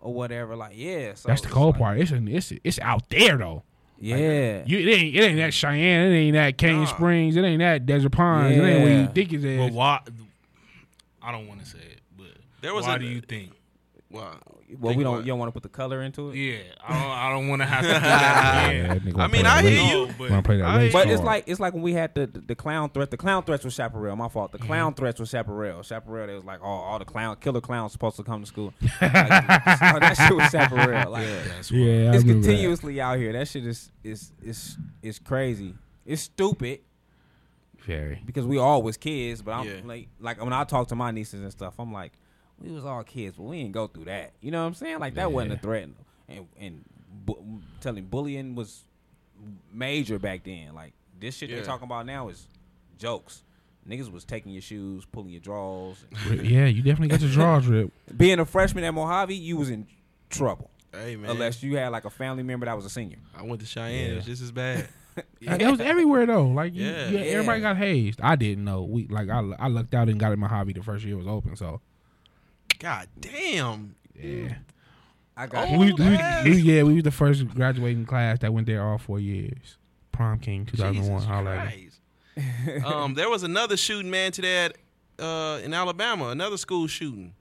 Speaker 3: or whatever. Like yeah, so
Speaker 2: That's the
Speaker 3: it's
Speaker 2: cold
Speaker 3: like-
Speaker 2: part. It's an, it's it's out there though.
Speaker 3: Yeah.
Speaker 2: You, it ain't it ain't that Cheyenne, it ain't that Cane
Speaker 4: Nah.
Speaker 2: Springs, it ain't that Desert Pines, it ain't where you
Speaker 3: Yeah.
Speaker 2: think it's
Speaker 4: But
Speaker 2: at.
Speaker 4: why? I don't want to say it, but
Speaker 1: There was
Speaker 4: why
Speaker 1: a-
Speaker 4: do you think?
Speaker 1: Wow.
Speaker 3: well,
Speaker 1: Think
Speaker 3: we don't.
Speaker 1: what?
Speaker 3: You don't want to put the color into it.
Speaker 4: Yeah, I don't. I don't want to have to <laughs> do that again.
Speaker 1: I mean, I hear
Speaker 4: No,
Speaker 1: you.
Speaker 2: Wanna
Speaker 4: but
Speaker 2: play that
Speaker 1: I-
Speaker 2: race
Speaker 3: But it's
Speaker 2: card.
Speaker 3: like it's like when we had the, the, the clown threat. The clown threats was Chaparral. My fault. The
Speaker 2: Mm-hmm.
Speaker 3: clown threats was Chaparral. Chaparral. They was like, oh, all the clown killer clowns supposed to come to
Speaker 2: <laughs>
Speaker 3: school. Like, <laughs> oh, that shit was Chaparral. Like,
Speaker 4: that's why.
Speaker 2: yeah, I
Speaker 3: it's
Speaker 2: remember that.
Speaker 3: continuously out here. That shit is is is is crazy. It's stupid
Speaker 2: Very.
Speaker 3: because we all was kids. But I'm
Speaker 1: Yeah.
Speaker 3: like like when I talk to my nieces and stuff, I'm like, we was all kids, but we didn't go through that. You know what I'm saying? Like that wasn't a
Speaker 2: Yeah.
Speaker 3: threat. And and bu- telling bullying was major back then. Like this shit
Speaker 1: Yeah.
Speaker 3: they talking about now is jokes. Niggas was taking your shoes, pulling your drawers. <laughs>
Speaker 2: yeah, you definitely got your drawers ripped.
Speaker 3: Being a freshman at Mojave, you was in trouble
Speaker 1: Hey man,
Speaker 3: unless you had like a family member that was a senior.
Speaker 1: I went to Cheyenne, it was just
Speaker 3: <laughs>
Speaker 1: as bad.
Speaker 2: Like, It was everywhere though. Like you-
Speaker 1: Yeah.
Speaker 2: yeah, everybody
Speaker 3: Yeah.
Speaker 2: got hazed. I didn't know. We like I, I lucked out and got in my hobby the first year it was open. So
Speaker 1: God damn.
Speaker 2: yeah,
Speaker 3: I got
Speaker 1: Oh,
Speaker 2: we, we-
Speaker 1: that's-
Speaker 2: we- yeah we was the first graduating class that went there all four years. Prom King two thousand one.
Speaker 1: Jesus
Speaker 2: Holla at me.
Speaker 1: Christ. um, there was another shooting, man, today at, uh, in Alabama, another school shooting.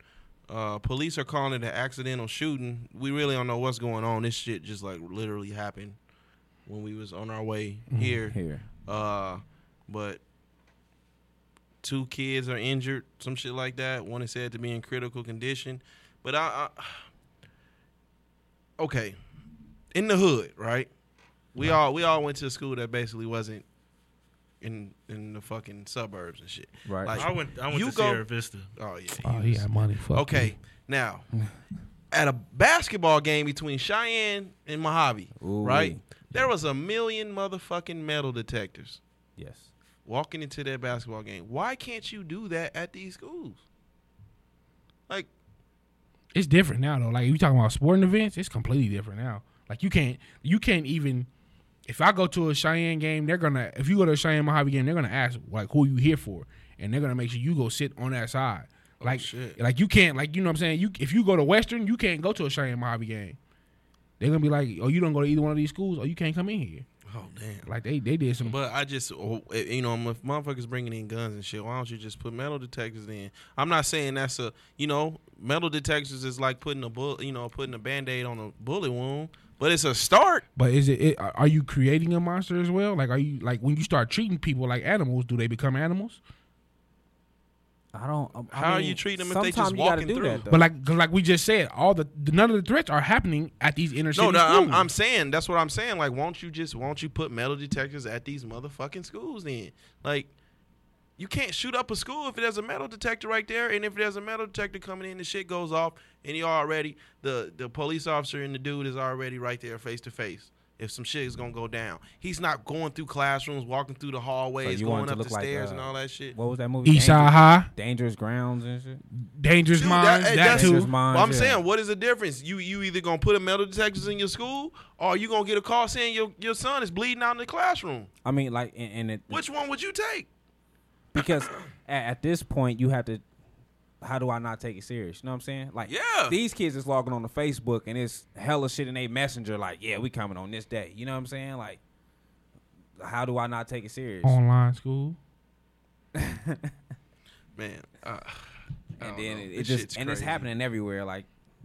Speaker 1: Uh, police are calling it an accidental shooting. We really don't know what's going on. This shit just like literally happened when we was on our way
Speaker 2: Mm,
Speaker 3: <laughs>
Speaker 1: here.
Speaker 3: here.
Speaker 1: Uh, but two kids are injured, some shit like that. One is said to be in critical condition. But I, I okay, in the hood, right? We all we all went to a school that basically wasn't in in the fucking suburbs and shit.
Speaker 3: Right.
Speaker 1: Like,
Speaker 4: I went. I went
Speaker 1: You
Speaker 4: to
Speaker 1: go-
Speaker 4: Sierra Vista.
Speaker 1: oh yeah.
Speaker 2: Oh, he had money. Fuck
Speaker 1: okay, now at a basketball game between Cheyenne and Mojave,
Speaker 3: Ooh-wee.
Speaker 1: right? There was a million motherfucking metal detectors
Speaker 3: Yes.
Speaker 1: walking into that basketball game. Why can't you do that at these schools? Like,
Speaker 2: you. It's different now though. Like you talking about sporting events, it's completely different now. Like you can't you can't even. If I go to a Cheyenne game, they're gonna. If you go to a Cheyenne Mojave game, they're gonna ask like who you here for, and they're gonna make sure you go sit on that side. Like
Speaker 1: Oh, shit.
Speaker 2: like you can't like you know what I'm saying. You if you go to Western, you can't go to a Cheyenne Mojave game. They're gonna be like, oh, you don't go to either one of these schools, or you can't come in here.
Speaker 1: oh damn.
Speaker 2: Like they they did some.
Speaker 1: But I just, oh, eh, you know, if motherfuckers bringing in guns and shit, why don't you just put metal detectors in? I'm not saying that's a, you know, metal detectors is like putting a bullet, you know, putting a band aid on a bullet wound, but it's a start.
Speaker 2: But is it, it? Are you creating a monster as well? Like are you like when you start treating people like animals, do they become animals?
Speaker 3: I don't. I
Speaker 1: How are
Speaker 3: mean,
Speaker 1: you treating them if they
Speaker 3: sometimes
Speaker 1: just
Speaker 3: you gotta
Speaker 1: walking
Speaker 3: do
Speaker 1: through?
Speaker 3: That, though.
Speaker 2: But like, 'cause like we just said, all the none of the threats are happening at these inner
Speaker 1: No,
Speaker 2: city
Speaker 1: no, I'm,
Speaker 2: schools.
Speaker 1: I'm saying that's what I'm saying. Like, won't you just won't you put metal detectors at these motherfucking schools then? Like, you can't shoot up a school if there's a metal detector right there, and if there's a metal detector coming in, the shit goes off, and you already the the police officer and the dude is already right there face to face. If some shit is gonna go down, he's not going through classrooms, walking through the hallways,
Speaker 3: you want
Speaker 1: going
Speaker 3: it to
Speaker 1: up the
Speaker 3: look like,
Speaker 1: stairs, and
Speaker 3: uh,
Speaker 1: all that shit.
Speaker 3: What was that movie?
Speaker 2: East Side
Speaker 3: Dangerous-
Speaker 2: High,
Speaker 3: Dangerous Grounds and shit.
Speaker 2: Dangerous
Speaker 1: Dude, that-
Speaker 2: Minds,
Speaker 1: hey,
Speaker 2: that,
Speaker 1: that's-
Speaker 2: too.
Speaker 3: Dangerous Minds,
Speaker 1: Well, I'm
Speaker 3: yeah.
Speaker 1: saying, what is the difference? You you either gonna put a metal detectors in your school, or you gonna get a call saying your your son is bleeding out in the classroom.
Speaker 3: I mean, like, and, and it,
Speaker 1: Which one would you take?
Speaker 3: because at, at this point you have to. How do I not take it serious? You know what I'm saying? Like,
Speaker 1: Yeah.
Speaker 3: these kids is logging on to Facebook and it's hella shit in they messenger. Like, yeah, we coming on this day. You know what I'm saying? Like, how do I not take it serious?
Speaker 2: Online school.
Speaker 1: Man, uh, I
Speaker 3: and
Speaker 1: don't
Speaker 3: then
Speaker 1: know.
Speaker 3: it, it
Speaker 1: This shit's
Speaker 3: just and it's
Speaker 1: crazy.
Speaker 3: happening everywhere. Like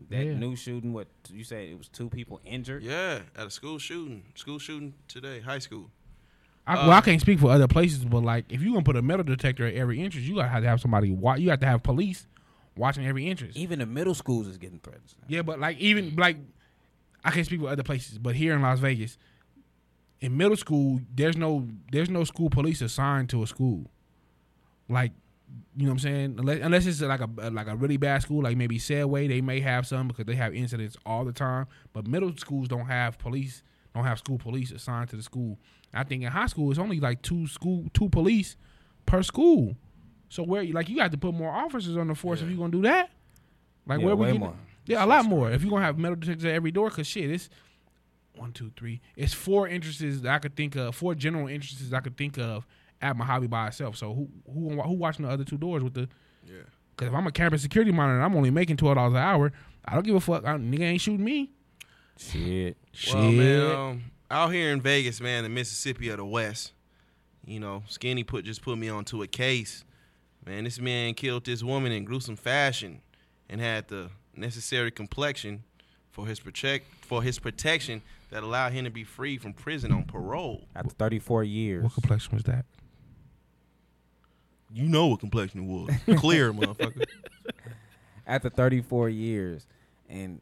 Speaker 3: that
Speaker 2: Yeah.
Speaker 3: new shooting. What you said? It was two people injured.
Speaker 1: Yeah, at a school shooting, school shooting today, high school.
Speaker 2: I,
Speaker 1: Uh,
Speaker 2: well, I can't speak for other places, but like if you gonna put a metal detector at every entrance, you gotta have to have somebody. Wa- you have to have police watching every entrance.
Speaker 3: Even the middle schools is getting threats. now.
Speaker 2: Yeah, but like even like I can't speak for other places, but here in Las Vegas, in middle school, there's no there's no school police assigned to a school. Like, you know what I'm saying? Unless, unless it's like a like a really bad school, like maybe Sedway, they may have some because they have incidents all the time. But middle schools don't have police, don't have school police assigned to the school. I think in high school it's only like two school two police per school. So where like you got to put more officers on the force if you're gonna do that. Like
Speaker 3: Yeah,
Speaker 2: where we
Speaker 3: way
Speaker 2: get
Speaker 3: more.
Speaker 2: yeah, a lot more. If you're gonna have metal detectors at every door, cause shit, it's one, two, three. It's four entrances that I could think of, four general entrances I could think of at my hobby by itself. So who who who watching the other two doors with the?
Speaker 1: Yeah.
Speaker 2: Cause if I'm a campus security monitor, and I'm only making twelve dollars an hour. I don't give a fuck. I, nigga ain't shooting me.
Speaker 3: Shit.
Speaker 2: Shit.
Speaker 1: Well, man, um, out here in Vegas, man, in Mississippi of the West, you know, Skinny put just put me onto a case. Man, this man killed this woman in gruesome fashion and had the necessary complexion for his protect for his protection that allowed him to be free from prison on parole.
Speaker 3: After 34 years.
Speaker 2: What complexion was that?
Speaker 1: You know what complexion it was. Clear, motherfucker.
Speaker 3: After 34 years. And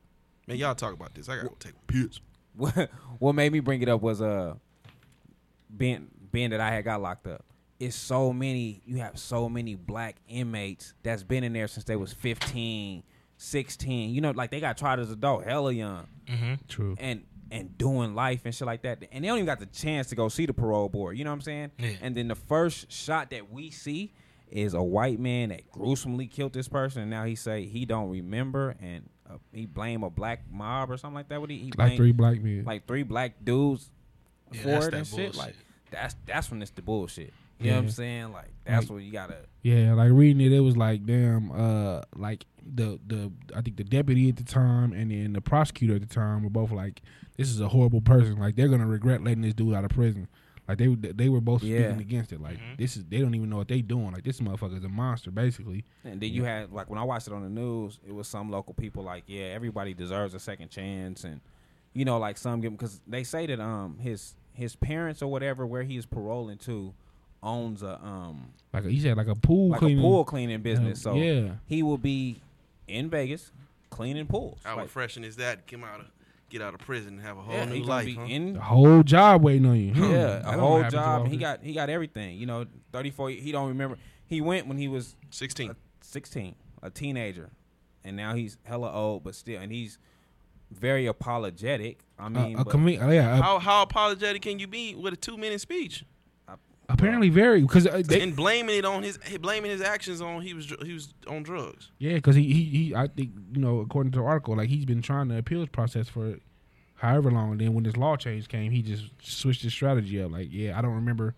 Speaker 1: Man, y'all talk about this. I gotta go take a piss.
Speaker 3: what what made me bring it up was uh being being that I had got locked up. It's so many you have so many black inmates that's been in there since they was 15, 16. You know, like they got tried as adult, hella young.
Speaker 2: True.
Speaker 3: And and doing life and shit like that. And they don't even got the chance to go see the parole board. You know what I'm saying?
Speaker 4: Yeah.
Speaker 3: And then the first shot that we see is a white man that gruesomely killed this person and now he say he don't remember and uh, he blame a black mob or something like that. What he, he
Speaker 2: Like
Speaker 3: blame-
Speaker 2: three black men.
Speaker 3: like three black dudes
Speaker 4: Yeah,
Speaker 3: for
Speaker 4: that's
Speaker 3: it
Speaker 4: that
Speaker 3: and shit.
Speaker 4: bullshit.
Speaker 3: Like that's that's when it's the bullshit. You know what I'm
Speaker 2: Yeah.
Speaker 3: saying? Like that's
Speaker 2: Like-
Speaker 3: when you gotta
Speaker 2: Yeah, like reading it, it was like damn, uh, like the the I think the deputy at the time and then the prosecutor at the time were both like, this is a horrible person. Like they're gonna regret letting this dude out of prison. Like they they were both
Speaker 3: Yeah.
Speaker 2: speaking against it. Like this is they don't even know what they doing. Like this motherfucker is a monster basically.
Speaker 3: and then you had like when I watched it on the news, it was some local people like, yeah, everybody deserves a second chance, and you know, like some give because they say that um his his parents or whatever where he's paroling to owns a um
Speaker 2: Like he said, like a pool
Speaker 3: like
Speaker 2: cleaning.
Speaker 3: a pool cleaning business,
Speaker 2: Um,
Speaker 3: so
Speaker 2: yeah.
Speaker 3: he will be in Vegas cleaning pools.
Speaker 1: How
Speaker 3: Like,
Speaker 1: refreshing is that? Come out of get out of prison and have a whole
Speaker 3: yeah, he
Speaker 1: new
Speaker 3: gonna
Speaker 1: life.
Speaker 3: be
Speaker 1: huh?
Speaker 3: in
Speaker 2: The whole job waiting on you. Hmm,
Speaker 3: Yeah,
Speaker 2: <laughs> that
Speaker 3: a
Speaker 2: don't
Speaker 3: whole
Speaker 2: happen too
Speaker 3: job. and He
Speaker 2: often.
Speaker 3: got he got everything. You know, thirty four. He don't remember. He went when he was
Speaker 1: Sixteen.
Speaker 3: Uh, sixteen, a teenager, and now he's hella old, but still, and he's very apologetic. I
Speaker 2: a,
Speaker 3: mean,
Speaker 2: a
Speaker 3: but-
Speaker 2: conven- uh, yeah, a-
Speaker 1: How how apologetic can you be with a two minute speech
Speaker 2: apparently very because uh, they,
Speaker 1: and blaming it on his blaming his actions on he was dr- he was on drugs.
Speaker 2: Yeah, because he, he he I think you know according to the article, like he's been trying the appeals process for however long. And then when this law change came, he just switched his strategy up. Like, yeah, I don't remember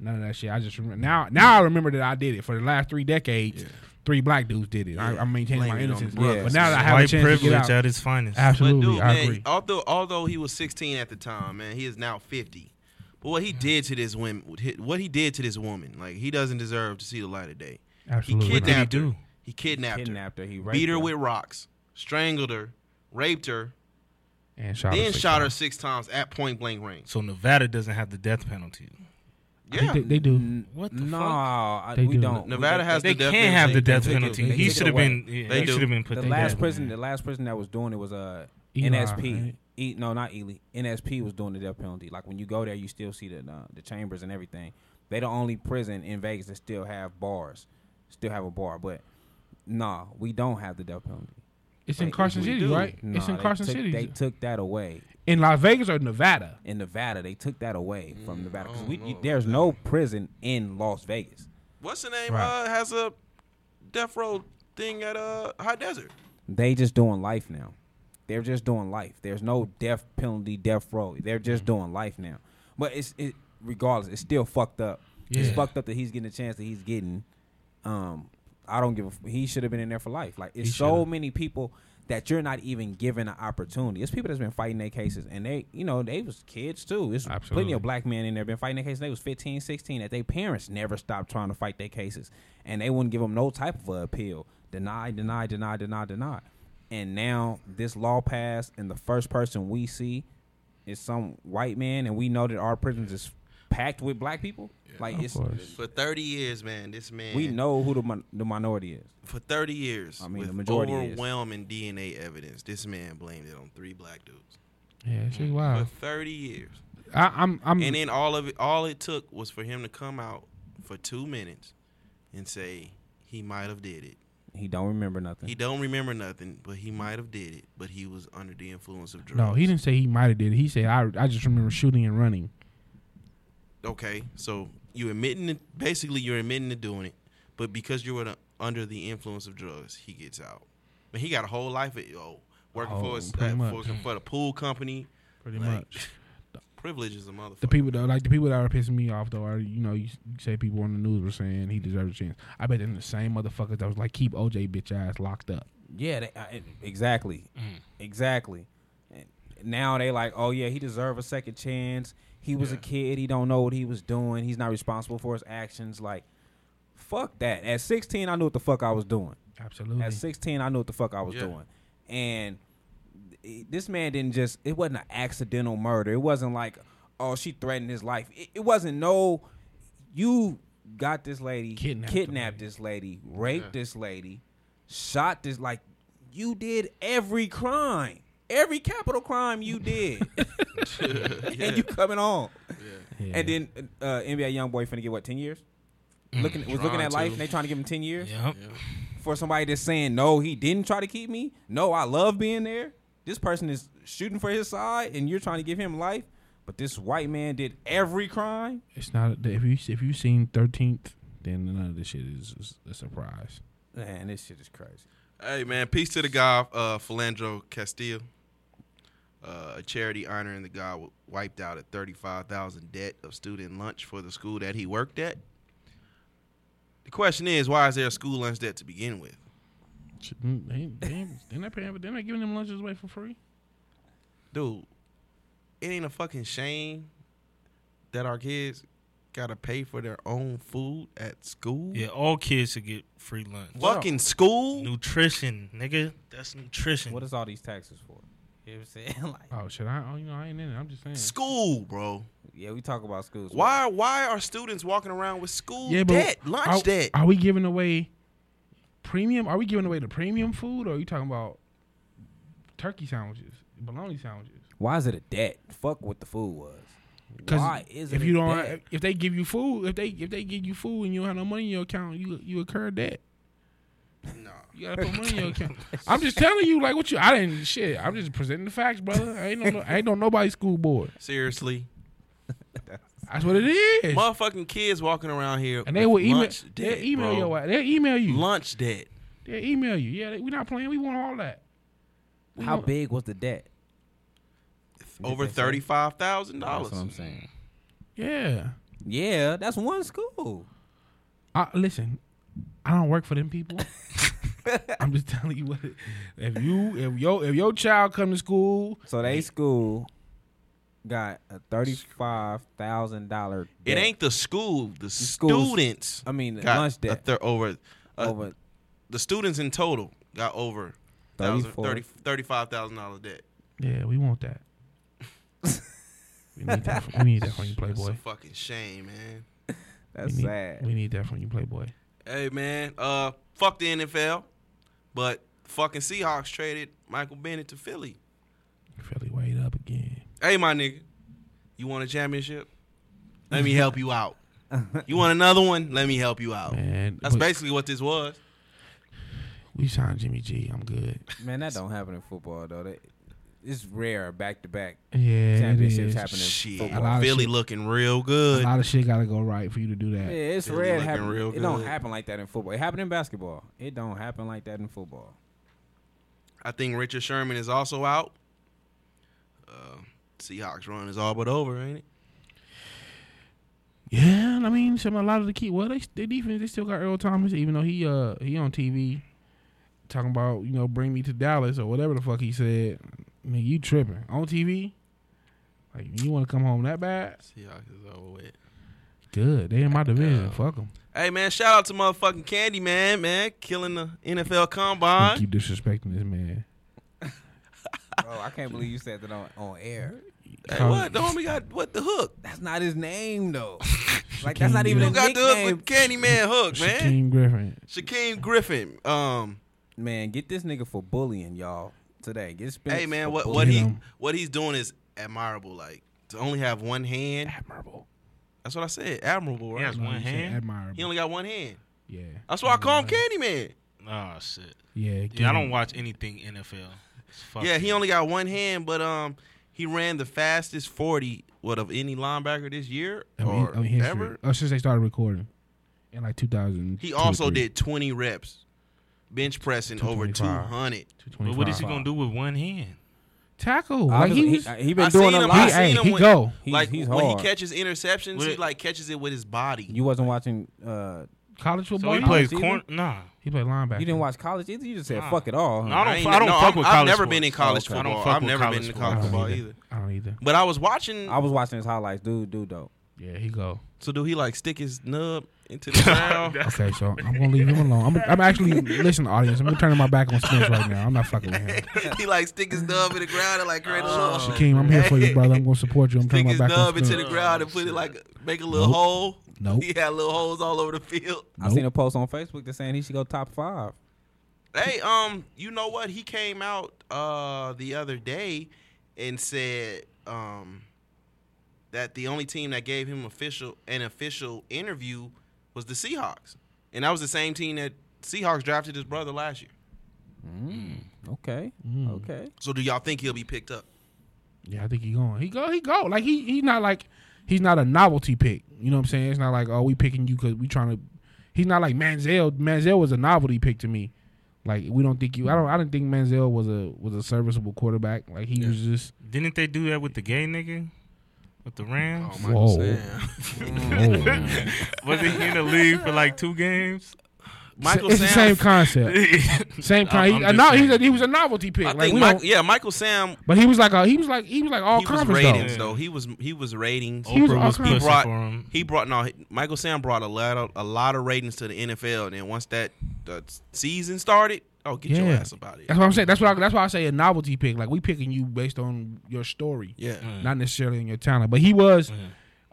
Speaker 2: none of that shit. I just remember now. Now I remember that I did it for the last three decades. Three black dudes did it. I,
Speaker 1: Yeah.
Speaker 2: I'm maintaining my
Speaker 1: Blame it on the
Speaker 2: innocence.
Speaker 1: brothers.
Speaker 2: But now that I have a
Speaker 4: White
Speaker 2: chance to get
Speaker 4: privilege
Speaker 2: out,
Speaker 4: at its finest.
Speaker 2: absolutely,
Speaker 1: but dude,
Speaker 2: I
Speaker 1: man,
Speaker 2: agree.
Speaker 1: although although he was 16 at the time, man, he is now 50. But what he did to this woman, what he did to this woman, like he doesn't deserve to see the light of day.
Speaker 2: Absolutely.
Speaker 1: He
Speaker 2: What did he
Speaker 1: kidnapped
Speaker 4: do?
Speaker 1: her. He kidnapped,
Speaker 3: kidnapped her. He
Speaker 1: her.
Speaker 3: raped
Speaker 1: Beat her with rocks, strangled her, raped her,
Speaker 2: And shot
Speaker 1: then
Speaker 2: six
Speaker 1: shot her
Speaker 2: times.
Speaker 1: six times at point blank range.
Speaker 4: So Nevada doesn't have the death penalty.
Speaker 2: I think
Speaker 1: Yeah,
Speaker 2: they, they do.
Speaker 3: N-
Speaker 4: What the
Speaker 3: no,
Speaker 4: fuck?
Speaker 3: I,
Speaker 2: They
Speaker 3: we
Speaker 2: do.
Speaker 3: don't. we,
Speaker 1: Nevada has
Speaker 4: They
Speaker 1: the death
Speaker 4: can't have
Speaker 1: penalty.
Speaker 4: the death
Speaker 2: They do.
Speaker 4: penalty.
Speaker 2: They
Speaker 4: He
Speaker 3: take it
Speaker 4: should have
Speaker 3: away.
Speaker 4: been. yeah,
Speaker 1: They
Speaker 4: he
Speaker 1: do.
Speaker 4: should have been put.
Speaker 3: the
Speaker 4: to
Speaker 3: last
Speaker 4: death,
Speaker 3: person. The
Speaker 4: man.
Speaker 3: last person that was doing it was uh
Speaker 2: Eli,
Speaker 3: NSP.
Speaker 2: right?
Speaker 3: E, no, not Ely. NSP was doing the death penalty. Like when you go there, you still see the uh, the chambers and everything. They the only prison in Vegas that still have bars, still have a bar. But nah, we don't have the death penalty.
Speaker 2: It's in
Speaker 3: Like,
Speaker 2: Carson
Speaker 3: we
Speaker 2: City,
Speaker 3: do.
Speaker 2: right?
Speaker 3: Nah,
Speaker 2: it's in
Speaker 3: they
Speaker 2: Carson
Speaker 3: took-
Speaker 2: City.
Speaker 3: They took that away
Speaker 2: in Las Vegas or Nevada.
Speaker 3: in Nevada. They took that away from Nevada because
Speaker 1: Mm, don't
Speaker 3: we
Speaker 1: know
Speaker 3: you,
Speaker 1: about
Speaker 3: there's no prison in Las Vegas.
Speaker 1: what's the name?
Speaker 2: Right.
Speaker 1: Uh, has a death row thing at uh High Desert.
Speaker 3: They just doing life now. They're just doing life. There's no death penalty, death row. They're just
Speaker 2: Mm-hmm.
Speaker 3: doing life now. But it's it regardless, it's still fucked up. It's
Speaker 2: Yeah.
Speaker 3: fucked up that he's getting the chance that he's getting. Um, I don't give a. F- he should have been in there for life. Like it's
Speaker 2: He
Speaker 3: so
Speaker 2: should've.
Speaker 3: many people that you're not even given an opportunity. It's people that's been fighting their cases, and they, you know, they was kids too. It's plenty
Speaker 2: Absolutely.
Speaker 3: of black men in there been fighting their cases. They was 15, 16, that their parents never stopped trying to fight their cases, and they wouldn't give them no type of a appeal. Deny, deny, deny, deny, deny. And now this law passed, and the first person we see is some white man, and we know that our prisons is packed with black people. Like it's,
Speaker 1: For 30 years, man, this man.
Speaker 3: we know who the mon- the minority is.
Speaker 1: for 30 years
Speaker 3: I mean,
Speaker 1: with
Speaker 3: the majority is.
Speaker 1: overwhelming DNA evidence, this man blamed it on three black dudes.
Speaker 2: Yeah, she's wild.
Speaker 1: For 30 years.
Speaker 2: I, I'm I'm
Speaker 1: And then all of it all it took was for him to come out for 2 minutes and say he might have did it.
Speaker 3: He don't remember nothing.
Speaker 1: He don't remember nothing, but he might have did it, but he was under the influence of drugs.
Speaker 2: No, he didn't say he might have did it. He said I I just remember shooting and running.
Speaker 1: Okay. So you admitting it, basically you're admitting to doing it, but because you were the, under the influence of drugs, he gets out. But he got a whole life of oh, working
Speaker 2: Oh,
Speaker 1: for his,
Speaker 2: pretty
Speaker 1: uh,
Speaker 2: much.
Speaker 1: for, for the pool company.
Speaker 2: Pretty
Speaker 1: Like,
Speaker 3: <laughs>
Speaker 2: much.
Speaker 1: Privilege is a motherfucker. <laughs>
Speaker 2: The people though, like the people that are pissing me off though, are you know you, s- you say people on the news were saying he deserves a chance. I bet they're the same motherfuckers that was like keep OJ bitch ass locked up.
Speaker 3: Yeah, they, I, exactly, exactly. And now they like, oh yeah, he deserve a second chance. He was a kid. He don't know what he was doing. He's not responsible for his actions. Like, fuck that. At 16, I knew what the fuck I was doing.
Speaker 2: Absolutely.
Speaker 3: At 16, I knew what the fuck I was
Speaker 1: Yeah.
Speaker 3: doing. And th- this man didn't just, it wasn't an accidental murder. It wasn't like, oh, she threatened his life. It, it wasn't no, you got this lady,
Speaker 2: Kidnapped
Speaker 3: kidnapped,
Speaker 2: the
Speaker 3: this lady, raped this lady, shot this, like, you did every crime. Every capital crime you
Speaker 2: <laughs>
Speaker 3: did, <laughs> and you coming home,
Speaker 2: Yeah.
Speaker 3: and then uh, NBA young boy finna get what ten years? Looking was looking
Speaker 1: trying
Speaker 3: at life,
Speaker 1: Mm. to.
Speaker 3: and they trying to give him ten years
Speaker 4: Yep.
Speaker 3: for somebody that's saying no, he didn't try to keep me. No, I love being there. This person is shooting for his side, and you're trying to give him life. But this white man did every crime.
Speaker 2: it's not if you if you seen Thirteenth, then none of this shit is, is a surprise.
Speaker 3: Man, this shit is crazy.
Speaker 1: Hey man, peace to the guy, uh, Philandro Castillo. Uh, a charity honoring the guy w- wiped out a thirty-five thousand debt of student lunch for the school that he worked at. The question is, why is there a school lunch debt to begin with?
Speaker 2: Shit, mm, They, they, they're not paying, but they're not giving them lunches away for free.
Speaker 1: dude, it ain't a fucking shame that our kids gotta pay for their own food at school.
Speaker 4: Yeah, all kids should get free lunch.
Speaker 1: Fucking school.
Speaker 4: Nutrition, nigga. That's nutrition.
Speaker 3: What is all these taxes for? You know what I'm saying? <laughs> Like,
Speaker 2: Oh shit! I oh, you know I ain't in it. I'm just saying.
Speaker 1: School, bro.
Speaker 3: yeah, we talk about schools. but
Speaker 1: Why? Why are students walking around with school
Speaker 2: Yeah, but
Speaker 1: debt, lunch
Speaker 2: are,
Speaker 1: debt?
Speaker 2: Are we giving away premium? Are we giving away the premium food, or are you talking about turkey sandwiches, bologna sandwiches?
Speaker 3: Why is it a debt? Fuck what the food was.
Speaker 2: 'Cause
Speaker 3: Why is it
Speaker 2: if you
Speaker 3: a
Speaker 2: don't,
Speaker 3: debt?
Speaker 2: if they give you food, if they if they give you food and you don't have no money in your account, you you incur debt.
Speaker 1: no.
Speaker 2: You gotta put money in your account. I'm just telling you, like what you. I didn't shit. I'm just presenting the facts, brother. I ain't no, I ain't no nobody school board.
Speaker 1: Seriously,
Speaker 2: That's what it is.
Speaker 1: motherfucking kids walking around here
Speaker 2: and they will
Speaker 1: with
Speaker 2: email.
Speaker 1: lunch
Speaker 2: They
Speaker 1: debt,
Speaker 2: will email
Speaker 1: bro.
Speaker 2: your ass. They will email you.
Speaker 1: lunch debt.
Speaker 2: They will email you. Yeah, they, we not playing. We want all that. We
Speaker 3: How
Speaker 2: want-
Speaker 3: big was the debt?
Speaker 1: Over
Speaker 3: they say?
Speaker 1: thirty-five thousand
Speaker 3: That's
Speaker 1: dollars.
Speaker 3: what I'm saying.
Speaker 2: Yeah.
Speaker 3: Yeah, that's one school.
Speaker 2: I, listen, I don't work for them people. I'm just telling you what. It, if you if your if your child come to school,
Speaker 3: So they school got a thirty-five thousand dollar.
Speaker 1: It ain't the school. The
Speaker 3: school's-
Speaker 1: students
Speaker 3: I mean,
Speaker 1: got
Speaker 3: lunch
Speaker 1: a
Speaker 3: debt
Speaker 1: thir- over a
Speaker 3: over
Speaker 1: the students in total got over thousand-
Speaker 3: 34.
Speaker 1: thirty- $35,000 debt.
Speaker 2: yeah, we want that. we need that. From, we need that from you,
Speaker 1: That's a
Speaker 2: Playboy.
Speaker 1: fucking shame, man.
Speaker 3: That's
Speaker 2: we need,
Speaker 3: sad.
Speaker 2: We need that from you, Playboy.
Speaker 1: Hey, man, uh, fuck the NFL, but fucking Seahawks traded Michael Bennett to Philly.
Speaker 2: Philly, wait up again.
Speaker 1: Hey, my nigga, you want a championship? Let
Speaker 2: <laughs>
Speaker 1: me help you out. You want another one? Let me help you out.
Speaker 2: Man,
Speaker 1: Oh, That's
Speaker 2: but
Speaker 1: basically what this was.
Speaker 2: we signed Jimmy G. I'm good.
Speaker 3: Man, that don't happen in football though. That, it's rare back to back
Speaker 2: Yeah, it
Speaker 3: championships
Speaker 2: is.
Speaker 3: happen in
Speaker 1: Shit,
Speaker 2: A lot
Speaker 3: football.
Speaker 2: of
Speaker 1: Philly
Speaker 2: shit.
Speaker 1: looking real
Speaker 2: A
Speaker 1: good.
Speaker 2: lot of shit gotta go right for you to do
Speaker 3: Yeah,
Speaker 2: that.
Speaker 3: it's
Speaker 1: Philly
Speaker 3: rare. It,
Speaker 1: looking
Speaker 3: happen.
Speaker 1: real
Speaker 3: it don't
Speaker 1: good.
Speaker 3: happen like that in football. It happened in basketball. It don't happen like that in football.
Speaker 1: I think Richard Sherman is also out. Uh, Seahawks run is all but over, ain't it?
Speaker 2: Yeah, I mean, some a lot of the key. Well, they they defense they still got Earl Thomas, even though he uh he on TV talking about you know bring me to Dallas or whatever the fuck he said. I mean, you tripping on TV? Like you want to come home that bad?
Speaker 1: Seahawks is over with.
Speaker 2: Good, they in my division.
Speaker 1: Yeah.
Speaker 2: Fuck them.
Speaker 1: Hey man, shout out to motherfucking Candy Man, man, killing the NFL Combine.
Speaker 2: Keep disrespecting this man.
Speaker 3: Bro, I can't believe you said that on, on air.
Speaker 1: Hey, what? The homie got what the hook?
Speaker 3: That's not his name
Speaker 1: <laughs>
Speaker 3: though. like that's not
Speaker 2: Shaquem
Speaker 3: even a
Speaker 1: Who got the hook
Speaker 3: nickname.
Speaker 1: with Candy Man hook, man?
Speaker 2: Shaquem Griffin.
Speaker 1: Shaquem Griffin. Um,
Speaker 3: Man, get this nigga for bullying y'all today. Get Spence
Speaker 1: hey man,
Speaker 3: for
Speaker 1: what
Speaker 3: bullying.
Speaker 1: what
Speaker 2: Get
Speaker 1: he
Speaker 2: him.
Speaker 1: what he's doing is admirable. Like to only have one hand.
Speaker 2: Admirable.
Speaker 1: That's what I said. Admirable, right?
Speaker 4: He has
Speaker 2: No,
Speaker 4: one
Speaker 2: you said
Speaker 4: hand.
Speaker 1: He
Speaker 2: Admirable.
Speaker 1: only got one hand.
Speaker 2: Yeah.
Speaker 1: That's why I call him
Speaker 2: Admirable.
Speaker 1: Candy Man.
Speaker 4: Oh shit.
Speaker 2: Yeah.
Speaker 4: Yeah, I don't
Speaker 2: Gator.
Speaker 4: watch anything NFL. It's fucked.
Speaker 1: Yeah, he only got one hand, but um, he ran the fastest forty what of any linebacker this year
Speaker 2: I mean,
Speaker 1: or
Speaker 2: I mean, history.
Speaker 1: ever.
Speaker 2: Oh, since they started recording in like 2000.
Speaker 1: He also did twenty reps, bench pressing over two
Speaker 2: 225.
Speaker 1: hundred.
Speaker 4: But what is he gonna do with one hand?
Speaker 2: Tackle. Like
Speaker 3: Obviously,
Speaker 2: he
Speaker 3: he,
Speaker 2: was.
Speaker 3: he been
Speaker 1: I
Speaker 3: doing
Speaker 1: seen
Speaker 3: a
Speaker 1: him-
Speaker 2: he,
Speaker 1: I
Speaker 3: lot.
Speaker 1: seen
Speaker 2: hey,
Speaker 1: him
Speaker 2: he
Speaker 1: when-
Speaker 2: go.
Speaker 3: He's-
Speaker 1: like
Speaker 3: he's
Speaker 1: when
Speaker 3: hard.
Speaker 1: he catches interceptions,
Speaker 4: What
Speaker 1: he
Speaker 4: it-
Speaker 1: like catches it with his body.
Speaker 3: You wasn't watching uh,
Speaker 2: college
Speaker 4: So
Speaker 2: football.
Speaker 4: he
Speaker 2: either?
Speaker 4: plays
Speaker 3: season?
Speaker 4: corner. Nah,
Speaker 2: He played linebacker.
Speaker 3: You didn't watch college either. You just said
Speaker 4: Nah.
Speaker 3: fuck it all.
Speaker 4: No,
Speaker 3: huh?
Speaker 4: I don't.
Speaker 1: I ain't-
Speaker 4: I don't
Speaker 1: no,
Speaker 4: fuck
Speaker 1: I'm-
Speaker 4: with
Speaker 1: I've
Speaker 4: college.
Speaker 1: never
Speaker 4: sports.
Speaker 1: been in college
Speaker 4: I don't
Speaker 1: football.
Speaker 4: fuck
Speaker 1: I've
Speaker 4: with
Speaker 1: never
Speaker 4: college
Speaker 1: been in
Speaker 2: I
Speaker 1: college
Speaker 2: don't
Speaker 1: football
Speaker 2: either.
Speaker 1: either.
Speaker 2: I don't either.
Speaker 1: But I was watching.
Speaker 3: I was watching his highlights. Dude, dude, dope.
Speaker 2: Yeah, he go.
Speaker 1: So do he like stick his nub into
Speaker 4: <laughs>
Speaker 1: the ground?
Speaker 2: Okay, so I'm gonna leave him alone. I'm, I'm actually listen, audience. I'm turning my back on Spence right now. I'm not fucking with him.
Speaker 1: <laughs> he like stick his nub in the ground and like create a little.
Speaker 2: Keem, I'm here for
Speaker 1: <laughs>
Speaker 2: you, brother. I'm gonna support you. I'm
Speaker 1: Stick
Speaker 2: turning my
Speaker 1: his
Speaker 2: back on
Speaker 1: nub
Speaker 2: Spence.
Speaker 1: into the ground and
Speaker 4: Oh,
Speaker 1: put it like make a little
Speaker 2: Nope.
Speaker 1: hole.
Speaker 2: Nope.
Speaker 1: He had little holes all over the field.
Speaker 3: I seen
Speaker 2: Nope.
Speaker 3: a post on Facebook that saying he should go top five.
Speaker 1: Hey, um, you know what? He came out uh the other day and said um that the only team that gave him official an official interview was the Seahawks. And that was the same team that Seahawks drafted his brother last year.
Speaker 3: Okay,
Speaker 2: Mm.
Speaker 3: okay.
Speaker 1: So do y'all think he'll be picked up?
Speaker 2: Yeah, I think he going. He go. He go. Like he he's not like he's not a novelty pick. You know what I'm saying? It's not like oh we picking you because we trying to. He's not like Manziel. Manziel was a novelty pick to me. Like we don't think you. I don't. I didn't think Manziel was a was a serviceable quarterback. Like he was just.
Speaker 4: Didn't they do that with the gay nigga? With the Rams? <laughs>
Speaker 2: Whoa.
Speaker 4: Was he in the league for like two games?
Speaker 1: Michael
Speaker 2: it's the same
Speaker 1: Sam.
Speaker 2: concept. Same kind.
Speaker 4: I'm- I'm
Speaker 2: He, uh,
Speaker 4: just
Speaker 2: no,
Speaker 4: saying.
Speaker 2: he's a, he was a novelty pick.
Speaker 1: I
Speaker 2: like
Speaker 1: think
Speaker 2: we
Speaker 1: Mike,
Speaker 2: don't-
Speaker 1: yeah, Michael Sam
Speaker 2: but he was like a, he was like he was like all
Speaker 1: he was
Speaker 2: conference
Speaker 1: ratings
Speaker 4: though.
Speaker 1: though. He was he was ratings.
Speaker 2: He was
Speaker 4: Oprah was
Speaker 2: all kinds-
Speaker 4: pushing
Speaker 1: he brought
Speaker 4: for him.
Speaker 1: he brought no he- Michael Sam brought a lot of a lot of ratings to the NFL and then once that the season started, oh get your
Speaker 2: Yeah.
Speaker 1: ass about it.
Speaker 2: <laughs> That's what I'm saying. That's what I, that's why I say a novelty pick. Like we picking you based on your story,
Speaker 1: Yeah.
Speaker 2: not necessarily on your talent. But he was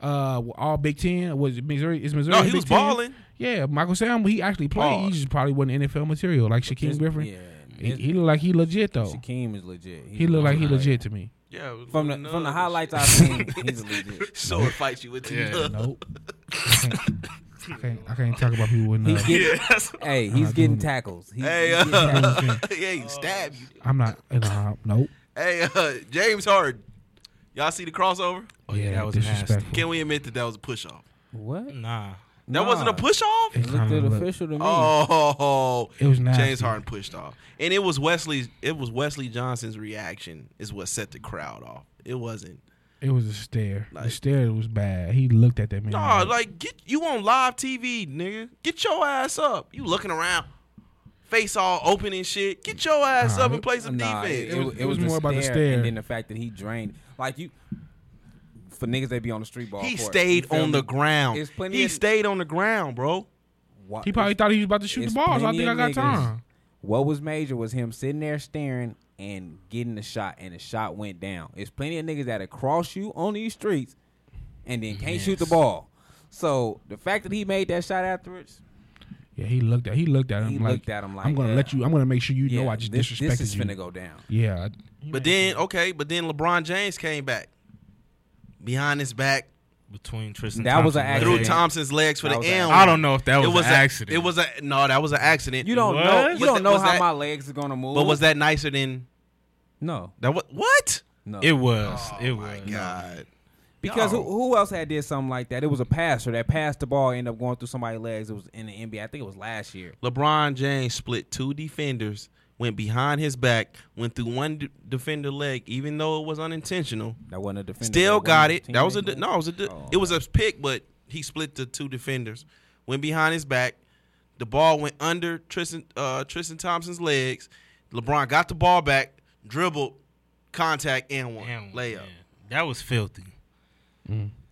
Speaker 2: uh all Big Ten. Was it Missouri? Is Missouri?
Speaker 1: No, he
Speaker 2: Big
Speaker 1: was
Speaker 2: Ten?
Speaker 1: balling.
Speaker 2: Yeah, Michael Sam. He actually played.
Speaker 1: Balled.
Speaker 2: He just probably wasn't NFL material like Shaquem
Speaker 3: This-
Speaker 2: Griffin.
Speaker 3: Yeah,
Speaker 2: He,
Speaker 3: this-
Speaker 2: he looked like he legit though.
Speaker 3: Shaquem is legit. He's
Speaker 2: he looked like he
Speaker 3: legit.
Speaker 2: legit to me.
Speaker 1: Yeah.
Speaker 3: From the from the highlights I've
Speaker 1: <laughs>
Speaker 3: seen, he's legit.
Speaker 1: So it fights you with two <laughs>
Speaker 4: Yeah.
Speaker 1: nubs.
Speaker 2: Nope. I can't, I can't. I can't talk about people with uh, no.
Speaker 3: He's getting,
Speaker 1: <laughs>
Speaker 4: Yes.
Speaker 3: hey,
Speaker 2: I'm
Speaker 3: he's
Speaker 2: not
Speaker 3: getting
Speaker 2: doing it.
Speaker 3: tackles. He's,
Speaker 1: Hey,
Speaker 3: he's getting
Speaker 2: <laughs>
Speaker 3: tackles.
Speaker 1: uh, <laughs>
Speaker 2: tackles.
Speaker 1: yeah, he stabbed you.
Speaker 2: I'm not. Uh, nope.
Speaker 1: Hey, uh, James Harden. Y'all see the crossover?
Speaker 4: Oh yeah, that was
Speaker 2: disrespectful.
Speaker 4: nasty.
Speaker 1: Can we admit that that was a push off?
Speaker 3: what?
Speaker 4: Nah.
Speaker 1: That
Speaker 3: Nah.
Speaker 1: wasn't a push off?
Speaker 2: It
Speaker 3: It
Speaker 2: kinda
Speaker 3: looked
Speaker 2: looked-
Speaker 3: official to me.
Speaker 1: Oh,
Speaker 2: It was nasty.
Speaker 1: James Harden pushed off, and it was Wesley's. It was Wesley Johnson's reaction is what set the crowd off. It wasn't.
Speaker 2: It was a stare. the
Speaker 1: Like-
Speaker 2: stare was bad. He looked at that man.
Speaker 3: Mm-hmm.
Speaker 1: Nah, like get you on live TV, nigga. Get your ass up. You looking around, face all open and shit. Get your ass
Speaker 2: Nah,
Speaker 1: up and
Speaker 2: it-
Speaker 1: play some
Speaker 3: Nah,
Speaker 1: defense.
Speaker 2: It was- it was
Speaker 3: the
Speaker 2: more about the stare.
Speaker 3: and then the fact that he drained. Like you, for niggas that be on the street ball.
Speaker 1: he
Speaker 3: court,
Speaker 1: stayed
Speaker 3: you feel
Speaker 1: on
Speaker 3: me?
Speaker 1: the ground.
Speaker 3: It's plenty
Speaker 1: He
Speaker 3: of-
Speaker 1: stayed on the ground, bro.
Speaker 3: Wha-
Speaker 2: he probably thought he was about to shoot the
Speaker 3: it's
Speaker 2: ball. So I
Speaker 3: plenty
Speaker 2: think I
Speaker 3: of
Speaker 2: got
Speaker 3: niggas.
Speaker 2: time.
Speaker 3: What was major was him sitting there staring and getting the shot, and the shot went down. It's plenty of niggas that'll cross you on these streets and then can't shoot the ball. So the fact that he made that shot afterwards,
Speaker 2: Yeah, he looked at. He looked at him.
Speaker 3: He
Speaker 2: like,
Speaker 3: looked at him like,
Speaker 2: I'm gonna
Speaker 3: yeah.
Speaker 2: let you. I'm gonna make sure you
Speaker 3: yeah,
Speaker 2: know I just
Speaker 3: this,
Speaker 2: disrespected
Speaker 3: this is
Speaker 2: you.
Speaker 3: finna go down.
Speaker 2: Yeah. I-
Speaker 1: But then okay, but then LeBron James came back behind his back,
Speaker 4: Between Tristan.
Speaker 3: That was an
Speaker 4: Thompson-
Speaker 1: threw
Speaker 3: accident.
Speaker 1: Thompson's legs for
Speaker 3: That
Speaker 1: the
Speaker 3: was
Speaker 1: end.
Speaker 3: an
Speaker 4: I don't know if that was,
Speaker 1: it was
Speaker 4: an
Speaker 1: a-
Speaker 4: accident.
Speaker 1: It was a no, that was an accident.
Speaker 3: You don't
Speaker 4: What?
Speaker 3: know.
Speaker 4: Was
Speaker 3: You don't
Speaker 1: that-
Speaker 3: know
Speaker 1: was
Speaker 3: how
Speaker 1: that-
Speaker 3: my legs are gonna move.
Speaker 1: but was that nicer than
Speaker 3: no?
Speaker 1: that? What? What?
Speaker 3: No,
Speaker 4: It was. it was.
Speaker 1: God.
Speaker 3: Because
Speaker 1: No.
Speaker 3: who, who else had did something like that? It was a passer that passed the ball, ended up going through somebody's legs. It was in the NBA. I think it was last year.
Speaker 1: LeBron James split two defenders, went behind his back, went through one d- defender leg, even though it was unintentional.
Speaker 3: That wasn't a defender. That
Speaker 1: Still
Speaker 3: wasn't
Speaker 1: got
Speaker 3: a
Speaker 1: it. That was a
Speaker 3: teammate.
Speaker 1: d- no. It was a d-
Speaker 3: Oh,
Speaker 1: it was a pick, but he split the two defenders, went behind his back. The ball went under Tristan uh, Tristan Thompson's legs. LeBron got the ball back, dribbled, contact, and one
Speaker 4: Damn,
Speaker 1: layup.
Speaker 4: man. That was filthy.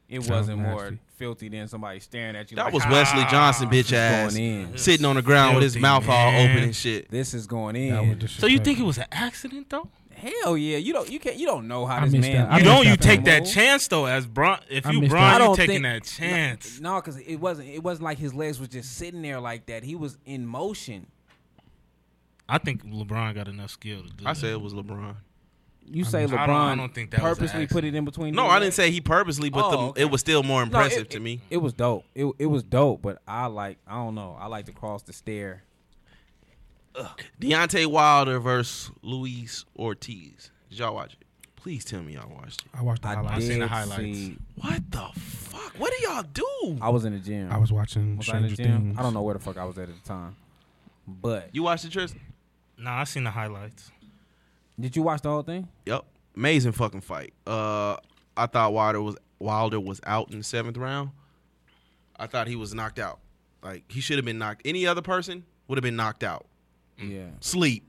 Speaker 3: It
Speaker 2: Sounds
Speaker 3: wasn't more
Speaker 2: nasty.
Speaker 3: filthy than somebody staring at you.
Speaker 1: That
Speaker 3: like,
Speaker 1: was
Speaker 3: "Ah,
Speaker 1: Wesley Johnson, bitch ass,
Speaker 3: Going in.
Speaker 1: sitting on the ground with his
Speaker 4: Filthy,
Speaker 1: mouth all
Speaker 4: man.
Speaker 1: open and shit.
Speaker 3: This is going
Speaker 2: That was
Speaker 3: in.
Speaker 4: So you think it was an accident though?
Speaker 3: Hell yeah. You don't. You can't. You don't know how
Speaker 2: I
Speaker 3: this
Speaker 2: missed
Speaker 3: man.
Speaker 2: that. I
Speaker 4: You
Speaker 2: missed
Speaker 4: don't. You
Speaker 2: that
Speaker 4: take that
Speaker 3: move.
Speaker 4: chance though, as Bron. If
Speaker 2: I
Speaker 4: you
Speaker 2: missed
Speaker 4: Bron,
Speaker 2: that.
Speaker 4: you
Speaker 3: don't
Speaker 4: taking
Speaker 3: think-
Speaker 4: that chance.
Speaker 3: No, because it wasn't. It wasn't like his legs was just sitting there like that. He was in motion.
Speaker 4: I think LeBron got enough skill to do.
Speaker 1: I
Speaker 4: that.
Speaker 1: said it was LeBron.
Speaker 3: You say
Speaker 4: don't-
Speaker 3: LeBron
Speaker 4: I don't think that was an
Speaker 3: purposely put it in between.
Speaker 1: No,
Speaker 3: the
Speaker 1: I
Speaker 3: legs?
Speaker 1: didn't say he purposely, but
Speaker 3: Oh,
Speaker 1: the,
Speaker 3: okay.
Speaker 1: it was still more
Speaker 3: No, it-
Speaker 1: impressive to
Speaker 3: it-
Speaker 1: me.
Speaker 3: It was dope. It it was dope, but I like I don't know. I like to cross the stair.
Speaker 1: Deontay Wilder versus Luis Ortiz. Did y'all watch it? Please tell me y'all watched it.
Speaker 2: I watched the
Speaker 3: I
Speaker 2: highlights.
Speaker 3: did
Speaker 4: seen the highlights.
Speaker 3: see-
Speaker 1: What the fuck? What do y'all do?
Speaker 3: I was in the gym.
Speaker 2: I was watching
Speaker 3: Was I in the
Speaker 2: Stranger
Speaker 3: gym.
Speaker 2: Things.
Speaker 3: I don't know where the fuck I was at at the time. But
Speaker 1: You watched it, Tristan?
Speaker 4: Nah, I seen the highlights.
Speaker 3: did you watch the whole thing?
Speaker 1: Yep. Amazing fucking fight. Uh, I thought Wilder was Wilder was out in the seventh round. I thought he was knocked out. Like he should have been knocked. Any other person would have been knocked out.
Speaker 4: Mm.
Speaker 3: Yeah.
Speaker 1: Sleep.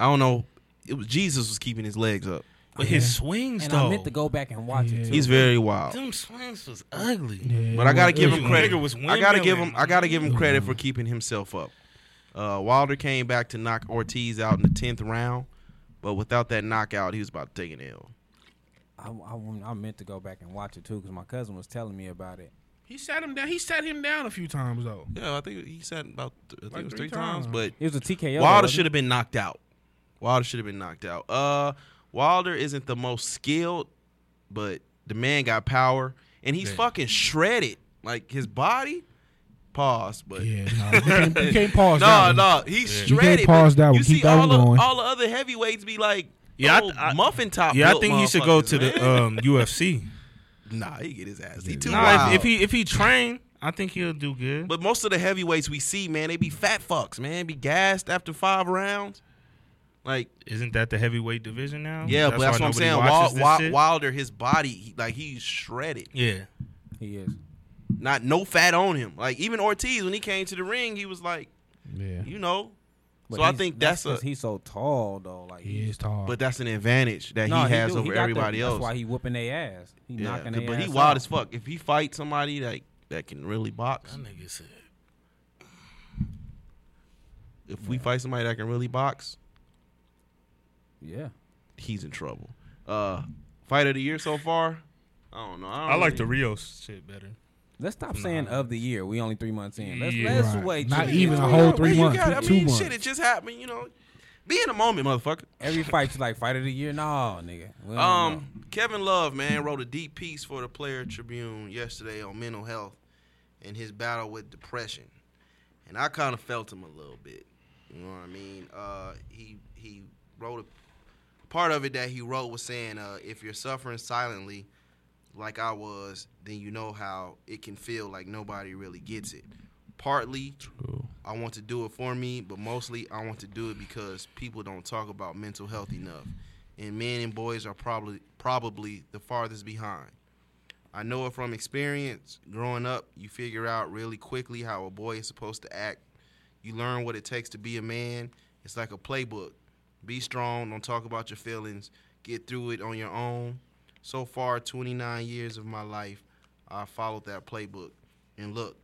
Speaker 1: I don't know. It was Jesus was keeping his legs up.
Speaker 4: But his swings
Speaker 3: And
Speaker 4: though,
Speaker 3: I meant to go back and watch
Speaker 2: Yeah.
Speaker 3: it too.
Speaker 1: He's very wild.
Speaker 4: them swings was ugly.
Speaker 2: Yeah,
Speaker 1: But I
Speaker 2: it
Speaker 1: gotta
Speaker 2: was-
Speaker 1: give
Speaker 2: it
Speaker 1: him
Speaker 2: was-
Speaker 1: credit.
Speaker 4: Nigga was
Speaker 1: I gotta give him.
Speaker 4: windmilling.
Speaker 1: I gotta give him credit for keeping himself up. Uh, Wilder came back to knock Ortiz out in the tenth round, but without that knockout, he was about to take an L.
Speaker 3: I, I, I meant to go back and watch it too because my cousin was telling me about it.
Speaker 2: He sat him down. He sat him down a few times though.
Speaker 1: Yeah, I think he said about. I think
Speaker 2: Like
Speaker 1: it was three
Speaker 2: three
Speaker 1: times,
Speaker 2: times.
Speaker 1: but
Speaker 3: It was a TKO.
Speaker 1: Wilder should have been knocked out. Wilder should have been knocked out. Uh, Wilder isn't the most skilled, but the man got power, and he's
Speaker 4: Yeah.
Speaker 1: fucking shredded. Like his body. Pause, but
Speaker 4: <laughs>
Speaker 2: Yeah, no, you, can't,
Speaker 1: <laughs>
Speaker 2: you can't pause.
Speaker 1: No,
Speaker 2: that one.
Speaker 1: no, he's
Speaker 4: Yeah.
Speaker 2: can't
Speaker 4: You
Speaker 1: shredded.
Speaker 2: pause
Speaker 1: but
Speaker 2: that
Speaker 1: You
Speaker 2: one. Keep
Speaker 1: see
Speaker 2: that
Speaker 1: all
Speaker 2: one
Speaker 1: the,
Speaker 2: going.
Speaker 1: all the other heavyweights be like,
Speaker 4: Yeah, I
Speaker 1: yeah,
Speaker 4: th- I-
Speaker 1: muffin top.
Speaker 4: Yeah, I
Speaker 1: built
Speaker 4: think he should go to
Speaker 1: motherfuckers,
Speaker 4: the
Speaker 1: man.
Speaker 4: um, UFC.
Speaker 1: <laughs> nah, he get his ass. He too
Speaker 4: Nah,
Speaker 1: wild.
Speaker 4: if, if he if he train, I think he'll do good.
Speaker 1: but most of the heavyweights we see, man, they be fat fucks, man, be gassed after five rounds. Like,
Speaker 4: Isn't that the heavyweight division now?
Speaker 1: yeah, but that's
Speaker 4: why
Speaker 1: what I'm
Speaker 4: nobody
Speaker 1: saying.
Speaker 4: watches
Speaker 1: Wild,
Speaker 4: this
Speaker 1: Wild,
Speaker 4: shit?
Speaker 1: Wilder, his body, he, like he's shredded.
Speaker 4: Yeah,
Speaker 3: He is.
Speaker 1: Not no fat on him. Like even Ortiz, when he came to the ring, he was like,
Speaker 2: Yeah,
Speaker 1: you know.
Speaker 3: But
Speaker 1: so I
Speaker 3: he's-
Speaker 1: think that's,
Speaker 3: 'cause
Speaker 1: a,
Speaker 3: he's so tall though. Like
Speaker 2: he is tall.
Speaker 1: but that's an advantage that
Speaker 3: No,
Speaker 1: he has
Speaker 3: do.
Speaker 1: over
Speaker 3: got
Speaker 1: everybody
Speaker 3: the,
Speaker 1: else.
Speaker 3: That's why he whooping their ass. He
Speaker 1: Yeah,
Speaker 3: knocking
Speaker 1: 'cause-
Speaker 3: their
Speaker 1: but
Speaker 3: ass.
Speaker 1: he wild
Speaker 3: out.
Speaker 1: as fuck. If he fights somebody that that can really box,
Speaker 4: that nigga said.
Speaker 1: if we fight somebody that can really box,
Speaker 3: Yeah.
Speaker 1: he's in trouble. Uh, fight of the year so far, I don't know. I, don't
Speaker 4: I like
Speaker 1: really-
Speaker 4: the Rios shit better.
Speaker 3: Let's stop saying of the year. We only three months in. Let's,
Speaker 4: Yeah.
Speaker 3: let's
Speaker 2: Right.
Speaker 3: wait.
Speaker 2: Not
Speaker 3: till-
Speaker 2: even a
Speaker 1: Yeah,
Speaker 2: whole
Speaker 1: man,
Speaker 2: three
Speaker 1: you
Speaker 2: months,
Speaker 1: gotta- I
Speaker 2: two
Speaker 1: mean,
Speaker 2: months.
Speaker 1: shit, it just happened. You know, be in the moment, motherfucker.
Speaker 3: Every fight you like fight of the year. No, nigga. We don't know.
Speaker 1: Um, Kevin Love, man, wrote a deep piece for the Player Tribune yesterday on mental health and his battle with depression. And I kind of felt him a little bit. You know what I mean? Uh, he he wrote a part of it that he wrote was saying, uh, if you're suffering silently, like I was, then you know how it can feel like nobody really gets it. Partly, I want to do it for me, but mostly I want to do it because people don't talk about mental health enough. And men and boys are probably probably the farthest behind. I know it from experience. Growing up, you figure out really quickly how a boy is supposed to act. You learn what it takes to be a man. It's like a playbook. Be strong, don't talk about your feelings, get through it on your own. So far, 29 years of my life, I followed that playbook. And look,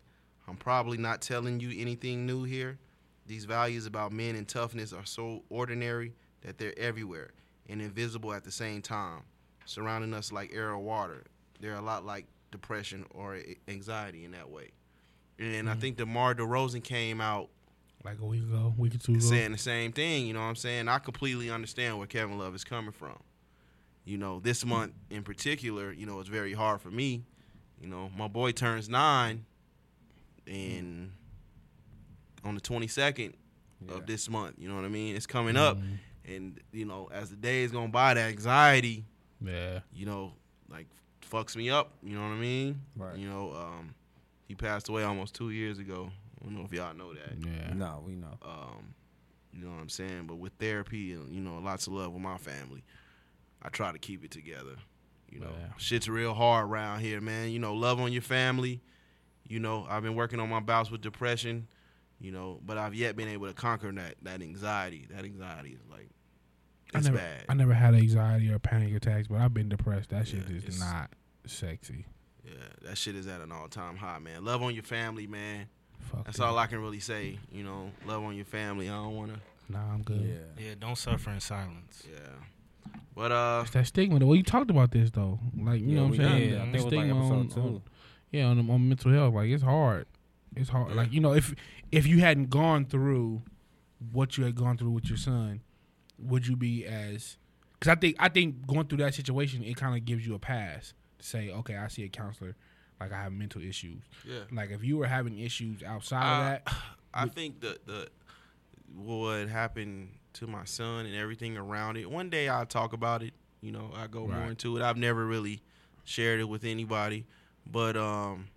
Speaker 1: I'm probably not telling you anything new here. These values about men and toughness are so ordinary that they're everywhere and invisible at the same time, surrounding us like air or water. They're a lot like depression or a- anxiety in that way. And I think DeMar DeRozan came out
Speaker 2: like a week ago, week or two
Speaker 3: Mm-hmm.
Speaker 2: ago.
Speaker 1: saying the same thing. You know what I'm saying? I completely understand where Kevin Love is coming from. You know,
Speaker 3: Mm-hmm.
Speaker 1: this month in particular, you know, it's very hard for me. You know, my boy turns nine, and on the 22nd
Speaker 3: Yeah. Mm-hmm.
Speaker 1: of this month, you know what I mean? It's coming up, and you know, as the days going by, the anxiety,
Speaker 2: Yeah,
Speaker 1: you know, like fucks me up. You know what I mean?
Speaker 3: Right.
Speaker 1: You know, um, he passed away almost two years ago. I don't know if y'all know that
Speaker 2: yeah.
Speaker 3: No, we know.
Speaker 1: um, you know what I'm saying? But with therapy and you know lots of love with my family, I try to keep it together. You know,
Speaker 2: Yeah.
Speaker 1: shit's real hard around here, man. You know, love on your family. You know, I've been working on my bouts with depression. You know, but I've yet been able to conquer that that anxiety. That anxiety is like
Speaker 2: I
Speaker 1: it's
Speaker 2: never,
Speaker 1: bad.
Speaker 2: I never had anxiety or panic attacks, but I've been depressed. That shit
Speaker 1: Yeah,
Speaker 2: is
Speaker 1: it's-
Speaker 2: not sexy.
Speaker 1: yeah, that shit is at an all time high, man. Love on your family, man.
Speaker 2: Fuck.
Speaker 1: That's all I can really say. You know, love on your family. I don't wanna.
Speaker 2: Nah, I'm good.
Speaker 3: Yeah.
Speaker 4: Yeah, don't suffer in silence.
Speaker 1: Yeah, but uh,
Speaker 2: It's that stigma. though. you talked about this though, like you
Speaker 3: Yeah,
Speaker 2: know what
Speaker 3: we
Speaker 2: I'm saying.
Speaker 3: did. I
Speaker 2: The
Speaker 3: think it was like
Speaker 2: stigma
Speaker 3: episode
Speaker 2: on-
Speaker 3: two.
Speaker 2: on- yeah, on, on mental health, like it's hard. It's hard.
Speaker 1: Yeah.
Speaker 2: Like you know, if if you hadn't gone through what you had gone through with your son, would you be as? Because I think I think going through that situation, it kind of gives you a pass to say, okay, I see a counselor. Like I have mental issues.
Speaker 1: yeah.
Speaker 2: Like if you were having issues outside
Speaker 1: Uh,
Speaker 2: of that,
Speaker 1: I think the the what happened to my son and everything around it. One day I'll talk about it. You know, I go more
Speaker 2: Right.
Speaker 1: into it. I've never really shared it with anybody, but um,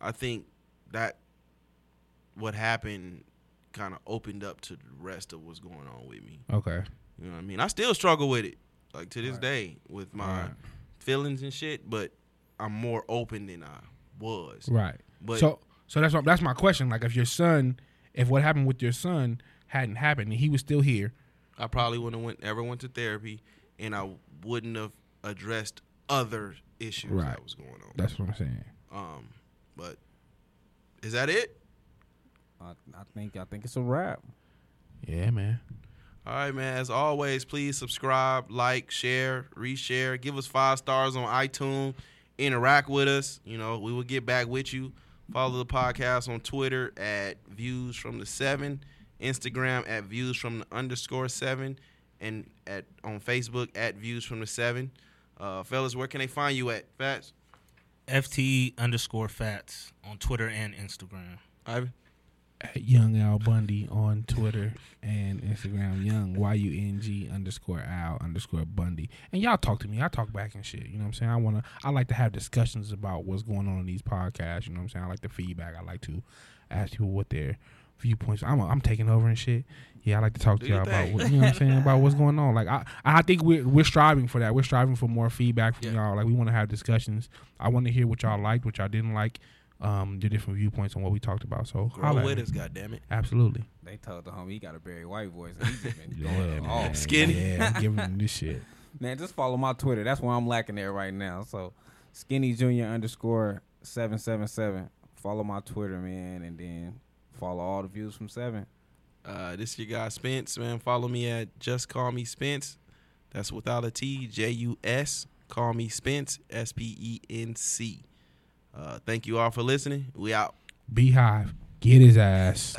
Speaker 1: I think that what happened kind of opened up to the rest of what's going on with me. <laughs>
Speaker 2: okay,
Speaker 1: You know what I mean? I still struggle with it, like to this
Speaker 3: Right.
Speaker 1: day, with my
Speaker 2: Right.
Speaker 1: feelings and shit. But I'm more open than I was.
Speaker 2: right.
Speaker 1: But
Speaker 2: so So that's what, that's my question. Like, if your son, if what happened with your son hadn't happened, and he was still here,
Speaker 1: I probably wouldn't have went, ever went to therapy, and I wouldn't have addressed other issues
Speaker 2: Right.
Speaker 1: that was going on.
Speaker 2: that's what I'm saying.
Speaker 1: Um, but is that it?
Speaker 3: I, I think I think it's a wrap.
Speaker 2: Yeah, man.
Speaker 1: All right, man. As always, please subscribe, like, share, reshare. Give us five stars on iTunes. Interact with us. You know, we will get back with you. Follow the podcast on Twitter at Views from the Seven, Instagram at Views from the underscore seven, and at on Facebook at Views from the Seven. Uh, fellas, where can they find you at? Fats,
Speaker 4: FTE E underscore fats on Twitter and Instagram.
Speaker 1: Ivan.
Speaker 2: At Young Al Bundy on Twitter and Instagram. Young Y U N G underscore Al underscore Bundy. And y'all talk to me. I talk back and shit. You know what I'm saying? I wanna. I like to have discussions about what's going on in these podcasts. You know what I'm saying? I like the feedback. I like to ask people what their viewpoints. I'm a, I'm taking over and shit. Yeah, I like to talk to
Speaker 1: Do your
Speaker 2: y'all about
Speaker 1: thing.
Speaker 2: what, you know what I'm saying about what's going on. Like I I think we're we're striving for that. We're striving for more feedback from
Speaker 1: Yeah.
Speaker 2: y'all. Like we want to have discussions. I want to hear what y'all liked, what y'all didn't like. Um, the different viewpoints on what we talked about. So holla
Speaker 1: Grow
Speaker 2: at
Speaker 1: with
Speaker 2: me.
Speaker 1: us, goddammit.
Speaker 2: Absolutely.
Speaker 3: They told the homie he got a Barry White voice. And he's just
Speaker 2: <laughs>
Speaker 3: been going
Speaker 2: man.
Speaker 3: off.
Speaker 1: Skinny.
Speaker 2: Yeah, I'm giving him this shit.
Speaker 3: Man, just follow my Twitter. That's where I'm lacking there right now. So skinny junior underscore seven seven seven. Follow my Twitter, man, and then follow all the views from seven. <laughs>
Speaker 1: Uh, this is your guy Spence, man. Follow me at Just Call Me Spence. That's without a T, J U S. Call me Spence, S P E N C. Uh, thank you all for listening. We out.
Speaker 2: Beehive, get his ass.